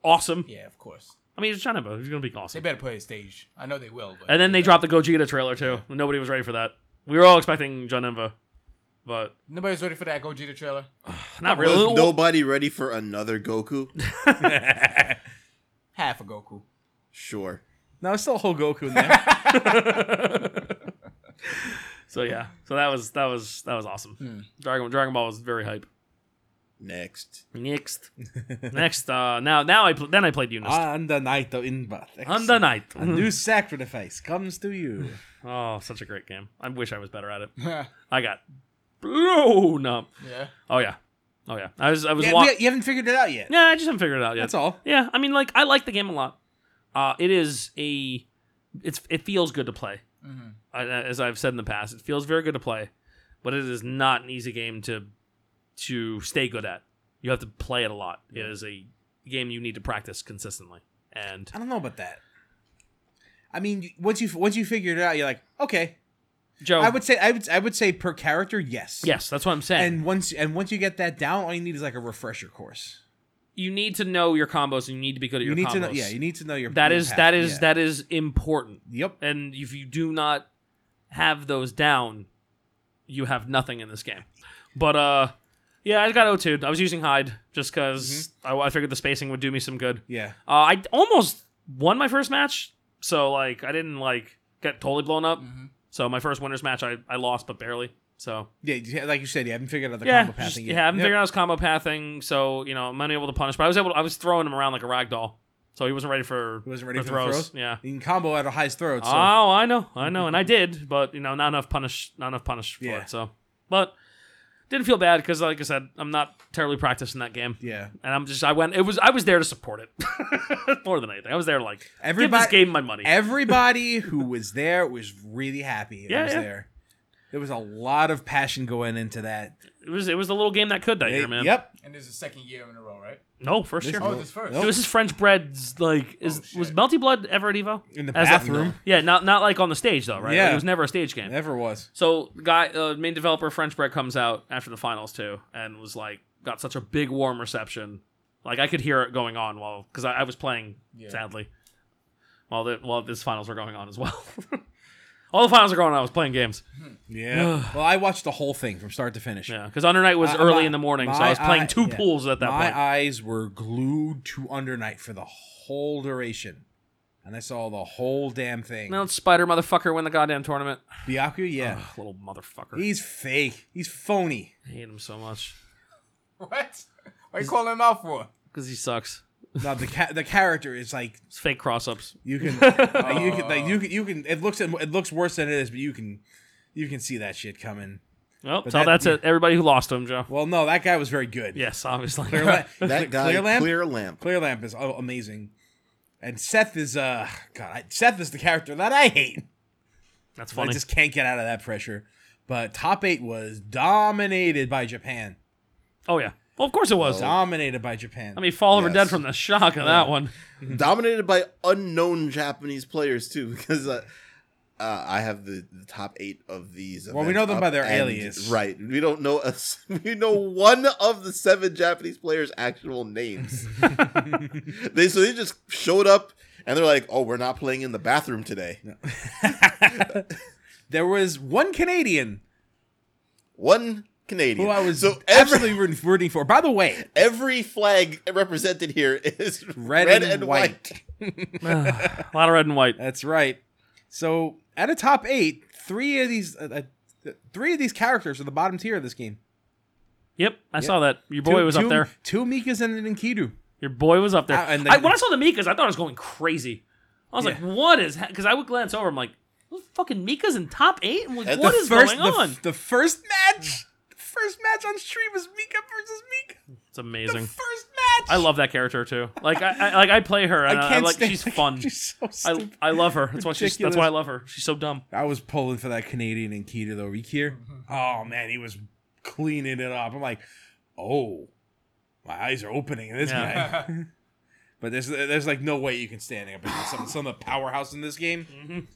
[SPEAKER 1] awesome
[SPEAKER 3] Yeah, of course.
[SPEAKER 1] I mean it's John Emba he's gonna be awesome
[SPEAKER 3] They better play a stage. I know they will. But
[SPEAKER 1] And then they dropped the Gogeta trailer too. Nobody was ready for that. We were all expecting John Enva, but
[SPEAKER 3] nobody's ready for that Gogeta trailer.
[SPEAKER 1] not
[SPEAKER 2] Was
[SPEAKER 1] really.
[SPEAKER 2] nobody ready for another Goku?
[SPEAKER 3] Half a Goku.
[SPEAKER 2] Sure.
[SPEAKER 4] no, it's still a whole Goku in there.
[SPEAKER 1] So yeah, so that was that was that was awesome.
[SPEAKER 4] Hmm.
[SPEAKER 1] Dragon Dragon Ball was very hype.
[SPEAKER 2] Next.
[SPEAKER 1] Next, next, uh, now now I pl- then I played Eunice.
[SPEAKER 4] On Ah, the night of Inbath,
[SPEAKER 1] On the night.
[SPEAKER 4] a new sacrifice comes to you.
[SPEAKER 1] Oh, such a great game. I wish I was better at it.
[SPEAKER 3] yeah. Mm-hmm.
[SPEAKER 1] I got blown up. Oh yeah, oh yeah. I was I was
[SPEAKER 4] Yeah,
[SPEAKER 1] wa-
[SPEAKER 4] we- you haven't figured it out yet.
[SPEAKER 1] Yeah, I just haven't figured it out yet.
[SPEAKER 4] That's all.
[SPEAKER 1] Yeah, I mean, like I like the game a lot. Uh, it is a, it's it feels good to play. I, as I've said in the past, it feels very good to play, but it is not an easy game to, to stay good at. You have to play it a lot. It is a game you need to practice consistently. And
[SPEAKER 4] I don't know about that. I mean, you- once you once you figure it out, you're like, okay.
[SPEAKER 1] Joe,
[SPEAKER 4] I would say I would I would say per character, yes.
[SPEAKER 1] yes, that's what I'm saying.
[SPEAKER 4] And once and once you get that down, all you need is like a refresher course.
[SPEAKER 1] you need to know your combos, and you need to be good at
[SPEAKER 4] You
[SPEAKER 1] your
[SPEAKER 4] need
[SPEAKER 1] combos.
[SPEAKER 4] to know. Yeah, you need to know your.
[SPEAKER 1] that
[SPEAKER 4] your
[SPEAKER 1] is
[SPEAKER 4] path,
[SPEAKER 1] that is
[SPEAKER 4] yeah.
[SPEAKER 1] that is important.
[SPEAKER 4] Yep.
[SPEAKER 1] and if you do not have those down, you have nothing in this game. But uh, yeah, I got O2. I was using Hyde just because
[SPEAKER 4] Mm-hmm.
[SPEAKER 1] I, I figured the spacing would do me some good.
[SPEAKER 4] Yeah.
[SPEAKER 1] Uh, I almost won my first match, so like I didn't like get totally blown up.
[SPEAKER 4] Mm-hmm.
[SPEAKER 1] So my first winners match, I, I lost but barely. So
[SPEAKER 4] Yeah, you- like you said, you haven't figured out the
[SPEAKER 1] yeah,
[SPEAKER 4] combo
[SPEAKER 1] just-
[SPEAKER 4] passing yet.
[SPEAKER 1] yeah, I haven't
[SPEAKER 4] Yep.
[SPEAKER 1] figured out his combo pathing, so you know I'm unable to punish. But I was able, to, I was throwing him around like a rag doll, so he wasn't ready for
[SPEAKER 4] He wasn't ready for the throws?
[SPEAKER 1] Yeah,
[SPEAKER 4] You can combo out of high throat. So
[SPEAKER 1] Oh, I know, I know, and I did, but you know, not enough punish, not enough punish for
[SPEAKER 4] Yeah.
[SPEAKER 1] it. So, but didn't feel bad because, like I said, I'm not terribly practiced in that game,
[SPEAKER 4] yeah,
[SPEAKER 1] and I'm just I went. It was I was there to support it more than anything. I was there to like give this
[SPEAKER 4] Everybody-
[SPEAKER 1] game my money.
[SPEAKER 4] everybody who was there was really happy.
[SPEAKER 1] Yeah,
[SPEAKER 4] Yeah, was
[SPEAKER 1] yeah.
[SPEAKER 4] there. There was a lot of passion going into that.
[SPEAKER 1] it was it was the little game that could that year,
[SPEAKER 4] They-
[SPEAKER 1] man.
[SPEAKER 4] Yep.
[SPEAKER 3] And this is the second year in a row, right?
[SPEAKER 1] No, first year.
[SPEAKER 3] Oh, this first.
[SPEAKER 4] Nope.
[SPEAKER 1] This is French bread's like is
[SPEAKER 3] Oh,
[SPEAKER 1] was
[SPEAKER 3] shit.
[SPEAKER 1] Melty Blood ever at Evo
[SPEAKER 4] In the
[SPEAKER 1] As a-
[SPEAKER 4] bathroom.
[SPEAKER 1] yeah, not not like on the stage though, right? Like,
[SPEAKER 4] Yeah.
[SPEAKER 1] it was never a stage game.
[SPEAKER 4] Never was.
[SPEAKER 1] So, guy, uh, main developer French Bread comes out after the finals too, and was like, got such a big warm reception. Like I could hear it going on while because I, I was playing
[SPEAKER 3] Yeah.
[SPEAKER 1] sadly, while the while these finals were going on as well. All the finals are going on. I was playing games.
[SPEAKER 4] Yeah. well, I watched the whole thing from start to finish.
[SPEAKER 1] Yeah, because Under Night was
[SPEAKER 4] Uh,
[SPEAKER 1] early
[SPEAKER 4] my-
[SPEAKER 1] in the morning, so
[SPEAKER 4] my
[SPEAKER 1] I was playing
[SPEAKER 4] eye-
[SPEAKER 1] two
[SPEAKER 4] yeah.
[SPEAKER 1] pools at that
[SPEAKER 4] My
[SPEAKER 1] point.
[SPEAKER 4] eyes were glued to Under Night for the whole duration, and I saw the whole damn thing.
[SPEAKER 1] Now it's Spider motherfucker win the goddamn tournament.
[SPEAKER 4] Byakuya, yeah,
[SPEAKER 1] Ugh, little motherfucker.
[SPEAKER 4] he's fake. He's phony.
[SPEAKER 1] I hate him so much
[SPEAKER 3] What? What are you calling him out for?
[SPEAKER 1] because he sucks.
[SPEAKER 4] No, the ca- the character is like
[SPEAKER 1] It's fake cross ups.
[SPEAKER 4] You can, like, you can,
[SPEAKER 1] Oh.
[SPEAKER 4] like, you can, you can. It looks, it looks worse than it is, but you can, you can see that shit coming.
[SPEAKER 1] Well, so
[SPEAKER 4] that-
[SPEAKER 1] that's it. Everybody who lost to him, Joe.
[SPEAKER 4] Well, no, that guy was very good.
[SPEAKER 1] Yes, obviously.
[SPEAKER 4] Clear, la-
[SPEAKER 2] That guy,
[SPEAKER 4] clear lamp, clear,
[SPEAKER 2] Clear Lamp.
[SPEAKER 4] lamp is oh, amazing, And Seth is uh God, I- Seth is the character that I hate.
[SPEAKER 1] That's funny.
[SPEAKER 4] I just can't get out of that pressure. But top eight was dominated by Japan.
[SPEAKER 1] oh yeah. Well, of course it was.
[SPEAKER 4] Dominated by Japan.
[SPEAKER 1] I mean, fall over
[SPEAKER 2] Yes.
[SPEAKER 1] dead from the shock of that one.
[SPEAKER 2] dominated by unknown Japanese players too, because uh, uh, I have the, the top eight of these.
[SPEAKER 4] Well, we
[SPEAKER 2] events
[SPEAKER 4] know them
[SPEAKER 2] up,
[SPEAKER 4] by their
[SPEAKER 2] and-
[SPEAKER 4] alias.
[SPEAKER 2] right? We don't know us. We know one of the seven Japanese players' actual names. they so they just showed up and they're like, "Oh, we're not playing in the bathroom today."
[SPEAKER 4] there was one Canadian
[SPEAKER 2] One Canadian.
[SPEAKER 4] who I was
[SPEAKER 2] so every
[SPEAKER 4] absolutely rooting- rooting for. By the way,
[SPEAKER 2] every flag represented here is
[SPEAKER 4] Red
[SPEAKER 2] red,
[SPEAKER 4] and
[SPEAKER 2] and,
[SPEAKER 4] white.
[SPEAKER 2] white.
[SPEAKER 1] a lot of red and white.
[SPEAKER 4] That's right. So at a top eight, three of these, uh, uh, three of these characters are the bottom tier of this game.
[SPEAKER 1] Yep, I saw that. Your boy
[SPEAKER 4] Two-
[SPEAKER 1] was
[SPEAKER 4] two-
[SPEAKER 1] up there.
[SPEAKER 4] Two Mikas and an Enkidu.
[SPEAKER 1] Your boy was up there.
[SPEAKER 4] Uh, and
[SPEAKER 1] I,
[SPEAKER 4] they-
[SPEAKER 1] when I saw the Mikas, I thought I was going crazy. I was like, "What is?" Because I would glance over. I'm like, "Those "Fucking Mikas in top eight? I'm like,
[SPEAKER 2] At the
[SPEAKER 1] what is
[SPEAKER 4] first,
[SPEAKER 1] going
[SPEAKER 4] the,
[SPEAKER 1] on?"
[SPEAKER 4] the first match, the first match on stream was Mika versus Mika.
[SPEAKER 1] It's amazing.
[SPEAKER 4] First match.
[SPEAKER 1] I love that character too. Like I, I like I play her. And I I like she's fun.
[SPEAKER 4] She's so
[SPEAKER 1] I,
[SPEAKER 4] stupid. I,
[SPEAKER 1] I love her. That's why she's. That's
[SPEAKER 4] Ridiculous.
[SPEAKER 1] why I love her. She's so dumb.
[SPEAKER 4] was pulling for that Canadian Enkidu though. Rikir. Oh man, he was cleaning it up. I'm like, oh, my eyes are opening in this
[SPEAKER 1] Yeah.
[SPEAKER 4] guy. But there's there's like no way you can stand up against some some of the powerhouse in this game.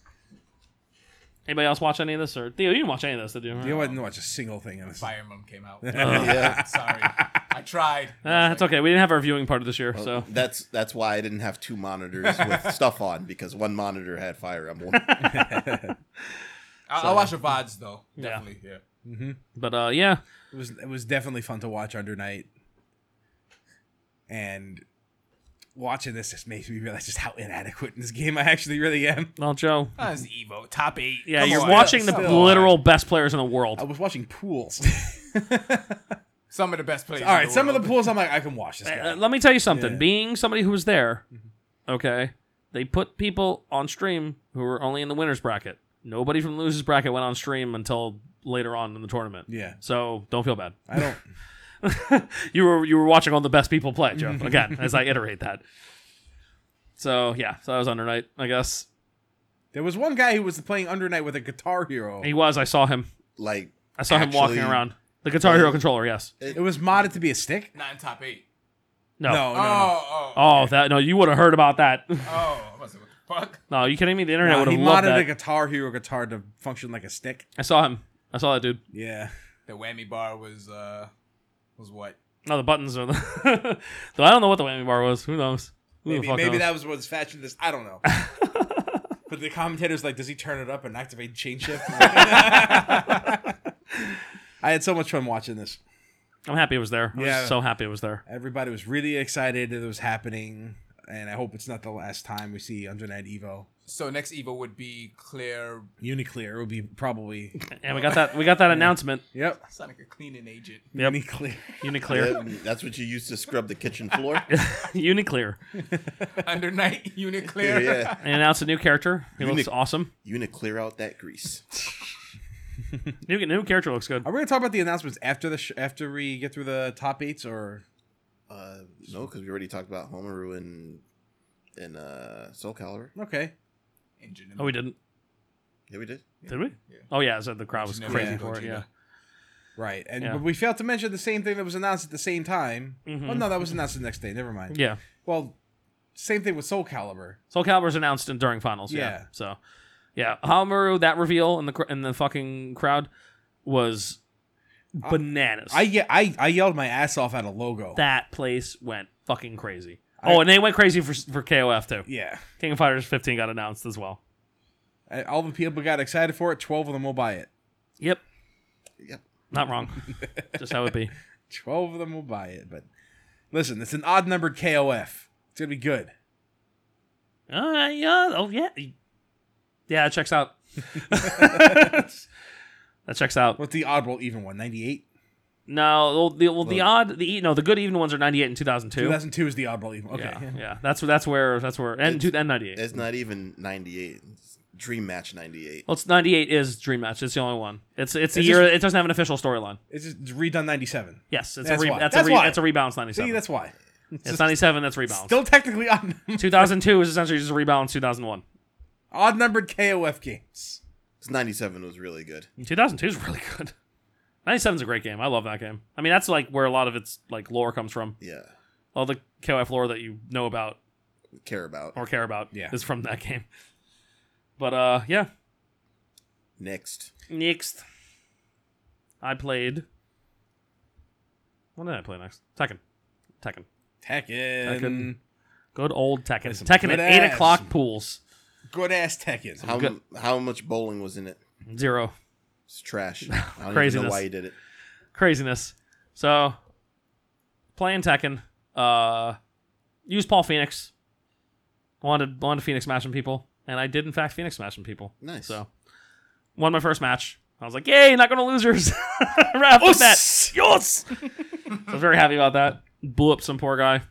[SPEAKER 1] Anybody else watch any of this? Or Theo, you didn't watch any of this, did you?
[SPEAKER 4] You know, I didn't watch a single thing on this.
[SPEAKER 3] Fire Emblem came out.
[SPEAKER 2] Yeah.
[SPEAKER 3] Sorry, I tried.
[SPEAKER 1] Uh, that's okay. We didn't have our viewing part of this year,
[SPEAKER 4] Oh.
[SPEAKER 1] so
[SPEAKER 2] That's that's why I didn't have two monitors with stuff on because one monitor had Fire Emblem.
[SPEAKER 3] I'll, I'll watch the vods though.
[SPEAKER 1] Yeah.
[SPEAKER 3] Definitely. Yeah.
[SPEAKER 1] but uh, yeah,
[SPEAKER 4] It was it was definitely fun to watch under night, and watching this just makes me realize just how inadequate in this game I actually really am.
[SPEAKER 1] well, Joe.
[SPEAKER 3] That was Ah, Evo top eight.
[SPEAKER 1] Yeah,
[SPEAKER 3] Come
[SPEAKER 1] you're
[SPEAKER 3] on.
[SPEAKER 1] watching the
[SPEAKER 4] come
[SPEAKER 3] Some-
[SPEAKER 4] on.
[SPEAKER 1] literal best players in the world.
[SPEAKER 4] I was watching pools.
[SPEAKER 3] Some of the best players.
[SPEAKER 4] All right, some of the pools I'm like I can watch this
[SPEAKER 1] Uh,
[SPEAKER 4] guy.
[SPEAKER 1] let me tell you something. Being somebody who was there,
[SPEAKER 4] Mm-hmm.
[SPEAKER 1] okay, they put people on stream who were only in the winners bracket. Nobody from the losers bracket went on stream until later on in the tournament.
[SPEAKER 4] Yeah.
[SPEAKER 1] So don't feel bad.
[SPEAKER 4] I don't.
[SPEAKER 1] You were you were watching all the best people play, Joe. Again, as I iterate that. So yeah, so that was under night, I guess.
[SPEAKER 4] There was one guy who was playing under night with a guitar hero.
[SPEAKER 1] He was. I saw him.
[SPEAKER 2] Like
[SPEAKER 1] I saw him walking
[SPEAKER 2] actually-
[SPEAKER 1] around. The Guitar
[SPEAKER 4] uh,
[SPEAKER 1] Hero controller. Yes.
[SPEAKER 4] It was modded to be a stick.
[SPEAKER 3] Not in top eight.
[SPEAKER 1] No.
[SPEAKER 4] No, no,
[SPEAKER 3] Oh,
[SPEAKER 4] no.
[SPEAKER 3] oh, oh,
[SPEAKER 1] Oh, that no! You would have heard about that.
[SPEAKER 3] I was like, what the fuck?
[SPEAKER 1] no, you kidding me? The internet
[SPEAKER 4] No,
[SPEAKER 1] would
[SPEAKER 4] he
[SPEAKER 1] have loved
[SPEAKER 4] modded
[SPEAKER 1] that.
[SPEAKER 4] a guitar hero guitar to function like a stick.
[SPEAKER 1] I saw him. I saw that dude.
[SPEAKER 4] Yeah.
[SPEAKER 3] The whammy bar was uh was what?
[SPEAKER 1] No, the buttons are the. Though I don't know what the whammy bar was. Who knows? Who
[SPEAKER 4] Maybe,
[SPEAKER 1] the fuck
[SPEAKER 4] maybe
[SPEAKER 1] knows?
[SPEAKER 4] that was what's fashioned this. I don't know. but the commentator's like, does he turn it up and activate chain shift? I had so much fun watching this.
[SPEAKER 1] I'm happy it was there. I
[SPEAKER 4] Yeah.
[SPEAKER 1] was so happy it was there.
[SPEAKER 4] Everybody was really excited that it was happening, and I hope it's not the last time we see Under Night Evo.
[SPEAKER 3] So next Evo would be clear
[SPEAKER 4] Uniclear will be probably.
[SPEAKER 1] And we got that. We got that announcement.
[SPEAKER 4] Yep.
[SPEAKER 3] it's not like a cleaning agent.
[SPEAKER 1] Yep.
[SPEAKER 4] Uniclear.
[SPEAKER 1] Uniclear.
[SPEAKER 2] that's what you use to scrub the kitchen floor.
[SPEAKER 1] Uniclear.
[SPEAKER 3] Under night unit
[SPEAKER 2] yeah,
[SPEAKER 3] clear.
[SPEAKER 2] yeah.
[SPEAKER 1] And announced a new character. He looks
[SPEAKER 2] Unic-
[SPEAKER 1] awesome.
[SPEAKER 2] You need to clear out that grease.
[SPEAKER 1] New new character looks good.
[SPEAKER 4] Are we gonna talk about the announcements after the sh- after we get through the top eights, or
[SPEAKER 2] Uh, no, because we already talked about Homaru and and uh, Soul Calibur.
[SPEAKER 4] okay?
[SPEAKER 3] Engine.
[SPEAKER 1] Oh, we didn't.
[SPEAKER 2] Yeah, we did.
[SPEAKER 1] Did we?
[SPEAKER 3] Yeah.
[SPEAKER 1] Oh yeah. So the crowd was
[SPEAKER 3] Gogeta.
[SPEAKER 1] crazy
[SPEAKER 4] Yeah.
[SPEAKER 1] for it. Yeah.
[SPEAKER 3] Gogeta.
[SPEAKER 4] Right, and
[SPEAKER 1] Yeah. Mm-hmm.
[SPEAKER 4] we failed to mention the same thing that was announced at the same time. Well, no, that was announced the next day. Never mind.
[SPEAKER 1] Yeah.
[SPEAKER 4] Well, same thing with Soul Calibur.
[SPEAKER 1] Soul Calibur's announced in, during finals. Yeah.
[SPEAKER 4] Yeah.
[SPEAKER 1] So, yeah, Hamaru that reveal in the cr- in the fucking crowd was bananas.
[SPEAKER 4] I ye- I I yelled my ass off at a logo.
[SPEAKER 1] that place went fucking crazy. oh, and they went crazy for for KOF too.
[SPEAKER 4] yeah.
[SPEAKER 1] King of Fighters 15 got announced as well.
[SPEAKER 4] And All the people got excited for it. Twelve of them will buy it.
[SPEAKER 1] Yep,
[SPEAKER 2] Yep.
[SPEAKER 1] not wrong. Just how it be.
[SPEAKER 4] Twelve of them will buy it. But listen, it's an odd numbered KOF. It's gonna be good.
[SPEAKER 1] All right, yeah, oh yeah, yeah, it checks out. that checks out.
[SPEAKER 4] What's the odd roll even one? Ninety eight.
[SPEAKER 1] No, well, the, well, the odd, the e- no, the good even ones are 98 and 2002.
[SPEAKER 4] Two thousand two is the odd roll even. Okay.
[SPEAKER 1] yeah, yeah, that's that's where that's where and two and 98.
[SPEAKER 2] It's not even ninety eight. Dream Match ninety eight.
[SPEAKER 1] Well, it's 98 is Dream Match. It's the only one. It's it's a
[SPEAKER 4] It's
[SPEAKER 1] year.
[SPEAKER 4] just-
[SPEAKER 1] it doesn't have an official storyline.
[SPEAKER 4] It's just redone ninety seven.
[SPEAKER 1] Yes, it's
[SPEAKER 4] That's
[SPEAKER 1] a re-
[SPEAKER 4] why.
[SPEAKER 1] that's,
[SPEAKER 4] That's
[SPEAKER 1] a re-
[SPEAKER 4] why.
[SPEAKER 1] that's a rebalance
[SPEAKER 4] See,
[SPEAKER 1] 97.
[SPEAKER 4] that's why.
[SPEAKER 1] It's 97. That's rebounds.
[SPEAKER 4] Still technically odd,
[SPEAKER 1] 2002 is essentially just a rebound. 2001.
[SPEAKER 4] odd numbered KOF games.
[SPEAKER 2] This 97 was really good.
[SPEAKER 1] 2002 is really good. 97 is a great game. I love that game. I mean, that's like where a lot of its like lore comes from.
[SPEAKER 2] Yeah.
[SPEAKER 1] All the KOF lore that you know about
[SPEAKER 2] Care about.
[SPEAKER 1] or care about
[SPEAKER 4] Yeah.
[SPEAKER 1] is from that game. But uh, yeah.
[SPEAKER 2] Next.
[SPEAKER 1] Next, I played. What did I play next? Tekken. Tekken.
[SPEAKER 4] Tekken.
[SPEAKER 1] Tekken. Good old Tekken.
[SPEAKER 4] some
[SPEAKER 1] Tekken at
[SPEAKER 4] good
[SPEAKER 1] eight
[SPEAKER 4] ass.
[SPEAKER 1] o'clock pools.
[SPEAKER 4] Good ass Tekken.
[SPEAKER 2] How
[SPEAKER 1] good.
[SPEAKER 2] how much bowling was in it?
[SPEAKER 1] Zero.
[SPEAKER 2] It's trash. I don't even
[SPEAKER 1] Craziness.
[SPEAKER 2] know why you did it.
[SPEAKER 1] craziness. So playing Tekken, uh use Paul Phoenix. Wanted wanted Phoenix smashing people, and I did in fact Phoenix smashing people.
[SPEAKER 2] Nice.
[SPEAKER 1] So won my first match. I was like, yay, not gonna losers. right off the bat.
[SPEAKER 4] Us.
[SPEAKER 1] So I was very happy about that. Blew up some poor guy.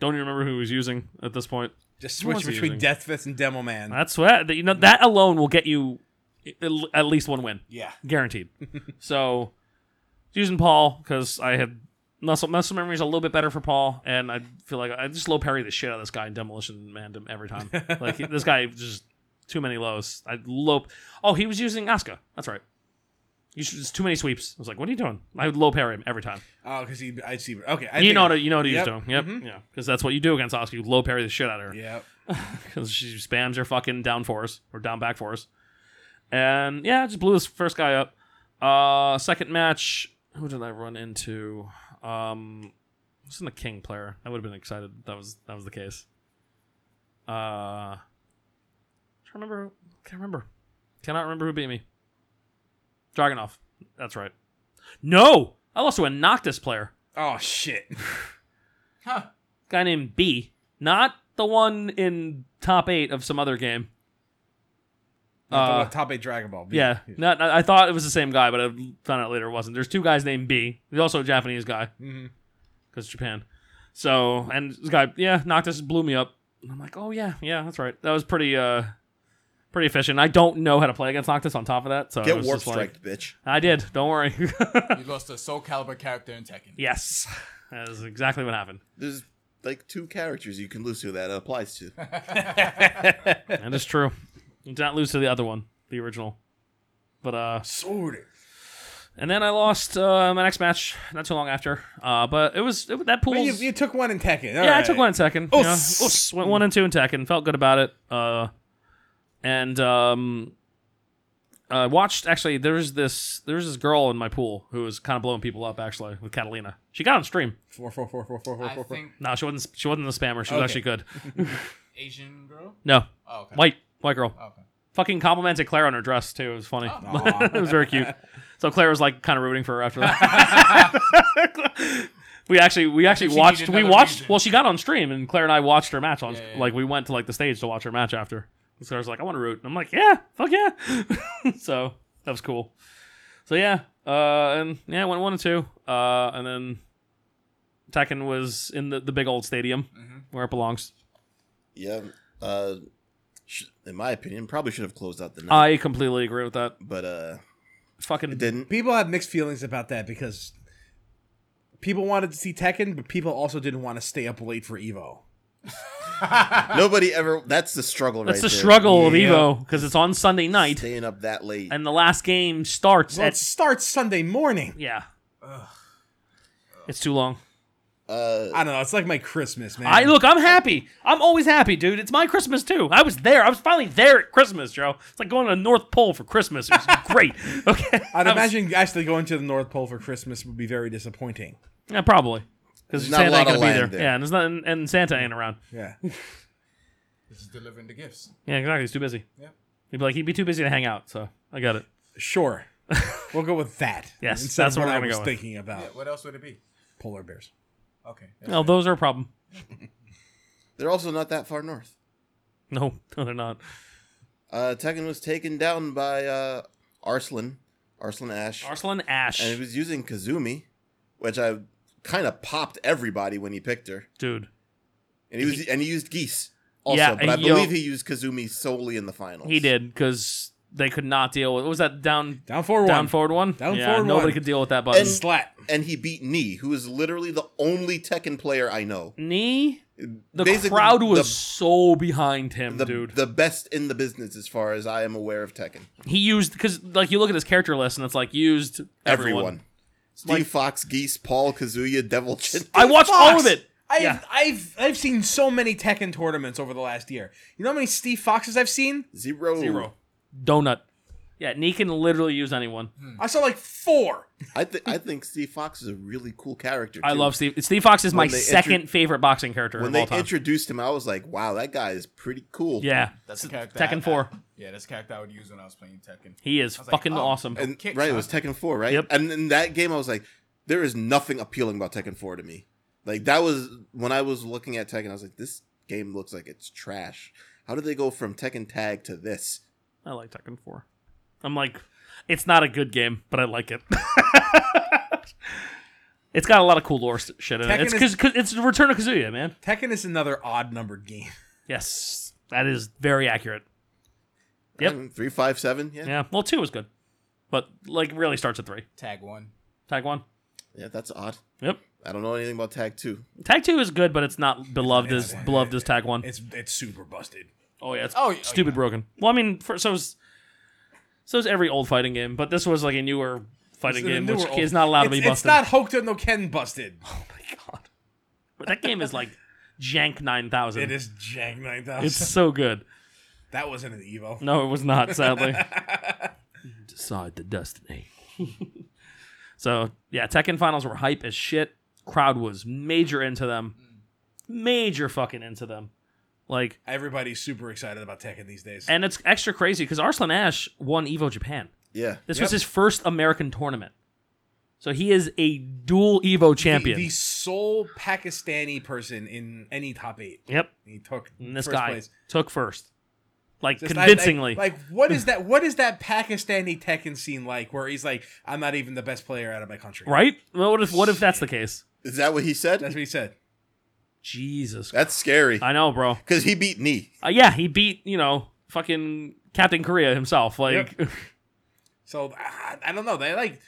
[SPEAKER 1] Don't even remember who he was using at this point.
[SPEAKER 4] Just
[SPEAKER 1] Who
[SPEAKER 4] switch
[SPEAKER 1] was he
[SPEAKER 4] between
[SPEAKER 1] using?
[SPEAKER 4] Death Fist and Demo Man.
[SPEAKER 1] That's what you know. That alone will get you at- at least one win.
[SPEAKER 4] yeah.
[SPEAKER 1] guaranteed. so using Paul because I had muscle muscle memory is a little bit better for Paul, and I feel like I just low parry the shit out of this guy in Demolition Man dem- every time. like he- this guy just too many lows. I low. Oh, he was using Asuka. That's right. You should, it's too many sweeps. I was like, "What are you doing?" I would low parry him every time.
[SPEAKER 4] Oh, because he, I see. Okay, I
[SPEAKER 1] you
[SPEAKER 4] think-
[SPEAKER 1] know, how to, you know what he's
[SPEAKER 4] Yep.
[SPEAKER 1] doing. Yep, yeah, because that's what you do against Asuka. You low parry the shit out of her
[SPEAKER 4] Yep.
[SPEAKER 1] because she spams her fucking down fours or down back fours. And yeah, just blew this first guy up. Uh, second match, who did I run into? Um, it wasn't a king player. I would have been excited. if That was that was the case. Uh, I remember. Can't remember. Cannot remember who beat me. Dragunov. That's right. No, I lost to a Noctis player
[SPEAKER 4] Oh shit.
[SPEAKER 3] Huh.
[SPEAKER 1] guy named B, not the one in top eight of some other game.
[SPEAKER 4] Not
[SPEAKER 1] Uh,
[SPEAKER 4] the top eight Dragon Ball.
[SPEAKER 1] Yeah, not. I I thought it was the same guy, but I found out later it wasn't. There's two guys named B. He's also a Japanese guy
[SPEAKER 4] hmm
[SPEAKER 1] because Japan. So and this guy, yeah, Noctis blew me up. And I'm like, oh yeah, yeah, that's right. That was pretty, uh, pretty efficient. I don't know how to play against Noctis. On top of that, so it
[SPEAKER 2] Get
[SPEAKER 1] was
[SPEAKER 2] warp
[SPEAKER 1] just like-
[SPEAKER 2] striked, bitch.
[SPEAKER 1] I did. Don't worry.
[SPEAKER 3] You lost a Soul Caliber character in Tekken.
[SPEAKER 1] yes, that is exactly what happened.
[SPEAKER 2] There's like two characters you can lose to that it applies to.
[SPEAKER 1] That is true. You did not lose to the other one, the original. But uh,
[SPEAKER 4] Sorted.
[SPEAKER 1] And then I lost uh, my next match not too long after. Uh, but it was it, that pool.
[SPEAKER 4] Well, you, you took one in Tekken.
[SPEAKER 1] yeah, I took one in Tekken. you know.
[SPEAKER 4] Us.
[SPEAKER 1] Us. went one and two in Tekken. Felt good about it. Uh, and um, I watched actually. There's this there's this girl in my pool who was kind of blowing people up actually with Catalina. She got on stream.
[SPEAKER 4] Four, four, four, four, four, four,
[SPEAKER 3] I
[SPEAKER 4] four, four.
[SPEAKER 3] think
[SPEAKER 1] No, she wasn't. She wasn't a spammer. She was
[SPEAKER 4] Okay.
[SPEAKER 1] actually good.
[SPEAKER 3] Asian girl.
[SPEAKER 1] No,
[SPEAKER 3] Oh, okay.
[SPEAKER 1] white white girl.
[SPEAKER 3] Okay.
[SPEAKER 1] Fucking complimented Claire on her dress too. It was funny.
[SPEAKER 4] Aw.
[SPEAKER 1] it was very cute. So Claire was like kind of rooting for her after that. we actually we actually
[SPEAKER 3] she
[SPEAKER 1] watched
[SPEAKER 3] needed
[SPEAKER 1] we
[SPEAKER 3] another
[SPEAKER 1] watched
[SPEAKER 3] reason.
[SPEAKER 1] well she got on stream and Claire and I watched her match on
[SPEAKER 3] Yeah, yeah,
[SPEAKER 1] like we went to like the stage to watch her match after. And Claire's like I want to root. And I'm like yeah fuck yeah. so that was cool. So yeah uh, and yeah I went one and two uh, and then Tekken was in the, the big old stadium
[SPEAKER 3] Mm-hmm.
[SPEAKER 1] where it belongs.
[SPEAKER 2] Yeah. Uh, sh- in my opinion, probably should have closed out the night,
[SPEAKER 1] I completely agree with that.
[SPEAKER 2] but uh,
[SPEAKER 1] Fucking
[SPEAKER 2] it didn't.
[SPEAKER 4] People have mixed feelings about that because people wanted to see Tekken, but people also didn't want to stay up late for Evo.
[SPEAKER 2] Nobody ever. That's the struggle.
[SPEAKER 1] That's
[SPEAKER 2] right
[SPEAKER 1] the
[SPEAKER 2] there.
[SPEAKER 1] struggle of
[SPEAKER 4] Yeah.
[SPEAKER 1] Evo because it's on Sunday night
[SPEAKER 2] Staying up that late.
[SPEAKER 1] and the last game starts
[SPEAKER 4] So it
[SPEAKER 1] at
[SPEAKER 4] starts Sunday morning.
[SPEAKER 1] yeah. It's too long.
[SPEAKER 2] Uh,
[SPEAKER 4] I don't know. It's like my Christmas, man.
[SPEAKER 1] I look. I'm happy. I'm always happy, dude. It's my Christmas too. I was there. I was finally there at Christmas, Joe. It's like going to the North Pole for Christmas. It was great. Okay.
[SPEAKER 4] I'd
[SPEAKER 1] I was-
[SPEAKER 4] imagine actually going to the North Pole for Christmas would be very disappointing.
[SPEAKER 1] Yeah, probably. Because
[SPEAKER 2] There's not a
[SPEAKER 1] Santa
[SPEAKER 2] lot
[SPEAKER 1] ain't gonna
[SPEAKER 2] of
[SPEAKER 1] be
[SPEAKER 2] land
[SPEAKER 1] there.
[SPEAKER 2] there.
[SPEAKER 1] Yeah, and there's not, and, and Santa ain't around.
[SPEAKER 4] Yeah.
[SPEAKER 3] This is delivering the gifts.
[SPEAKER 1] Yeah, exactly. He's too busy.
[SPEAKER 3] Yep.
[SPEAKER 1] He'd be like, he'd be too busy to hang out. So I got it.
[SPEAKER 4] Sure. We'll go with that.
[SPEAKER 1] Yes,
[SPEAKER 4] Instead
[SPEAKER 1] that's
[SPEAKER 4] of
[SPEAKER 1] what we're
[SPEAKER 4] what I
[SPEAKER 1] gonna
[SPEAKER 4] was
[SPEAKER 1] go with.
[SPEAKER 4] thinking about.
[SPEAKER 3] Yeah, what else would it be?
[SPEAKER 4] Polar bears.
[SPEAKER 3] Okay.
[SPEAKER 1] No, those are a problem.
[SPEAKER 2] they're also not that far north.
[SPEAKER 1] No, no, they're not.
[SPEAKER 2] Uh, Tekken was taken down by uh, Arslan, Arslan Ash,
[SPEAKER 1] Arslan Ash,
[SPEAKER 2] and he was using Kazumi, which I kind of popped everybody when he picked her,
[SPEAKER 1] dude.
[SPEAKER 2] and he was and he used Geese also,
[SPEAKER 1] Yeah,
[SPEAKER 2] but I
[SPEAKER 1] yo-
[SPEAKER 2] believe he used Kazumi solely in the finals.
[SPEAKER 1] He did because they could not deal with. What was that down
[SPEAKER 4] Down forward
[SPEAKER 1] down
[SPEAKER 4] one.
[SPEAKER 1] forward one?
[SPEAKER 4] Down
[SPEAKER 1] yeah,
[SPEAKER 4] forward
[SPEAKER 1] nobody
[SPEAKER 4] one.
[SPEAKER 1] could deal with that button.
[SPEAKER 2] And-
[SPEAKER 4] Slat.
[SPEAKER 2] and he beat Knee, who is literally the only Tekken player I know.
[SPEAKER 1] Knee. The
[SPEAKER 2] Basically,
[SPEAKER 1] crowd was
[SPEAKER 2] the-
[SPEAKER 1] so behind him,
[SPEAKER 2] the,
[SPEAKER 1] dude.
[SPEAKER 2] the best in the business as far as I am aware of Tekken.
[SPEAKER 1] he used because like you look at his character list and it's like used everyone.
[SPEAKER 2] Everyone. Steve Fox, Geese, Paul, Kazuya, Devil Chin.
[SPEAKER 1] I watched all of
[SPEAKER 4] Fox!
[SPEAKER 1] it.
[SPEAKER 4] I've,
[SPEAKER 1] Yeah.
[SPEAKER 4] I've I've seen so many Tekken tournaments over the last year. You know how many Steve Foxes I've seen?
[SPEAKER 2] Zero.
[SPEAKER 4] Zero.
[SPEAKER 1] Donut. Yeah, Knee can literally use anyone.
[SPEAKER 4] I saw like four.
[SPEAKER 2] I, th- I think Steve Fox is a really cool character.
[SPEAKER 1] I
[SPEAKER 2] too.
[SPEAKER 1] love Steve. Steve Fox is my
[SPEAKER 2] they intro-
[SPEAKER 1] second favorite boxing character
[SPEAKER 2] When
[SPEAKER 1] of
[SPEAKER 2] they
[SPEAKER 1] all time.
[SPEAKER 2] introduced him, I was like, wow, that guy is pretty cool.
[SPEAKER 1] yeah,
[SPEAKER 3] That's a
[SPEAKER 1] S-
[SPEAKER 3] character. I-
[SPEAKER 1] Tekken Four.
[SPEAKER 3] I- yeah, that's a character I would use when I was playing Tekken.
[SPEAKER 1] He is
[SPEAKER 3] I was like,
[SPEAKER 1] fucking
[SPEAKER 3] oh.
[SPEAKER 1] awesome.
[SPEAKER 2] And
[SPEAKER 3] Kick
[SPEAKER 2] right, it
[SPEAKER 3] shot.
[SPEAKER 2] was Tekken 4, right?
[SPEAKER 1] Yep.
[SPEAKER 2] And in that game I was like, there is nothing appealing about Tekken 4 to me. Like that was when I was looking at Tekken, I was like, this game looks like it's trash. How did they go from Tekken Tag to this?
[SPEAKER 1] I like Tekken Four. I'm like, it's not a good game, but I like it. it's got a lot of cool lore s- shit in it.
[SPEAKER 4] Tekken
[SPEAKER 1] It's
[SPEAKER 4] is-
[SPEAKER 1] because it's the Return of Kazuya, man.
[SPEAKER 4] Tekken is another odd numbered game.
[SPEAKER 1] Yes, that is very accurate. Yep.
[SPEAKER 2] I mean, 357, yeah. yeah.
[SPEAKER 1] Yeah, well, two was good, but like really starts at three.
[SPEAKER 3] Tag one.
[SPEAKER 1] Tag one.
[SPEAKER 2] that's odd.
[SPEAKER 1] Yep.
[SPEAKER 2] I don't know anything about Tag 2.
[SPEAKER 1] Tag two is good, but it's not beloved as
[SPEAKER 4] Yeah.
[SPEAKER 1] beloved as tag one.
[SPEAKER 4] It's it's super busted.
[SPEAKER 1] Oh yeah, it's
[SPEAKER 3] Oh, yeah,
[SPEAKER 1] stupid broken. Well, I mean, for, so is so is every old fighting game, but this was like a newer fighting
[SPEAKER 4] It's a
[SPEAKER 1] game,
[SPEAKER 4] newer
[SPEAKER 1] which
[SPEAKER 4] old-
[SPEAKER 1] is not allowed to
[SPEAKER 4] it's-
[SPEAKER 1] be busted.
[SPEAKER 4] It's not Hokuto no Ken busted.
[SPEAKER 1] Oh my god! But that game is like jank nine thousand.
[SPEAKER 4] It is Jank Nine
[SPEAKER 1] It's
[SPEAKER 4] Thousand.
[SPEAKER 1] so good.
[SPEAKER 4] That wasn't an Evo.
[SPEAKER 1] No, it was not. Sadly, decide the destiny. so yeah, Tekken finals were hype as shit. Crowd was major into them, major fucking into them. Like,
[SPEAKER 4] Everybody's super excited about Tekken these days.
[SPEAKER 1] and it's extra crazy because Arslan Ash won Evo Japan.
[SPEAKER 2] Yeah.
[SPEAKER 1] This
[SPEAKER 4] Yep.
[SPEAKER 1] was his first American tournament. So he is a dual Evo champion.
[SPEAKER 4] The, the sole Pakistani person in any top eight.
[SPEAKER 1] yep.
[SPEAKER 4] He took
[SPEAKER 1] And this
[SPEAKER 4] first
[SPEAKER 1] guy
[SPEAKER 4] place.
[SPEAKER 1] took first. Like
[SPEAKER 4] Just- I- I-
[SPEAKER 1] convincingly.
[SPEAKER 4] like what is that? What is that Pakistani Tekken scene like? Where he's like, I'm not even the best player out of my country.
[SPEAKER 1] right? Well, What if what if that's the case?
[SPEAKER 2] Is that what he said?
[SPEAKER 4] That's
[SPEAKER 2] That's,
[SPEAKER 4] what he said.
[SPEAKER 1] Jesus.
[SPEAKER 2] scary.
[SPEAKER 1] I know, bro.
[SPEAKER 2] Because he beat Knee.
[SPEAKER 1] Uh, yeah, he beat, you know, fucking Captain Korea himself. Like
[SPEAKER 4] So uh, I, I don't know. They like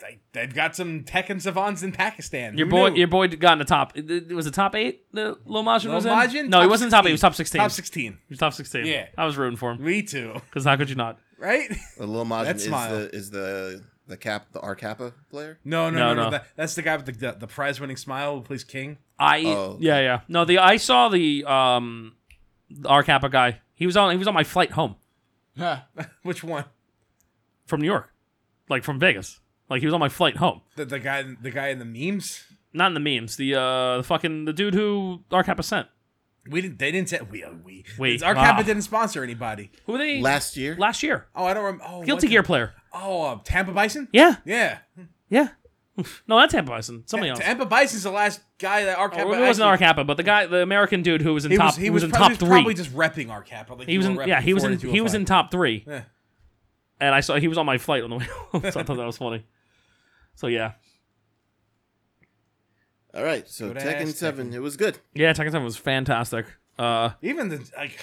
[SPEAKER 4] they, they've got some Tekken savants in Pakistan.
[SPEAKER 1] your
[SPEAKER 4] Who
[SPEAKER 1] boy
[SPEAKER 4] knew?
[SPEAKER 1] your boy got in the top. It it was a top 8 that Lomajin was in?
[SPEAKER 4] Lomajin,
[SPEAKER 1] no, he
[SPEAKER 4] top
[SPEAKER 1] wasn't top 8, he was top 16.
[SPEAKER 4] top sixteen.
[SPEAKER 1] He was top 16.
[SPEAKER 4] Yeah.
[SPEAKER 1] I was rooting for him
[SPEAKER 4] Me too.
[SPEAKER 1] cuz how could you not?
[SPEAKER 4] Right?
[SPEAKER 2] Uh, Lil Majin
[SPEAKER 4] That
[SPEAKER 2] is
[SPEAKER 4] smile.
[SPEAKER 2] the is the the cap the R Kappa player.
[SPEAKER 4] No, no,
[SPEAKER 1] No,
[SPEAKER 4] no, no.
[SPEAKER 1] no.
[SPEAKER 4] That, that's the guy with the the, the prize winning smile who plays King.
[SPEAKER 1] I
[SPEAKER 2] Oh.
[SPEAKER 1] yeah yeah no the I saw the um the R Kappa guy he was on he was on my flight home
[SPEAKER 3] Huh.
[SPEAKER 4] Which one?
[SPEAKER 1] from New York like from Vegas like he was on my flight home
[SPEAKER 4] The, the guy the guy in the memes.
[SPEAKER 1] not in the memes the uh the fucking the dude who R Kappa sent
[SPEAKER 4] We didn't. They didn't say we. uh, We.
[SPEAKER 1] Wait,
[SPEAKER 4] Our
[SPEAKER 1] ah.
[SPEAKER 4] Kappa didn't sponsor anybody.
[SPEAKER 1] who were they
[SPEAKER 2] Last year,
[SPEAKER 1] last year
[SPEAKER 4] Oh, I don't remember. Oh,
[SPEAKER 1] Guilty
[SPEAKER 4] what
[SPEAKER 1] Gear player
[SPEAKER 4] the- Oh, uh, Tampa Bison.
[SPEAKER 1] yeah
[SPEAKER 4] Yeah.
[SPEAKER 1] yeah no that's Tampa Bison somebody else
[SPEAKER 4] Tampa Bison's the last guy that our Kappa.
[SPEAKER 1] well, it wasn't
[SPEAKER 4] actually-
[SPEAKER 1] R Kappa but the guy the American dude who was in
[SPEAKER 4] He
[SPEAKER 1] top
[SPEAKER 4] was. He was,
[SPEAKER 1] in
[SPEAKER 4] probably,
[SPEAKER 1] top
[SPEAKER 4] he was
[SPEAKER 1] three
[SPEAKER 4] probably just repping our Kappa. Like
[SPEAKER 1] he was in
[SPEAKER 4] were repping
[SPEAKER 1] yeah he was in
[SPEAKER 4] 40,
[SPEAKER 1] he was in top three
[SPEAKER 4] Yeah.
[SPEAKER 1] and I saw he was on my flight on the way home so I thought that was funny so yeah
[SPEAKER 2] all right. So
[SPEAKER 4] Good ass
[SPEAKER 2] Tekken Seven, it was good.
[SPEAKER 1] yeah Tekken Seven was fantastic uh.
[SPEAKER 4] Even the like,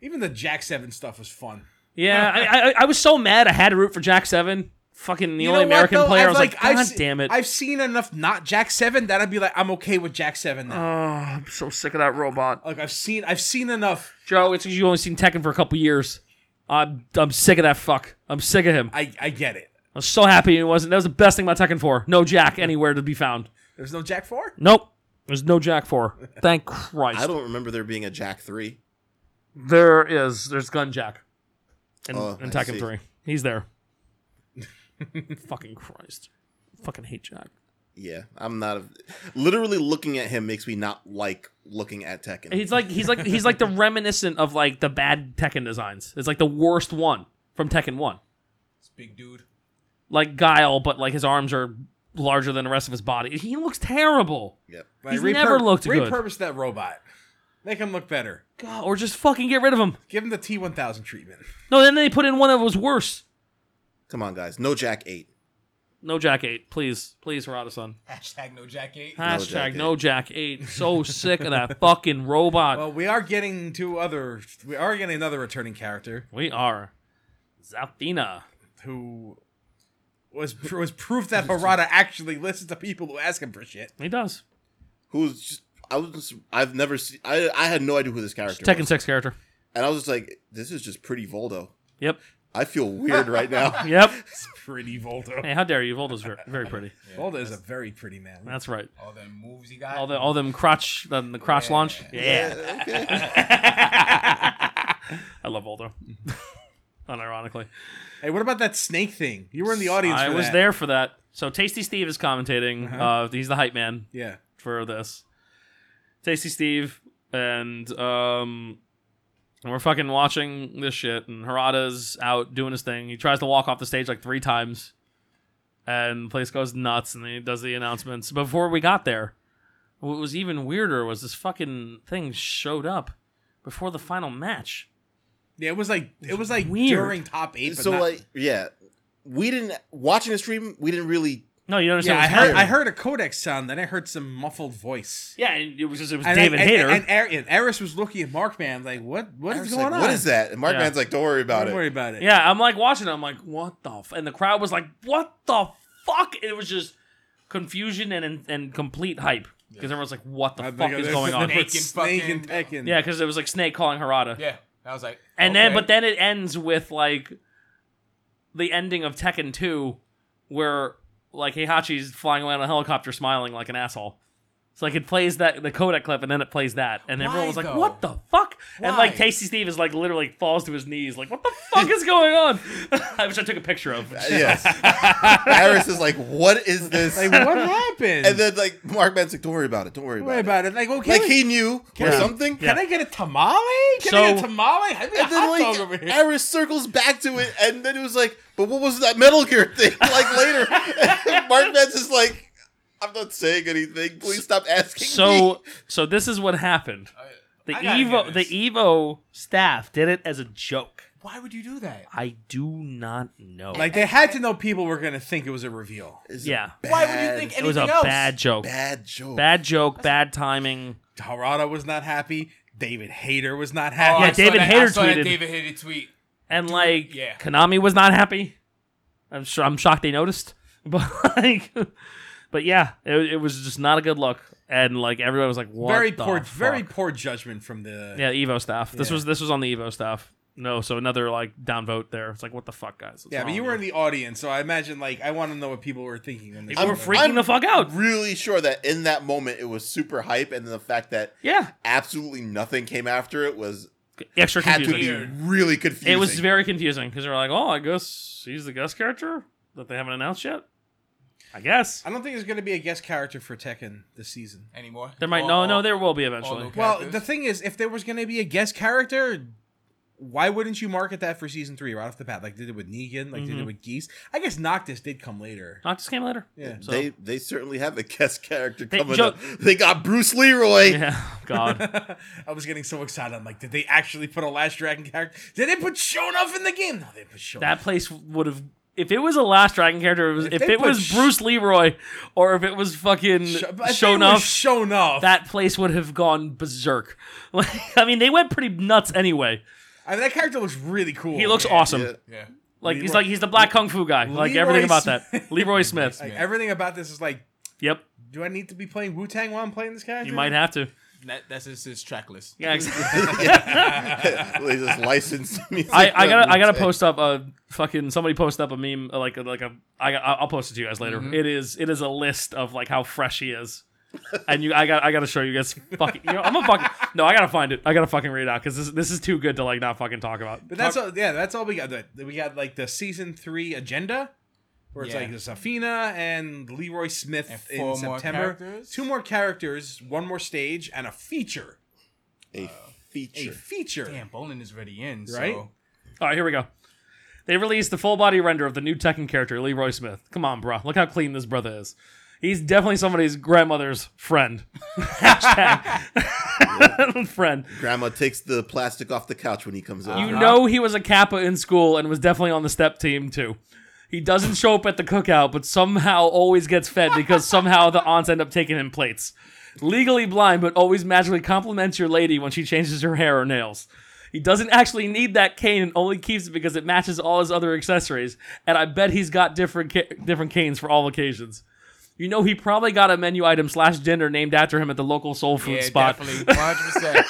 [SPEAKER 4] even the Jack Seven stuff was fun.
[SPEAKER 1] Yeah, I, I I was so mad. I had to root for Jack Seven, fucking the only American player. i was like, God
[SPEAKER 4] se-
[SPEAKER 1] damn it!
[SPEAKER 4] I've seen enough not Jack Seven that I'd be like, I'm okay with Jack Seven
[SPEAKER 1] Uh,
[SPEAKER 4] now.
[SPEAKER 1] Oh, I'm so sick of that robot,
[SPEAKER 4] like I've seen, I've seen enough.
[SPEAKER 1] Joe. It's because you only seen Tekken for a couple years. I'm I'm sick of that fuck. I'm sick of him. I
[SPEAKER 4] I, I get it.
[SPEAKER 1] was so happy he wasn't. That was the best thing about Tekken Four. No Jack anywhere to be found.
[SPEAKER 4] There's no Jack Four.
[SPEAKER 1] Nope. There's no Jack Four. Thank Christ.
[SPEAKER 2] I don't remember there being a Jack Three.
[SPEAKER 1] there is. There's Gun Jack. In,
[SPEAKER 2] Oh,
[SPEAKER 1] in
[SPEAKER 2] I
[SPEAKER 1] Tekken
[SPEAKER 2] see.
[SPEAKER 1] Three, he's there. fucking Christ. Fucking hate Jack.
[SPEAKER 2] Yeah, I'm not. A, literally looking at him makes me not like looking at Tekken.
[SPEAKER 1] He's like he's like he's like the reminiscent of like the bad Tekken designs. It's like the worst one from Tekken One,
[SPEAKER 3] This big dude.
[SPEAKER 1] like Guile, but like his arms are larger than the rest of his body. He looks terrible.
[SPEAKER 2] yep.
[SPEAKER 4] Like,
[SPEAKER 1] He's never looked good.
[SPEAKER 4] Repurpose that robot. Make him look better.
[SPEAKER 1] God, or just fucking get rid of him.
[SPEAKER 4] Give him the T1000 treatment.
[SPEAKER 1] No, then they put in one that was worse.
[SPEAKER 2] Come on, guys. No Jack Eight.
[SPEAKER 1] No Jack Eight, please, please, Harada-san.
[SPEAKER 3] Hashtag no Jack 8.
[SPEAKER 1] Hashtag
[SPEAKER 2] Jack
[SPEAKER 1] No Jack Eight. So sick of that fucking robot.
[SPEAKER 4] Well, we are getting two other. We are getting another returning character.
[SPEAKER 1] we are. Zalfina.
[SPEAKER 4] who was was proof that Harada actually listens to people who ask him for shit.
[SPEAKER 1] He does.
[SPEAKER 2] Who's just, I was just, I've never seen I I had no idea who this character
[SPEAKER 1] Tekken
[SPEAKER 2] was.
[SPEAKER 1] 6 character.
[SPEAKER 2] and I was just like, this is just pretty Voldo.
[SPEAKER 1] Yep.
[SPEAKER 2] I feel weird right now.
[SPEAKER 1] Yep.
[SPEAKER 4] It's pretty Voldo.
[SPEAKER 1] hey, how dare you? Voldo's very, very pretty.
[SPEAKER 4] Voldo is a very pretty man.
[SPEAKER 1] That's right.
[SPEAKER 3] All the moves he got.
[SPEAKER 1] All the all them crotch the, the crotch
[SPEAKER 3] Yeah.
[SPEAKER 1] launch. Yeah.
[SPEAKER 2] okay.
[SPEAKER 1] I love Voldo. Unironically.
[SPEAKER 4] Hey, what about that snake thing? You were in the audience.
[SPEAKER 1] I
[SPEAKER 4] for
[SPEAKER 1] was
[SPEAKER 4] that.
[SPEAKER 1] there for that. So Tasty Steve is commentating. uh he's the hype man
[SPEAKER 4] Yeah.
[SPEAKER 1] for this. Tasty Steve and um and we're fucking watching this shit and Harada's out doing his thing. He tries to walk off the stage like three times and the place goes nuts and he does the announcements. Before we got there, what was even weirder was this fucking thing showed up before the final match.
[SPEAKER 4] Yeah, it was like it was like
[SPEAKER 1] Weird.
[SPEAKER 4] during top eight. But
[SPEAKER 2] so
[SPEAKER 4] not-
[SPEAKER 2] like yeah. We didn't watching the stream, we didn't really
[SPEAKER 1] No, you don't understand
[SPEAKER 4] yeah, I
[SPEAKER 1] what's
[SPEAKER 4] heard
[SPEAKER 1] happening.
[SPEAKER 4] I heard a codex sound, then I heard some muffled voice.
[SPEAKER 1] Yeah, and it was just it was
[SPEAKER 4] And
[SPEAKER 1] David
[SPEAKER 4] and,
[SPEAKER 1] Hayter.
[SPEAKER 4] and, and, Ar- and Eris was looking at Markman like, what
[SPEAKER 2] I
[SPEAKER 4] what is
[SPEAKER 2] was
[SPEAKER 4] going
[SPEAKER 2] like,
[SPEAKER 4] on?
[SPEAKER 2] What is that? And Mark
[SPEAKER 1] Yeah.
[SPEAKER 2] Man's like, don't worry about
[SPEAKER 4] Don't
[SPEAKER 2] it.
[SPEAKER 4] worry about it.
[SPEAKER 1] Yeah, I'm like watching. it, I'm like, what the? F-? And the crowd was like, what the fuck? It was just confusion and and, and complete hype because everyone's like, what the
[SPEAKER 4] I
[SPEAKER 1] fuck
[SPEAKER 4] think
[SPEAKER 1] is
[SPEAKER 4] there's
[SPEAKER 1] going on?
[SPEAKER 4] something with
[SPEAKER 3] Snake and
[SPEAKER 4] Snake
[SPEAKER 3] fucking-
[SPEAKER 4] and Tekken.
[SPEAKER 1] Yeah, because it was like Snake calling Harada,
[SPEAKER 3] yeah. I was like,
[SPEAKER 1] and then
[SPEAKER 3] okay.
[SPEAKER 1] but then it ends with like the ending of Tekken Two, where like Heihachi's flying away on a helicopter, smiling like an asshole. So like it plays that the Kodak clip and then it plays that and everyone
[SPEAKER 3] Why,
[SPEAKER 1] was like,
[SPEAKER 3] though?
[SPEAKER 1] "What the fuck?" And
[SPEAKER 3] Why?
[SPEAKER 1] like Tasty Steve is like literally falls to his knees, like, "What the fuck is going on?" Which I took a picture of.
[SPEAKER 2] Yes. Iris is like, what is this?
[SPEAKER 4] Like what happened?
[SPEAKER 2] and then like Mark Man's like, don't worry about it. Don't worry
[SPEAKER 4] Don't
[SPEAKER 2] about
[SPEAKER 4] worry
[SPEAKER 2] it.
[SPEAKER 4] about it. Like okay,
[SPEAKER 2] Like he knew or
[SPEAKER 4] Yeah.
[SPEAKER 2] something.
[SPEAKER 1] Yeah.
[SPEAKER 4] can I get a tamale? Can I
[SPEAKER 1] So-
[SPEAKER 4] get a tamale? I mean, a
[SPEAKER 2] And then
[SPEAKER 4] hot dog over
[SPEAKER 2] like
[SPEAKER 4] here.
[SPEAKER 2] Iris circles back to it, and then it was like, but what was that Metal Gear thing? Like later, Mark Man's is like, I'm not saying anything. Please stop asking. me.
[SPEAKER 1] So so this is what happened.
[SPEAKER 3] I-
[SPEAKER 1] The
[SPEAKER 3] I gotta
[SPEAKER 1] Evo
[SPEAKER 3] get
[SPEAKER 1] the
[SPEAKER 3] this.
[SPEAKER 1] Evo staff did it as a joke.
[SPEAKER 3] Why would you do that?
[SPEAKER 1] I do not know.
[SPEAKER 4] Like they had to know people were gonna think it was a reveal.
[SPEAKER 2] It's a
[SPEAKER 1] yeah.
[SPEAKER 2] bad,
[SPEAKER 3] Why would you think
[SPEAKER 1] It was a
[SPEAKER 3] anything else?
[SPEAKER 1] bad joke.
[SPEAKER 2] bad joke?
[SPEAKER 1] Bad joke, bad timing.
[SPEAKER 4] Harada was not happy. David Hayter was not
[SPEAKER 3] Oh,
[SPEAKER 4] happy.
[SPEAKER 1] Yeah,
[SPEAKER 3] I saw
[SPEAKER 1] David
[SPEAKER 3] that- I
[SPEAKER 1] Hayter
[SPEAKER 3] saw that
[SPEAKER 1] tweeted.
[SPEAKER 3] David Hayter tweet.
[SPEAKER 1] And like
[SPEAKER 3] yeah.
[SPEAKER 1] Konami was not happy. I'm sure I'm shocked they noticed. But like but yeah, it, it was just not a good look. And like everyone was like, what
[SPEAKER 4] very
[SPEAKER 1] the
[SPEAKER 4] poor, very
[SPEAKER 1] fuck?
[SPEAKER 4] poor judgment from the.
[SPEAKER 1] Yeah, Evo staff. This
[SPEAKER 4] Yeah.
[SPEAKER 1] was this was on the Evo staff. No, so another like downvote there. It's like what the fuck, guys? What's
[SPEAKER 4] Yeah,
[SPEAKER 1] wrong
[SPEAKER 4] but you
[SPEAKER 1] with
[SPEAKER 4] were in the audience, so I imagine like I want to know what people were thinking when they.
[SPEAKER 1] People were
[SPEAKER 4] saw that.
[SPEAKER 1] freaking the fuck out.
[SPEAKER 2] Really sure that in that moment it was super hype, and the fact that
[SPEAKER 1] Yeah,
[SPEAKER 2] absolutely nothing came after it was
[SPEAKER 1] extra
[SPEAKER 2] had to
[SPEAKER 1] confusing.
[SPEAKER 2] be
[SPEAKER 3] Weird.
[SPEAKER 2] really confusing.
[SPEAKER 1] It was very confusing because they're like, oh, I guess he's the guest character that they haven't announced yet. I guess
[SPEAKER 4] I don't think there's going to be a guest character for Tekken this season.
[SPEAKER 3] Anymore?
[SPEAKER 1] there might.
[SPEAKER 3] Or-
[SPEAKER 1] no,
[SPEAKER 3] or-
[SPEAKER 1] no, there will be eventually.
[SPEAKER 3] okay.
[SPEAKER 4] Well,
[SPEAKER 3] Characters?
[SPEAKER 4] the thing is, if there was going to be a guest character, why wouldn't you market that for season three right off the bat, like they did with Negan, like they did with Geese? I guess Noctis did come later.
[SPEAKER 1] Noctis came later.
[SPEAKER 4] Yeah.
[SPEAKER 1] So,
[SPEAKER 2] they they certainly have a guest character coming
[SPEAKER 1] Joe-
[SPEAKER 2] up. They got Bruce Leroy.
[SPEAKER 1] yeah.
[SPEAKER 4] Oh,
[SPEAKER 1] God.
[SPEAKER 4] I was getting so excited. I'm like, did they actually put a Last Dragon character? Did they put Shonuff in the game? No, they put Shonuff.
[SPEAKER 1] that place would have. If it was a Last Dragon character, it was,
[SPEAKER 4] If
[SPEAKER 1] if,
[SPEAKER 4] they
[SPEAKER 1] it
[SPEAKER 4] put
[SPEAKER 1] was
[SPEAKER 4] sh-
[SPEAKER 1] Bruce Leroy, or if it was fucking shown off,
[SPEAKER 4] Shown off.
[SPEAKER 1] that place would have gone berserk. Like, I mean, they went pretty nuts anyway.
[SPEAKER 4] I mean, that character looks really cool.
[SPEAKER 1] He looks awesome.
[SPEAKER 2] Yeah.
[SPEAKER 3] Yeah.
[SPEAKER 1] Like he's
[SPEAKER 4] Oh, Leroy-
[SPEAKER 1] like he's the black kung fu guy. Like
[SPEAKER 4] Leroy
[SPEAKER 1] everything about
[SPEAKER 4] Smith.
[SPEAKER 1] that. Leroy Smith.
[SPEAKER 4] Like, everything about this is like,
[SPEAKER 1] Yep.
[SPEAKER 4] do I need to be playing Wu Tang while I'm playing this character?
[SPEAKER 1] You might have to.
[SPEAKER 3] That, that's his, his track list.
[SPEAKER 1] Yeah. Exactly.
[SPEAKER 2] they just licensed music.
[SPEAKER 1] I, I gotta I gotta
[SPEAKER 2] post.
[SPEAKER 1] post up a fucking somebody post up a meme uh, like a- like a I got- I'll post it to you guys later. It is it is a list of like how fresh he is, and you I got I gotta show you guys fucking you know I'm a fucking no I gotta find it I gotta fucking read it out because this this is too good to like not fucking talk about.
[SPEAKER 4] But that's all. Yeah, that's all we got. That- that We got like the season three agenda, where it's
[SPEAKER 3] Yeah.
[SPEAKER 4] like Safina and Leroy Smith
[SPEAKER 3] And
[SPEAKER 4] in
[SPEAKER 3] four more
[SPEAKER 4] September.
[SPEAKER 3] characters?
[SPEAKER 4] Two more characters, one more stage, and a feature.
[SPEAKER 2] a feature.
[SPEAKER 4] A feature.
[SPEAKER 3] Damn, Bolin is already in.
[SPEAKER 4] Right?
[SPEAKER 3] So.
[SPEAKER 1] all right here we go. They released the full body render of the new Tekken character Leroy Smith. Come on, bro, look how clean this brother is. He's definitely somebody's grandmother's friend. Hashtag friend.
[SPEAKER 2] Grandma takes the plastic off the couch when he comes over.
[SPEAKER 3] Uh-huh.
[SPEAKER 1] You know he was a Kappa in school and was definitely on the step team too. He doesn't show up at the cookout, but somehow always gets fed because somehow the aunts end up taking him plates. Legally blind, but always magically compliments your lady when she changes her hair or nails. He doesn't actually need that cane and only keeps it because it matches all his other accessories. And I bet he's got different ca- different canes for all occasions. You know, he probably got a menu item slash dinner named after him at the local soul food
[SPEAKER 3] Yeah,
[SPEAKER 1] spot.
[SPEAKER 3] definitely, 100. percent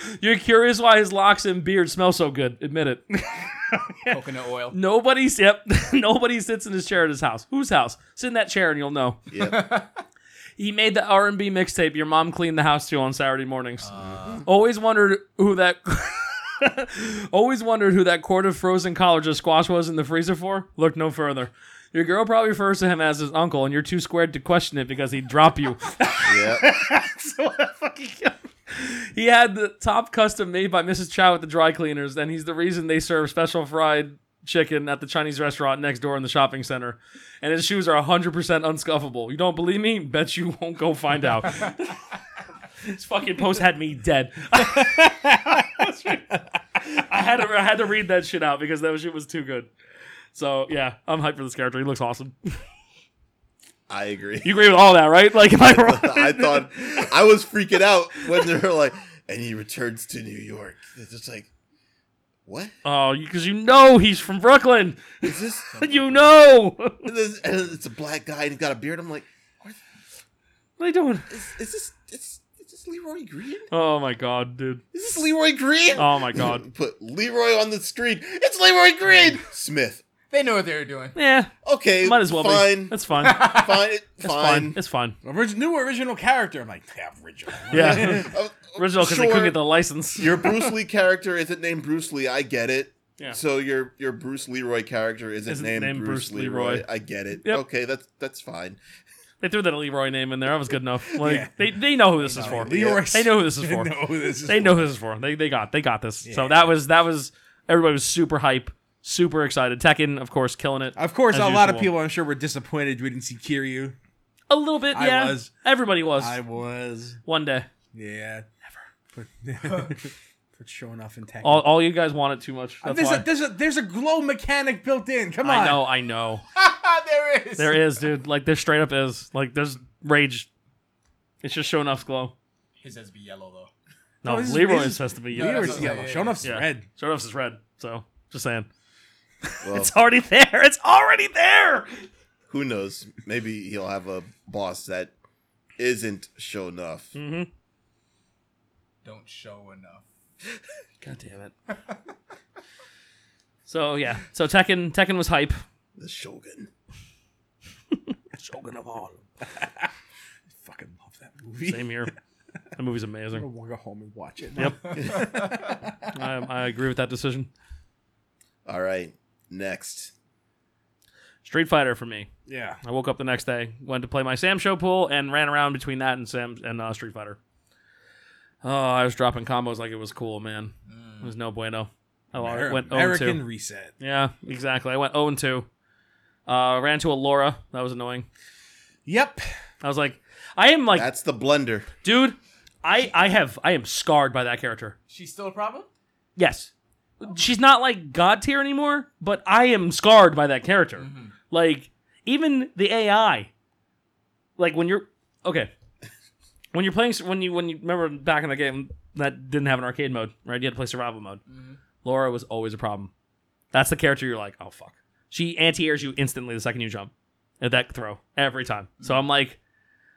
[SPEAKER 1] You're curious why his locks and beard smell so good. Admit it.
[SPEAKER 3] Coconut oil.
[SPEAKER 1] Nobody, yep, nobody sits in his chair at his house. Whose house? Sit in that chair and you'll know.
[SPEAKER 2] Yep.
[SPEAKER 1] He made the R and B mixtape. Your mom cleaned the house too on Saturday mornings. Always wondered who that. always wondered who that quart of frozen collard of squash was in the freezer for. Look no further. Your girl probably refers to him as his uncle, and you're too squared to question it because he'd drop you.
[SPEAKER 2] yep.
[SPEAKER 1] So I fucking killed him. He had the top custom made by Mrs. Chow at the dry cleaners, and he's the reason they serve special fried chicken at the Chinese restaurant next door in the shopping center. And his shoes are 100% unscuffable. You don't believe me? Bet you won't go find out. This fucking post had me dead. I had to I had to read that shit out because that shit was too good. So yeah, I'm hyped for this character. He looks awesome.
[SPEAKER 2] I agree.
[SPEAKER 1] You agree with all that, right? Like, am I wrong?
[SPEAKER 2] I thought I was freaking out when they were like, and he returns to New York. It's just like, what
[SPEAKER 1] Oh, because you know he's from Brooklyn.
[SPEAKER 2] is this?
[SPEAKER 1] You know. what
[SPEAKER 2] And this- and it's a black guy and he's got a beard. I'm like,
[SPEAKER 1] are you doing?
[SPEAKER 2] is, is this? Is, is this Leroy Green?
[SPEAKER 1] Oh my god, dude.
[SPEAKER 2] Is this Leroy Green?
[SPEAKER 1] Oh my god.
[SPEAKER 2] Put Leroy on the screen. It's Leroy Green. Smith.
[SPEAKER 3] They know what they're doing.
[SPEAKER 1] Yeah,
[SPEAKER 2] Okay.
[SPEAKER 1] might as well
[SPEAKER 2] Fine.
[SPEAKER 1] be. That's fine. It's
[SPEAKER 2] fine.
[SPEAKER 1] fine.
[SPEAKER 2] Fine.
[SPEAKER 1] It's fine.
[SPEAKER 4] Orig- new original character. I'm like, yeah, original.
[SPEAKER 1] Yeah.
[SPEAKER 2] Uh, uh,
[SPEAKER 1] Original because they
[SPEAKER 2] sure,
[SPEAKER 1] couldn't get the license.
[SPEAKER 2] your Bruce Lee character isn't named Bruce Lee. I get it.
[SPEAKER 1] Yeah.
[SPEAKER 2] So your your Bruce Leroy character isn't,
[SPEAKER 1] Isn't
[SPEAKER 2] named, Bruce, Leroy. I get it.
[SPEAKER 1] Yep.
[SPEAKER 2] Okay, that's that's fine.
[SPEAKER 1] They threw that Leroy name in there. That was good enough. Like
[SPEAKER 4] Yeah.
[SPEAKER 1] they, they know who this is for.
[SPEAKER 4] Leroy
[SPEAKER 1] They know who this is
[SPEAKER 4] They
[SPEAKER 1] for.
[SPEAKER 4] know who this is
[SPEAKER 1] They
[SPEAKER 4] for.
[SPEAKER 1] know who this is for. They they got they got this. So
[SPEAKER 4] Yeah.
[SPEAKER 1] that was that was everybody was super hype, super excited. Tekken, of course, killing it.
[SPEAKER 4] Of course,
[SPEAKER 1] as
[SPEAKER 4] a lot of
[SPEAKER 1] usual.
[SPEAKER 4] people, I'm sure, were disappointed we didn't see Kiryu.
[SPEAKER 1] A little bit,
[SPEAKER 4] I
[SPEAKER 1] yeah.
[SPEAKER 4] was.
[SPEAKER 1] Everybody was.
[SPEAKER 4] I was.
[SPEAKER 1] One day.
[SPEAKER 4] Yeah. Never. But, but showing off in Tekken.
[SPEAKER 1] All, all you guys want it too much. That's
[SPEAKER 4] there's
[SPEAKER 1] why.
[SPEAKER 4] a, there's a there's a glow mechanic built in. Come on.
[SPEAKER 1] I know, I know.
[SPEAKER 3] there is.
[SPEAKER 1] There is, dude. Like there straight up is. Like there's rage. It's just showing off glow.
[SPEAKER 3] His has be yellow though.
[SPEAKER 1] No,
[SPEAKER 4] No, Oh, this is-
[SPEAKER 1] Leroy
[SPEAKER 4] this
[SPEAKER 1] is
[SPEAKER 4] is-
[SPEAKER 1] supposed to be
[SPEAKER 3] Yeah,
[SPEAKER 1] yellow.
[SPEAKER 3] that's
[SPEAKER 4] Leroy's
[SPEAKER 3] what-
[SPEAKER 4] yellow.
[SPEAKER 3] yeah, yeah,
[SPEAKER 4] Showing off's
[SPEAKER 1] Yeah.
[SPEAKER 4] red.
[SPEAKER 1] Showing off is red. So just saying.
[SPEAKER 2] Well,
[SPEAKER 1] It's already there. It's already there.
[SPEAKER 2] who knows? Maybe he'll have a boss that isn't show enough.
[SPEAKER 1] Mm-hmm.
[SPEAKER 3] Don't show enough.
[SPEAKER 1] God damn it. so yeah. So Tekken Tekken was hype.
[SPEAKER 2] The Shogun.
[SPEAKER 4] Shogun of all. Fucking love that movie.
[SPEAKER 1] Same here. That movie's
[SPEAKER 4] I
[SPEAKER 1] amazing.
[SPEAKER 4] want to go home and watch it.
[SPEAKER 1] Yep. I, I agree with that decision.
[SPEAKER 2] All right. Next.
[SPEAKER 1] Street Fighter for me.
[SPEAKER 4] Yeah.
[SPEAKER 1] I woke up the next day, went to play my Sam Show pool, and ran around between that and Sam and uh, Street Fighter. Oh, I was dropping combos like it was cool, man. It was no bueno. Oh, I
[SPEAKER 4] Amer-
[SPEAKER 1] went 0
[SPEAKER 4] American
[SPEAKER 1] 2.
[SPEAKER 4] reset.
[SPEAKER 1] Yeah, exactly. I went 0 2. Uh, ran to a Laura. That was annoying.
[SPEAKER 4] Yep.
[SPEAKER 1] I was like, I am like,
[SPEAKER 2] That's the blender.
[SPEAKER 1] dude, I I have I am scarred by that character.
[SPEAKER 3] She's still a problem.
[SPEAKER 1] Yes, she's not like god tier anymore, but I am scarred by that character. Like even the AI, like when you're okay, when you're playing when you when you remember back in the game that didn't have an arcade mode, right? You had to play survival mode. Laura was always a problem. That's the character you're like, oh fuck. She anti-airs you instantly the second you jump at that throw every time. So I'm like,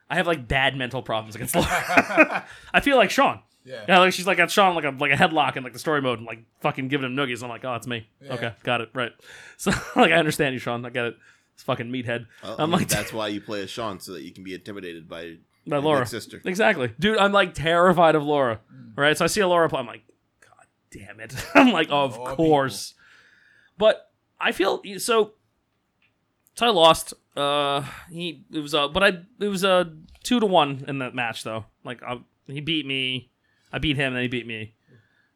[SPEAKER 1] I have like bad mental problems against Laura. I feel like Sean.
[SPEAKER 3] Yeah.
[SPEAKER 1] Yeah, like she's like got Sean like a like a headlock in like the story mode and like fucking giving him noogies. I'm like, oh, it's me.
[SPEAKER 3] Yeah.
[SPEAKER 1] Okay, got it. Right. So like I understand you, Sean. I get it. It's fucking meathead.
[SPEAKER 2] Uh,
[SPEAKER 1] I'm like
[SPEAKER 2] that's why you play as Sean so that you can be intimidated by
[SPEAKER 1] by
[SPEAKER 2] your
[SPEAKER 1] Laura.
[SPEAKER 2] big sister.
[SPEAKER 1] Exactly, dude. I'm like terrified of Laura. Right. So I see a Laura play. I'm like, God damn it. I'm like, of
[SPEAKER 3] Laura
[SPEAKER 1] course. But I feel so. So I lost. Uh, he it was uh, but I it was uh, two to one in that match though. Like I, he beat me, I beat him, and then he beat me,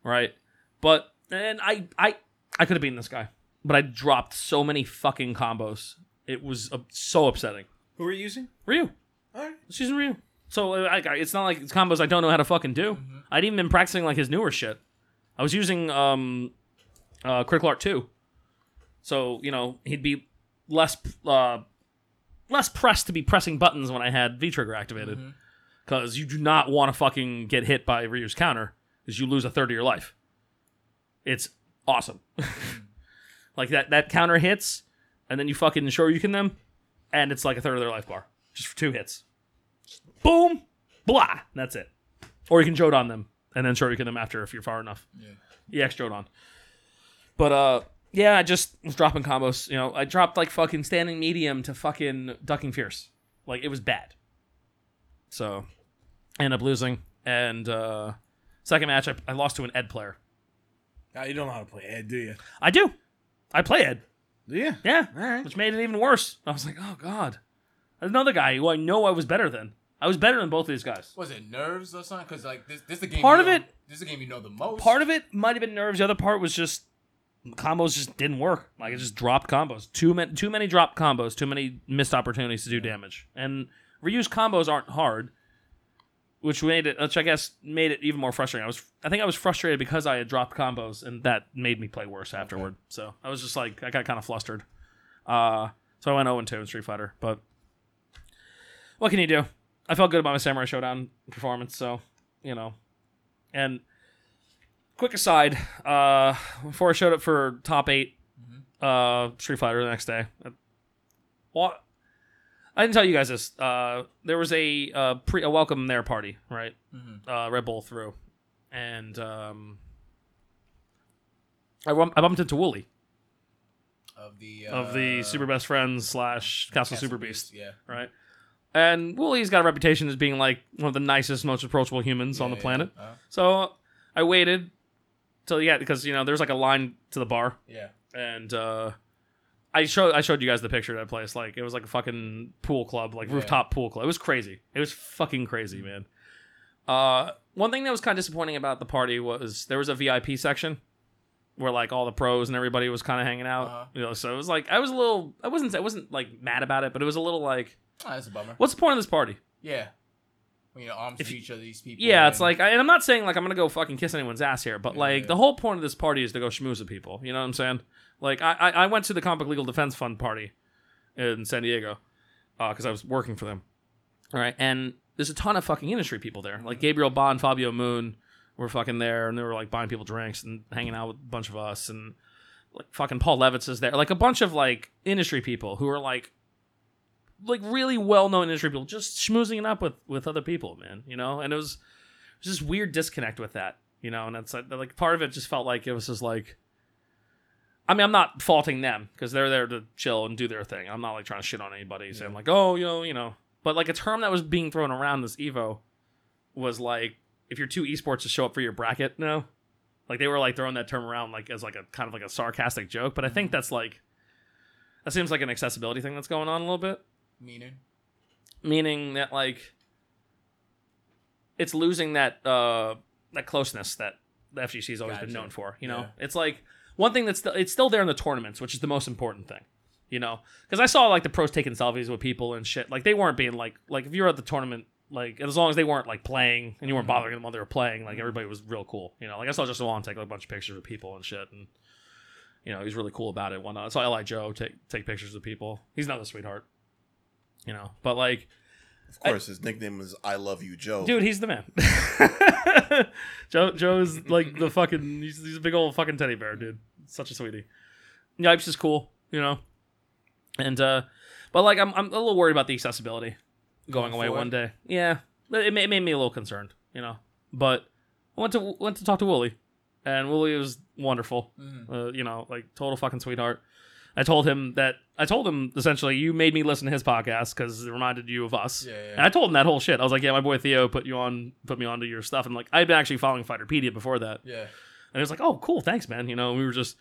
[SPEAKER 1] right? But and I I I could have beaten this guy, but I dropped so many fucking combos. It was uh, so upsetting.
[SPEAKER 4] Who are you using?
[SPEAKER 1] Ryu.
[SPEAKER 4] Alright.
[SPEAKER 1] She's in Ryu. So uh, I, I- it's not like it's combos I don't know how to fucking do. I'd even been practicing like his newer shit. I was using um, uh, Critical Art 2. So, you know, he'd be less uh, less pressed to be pressing buttons when I had V Trigger activated. Because you do not want to fucking get hit by Ryu's counter because you lose a third of your life. It's awesome. like that that counter hits, and then you fucking Shoryuken them, and it's like a third of their life bar just for two hits. Boom, blah. and That's it. Or you can Jodan them and then Shoryuken them after if you're far enough. Yeah, EX Jodan. But uh, yeah, I just was dropping combos. You know, I dropped like fucking standing medium to fucking ducking fierce. Like it was bad. So, I ended up losing. And uh, second match, I, I lost to an Ed player.
[SPEAKER 4] Now, you don't know how to play Ed, do you?
[SPEAKER 1] I do. I play Ed.
[SPEAKER 4] Yeah.
[SPEAKER 1] Yeah.
[SPEAKER 4] All right.
[SPEAKER 1] Which made it even worse. I was like, oh god. Another guy who I know I was better than. I was better than both of these guys.
[SPEAKER 3] Was it nerves or something? Because like this, this is the game.
[SPEAKER 1] Part
[SPEAKER 3] you
[SPEAKER 1] of
[SPEAKER 3] know-
[SPEAKER 1] it-
[SPEAKER 3] This is the game you know the most.
[SPEAKER 1] Part of it might have been nerves. The other part was just combos just didn't work. Like I just dropped combos. Too many, too many dropped combos. Too many missed opportunities to do damage. And reuse combos aren't hard, which made it, which I guess made it even more frustrating. I was, I think I was frustrated because I had dropped combos, and that made me play worse afterward. So I was just like, I got kind of flustered. Uh, so I went 0 2 in Street Fighter, but what can you do? I felt good about my Samurai Showdown performance, so you know. And quick aside, uh, before I showed up for top 8 uh, Street Fighter the next day, uh, wa- I didn't tell you guys this. Uh, there was a uh, pre a welcome there party, right?
[SPEAKER 3] Mm-hmm.
[SPEAKER 1] Uh, Red Bull threw, and um, I, rum- I bumped into Wooly
[SPEAKER 3] of the
[SPEAKER 1] of the
[SPEAKER 3] uh,
[SPEAKER 1] Super Best Friends slash Castle,
[SPEAKER 3] Castle
[SPEAKER 1] Super Beast
[SPEAKER 3] Yeah.
[SPEAKER 1] right? And Wooly's got a reputation as being like one of the nicest, most approachable humans on the
[SPEAKER 3] Yeah,
[SPEAKER 1] planet.
[SPEAKER 3] Yeah. Uh,
[SPEAKER 1] So I waited till yeah, because you know there's like a line to the bar,
[SPEAKER 3] yeah.
[SPEAKER 1] and uh, I showed I showed you guys the picture of that place. Like it was like a fucking pool club, like
[SPEAKER 3] Yeah. Mm-hmm.
[SPEAKER 1] rooftop pool club. It was crazy. It was fucking crazy, man. Uh, one thing that was kind of disappointing about the party was there was a VIP section where like all the pros and everybody was kind of hanging out.
[SPEAKER 3] Uh-huh.
[SPEAKER 1] You know, so it was like I was a little I wasn't I wasn't like mad about it, but it was a little like
[SPEAKER 3] Oh, that's a bummer.
[SPEAKER 1] What's the point of this party?
[SPEAKER 3] Yeah. When you're arms
[SPEAKER 1] If
[SPEAKER 3] to
[SPEAKER 1] you-
[SPEAKER 3] each of these people.
[SPEAKER 1] Yeah, it's
[SPEAKER 3] and-
[SPEAKER 1] like, I, and I'm not saying like I'm gonna go fucking kiss anyone's ass here, but
[SPEAKER 3] Yeah,
[SPEAKER 1] like
[SPEAKER 3] yeah.
[SPEAKER 1] the whole point of this party is to go schmooze with people. You know what I'm saying? Like I, I, I went to the Comic Book Legal Defense Fund party in San Diego because I was working for them. All right, and there's a ton of fucking industry people there. Like Gabriel Bond, Fabio Moon were fucking there, and they were like buying people drinks and hanging out with a bunch of us, and like fucking Paul Levitz is there, like a bunch of like industry people who are like like really well known industry people just schmoozing it up with with other people, man. You know, and it was it was this weird disconnect with that, you know, and it's like, like part of it just felt like it was just like. I mean, I'm not faulting them because they're there to chill and do their thing. I'm not like trying to shit on anybody saying like, oh, you know, you know. But like a term that was being thrown around this Evo was like, if you're two esports to show up for your bracket, no. Like they were like throwing that term around like as like a kind of like a sarcastic joke, but I think that's like that seems like an accessibility thing that's going on a little bit
[SPEAKER 3] meaning.
[SPEAKER 1] meaning that like it's losing that uh that closeness that the FGC has always been
[SPEAKER 3] Gotcha.
[SPEAKER 1] known for. You know,
[SPEAKER 3] Yeah.
[SPEAKER 1] it's like one thing that's still it's still there in the tournaments, which is the most important thing. You know, because I saw like the pros taking selfies with people and shit. Like they weren't being like like if you were at the tournament. Like as long as they weren't like playing and you
[SPEAKER 3] Mm-hmm.
[SPEAKER 1] weren't bothering them while they were playing, like everybody was real cool. You know, like I saw Justin Long take like, a bunch of pictures of people and shit, and you know he was really cool about it. and whatnot. I saw Li Joe take take pictures of people. He's not a sweetheart, you know. But like
[SPEAKER 2] Of course, his nickname was "I Love You, Joe."
[SPEAKER 1] Dude, he's the man. Joe Joe's like the fucking he's, he's a big old fucking teddy bear, dude. Such a sweetie. Yipes is cool, you know. And uh but like I'm I'm a little worried about the accessibility going
[SPEAKER 3] Going
[SPEAKER 1] away
[SPEAKER 3] forward?
[SPEAKER 1] one day. Yeah. It, it ma- it made me a little concerned, you know. But I went to went to talk to Wooly and Wooly was wonderful.
[SPEAKER 3] Mm-hmm.
[SPEAKER 1] Uh, you know, like total fucking sweetheart. I told him that I told him essentially you made me listen to his podcast because it reminded you of us.
[SPEAKER 3] Yeah, yeah, yeah.
[SPEAKER 1] And I told him that whole shit. I was like, yeah, my boy Theo put you on, put me onto your stuff, and like I'd been actually following Fighterpedia before that,
[SPEAKER 3] Yeah.
[SPEAKER 1] and he was like, oh, cool, thanks, man. You know, we were just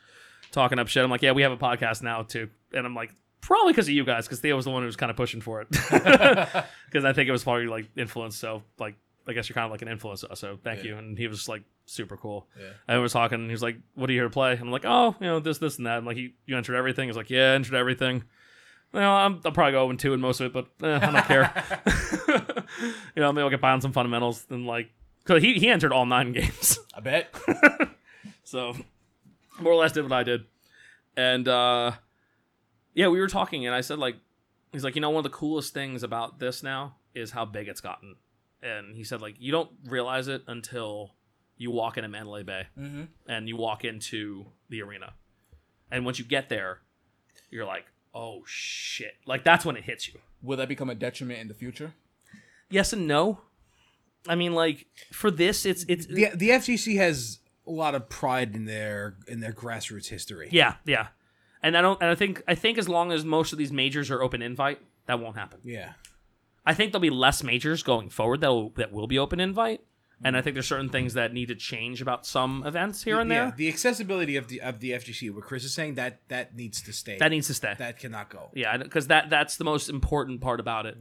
[SPEAKER 1] talking up shit. I'm like, yeah, we have a podcast now too, and I'm like, probably because of you guys, because Theo was the one who was kind of pushing for it, because I think it was probably like influence. So like, I guess you're kind of like an influence. So thank
[SPEAKER 3] Yeah.
[SPEAKER 1] you, and he was like super cool.
[SPEAKER 3] Yeah.
[SPEAKER 1] I was talking, and he was like, "What are you here to play?" I'm like, "Oh, you know, this, this, and that." I'm like, "You, you entered everything." He's like, "Yeah, I entered everything." You know, I'm, I'll probably go 0 two in most of it, but eh, I don't care. you know, maybe I'll get by on some fundamentals and like, cause he he entered all nine games,
[SPEAKER 3] I bet.
[SPEAKER 1] so more or less did what I did, and uh, yeah, we were talking, and I said like, he's like, you know, one of the coolest things about this now is how big it's gotten, and he said like, you don't realize it until you walk into Mandalay Bay
[SPEAKER 3] Mm-hmm.
[SPEAKER 1] and you walk into the arena. And once you get there, you're like, oh shit. Like that's when it hits you.
[SPEAKER 3] Will that become a detriment in the future?
[SPEAKER 1] Yes and no. I mean, like for this, it's it's
[SPEAKER 4] The the FCC has a lot of pride in their in their grassroots history.
[SPEAKER 1] yeah yeah. And I don't and I think I think as long as most of these majors are open invite, that won't happen.
[SPEAKER 4] Yeah.
[SPEAKER 1] I think there'll be less majors going forward that that will be open invite. And I think there's certain things that need to change about some events here and there.
[SPEAKER 4] Yeah, the accessibility of the of the FGC, what Chris is saying, that that needs to stay.
[SPEAKER 1] That needs to stay.
[SPEAKER 4] that cannot go.
[SPEAKER 1] Yeah, because that that's the most important part about it.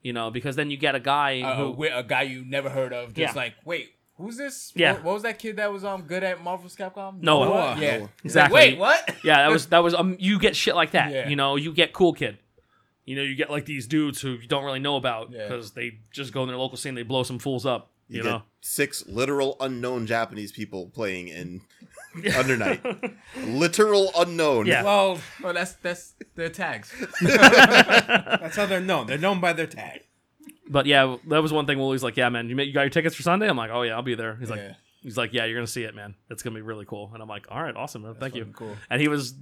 [SPEAKER 1] You know, because then you get a guy
[SPEAKER 3] Uh,
[SPEAKER 1] who
[SPEAKER 3] with a guy you never heard of, just
[SPEAKER 1] Yeah.
[SPEAKER 3] like, wait, who's this?
[SPEAKER 1] Yeah.
[SPEAKER 3] What, what was that kid that was um good at Marvel's Capcom?
[SPEAKER 1] Noah.
[SPEAKER 4] Noah.
[SPEAKER 3] Yeah.
[SPEAKER 2] Noah.
[SPEAKER 1] Exactly.
[SPEAKER 3] Wait, what?
[SPEAKER 1] yeah, that was that was um you get shit like that.
[SPEAKER 3] Yeah.
[SPEAKER 1] You know, you get cool kid. You know, you get like these dudes who you don't really know about
[SPEAKER 3] Yeah.
[SPEAKER 1] because they just go in their local scene, they blow some fools up. You,
[SPEAKER 2] get
[SPEAKER 1] know,
[SPEAKER 2] six literal unknown Japanese people playing in Undernight. literal unknown.
[SPEAKER 1] Yeah.
[SPEAKER 4] Well,
[SPEAKER 3] Well, oh, that's that's their tags.
[SPEAKER 4] that's how they're known. They're known by their tag.
[SPEAKER 1] but yeah, that was one thing. Willie's like, "Yeah, man, you, ma- you got your tickets for Sunday?" I'm like, "Oh yeah, I'll be there." He's like,
[SPEAKER 3] Yeah.
[SPEAKER 1] "He's like, yeah, you're gonna see it, man. It's gonna be really cool." And I'm like, "All right, awesome, man. Thank you."
[SPEAKER 3] fucking cool.
[SPEAKER 1] And he was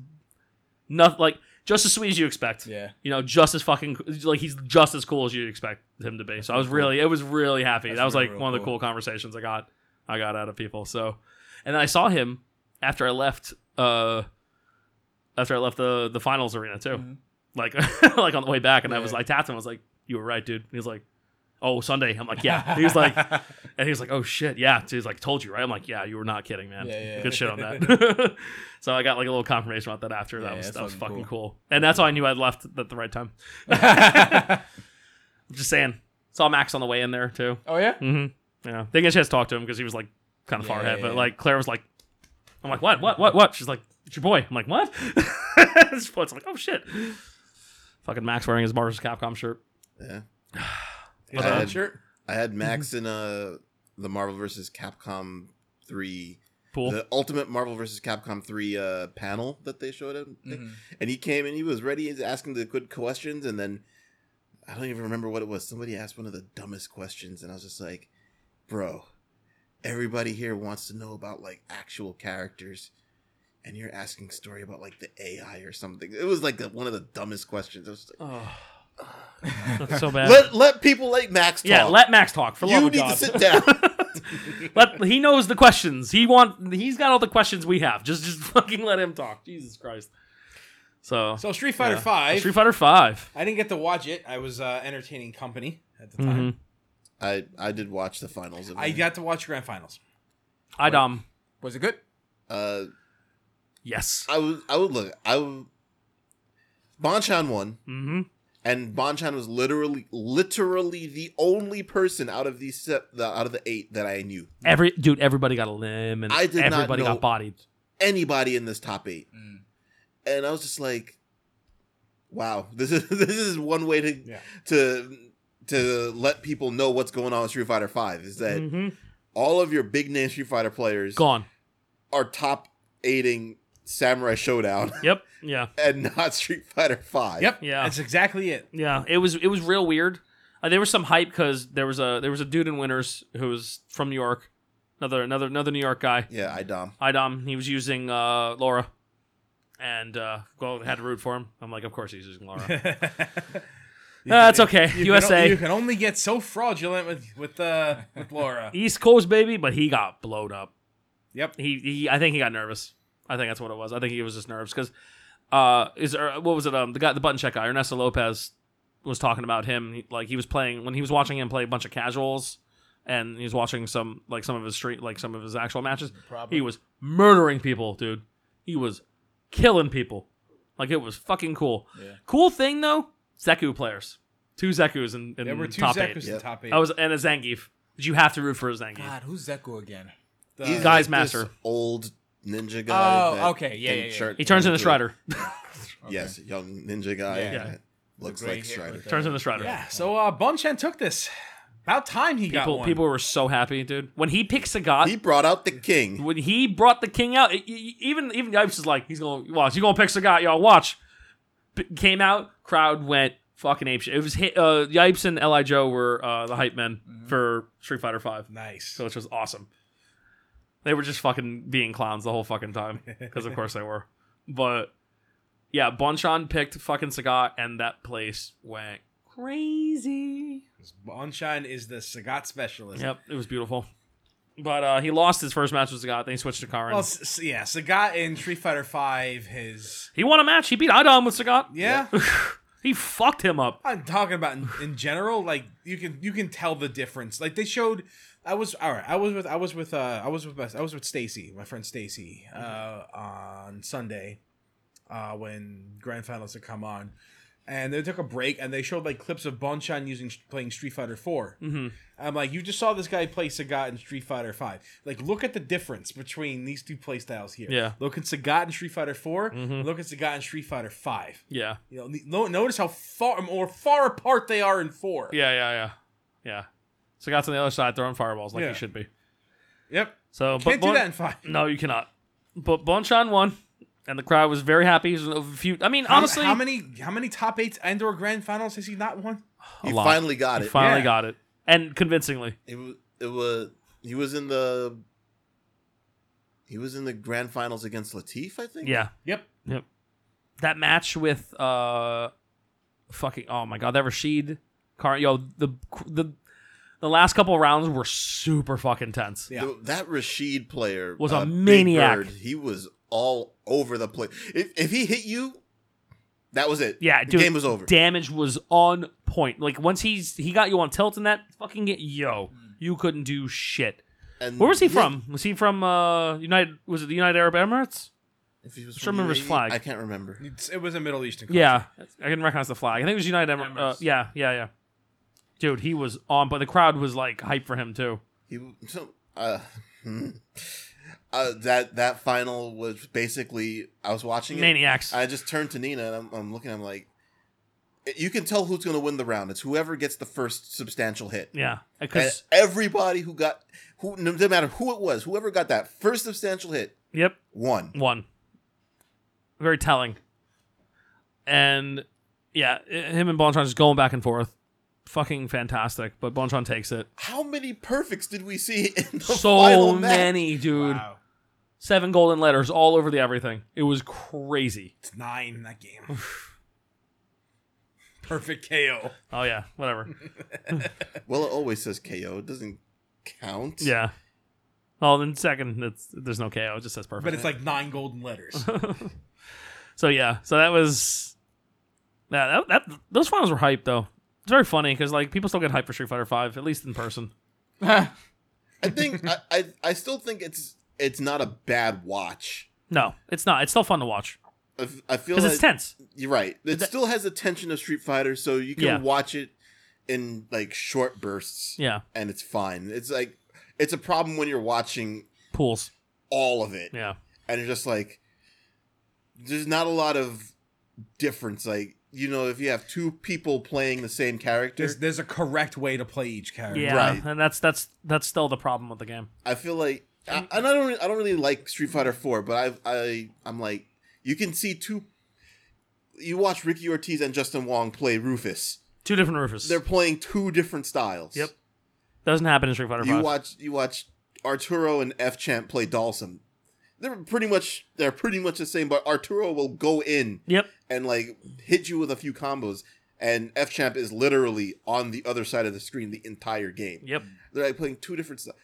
[SPEAKER 1] nothing like just as sweet as you expect.
[SPEAKER 3] Yeah.
[SPEAKER 1] you know, just as fucking like he's just as cool as you'd expect him to be. So I was really, it was really happy.
[SPEAKER 3] That's
[SPEAKER 1] that was
[SPEAKER 3] real,
[SPEAKER 1] like
[SPEAKER 3] real
[SPEAKER 1] one of the
[SPEAKER 3] cool.
[SPEAKER 1] cool conversations I got, I got out of people. So, and then I saw him after I left, uh, after I left the the finals arena too,
[SPEAKER 3] Mhm.
[SPEAKER 1] like like on the way back, and I
[SPEAKER 3] Yeah.
[SPEAKER 1] was like tapped him. I was like, "You were right, dude." And he was like, "Oh, Sunday." I'm like, "Yeah." He was like, and he was like, "Oh shit, yeah." So he's like, "Told you, right?" I'm like, "Yeah, you were not kidding, man.
[SPEAKER 3] Yeah, yeah.
[SPEAKER 1] Good shit on that." so I got like a little confirmation about that after.
[SPEAKER 3] Yeah,
[SPEAKER 1] that was
[SPEAKER 3] that's
[SPEAKER 1] that was
[SPEAKER 3] fucking
[SPEAKER 1] fucking cool. and that's how I knew I'd left at the right time. I'm just saying. Saw Max on the way in there too.
[SPEAKER 3] oh yeah.
[SPEAKER 1] Mm-hmm. Yeah, didn't get a chance to talk to him because he was like kind of far
[SPEAKER 3] Yeah,
[SPEAKER 1] ahead.
[SPEAKER 3] yeah,
[SPEAKER 1] But
[SPEAKER 3] yeah.
[SPEAKER 1] like Claire was like, "I'm like what what what what?" She's like, "It's your boy." I'm like, "What?" It's Floyd's like, "Oh shit." Fucking Max wearing his Marvel's Capcom shirt.
[SPEAKER 2] Yeah.
[SPEAKER 4] Was
[SPEAKER 2] Uh,
[SPEAKER 4] that shirt?
[SPEAKER 2] I had Max
[SPEAKER 1] Mm-hmm.
[SPEAKER 2] in uh the Marvel vs. Capcom three
[SPEAKER 1] Cool.
[SPEAKER 2] the ultimate Marvel vs. Capcom three uh panel that they showed him.
[SPEAKER 1] Mm-hmm.
[SPEAKER 3] Mhm.
[SPEAKER 2] And he came and he was ready, he's asking the good questions and then I don't even remember what it was. Somebody asked one of the dumbest questions and I was just like, Bro, everybody here wants to know about like actual characters and you're asking a story about like the AI or something. It was like the, one of the dumbest questions. I was just like,
[SPEAKER 1] Oh, that's so bad.
[SPEAKER 2] let let people like Max talk.
[SPEAKER 1] yeah, let Max talk for love
[SPEAKER 2] you
[SPEAKER 1] of
[SPEAKER 2] need
[SPEAKER 1] God.
[SPEAKER 2] to sit down.
[SPEAKER 1] let, he knows the questions. He want he's got all the questions we have. Just just fucking let him talk. Jesus Christ. So,
[SPEAKER 4] So Street Fighter
[SPEAKER 1] yeah.
[SPEAKER 4] Five.
[SPEAKER 1] Street Fighter Five.
[SPEAKER 4] I didn't get to watch it. I was uh, entertaining company at the time.
[SPEAKER 1] Mhm.
[SPEAKER 2] I I did watch the finals. Of
[SPEAKER 4] I
[SPEAKER 2] it.
[SPEAKER 4] got to watch grand finals.
[SPEAKER 1] I um, dom.
[SPEAKER 3] Was it good?
[SPEAKER 2] Uh,
[SPEAKER 1] Yes.
[SPEAKER 2] I would I would look. I would. Bonchan won,
[SPEAKER 1] Mm-hmm.
[SPEAKER 2] and Bonchan was literally literally the only person out of these se- the, out of the eight that I knew.
[SPEAKER 1] Every dude, everybody got a limb, and
[SPEAKER 2] I did not
[SPEAKER 1] everybody
[SPEAKER 2] know-
[SPEAKER 1] got bodied.
[SPEAKER 2] Anybody in this top eight,
[SPEAKER 3] Mm.
[SPEAKER 2] and I was just like, "Wow, this is this is one way to
[SPEAKER 4] Yeah.
[SPEAKER 2] to to let people know what's going on with Street Fighter Five is that
[SPEAKER 1] hmm
[SPEAKER 2] all of your big name Street Fighter players
[SPEAKER 1] Gone.
[SPEAKER 2] are top aiding Samurai Showdown
[SPEAKER 1] Yep. Yeah.
[SPEAKER 2] and not Street Fighter Five.
[SPEAKER 4] Yep.
[SPEAKER 1] Yeah.
[SPEAKER 4] That's exactly it.
[SPEAKER 1] Yeah. It was it was real weird. Uh, there was some hype because there was a there was a dude in Winners who was from New York, another another another New York guy.
[SPEAKER 2] Yeah, I dom.
[SPEAKER 1] Idom. He was using uh, Laura, and uh, well, had to root for him. I'm like, of course he's using Laura. Uh, That's okay.
[SPEAKER 4] You
[SPEAKER 1] USA.
[SPEAKER 4] Can, o- you can only get so fraudulent with with uh, with Laura.
[SPEAKER 1] East Coast baby, but he got blowed up.
[SPEAKER 4] Yep.
[SPEAKER 1] He, he I think he got nervous. I think that's what it was. I think he was just nervous because uh, is or what was it? Um, the guy, the button check guy, Ernesto Lopez was talking about him. He- Like he was playing when he was watching him play a bunch of casuals, and he was watching some like some of his street like some of his actual matches.
[SPEAKER 3] Probably.
[SPEAKER 1] He was murdering people, dude. He was killing people. Like it was fucking cool.
[SPEAKER 3] Yeah.
[SPEAKER 1] Cool thing though, Zeku players. Two Zekus in, in
[SPEAKER 4] There were two
[SPEAKER 1] top
[SPEAKER 4] Zekus in
[SPEAKER 1] eight.
[SPEAKER 2] Yep.
[SPEAKER 4] top eight.
[SPEAKER 1] I was and a Zangief. But you have to root for a Zangief.
[SPEAKER 3] God, who's Zeku again?
[SPEAKER 4] The-
[SPEAKER 2] He's
[SPEAKER 1] Guy's
[SPEAKER 2] like
[SPEAKER 1] master.
[SPEAKER 2] this old ninja guy.
[SPEAKER 3] Oh,
[SPEAKER 2] that
[SPEAKER 3] okay. Yeah,
[SPEAKER 2] can
[SPEAKER 3] yeah, yeah.
[SPEAKER 2] shirt-
[SPEAKER 1] He turns into Strider.
[SPEAKER 3] Okay.
[SPEAKER 2] Yes, young ninja guy.
[SPEAKER 3] Yeah.
[SPEAKER 1] Yeah.
[SPEAKER 2] that Looks
[SPEAKER 3] The gray
[SPEAKER 2] like
[SPEAKER 3] hair
[SPEAKER 2] Strider.
[SPEAKER 3] with the-
[SPEAKER 1] Turns into Strider.
[SPEAKER 4] yeah. So uh, Bonchan took this. About time he got
[SPEAKER 1] People,
[SPEAKER 4] one.
[SPEAKER 1] people were so happy, dude. When he picked Sagat,
[SPEAKER 2] He brought out the king.
[SPEAKER 1] when he brought the king out, e- e- even even Yipes is like, he's gonna watch. You gonna pick Sagat, y'all watch. B- came out, crowd went fucking ape shit. It was hit. Uh,
[SPEAKER 4] Mm-hmm.
[SPEAKER 1] Yipes and Li Joe were uh, the hype men for Street Fighter Five,
[SPEAKER 4] nice.
[SPEAKER 1] so which was awesome. They were just fucking being clowns the whole fucking time because of course they were. But yeah, Bonchan picked fucking Sagat and that place went crazy.
[SPEAKER 4] Bonshine is the Sagat specialist.
[SPEAKER 1] Yep, it was beautiful. But uh, he lost his first match with Sagat. Then he switched to Karin.
[SPEAKER 4] Well, s- s- yeah, Sagat in Street Fighter Five. His
[SPEAKER 1] he won a match. He beat Adam with Sagat.
[SPEAKER 4] yeah.
[SPEAKER 1] He fucked him up.
[SPEAKER 4] I'm talking about in, in general. Like you can you can tell the difference. Like they showed. I was all right. I was with I was with uh I was with my, I was with Stacy, my friend Stacy, uh, on Sunday, uh, when grand finals had come on, and they took a break and they showed like clips of Bonchan using playing Street Fighter 4
[SPEAKER 1] Mm-hmm.
[SPEAKER 4] I'm like, you just saw this guy play Sagat in Street Fighter Five. Like, look at the difference between these two playstyles here.
[SPEAKER 1] Yeah.
[SPEAKER 4] Look at Sagat in Street Fighter 4
[SPEAKER 1] Mhm.
[SPEAKER 4] Look at Sagat in Street Fighter Five.
[SPEAKER 1] Yeah.
[SPEAKER 4] You know, no, notice how far or far apart they are in four.
[SPEAKER 1] Yeah, yeah, yeah. Yeah. Sagat's on the other side throwing fireballs like
[SPEAKER 4] Yeah.
[SPEAKER 1] he should be.
[SPEAKER 4] Yep.
[SPEAKER 1] So
[SPEAKER 4] Can't
[SPEAKER 1] but
[SPEAKER 4] do
[SPEAKER 1] Bon-
[SPEAKER 4] that in five.
[SPEAKER 1] No, you cannot. But Bonchan won, and the crowd was very happy. It was a few- I mean, honestly,
[SPEAKER 4] how, how many how many top eights and or grand finals has he not won?
[SPEAKER 2] He
[SPEAKER 1] lot.
[SPEAKER 2] finally got
[SPEAKER 1] he
[SPEAKER 2] it.
[SPEAKER 1] finally
[SPEAKER 4] yeah.
[SPEAKER 1] got it, and convincingly.
[SPEAKER 2] It was. It was. He was in the. He was in the grand finals against Latif, I think.
[SPEAKER 1] Yeah,
[SPEAKER 4] Yep.
[SPEAKER 1] that match with uh, fucking oh my god, that Rashid Car, yo, the the the last couple rounds were super fucking tense.
[SPEAKER 4] Yeah.
[SPEAKER 2] Th- That Rashid player uh,
[SPEAKER 1] Was a
[SPEAKER 2] Big
[SPEAKER 1] maniac.
[SPEAKER 2] Bird, he was all over the place. If, if he hit you, that was it.
[SPEAKER 1] Yeah,
[SPEAKER 2] the
[SPEAKER 1] dude,
[SPEAKER 2] game was over.
[SPEAKER 1] Damage was on point. Like once he's he got you on tilt in that fucking ga- yo, you couldn't do shit.
[SPEAKER 2] And
[SPEAKER 1] Where was he
[SPEAKER 2] Mm. yeah,
[SPEAKER 1] from? Was he from uh United? Was it the United Arab Emirates?
[SPEAKER 2] If he was
[SPEAKER 1] Just
[SPEAKER 2] from
[SPEAKER 1] remember his
[SPEAKER 2] UAE,
[SPEAKER 1] flag.
[SPEAKER 2] I can't remember.
[SPEAKER 4] It's, it was a Middle Eastern. Country.
[SPEAKER 1] Yeah, I can recognize the flag. I think it was United. Emir- uh,
[SPEAKER 3] Emirates.
[SPEAKER 1] yeah, yeah, yeah. Dude, he was on, but the crowd was like hype for him too.
[SPEAKER 2] He so uh, hmm. uh that that final was basically I was watching it.
[SPEAKER 1] Maniacs.
[SPEAKER 2] I just turned to Nina and I'm, I'm looking. I'm like, "Eh, you can tell who's going to win the round. It's whoever gets the first substantial hit.
[SPEAKER 1] yeah, because
[SPEAKER 2] And everybody who got who no no matter who it was, whoever got that first substantial hit
[SPEAKER 1] yep,
[SPEAKER 2] won.
[SPEAKER 1] one. Very telling. And yeah, i- him and Bontron just going back and forth. Fucking fantastic, but Bontron takes it.
[SPEAKER 2] How many perfects did we see in the
[SPEAKER 1] So
[SPEAKER 2] final match?
[SPEAKER 1] many, dude.
[SPEAKER 4] Wow.
[SPEAKER 1] Seven golden letters all over the everything. It was crazy.
[SPEAKER 4] It's nine in that game. Perfect KO.
[SPEAKER 1] Oh yeah, whatever.
[SPEAKER 2] Well, it always says KO. It doesn't count.
[SPEAKER 1] yeah. Oh, then second, it's, there's no KO. It just says perfect.
[SPEAKER 4] But it's like nine golden letters.
[SPEAKER 1] So yeah, so that was yeah, that, that those finals were hype though. It's very funny because like people still get hype for Street Fighter Five, at least in person.
[SPEAKER 2] I think I, I I still think it's it's not a bad watch.
[SPEAKER 1] No, it's not. It's still fun to watch
[SPEAKER 2] I, f- I feel
[SPEAKER 1] because
[SPEAKER 2] like
[SPEAKER 1] it's tense.
[SPEAKER 2] you're right. It
[SPEAKER 1] That-
[SPEAKER 2] still has the tension of Street Fighter, so you can
[SPEAKER 1] Yeah.
[SPEAKER 2] watch it in like short bursts,
[SPEAKER 1] Yeah,
[SPEAKER 2] and it's fine. It's like it's a problem when you're watching
[SPEAKER 1] pools.
[SPEAKER 2] all of it,
[SPEAKER 1] Yeah,
[SPEAKER 2] and you're just like, there's not a lot of difference. Like you know, if you have two people playing the same character,
[SPEAKER 4] There's, there's a correct way to play each character.
[SPEAKER 1] yeah,
[SPEAKER 2] Right.
[SPEAKER 1] and that's that's that's still the problem with the game.
[SPEAKER 2] I feel like, I, and I don't, re- I don't really like Street Fighter Four, but I, I, I'm like, you can see two. You watch Ricky Ortiz and Justin Wong play Rufus.
[SPEAKER 1] Two different roofers.
[SPEAKER 2] They're playing two different styles.
[SPEAKER 1] Yep. Doesn't happen in Street Fighter
[SPEAKER 2] You
[SPEAKER 1] Five.
[SPEAKER 2] watch, you watch Arturo and F Champ play Dawson. They're pretty much, they're pretty much the same, but Arturo will go in
[SPEAKER 1] yep.
[SPEAKER 2] and like hit you with a few combos, and F Champ is literally on the other side of the screen the entire game.
[SPEAKER 1] Yep.
[SPEAKER 2] They're like playing two different stuff.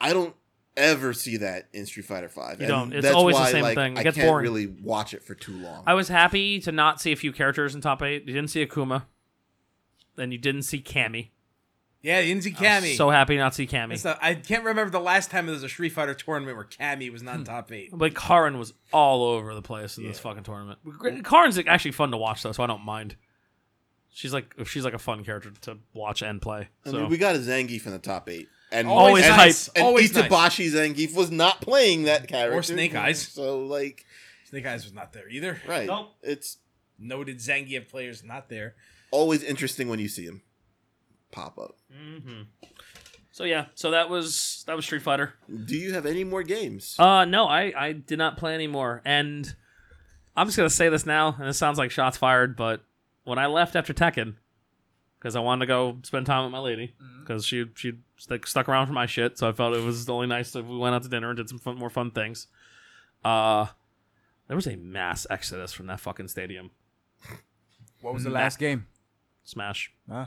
[SPEAKER 2] I don't ever see that in Street Fighter Five.
[SPEAKER 1] You don't. It's always the same thing. It
[SPEAKER 2] I
[SPEAKER 1] gets
[SPEAKER 2] can't
[SPEAKER 1] boring.
[SPEAKER 2] really watch it for too long.
[SPEAKER 1] I was happy to not see a few characters in top eight. You didn't see Akuma. Then you didn't see Cammy.
[SPEAKER 4] Yeah, Inzi Kami.
[SPEAKER 1] Oh, So happy not to see Cammy.
[SPEAKER 4] It's not- I can't remember the last time there was a Street Fighter tournament where Cammy was not
[SPEAKER 1] Hmm.
[SPEAKER 4] in top eight.
[SPEAKER 1] But Karin was all over the place in this
[SPEAKER 4] Yeah.
[SPEAKER 1] fucking tournament. Karin's actually fun to watch though, so I don't mind. She's like she's like a fun character to watch and play.
[SPEAKER 2] I
[SPEAKER 1] So
[SPEAKER 2] mean, we got a Zangief in the top eight, and
[SPEAKER 1] Always
[SPEAKER 2] and,
[SPEAKER 1] nice.
[SPEAKER 2] And
[SPEAKER 4] Always nice.
[SPEAKER 2] Itabashi Zangief was not playing that character
[SPEAKER 4] Snake Eyes.
[SPEAKER 2] So like,
[SPEAKER 4] Snake Eyes was not there either.
[SPEAKER 2] right?
[SPEAKER 1] Nope.
[SPEAKER 2] It's
[SPEAKER 4] Noted Zangief players not there.
[SPEAKER 2] always interesting when you see him pop up.
[SPEAKER 1] so yeah, so that was that was Street Fighter.
[SPEAKER 2] Do you have any more games?
[SPEAKER 1] Uh no, I I did not play anymore, and I'm just gonna say this now, and it sounds like shots fired, but when I left after Tekken, because I wanted to go spend time with my lady, because she she stuck, stuck around for my shit, so I felt it was only nice if we went out to dinner and did some fun, more fun things. Uh, there was a mass exodus from that fucking stadium.
[SPEAKER 3] What was the last game?
[SPEAKER 1] Smash.
[SPEAKER 3] Huh?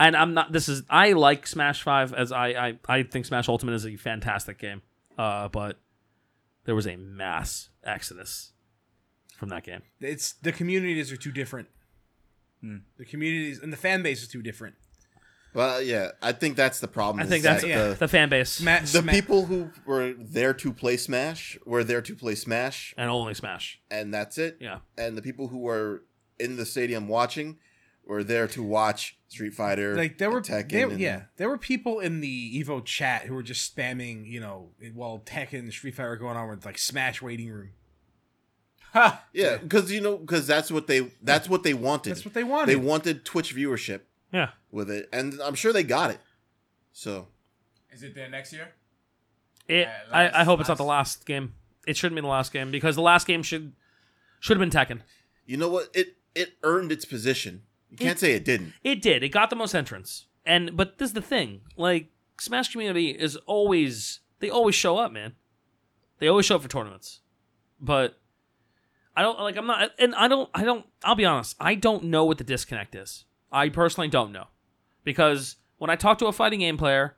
[SPEAKER 1] and I'm not. This is I like Smash Five as I I, I think Smash Ultimate is a fantastic game. Uh, but there was a mass exodus from that game.
[SPEAKER 4] It's the communities are too different. The communities and the fan base is too different.
[SPEAKER 2] Well, yeah, I think that's the problem.
[SPEAKER 1] I
[SPEAKER 2] is
[SPEAKER 1] think that's
[SPEAKER 2] that
[SPEAKER 4] yeah.
[SPEAKER 2] the,
[SPEAKER 1] the fan base
[SPEAKER 4] Matt,
[SPEAKER 2] the
[SPEAKER 4] Sma-
[SPEAKER 2] people who were there to play Smash were there to play Smash,
[SPEAKER 1] and only Smash.
[SPEAKER 2] and that's it.
[SPEAKER 1] Yeah,
[SPEAKER 2] And the people who were in the stadium watching were there to watch Street Fighter.
[SPEAKER 4] like there were
[SPEAKER 2] and Tekken.
[SPEAKER 4] there-
[SPEAKER 2] and-
[SPEAKER 4] yeah there were people in the Evo chat who were just spamming you know while Tekken and Street Fighter were going on with like Smash waiting room.
[SPEAKER 3] Ha!
[SPEAKER 2] yeah, because you know, because that's what they that's what they wanted.
[SPEAKER 4] That's what they wanted.
[SPEAKER 2] They wanted Twitch viewership
[SPEAKER 1] yeah.
[SPEAKER 2] with it, and I'm sure they got it. So
[SPEAKER 3] Is it there next year?
[SPEAKER 1] It,
[SPEAKER 3] Yeah, last-
[SPEAKER 1] I, I hope it's not the
[SPEAKER 3] last-
[SPEAKER 1] last game. It shouldn't be the last game because the last game should should have been Tekken.
[SPEAKER 2] you know what? It it earned its position. You can't say it didn't.
[SPEAKER 1] It did. It got the most entrants. And but this is the thing. Like Smash community is always they always show up, man. They always show up for tournaments. But I don't like I'm not and I don't I don't I'll be honest, I don't know what the disconnect is. I personally don't know. Because when I talk to a fighting game player,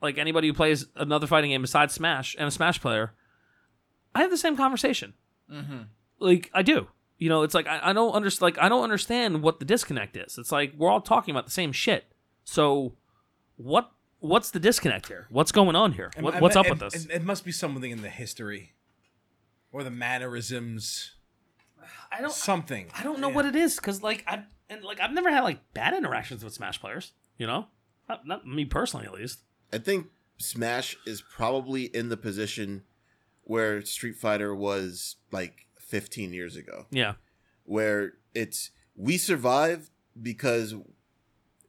[SPEAKER 1] like anybody who plays another fighting game besides Smash and a Smash player, I have the same conversation
[SPEAKER 3] Mm-hmm.
[SPEAKER 1] like I do. You know, it's like I, I don't understand. Like I don't understand what the disconnect is. It's like we're all talking about the same shit. So, what what's the disconnect here? What's going on here? What,
[SPEAKER 4] I-
[SPEAKER 1] what's up
[SPEAKER 4] it-
[SPEAKER 1] with this?
[SPEAKER 4] It, it must be something in the history or the mannerisms.
[SPEAKER 1] I don't.
[SPEAKER 4] Something.
[SPEAKER 1] I don't know what it is because like I and like I've never had like bad interactions with Smash players. You know, not, not me personally at least.
[SPEAKER 2] I think Smash is probably in the position where Street Fighter was like 15 years ago,
[SPEAKER 1] Yeah,
[SPEAKER 2] where it's we survived because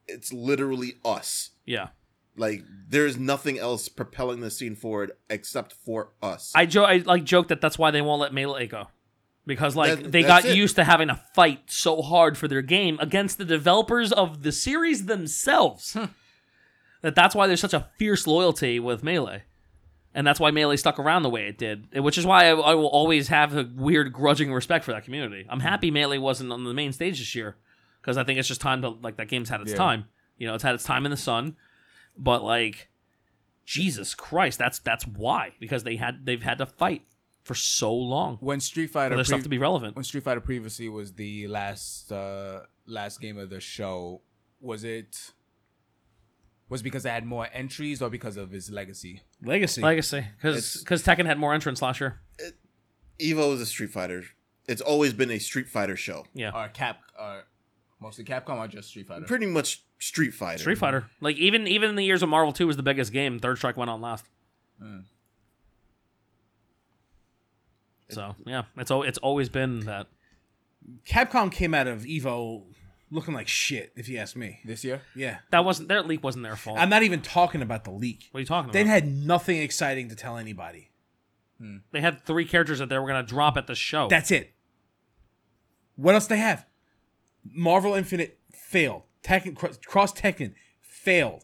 [SPEAKER 2] it's literally us.
[SPEAKER 1] yeah.
[SPEAKER 2] Like there's nothing else propelling the scene forward except for us.
[SPEAKER 1] I jo- I like joke that that's why they won't let Melee go. Because like
[SPEAKER 2] That-
[SPEAKER 1] they
[SPEAKER 2] that's
[SPEAKER 1] got
[SPEAKER 2] it.
[SPEAKER 1] used to having to fight so hard for their game against the developers of the series themselves. that that's why there's such a fierce loyalty with Melee. And that's why Melee stuck around the way it did, which is why I, I will always have a weird grudging respect for that community.
[SPEAKER 2] Hmm.
[SPEAKER 1] I'm happy Melee wasn't on the main stage this year because I think it's just time to like that game's had its
[SPEAKER 3] Yeah.
[SPEAKER 1] time. You know, it's had its time in the sun, but like Jesus Christ, that's that's why because they had they've had to fight for so long
[SPEAKER 3] When Street
[SPEAKER 1] for
[SPEAKER 3] Fighter
[SPEAKER 1] their stuff
[SPEAKER 3] pre-
[SPEAKER 1] to be relevant.
[SPEAKER 3] when Street Fighter previously was the last uh last game of the show, was it was it because it had more entries or because of his legacy?
[SPEAKER 4] Legacy.
[SPEAKER 1] Legacy, because
[SPEAKER 2] It's-
[SPEAKER 1] Tekken had more entrants last year.
[SPEAKER 2] Evo is a Street Fighter. It's always been a Street Fighter show.
[SPEAKER 3] Or Cap or mostly Capcom or just Street Fighter?
[SPEAKER 2] Pretty much Street Fighter.
[SPEAKER 1] Street Fighter, like even even in the years of Marvel Two was the biggest game. Third Strike went on last. So yeah, it's al- it's always been that.
[SPEAKER 4] Capcom came out of Evo looking like shit, if you ask me.
[SPEAKER 3] this year?
[SPEAKER 4] Yeah.
[SPEAKER 1] That wasn't their leak wasn't their fault.
[SPEAKER 4] I'm not even talking about the leak.
[SPEAKER 1] what are you talking about?
[SPEAKER 4] They had nothing exciting to tell anybody.
[SPEAKER 1] They had three characters that they were gonna drop at the show.
[SPEAKER 4] That's it. What else they have? Marvel Infinite failed. Tekken Cro- Cross Tekken failed.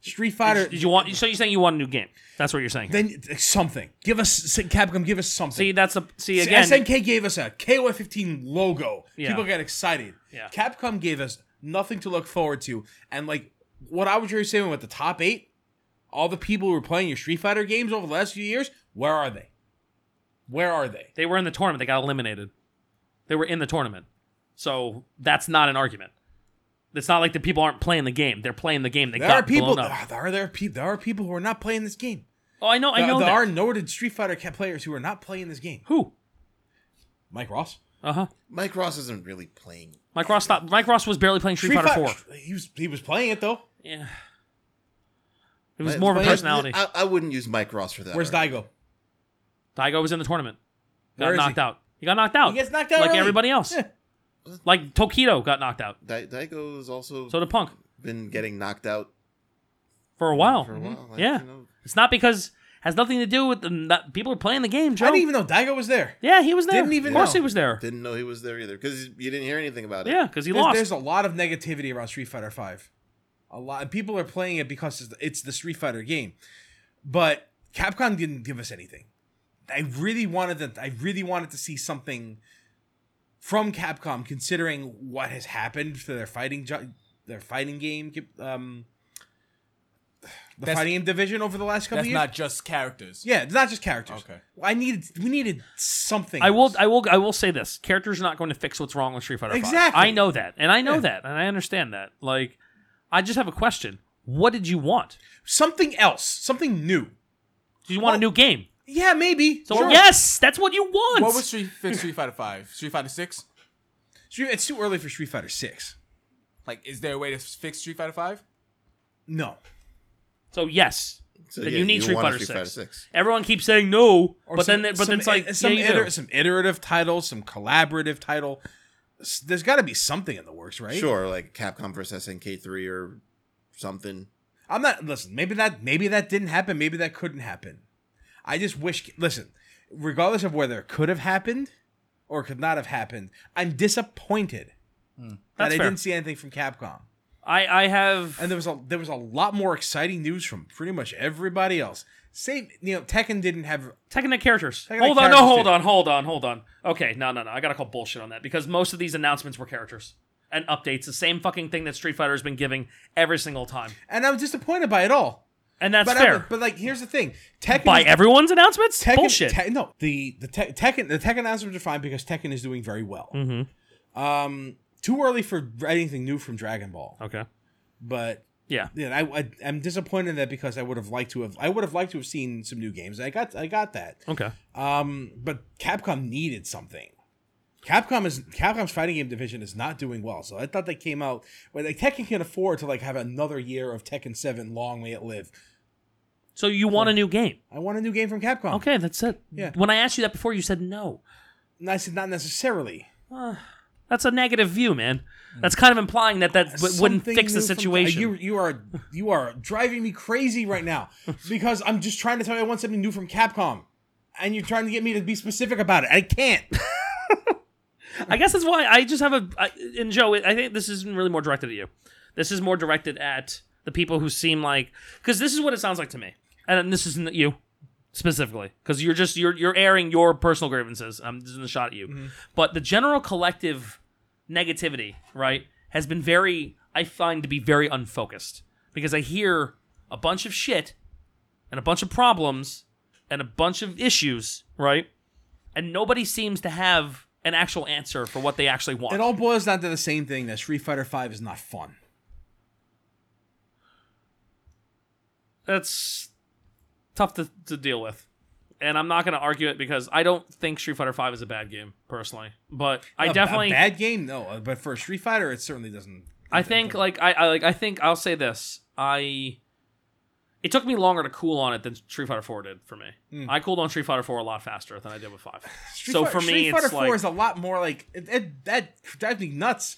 [SPEAKER 4] Street Fighter.
[SPEAKER 1] Mm-hmm. Did you want? So you're saying you want a new game? That's what you're saying. here.
[SPEAKER 4] then something. Give us Capcom. Give us something.
[SPEAKER 1] see, that's a see
[SPEAKER 4] See,
[SPEAKER 1] again.
[SPEAKER 4] SNK gave us a KOF15 logo.
[SPEAKER 1] Yeah.
[SPEAKER 4] People got excited.
[SPEAKER 1] Yeah.
[SPEAKER 4] Capcom gave us nothing to look forward to. And like what I was just saying with the top eight, all the people who were playing your Street Fighter games over the last few years, where are they? Where are they?
[SPEAKER 1] they were in the tournament. They got eliminated. They were in the tournament. So that's not an argument. It's not like the people aren't playing the game. They're playing the game. They
[SPEAKER 4] There are
[SPEAKER 1] got
[SPEAKER 4] people.
[SPEAKER 1] blown up.
[SPEAKER 4] There are there people. There are people who are not playing this game.
[SPEAKER 1] Oh, I know. I
[SPEAKER 4] There-
[SPEAKER 1] know.
[SPEAKER 4] there
[SPEAKER 1] that.
[SPEAKER 4] are noted Street Fighter ca- players who are not playing this game.
[SPEAKER 1] Who?
[SPEAKER 4] Mike Ross.
[SPEAKER 1] Uh huh.
[SPEAKER 2] Mike Ross isn't really playing.
[SPEAKER 1] Mike Ross stopped. Mike Ross was barely playing Street, Fighter Four.
[SPEAKER 4] He was he was playing it though.
[SPEAKER 1] Yeah. It was more of a
[SPEAKER 2] But-
[SPEAKER 1] personality.
[SPEAKER 2] I, I wouldn't use Mike Ross for that.
[SPEAKER 4] Where's
[SPEAKER 2] argument.
[SPEAKER 4] Daigo?
[SPEAKER 1] Daigo was in the tournament.
[SPEAKER 4] Where
[SPEAKER 1] Got
[SPEAKER 4] is
[SPEAKER 1] knocked
[SPEAKER 4] he?
[SPEAKER 1] out. He got knocked out.
[SPEAKER 4] He gets knocked out
[SPEAKER 1] like
[SPEAKER 4] early.
[SPEAKER 1] everybody else.
[SPEAKER 4] Yeah.
[SPEAKER 1] Like Tokido got knocked out.
[SPEAKER 2] Dai- Daigo has also
[SPEAKER 1] So did Punk
[SPEAKER 2] been getting knocked out
[SPEAKER 1] for a while.
[SPEAKER 2] for a while. Like,
[SPEAKER 1] Mm-hmm. Yeah.
[SPEAKER 2] you know,
[SPEAKER 1] It's not because has nothing to do with them. That people are playing the game, Joe.
[SPEAKER 4] I didn't even know Daigo was there.
[SPEAKER 1] yeah, he was there.
[SPEAKER 4] Didn't even
[SPEAKER 1] of course
[SPEAKER 4] know.
[SPEAKER 1] he was there.
[SPEAKER 2] didn't know he was there either because you didn't hear anything about it.
[SPEAKER 1] Yeah, because he
[SPEAKER 4] There's,
[SPEAKER 1] lost.
[SPEAKER 4] there's a lot of negativity around Street Fighter Five. A a lot. People are playing it because it's the- it's the Street Fighter game, but Capcom didn't give us anything. I really wanted to. I really wanted to see something from Capcom, considering what has happened to their fighting jo- their fighting game, um, the
[SPEAKER 3] That's-
[SPEAKER 4] fighting game division over the last couple
[SPEAKER 3] That's
[SPEAKER 4] years.
[SPEAKER 3] not just characters.
[SPEAKER 4] yeah, it's not just characters.
[SPEAKER 3] Okay.
[SPEAKER 4] I needed. We needed something.
[SPEAKER 1] I will.
[SPEAKER 4] else.
[SPEAKER 1] I will. I will say this: characters are not going to fix what's wrong with Street Fighter. V.
[SPEAKER 4] Exactly.
[SPEAKER 1] I know that, and I know
[SPEAKER 4] Yeah.
[SPEAKER 1] that, and I understand that. Like, I just have a question: What did you want?
[SPEAKER 4] something else. Something new.
[SPEAKER 1] Did you want a new game?
[SPEAKER 4] Yeah, maybe.
[SPEAKER 1] So
[SPEAKER 4] Sure.
[SPEAKER 1] yes, that's what you want.
[SPEAKER 3] What was Street, Street Fighter Five? Street Fighter Six?
[SPEAKER 4] Street- It's too early for Street Fighter Six.
[SPEAKER 3] Like, is there a way to fix Street Fighter Five?
[SPEAKER 4] No.
[SPEAKER 1] so yes,
[SPEAKER 2] So,
[SPEAKER 1] then
[SPEAKER 2] yeah,
[SPEAKER 1] you need
[SPEAKER 2] you
[SPEAKER 1] Street,
[SPEAKER 2] want a
[SPEAKER 1] Fighter
[SPEAKER 2] Street Fighter
[SPEAKER 1] 6.
[SPEAKER 2] six.
[SPEAKER 1] Everyone keeps saying no,
[SPEAKER 4] Or
[SPEAKER 1] but
[SPEAKER 4] some-
[SPEAKER 1] then but
[SPEAKER 4] some
[SPEAKER 1] then it's like
[SPEAKER 4] i- some
[SPEAKER 1] yeah, you
[SPEAKER 4] iter-
[SPEAKER 1] do.
[SPEAKER 4] some iterative title, some collaborative title. S- There's got to be something in the works, right?
[SPEAKER 2] Sure, like Capcom versus SNK three or something.
[SPEAKER 4] I'm not listen. Maybe that maybe that didn't happen. Maybe that couldn't happen. I just wish. Listen, regardless of whether it could have happened or could not have happened, I'm disappointed that
[SPEAKER 1] That's
[SPEAKER 4] I
[SPEAKER 1] fair.
[SPEAKER 4] didn't see anything from Capcom.
[SPEAKER 1] I I have
[SPEAKER 4] And there was a there was a lot more exciting news from pretty much everybody else. Same, you know, Tekken didn't have
[SPEAKER 1] Tekken the characters.
[SPEAKER 4] Tekken
[SPEAKER 1] hold
[SPEAKER 4] the
[SPEAKER 1] on, no,
[SPEAKER 4] characters
[SPEAKER 1] hold
[SPEAKER 4] too.
[SPEAKER 1] on, hold on, hold on. Okay, no, no, no. I gotta call bullshit on that because most of these announcements were characters and updates. The same fucking thing that Street Fighter has been giving every single time,
[SPEAKER 4] and I'm disappointed by it all.
[SPEAKER 1] and that's
[SPEAKER 4] But
[SPEAKER 1] fair.
[SPEAKER 4] I, but like, here's the thing: Tekken
[SPEAKER 1] By everyone's announcements,
[SPEAKER 4] Tekken,
[SPEAKER 1] bullshit.
[SPEAKER 4] Te- no, the the te- Tekken the Tekken announcements are fine because Tekken is doing very well.
[SPEAKER 1] Mm-hmm.
[SPEAKER 4] Um, too early for anything new from Dragon Ball,
[SPEAKER 1] okay.
[SPEAKER 4] but
[SPEAKER 1] Yeah.
[SPEAKER 4] yeah, I, I I'm disappointed in that because I would have liked to have I would have liked to have seen some new games. I got I got that.
[SPEAKER 1] Okay.
[SPEAKER 4] Um, but Capcom needed something. Capcom is Capcom's fighting game division is not doing well, so I thought they came out. Well, like Tekken can afford to like have another year of Tekken Seven. Long may it live.
[SPEAKER 1] So you want a new game?
[SPEAKER 4] I want a new game from Capcom.
[SPEAKER 1] Okay, that's it.
[SPEAKER 4] Yeah.
[SPEAKER 1] When I asked you that before, you said no.
[SPEAKER 4] and I said not necessarily.
[SPEAKER 1] That's a negative view, man. That's kind of implying that that w- wouldn't
[SPEAKER 4] something
[SPEAKER 1] fix the
[SPEAKER 4] new from- uh,
[SPEAKER 1] situation.
[SPEAKER 4] you you are you are driving me crazy right now because I'm just trying to tell you I want something new from Capcom, and you're trying to get me to be specific about it. I can't.
[SPEAKER 1] I guess that's why I just have a. I, and Joe, I think this isn't really more directed at you. This is more directed at the people who seem like because this is what it sounds like to me, and this isn't at you specifically because you're just you're you're airing your personal grievances. I'm this isn't a shot at you, but the general collective negativity, right, has been very I find to be very unfocused because I hear a bunch of shit and a bunch of problems and a bunch of issues, right? And nobody seems to have an actual answer for what they actually want.
[SPEAKER 4] It all boils down to the same thing: that Street Fighter Five is not fun.
[SPEAKER 1] That's tough to, to deal with. And I'm not going to argue it because I don't think Street Fighter 5 is a bad game personally, but I
[SPEAKER 4] A- a
[SPEAKER 1] definitely
[SPEAKER 4] bad game, no, uh, but for a Street Fighter, it certainly doesn't.
[SPEAKER 1] I think like I, I like I think I'll say this. I it took me longer to cool on it than Street Fighter 4 did for me. I cooled on Street Fighter 4 a lot faster than I did with 5.
[SPEAKER 4] Hmm. Street
[SPEAKER 1] so
[SPEAKER 4] Fi-
[SPEAKER 1] for
[SPEAKER 4] Street
[SPEAKER 1] me
[SPEAKER 4] Fighter
[SPEAKER 1] it's
[SPEAKER 4] Four
[SPEAKER 1] like
[SPEAKER 4] is a lot more like it, it, that drives me nuts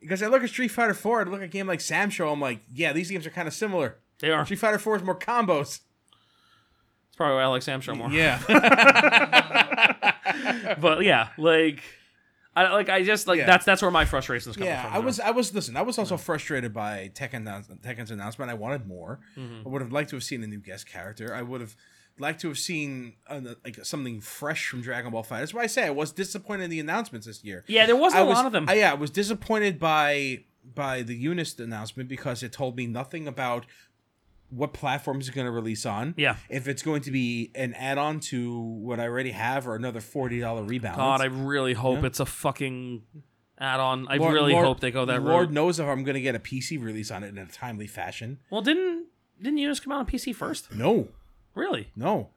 [SPEAKER 4] because I look at Street Fighter Four, I look at a game like Sam Show, I'm like, yeah, these games are kind of similar.
[SPEAKER 1] they are.
[SPEAKER 4] Street Fighter Four is more combos.
[SPEAKER 1] It's probably why I like Sam Show more.
[SPEAKER 4] Yeah.
[SPEAKER 1] But yeah, like I like I just like
[SPEAKER 4] Yeah.
[SPEAKER 1] that's that's where my frustrations come
[SPEAKER 4] Yeah,
[SPEAKER 1] from.
[SPEAKER 4] I
[SPEAKER 1] Joe.
[SPEAKER 4] was, I was, listen, I was also frustrated by Tekken, announce- Tekken's announcement. I wanted more.
[SPEAKER 1] Mm-hmm.
[SPEAKER 4] I would have liked to have seen a new guest character. I would have liked to have seen uh, like something fresh from Dragon Ball Fighter. That's why I say I was disappointed in the announcements this year.
[SPEAKER 1] Yeah, there wasn't
[SPEAKER 4] I
[SPEAKER 1] a
[SPEAKER 4] was-
[SPEAKER 1] lot of them.
[SPEAKER 4] I, yeah, I was disappointed by by the Eunice announcement because it told me nothing about what platforms it's going to release on.
[SPEAKER 1] Yeah.
[SPEAKER 4] if it's going to be an add-on to what I already have or another forty dollar rebound.
[SPEAKER 1] God, I really hope it's a fucking add-on. I
[SPEAKER 4] Lord-
[SPEAKER 1] really
[SPEAKER 4] Lord-
[SPEAKER 1] hope they go that
[SPEAKER 4] Lord
[SPEAKER 1] road.
[SPEAKER 4] knows if I'm going to get a PC release on it in a timely fashion.
[SPEAKER 1] Well, didn't didn't Eunice come out on PC first?
[SPEAKER 4] No,
[SPEAKER 1] Really?
[SPEAKER 4] no.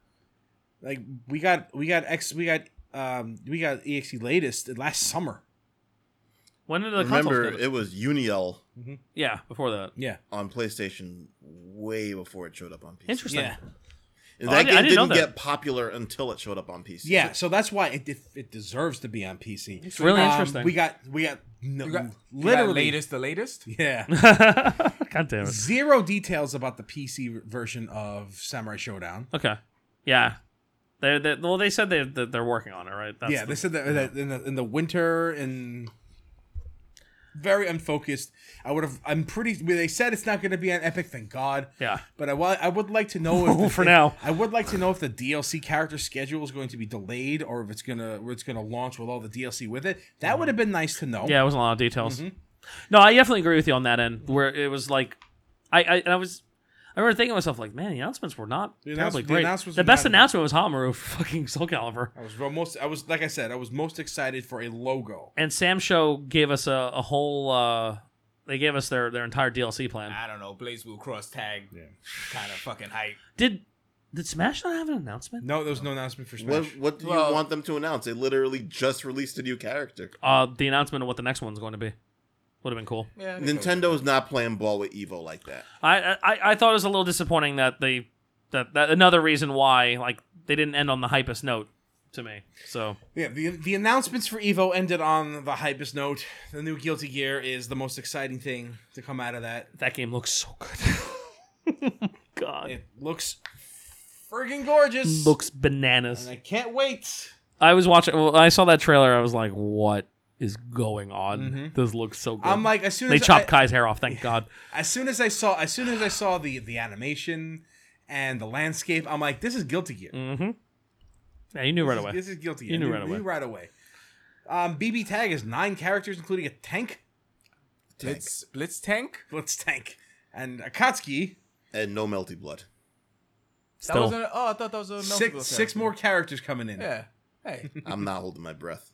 [SPEAKER 4] Like we got we got X we got um we got EXE latest last summer.
[SPEAKER 1] When did the
[SPEAKER 2] Remember,
[SPEAKER 1] consoles get it?
[SPEAKER 2] it was Uniel
[SPEAKER 1] Yeah, before that.
[SPEAKER 4] Yeah.
[SPEAKER 2] on PlayStation way before it showed up on PC.
[SPEAKER 1] Interesting.
[SPEAKER 4] Yeah.
[SPEAKER 2] And
[SPEAKER 1] Oh, I
[SPEAKER 2] that
[SPEAKER 1] di- I
[SPEAKER 2] game
[SPEAKER 1] didn't know
[SPEAKER 2] didn't
[SPEAKER 1] that.
[SPEAKER 2] get popular until it showed up on PC.
[SPEAKER 4] Yeah, so that's why it it, it deserves to be on PC. It's
[SPEAKER 1] really interesting.
[SPEAKER 4] We got we got no
[SPEAKER 3] You got literally
[SPEAKER 4] literally
[SPEAKER 3] latest, the latest.
[SPEAKER 4] yeah.
[SPEAKER 1] God damn it.
[SPEAKER 4] Zero details about the PC version of Samurai Showdown.
[SPEAKER 1] Okay. Yeah. They they well they said they that they're working on it right. That's
[SPEAKER 4] yeah,
[SPEAKER 1] the-
[SPEAKER 4] they said that, that in, the, in the winter in very unfocused. I would have. I'm pretty. well, They said it's not going to be an epic. Thank God.
[SPEAKER 1] Yeah.
[SPEAKER 4] But I, wa- I would like to know if the-
[SPEAKER 1] For
[SPEAKER 4] if-
[SPEAKER 1] now.
[SPEAKER 4] I would like to know if the DLC character schedule is going to be delayed or if it's gonna or it's gonna launch with all the DLC with it. That would have been nice to know.
[SPEAKER 1] Yeah, it wasn't a lot of details.
[SPEAKER 4] Mm-hmm.
[SPEAKER 1] No, I definitely agree with you on that end. Where it was like, I I, and I was, I remember thinking to myself like, man, the announcements were not
[SPEAKER 4] The announce-
[SPEAKER 1] terribly
[SPEAKER 4] the
[SPEAKER 1] great.
[SPEAKER 4] announcements
[SPEAKER 1] The
[SPEAKER 4] were
[SPEAKER 1] best
[SPEAKER 4] not-
[SPEAKER 1] announcement was Hamaru for fucking Soul Calibur,
[SPEAKER 4] I was most. I was like I said. I was most excited for a logo.
[SPEAKER 1] and Sam Show gave us a, a whole. uh They gave us their their entire DLC plan.
[SPEAKER 3] I don't know, Blaze will cross tag
[SPEAKER 4] Yeah.
[SPEAKER 3] kind of fucking hype.
[SPEAKER 1] Did did Smash not have an announcement?
[SPEAKER 4] No, there was no announcement for
[SPEAKER 2] What
[SPEAKER 4] Smash.
[SPEAKER 2] what do
[SPEAKER 3] Well-
[SPEAKER 2] you want them to announce? They literally just released a new character.
[SPEAKER 1] Uh, the announcement of what the next one's going to be would have been cool.
[SPEAKER 3] Yeah,
[SPEAKER 2] Nintendo is not playing ball with Evo like that.
[SPEAKER 1] I, I I thought it was a little disappointing that they that, that another reason why like they didn't end on the hypest note to me. So
[SPEAKER 4] Yeah, the the announcements for Evo ended on the hypest note. The new Guilty Gear is the most exciting thing to come out of that.
[SPEAKER 1] that game looks so good. God,
[SPEAKER 4] It looks friggin' gorgeous.
[SPEAKER 1] looks bananas.
[SPEAKER 4] and I can't wait.
[SPEAKER 1] I was watching. Well, I saw that trailer. I was like, "What is going on? This looks so good."
[SPEAKER 4] Mm-hmm. I'm like as soon
[SPEAKER 1] they
[SPEAKER 4] as I-
[SPEAKER 1] chopped Kai's hair off. Thank God.
[SPEAKER 4] as soon as I saw as soon as I saw the the animation and the landscape, I'm like, this is Guilty Gear.
[SPEAKER 1] Mm-hmm. Yeah, you knew right
[SPEAKER 4] This is-
[SPEAKER 1] away.
[SPEAKER 4] This is Guilty Gear.
[SPEAKER 1] You knew
[SPEAKER 4] We-
[SPEAKER 1] right away.
[SPEAKER 4] we Right away. Um, BB Tag is nine characters, including a tank.
[SPEAKER 3] Blitz, Blitz Tank.
[SPEAKER 4] Let's tank and Akatsuki.
[SPEAKER 2] And no melty blood.
[SPEAKER 3] That
[SPEAKER 1] Still.
[SPEAKER 3] was a, oh, I thought that was a
[SPEAKER 4] Six
[SPEAKER 3] Melty Blow
[SPEAKER 4] six
[SPEAKER 3] character.
[SPEAKER 4] more characters coming in.
[SPEAKER 3] Yeah. Hey,
[SPEAKER 2] I'm not holding my breath.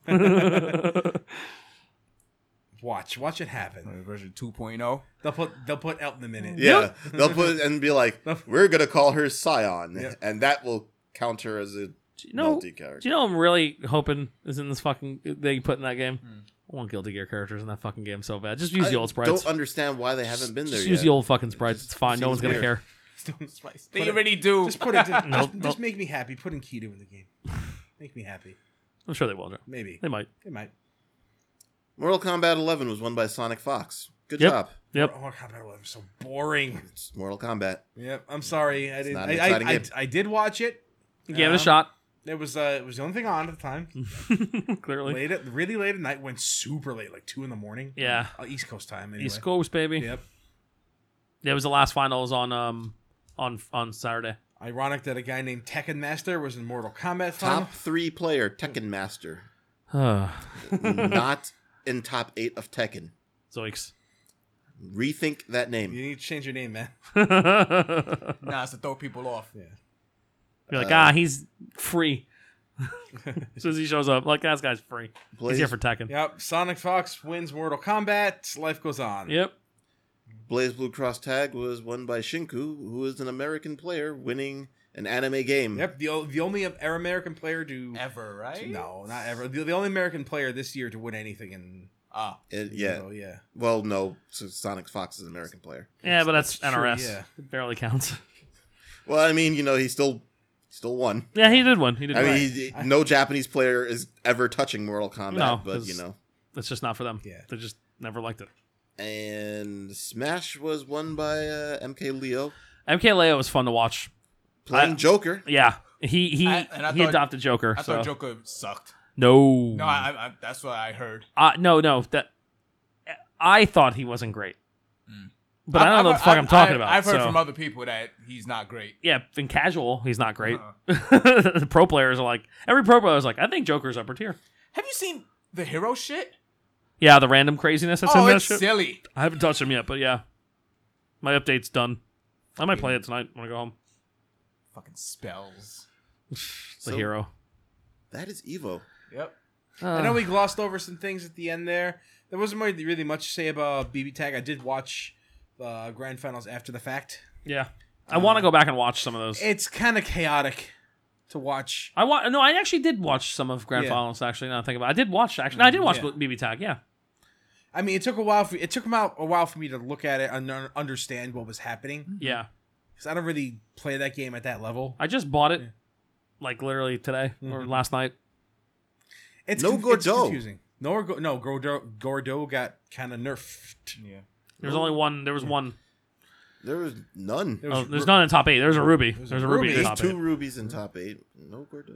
[SPEAKER 4] Watch, watch it happen.
[SPEAKER 3] version oh. 2.0.
[SPEAKER 4] They'll put they'll put Elton in it.
[SPEAKER 2] Yeah, they'll put it and be like, "We're gonna call her Scion,"
[SPEAKER 4] Yeah.
[SPEAKER 2] and that will count her as a
[SPEAKER 1] do you know?
[SPEAKER 2] melty character.
[SPEAKER 1] Do you know? what I'm really hoping is in this fucking they put in that game.
[SPEAKER 4] Hmm.
[SPEAKER 1] I want Guilty Gear characters in that fucking game so bad. Just use the old
[SPEAKER 2] I
[SPEAKER 1] sprites.
[SPEAKER 2] don't understand why they haven't been there
[SPEAKER 1] Just
[SPEAKER 2] yet.
[SPEAKER 1] use the old fucking sprites. It's fine. No one's gonna
[SPEAKER 2] seems
[SPEAKER 1] care.
[SPEAKER 3] They
[SPEAKER 4] Put it-
[SPEAKER 3] already do.
[SPEAKER 4] Just put it. Just,
[SPEAKER 1] Nope,
[SPEAKER 4] just,
[SPEAKER 1] nope.
[SPEAKER 4] make me happy. Put in Kido in the game. Make me happy.
[SPEAKER 1] I'm sure they will. Joe.
[SPEAKER 4] Maybe
[SPEAKER 1] They might.
[SPEAKER 4] they might.
[SPEAKER 2] Mortal Kombat 11 was won by Sonic Fox. Good
[SPEAKER 1] Yep.
[SPEAKER 2] job.
[SPEAKER 1] Yep.
[SPEAKER 4] Oh, God, that was so boring.
[SPEAKER 2] It's Mortal Kombat.
[SPEAKER 4] Yep, I'm sorry. I didn't.
[SPEAKER 2] not
[SPEAKER 4] I,
[SPEAKER 2] an
[SPEAKER 4] I,
[SPEAKER 2] exciting
[SPEAKER 4] I,
[SPEAKER 2] game.
[SPEAKER 4] I did watch it.
[SPEAKER 1] Give it
[SPEAKER 4] Um,
[SPEAKER 1] a shot. Mm-hmm.
[SPEAKER 4] It was uh, it was the only thing on at the time.
[SPEAKER 1] Clearly.
[SPEAKER 4] late at really late at night. Went super late, like two in the morning.
[SPEAKER 1] Yeah.
[SPEAKER 4] Uh, East Coast time. Anyway.
[SPEAKER 1] East Coast, baby.
[SPEAKER 4] Yep.
[SPEAKER 1] That was the last finals on um on on Saturday.
[SPEAKER 4] Ironic that a guy named Tekken Master was in Mortal Kombat. Final.
[SPEAKER 2] Top three player Tekken Master.
[SPEAKER 1] Zoinks.
[SPEAKER 2] Not in top eight of Tekken. Rethink that
[SPEAKER 4] You
[SPEAKER 2] name.
[SPEAKER 4] need to change your name, man.
[SPEAKER 1] You're
[SPEAKER 3] Nah, it's to throw people off.
[SPEAKER 4] Yeah.
[SPEAKER 2] Uh.
[SPEAKER 1] like, ah, he's free. as soon as he shows up, like that guy's free. He's
[SPEAKER 2] Blaze,
[SPEAKER 1] here for Tekken.
[SPEAKER 4] Yep. Sonic Fox wins Mortal Kombat. Life goes on.
[SPEAKER 1] Yep.
[SPEAKER 2] Blaze Blue Cross Tag was won by Shinku, who is an American player winning an anime game.
[SPEAKER 4] Yep. The o- the only Amer- American player to
[SPEAKER 3] Ever, right?
[SPEAKER 4] no, not ever. The, the only American player this year to win anything in
[SPEAKER 3] Ah,
[SPEAKER 2] It- yeah.
[SPEAKER 4] Evo, yeah.
[SPEAKER 2] Well, no, so Sonic Fox is an American player.
[SPEAKER 1] Yeah, but that's,
[SPEAKER 4] that's true,
[SPEAKER 1] NRS.
[SPEAKER 4] yeah.
[SPEAKER 1] It barely counts.
[SPEAKER 2] Well, I mean, you know, he still still won.
[SPEAKER 1] Yeah, he did one. He did
[SPEAKER 2] I
[SPEAKER 1] one.
[SPEAKER 2] mean, he, no Japanese player is ever touching Mortal Kombat,
[SPEAKER 1] No,
[SPEAKER 2] but
[SPEAKER 1] 'cause-
[SPEAKER 2] you know.
[SPEAKER 1] That's just not for them.
[SPEAKER 4] Yeah.
[SPEAKER 1] They just never liked it.
[SPEAKER 2] And Smash was won by uh, MK Leo
[SPEAKER 1] MKLeo was fun to watch.
[SPEAKER 2] playing
[SPEAKER 1] I-
[SPEAKER 2] Joker.
[SPEAKER 1] Yeah. He he
[SPEAKER 3] I- and I
[SPEAKER 1] he
[SPEAKER 3] thought-
[SPEAKER 1] adopted Joker.
[SPEAKER 3] I
[SPEAKER 1] so.
[SPEAKER 3] thought Joker sucked.
[SPEAKER 1] no.
[SPEAKER 3] No, I, I, I- that's what I heard.
[SPEAKER 1] Uh, no, no. That I thought he wasn't great, but I, don't
[SPEAKER 3] Mm. I've-
[SPEAKER 1] know what the
[SPEAKER 3] I've-
[SPEAKER 1] fuck I'm talking
[SPEAKER 3] I've-
[SPEAKER 1] about.
[SPEAKER 3] I've heard
[SPEAKER 1] so-
[SPEAKER 3] from other people that he's not great.
[SPEAKER 1] yeah, in casual, he's not great.
[SPEAKER 3] Uh-uh.
[SPEAKER 1] the pro players are like every pro player is like, I think Joker's upper tier.
[SPEAKER 3] Have you seen the hero shit?
[SPEAKER 1] Yeah, the random craziness that's
[SPEAKER 3] oh,
[SPEAKER 1] in that
[SPEAKER 3] it's
[SPEAKER 1] shit.
[SPEAKER 3] silly.
[SPEAKER 1] I haven't touched him yet, but yeah, my update's done. I might play it tonight when I go home.
[SPEAKER 3] Fucking spells.
[SPEAKER 1] The
[SPEAKER 2] So-
[SPEAKER 1] hero.
[SPEAKER 2] That is Evo.
[SPEAKER 3] Yep.
[SPEAKER 4] I know we glossed over some things at the end there. There wasn't really, really much to say about BB Tag. I did watch uh, Grand Finals after the fact.
[SPEAKER 1] yeah, I want to go back and watch some of those.
[SPEAKER 4] It's kind of chaotic to watch.
[SPEAKER 1] I want no. I actually did watch some of Grand
[SPEAKER 4] Yeah.
[SPEAKER 1] Finals. Actually, now that I think about. it. I did watch actually. No, I did watch
[SPEAKER 4] Yeah. Mm-hmm.
[SPEAKER 1] BB Tag. Yeah,
[SPEAKER 4] I mean, it took a while. For, it took about a while for me to look at it and un- understand what was happening
[SPEAKER 1] yeah.
[SPEAKER 4] because I don't really play that game at that level.
[SPEAKER 1] I just bought it, like literally today or
[SPEAKER 4] Mhm.
[SPEAKER 1] last night.
[SPEAKER 4] It's
[SPEAKER 2] No
[SPEAKER 4] con- it's
[SPEAKER 2] Gordo.
[SPEAKER 4] confusing. No, Gordo- no Gordo, Gordo got kind of nerfed.
[SPEAKER 3] Yeah.
[SPEAKER 1] There was only one. There was one.
[SPEAKER 2] There was none.
[SPEAKER 4] There
[SPEAKER 1] Oh,
[SPEAKER 4] was
[SPEAKER 1] there's
[SPEAKER 4] Ru-
[SPEAKER 1] none in top eight. There's a ruby.
[SPEAKER 4] a
[SPEAKER 1] There's a ruby, in
[SPEAKER 4] ruby.
[SPEAKER 2] There's
[SPEAKER 1] top
[SPEAKER 2] two
[SPEAKER 1] eight.
[SPEAKER 2] rubies in top eight. No Gordo.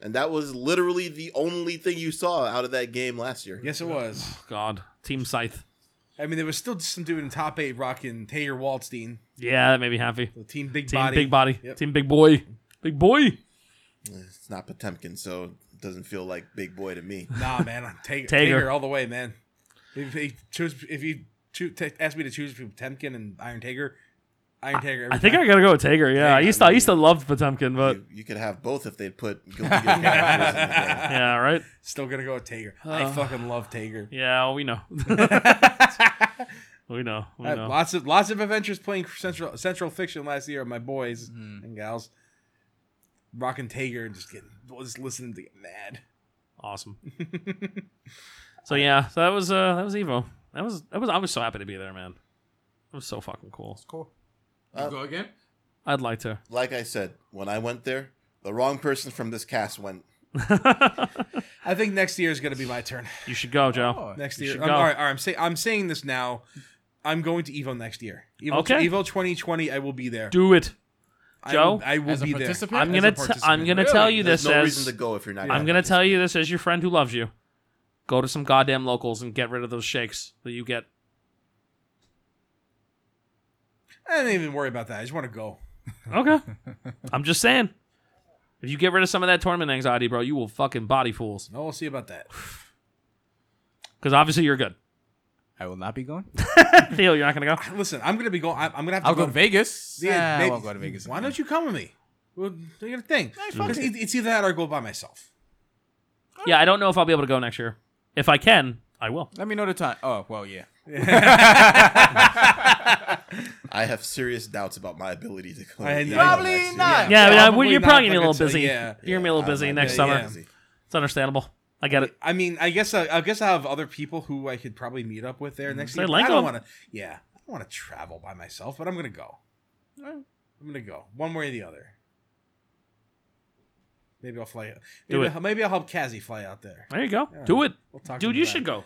[SPEAKER 2] And that was literally the only thing you saw out of that game last year.
[SPEAKER 4] Yes, it was.
[SPEAKER 1] God, Team Scythe.
[SPEAKER 4] I mean, there was still some dude in top eight rocking Taylor Waldstein,
[SPEAKER 1] Yeah, that made me happy.
[SPEAKER 4] the team big
[SPEAKER 1] Team
[SPEAKER 4] body.
[SPEAKER 1] Big Body.
[SPEAKER 4] Yep.
[SPEAKER 1] Team Big Boy. Big Boy.
[SPEAKER 2] It's not Potemkin, so it doesn't feel like big boy to me.
[SPEAKER 4] Nah, man, I'm Tager,
[SPEAKER 1] Tager.
[SPEAKER 4] Tager all the way, man. If he choose, if you cho- t- ask me to choose between Temkin and Iron Tager, Iron Tager. every
[SPEAKER 1] I think
[SPEAKER 4] time.
[SPEAKER 1] I gotta go with Tager. Yeah, I
[SPEAKER 4] Tager,
[SPEAKER 1] used to I used to love Potemkin, but
[SPEAKER 2] You, you could have both if they'd put Guilty Gear characters in the game.
[SPEAKER 1] yeah, right.
[SPEAKER 4] still gonna go with Tager. I fucking love Tager.
[SPEAKER 1] Yeah, we know. we know. We
[SPEAKER 4] I had
[SPEAKER 1] know.
[SPEAKER 4] lots of lots of adventures playing Central Central Fiction last year. with My boys
[SPEAKER 3] Mm-hmm.
[SPEAKER 4] and gals, rocking Tager, and just getting just listening to get mad.
[SPEAKER 1] Awesome. so yeah, so that was uh that was Evo. That was that was I was so happy to be there, man. It was so fucking cool.
[SPEAKER 3] Cool.
[SPEAKER 2] Uh,
[SPEAKER 3] you go again?
[SPEAKER 1] I'd like to.
[SPEAKER 2] Like I said, when I went there, the wrong person from this cast went.
[SPEAKER 4] I think next year is gonna be my turn.
[SPEAKER 1] You should go, Joe.
[SPEAKER 3] Oh,
[SPEAKER 4] Next
[SPEAKER 1] You
[SPEAKER 4] year,
[SPEAKER 1] should
[SPEAKER 4] I'm,
[SPEAKER 1] go.
[SPEAKER 4] all right, all right, I'm saying I'm saying this now. I'm going to Evo next year. Evo,
[SPEAKER 1] Okay.
[SPEAKER 4] Evo 2020. I will be there.
[SPEAKER 1] Do it.
[SPEAKER 4] I
[SPEAKER 1] Joe?
[SPEAKER 4] will- I will,
[SPEAKER 3] As a
[SPEAKER 4] be there.
[SPEAKER 3] participant?
[SPEAKER 1] I'm
[SPEAKER 3] As
[SPEAKER 1] gonna
[SPEAKER 3] a
[SPEAKER 1] t-
[SPEAKER 3] participant.
[SPEAKER 1] I'm gonna tell
[SPEAKER 3] Really?
[SPEAKER 1] you
[SPEAKER 2] There's
[SPEAKER 1] this
[SPEAKER 2] no
[SPEAKER 1] as
[SPEAKER 2] reason to go if you're not.
[SPEAKER 1] I'm gonna tell you this as your friend who loves you. Go to some goddamn locals and get rid of those shakes that you get.
[SPEAKER 4] I don't even worry about that. I just want to go.
[SPEAKER 1] Okay. I'm just saying. If you get rid of some of that tournament anxiety, bro, you will fucking body fools.
[SPEAKER 4] No, we'll see about that.
[SPEAKER 1] Because obviously you're good.
[SPEAKER 3] I will not be going.
[SPEAKER 1] Theo, you're not gonna go.
[SPEAKER 4] Listen, I'm gonna be going. I'm gonna have to
[SPEAKER 3] I'll go to Vegas. nah,
[SPEAKER 4] Yeah,
[SPEAKER 3] I
[SPEAKER 4] maybe-
[SPEAKER 3] won't go to Vegas.
[SPEAKER 4] Why don't you come with me? We'll do your thing.
[SPEAKER 3] fuck
[SPEAKER 4] It's- It's either that or I go by myself.
[SPEAKER 1] Yeah, I don't know if I'll be able to go next year. If I can, I will.
[SPEAKER 3] Let me know the time. Oh, well, yeah.
[SPEAKER 2] I have serious doubts about my ability to go. to
[SPEAKER 4] I- I-
[SPEAKER 2] Evo
[SPEAKER 4] Probably
[SPEAKER 2] next year.
[SPEAKER 3] not.
[SPEAKER 1] Yeah, I mean, I,
[SPEAKER 4] Probably
[SPEAKER 1] you're
[SPEAKER 4] not
[SPEAKER 1] probably gonna be a little
[SPEAKER 4] until-
[SPEAKER 1] busy.
[SPEAKER 4] yeah.
[SPEAKER 1] you're gonna be a little
[SPEAKER 2] I
[SPEAKER 1] busy
[SPEAKER 2] might
[SPEAKER 1] next
[SPEAKER 2] be
[SPEAKER 1] summer.
[SPEAKER 2] busy.
[SPEAKER 1] It's understandable. I get it.
[SPEAKER 4] I mean, I guess uh, I, I guess I have other people who I could probably meet up with
[SPEAKER 3] Mm-hmm.
[SPEAKER 4] there next
[SPEAKER 1] Say
[SPEAKER 4] year. but
[SPEAKER 1] Lenko.
[SPEAKER 4] I don't want to. Yeah, I don't want to travel by myself, but I'm gonna go. I'm gonna go one way or the other. Maybe I'll fly.
[SPEAKER 1] Do
[SPEAKER 4] maybe,
[SPEAKER 1] it.
[SPEAKER 4] Maybe I'll help Kazzy fly out there.
[SPEAKER 1] There you go. Do it,
[SPEAKER 4] We'll talk
[SPEAKER 1] dude.
[SPEAKER 4] about
[SPEAKER 1] You
[SPEAKER 4] that.
[SPEAKER 1] should go.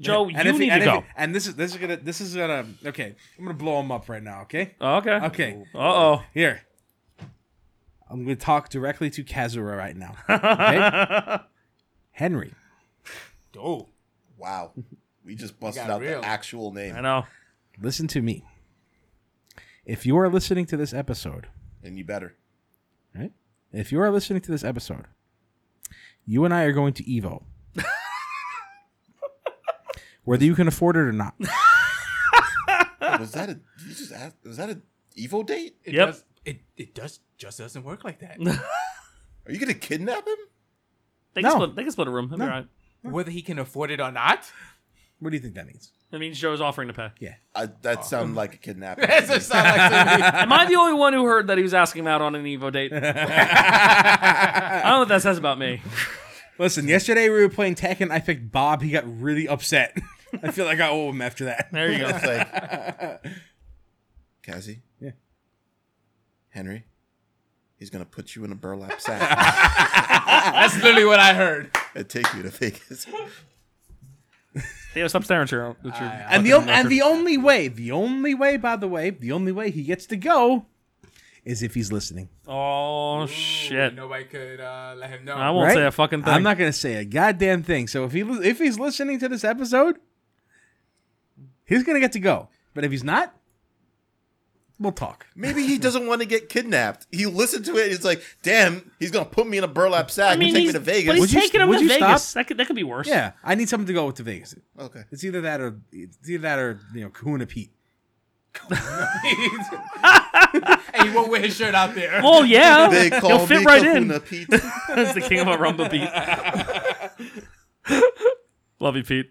[SPEAKER 1] Joe,
[SPEAKER 4] And
[SPEAKER 1] you
[SPEAKER 4] if he-
[SPEAKER 1] need to
[SPEAKER 4] and if he-
[SPEAKER 1] go.
[SPEAKER 4] and this is this is gonna this is gonna okay. I'm gonna blow him up right now. Okay.
[SPEAKER 1] Oh, okay.
[SPEAKER 4] Okay.
[SPEAKER 1] Uh oh.
[SPEAKER 4] Here. I'm going to talk directly to Kazura right now. Okay? Henry.
[SPEAKER 3] Oh.
[SPEAKER 2] Wow. We just busted
[SPEAKER 3] got
[SPEAKER 2] out
[SPEAKER 3] real.
[SPEAKER 2] the actual name,
[SPEAKER 1] I know.
[SPEAKER 4] Listen to me. If you are listening to this episode,
[SPEAKER 2] and you better.
[SPEAKER 4] right? If you are listening to this episode, you and I are going to Evo. Whether you can afford it or not.
[SPEAKER 2] Was that a? You just asked, was that a Evo date?
[SPEAKER 3] It
[SPEAKER 1] Yep.
[SPEAKER 3] Does, it, it does just doesn't work like that.
[SPEAKER 2] Are you gonna kidnap him?
[SPEAKER 1] They can
[SPEAKER 4] No.
[SPEAKER 1] split. They can split a room. It'll be all right.
[SPEAKER 3] Whether he can afford it or not,
[SPEAKER 4] What do you think that means?
[SPEAKER 1] That means Joe's offering to pay.
[SPEAKER 2] I, that sounded like a kidnapping.
[SPEAKER 3] that doesn't sound like somebody-
[SPEAKER 1] Am I the only one who heard that he was asking him out on an Evo date? I don't know what that says about me.
[SPEAKER 4] Listen, yesterday we were playing Tekken. I picked Bob. He got really upset. I feel like I owe him after that.
[SPEAKER 1] There you go.
[SPEAKER 2] It's like, Cassie.
[SPEAKER 4] Yeah.
[SPEAKER 2] Henry. He's gonna put you in a burlap sack
[SPEAKER 3] That's literally what I heard.
[SPEAKER 2] and take you to Vegas.
[SPEAKER 1] Theo, stop staring at your. At your
[SPEAKER 4] and the on- and the only way, the only way, by the way, the only way he gets to go is if he's listening.
[SPEAKER 1] oh shit!
[SPEAKER 3] Nobody could uh, let him know.
[SPEAKER 1] I won't
[SPEAKER 4] Right?
[SPEAKER 1] say a fucking thing.
[SPEAKER 4] I'm not gonna say a goddamn thing. So if he li- if he's listening to this episode, he's gonna get to go. But if he's not, we'll talk.
[SPEAKER 2] Maybe he doesn't want to get kidnapped. He listened to it. He's like, "Damn, he's gonna put me in a burlap sack
[SPEAKER 1] I mean,
[SPEAKER 2] and take me
[SPEAKER 1] he's-
[SPEAKER 2] to
[SPEAKER 1] But
[SPEAKER 2] Vegas."
[SPEAKER 1] he's
[SPEAKER 4] Would you-
[SPEAKER 1] taking him
[SPEAKER 4] would
[SPEAKER 1] to
[SPEAKER 4] you
[SPEAKER 1] Vegas.
[SPEAKER 4] stop?
[SPEAKER 1] That could that could be worse.
[SPEAKER 4] Yeah, I need something to go with to Vegas.
[SPEAKER 2] okay.
[SPEAKER 4] It's either that or it's either that or you know Kahuna Pete.
[SPEAKER 3] and he won't wear his shirt out there.
[SPEAKER 1] Well, yeah.
[SPEAKER 2] They
[SPEAKER 1] You'll
[SPEAKER 2] call
[SPEAKER 1] fit
[SPEAKER 2] me
[SPEAKER 1] right
[SPEAKER 2] Kahuna
[SPEAKER 1] in.
[SPEAKER 2] Pete.
[SPEAKER 1] That's the king of a rumba beat. love you, Pete.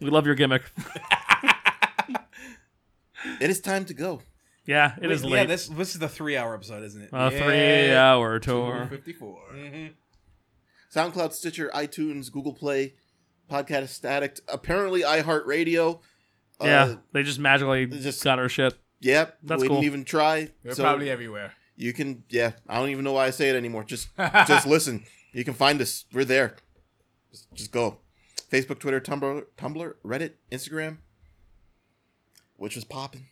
[SPEAKER 1] we love your gimmick.
[SPEAKER 2] It is time to go.
[SPEAKER 1] Yeah, it is
[SPEAKER 4] Yeah,
[SPEAKER 1] late. Uh,
[SPEAKER 4] this this is the three hour episode, isn't it?
[SPEAKER 1] a three-hour tour.
[SPEAKER 3] 54.
[SPEAKER 2] SoundCloud, Stitcher, iTunes, Google Play, Podcast Addict, apparently iHeartRadio.
[SPEAKER 1] yeah,
[SPEAKER 2] Uh,
[SPEAKER 1] they just magically
[SPEAKER 2] just-
[SPEAKER 1] got our shit.
[SPEAKER 2] yep.
[SPEAKER 1] That's
[SPEAKER 2] we
[SPEAKER 1] cool.
[SPEAKER 2] didn't even try.
[SPEAKER 3] They're
[SPEAKER 2] so
[SPEAKER 3] probably everywhere.
[SPEAKER 2] you can. Yeah. I don't even know why I say it anymore. Just, just listen. You can find us. We're there. Just, just go. Facebook, Twitter, Tumblr, Tumblr, Reddit, Instagram. Which was popping.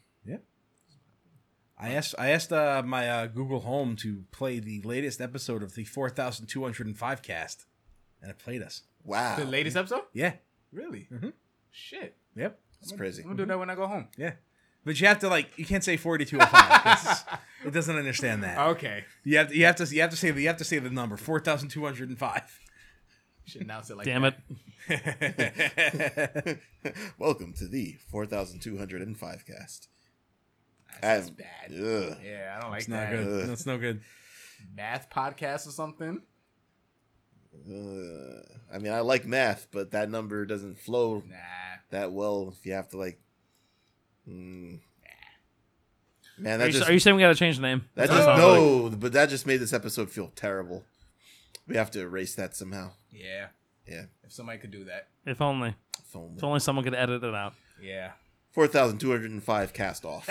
[SPEAKER 4] I asked I asked uh, my uh, Google Home to play the latest episode of the 4205 cast, and it played us.
[SPEAKER 2] Wow.
[SPEAKER 3] The latest episode?
[SPEAKER 4] Yeah,
[SPEAKER 3] Really?
[SPEAKER 4] Mhm.
[SPEAKER 3] Shit.
[SPEAKER 4] Yep.
[SPEAKER 2] It's
[SPEAKER 3] I'm gonna-
[SPEAKER 2] crazy.
[SPEAKER 3] I'm gonna do that when I go home.
[SPEAKER 4] Yeah. But you have to like you can't say 4205. 'cause it doesn't understand that.
[SPEAKER 3] Okay.
[SPEAKER 4] You have to, you have to you have to say the you have to say the number 4205.
[SPEAKER 3] Should announce it like
[SPEAKER 1] Damn
[SPEAKER 3] that.
[SPEAKER 1] it.
[SPEAKER 2] Welcome to the 4205 cast.
[SPEAKER 3] That's
[SPEAKER 2] I'm-
[SPEAKER 3] bad.
[SPEAKER 2] Ugh.
[SPEAKER 3] Yeah, I don't like
[SPEAKER 4] It's
[SPEAKER 3] that.
[SPEAKER 4] not good.
[SPEAKER 2] Ugh.
[SPEAKER 4] That's no good.
[SPEAKER 3] Math podcast or something.
[SPEAKER 2] Uh, I mean, I like math, but that number doesn't flow
[SPEAKER 3] Nah.
[SPEAKER 2] that well if you have to, like. Mm. Man,
[SPEAKER 1] Are
[SPEAKER 2] that
[SPEAKER 1] you,
[SPEAKER 2] just,
[SPEAKER 1] are you saying we got to change the name?
[SPEAKER 2] that
[SPEAKER 1] That's
[SPEAKER 2] just
[SPEAKER 1] what it sounds like.
[SPEAKER 2] no, but that just made this episode feel terrible. We have to erase that somehow.
[SPEAKER 3] Yeah.
[SPEAKER 2] Yeah.
[SPEAKER 3] If somebody could do that.
[SPEAKER 1] If only.
[SPEAKER 2] If only.
[SPEAKER 1] If only someone could edit it out.
[SPEAKER 3] Yeah.
[SPEAKER 2] 4,205 cast off.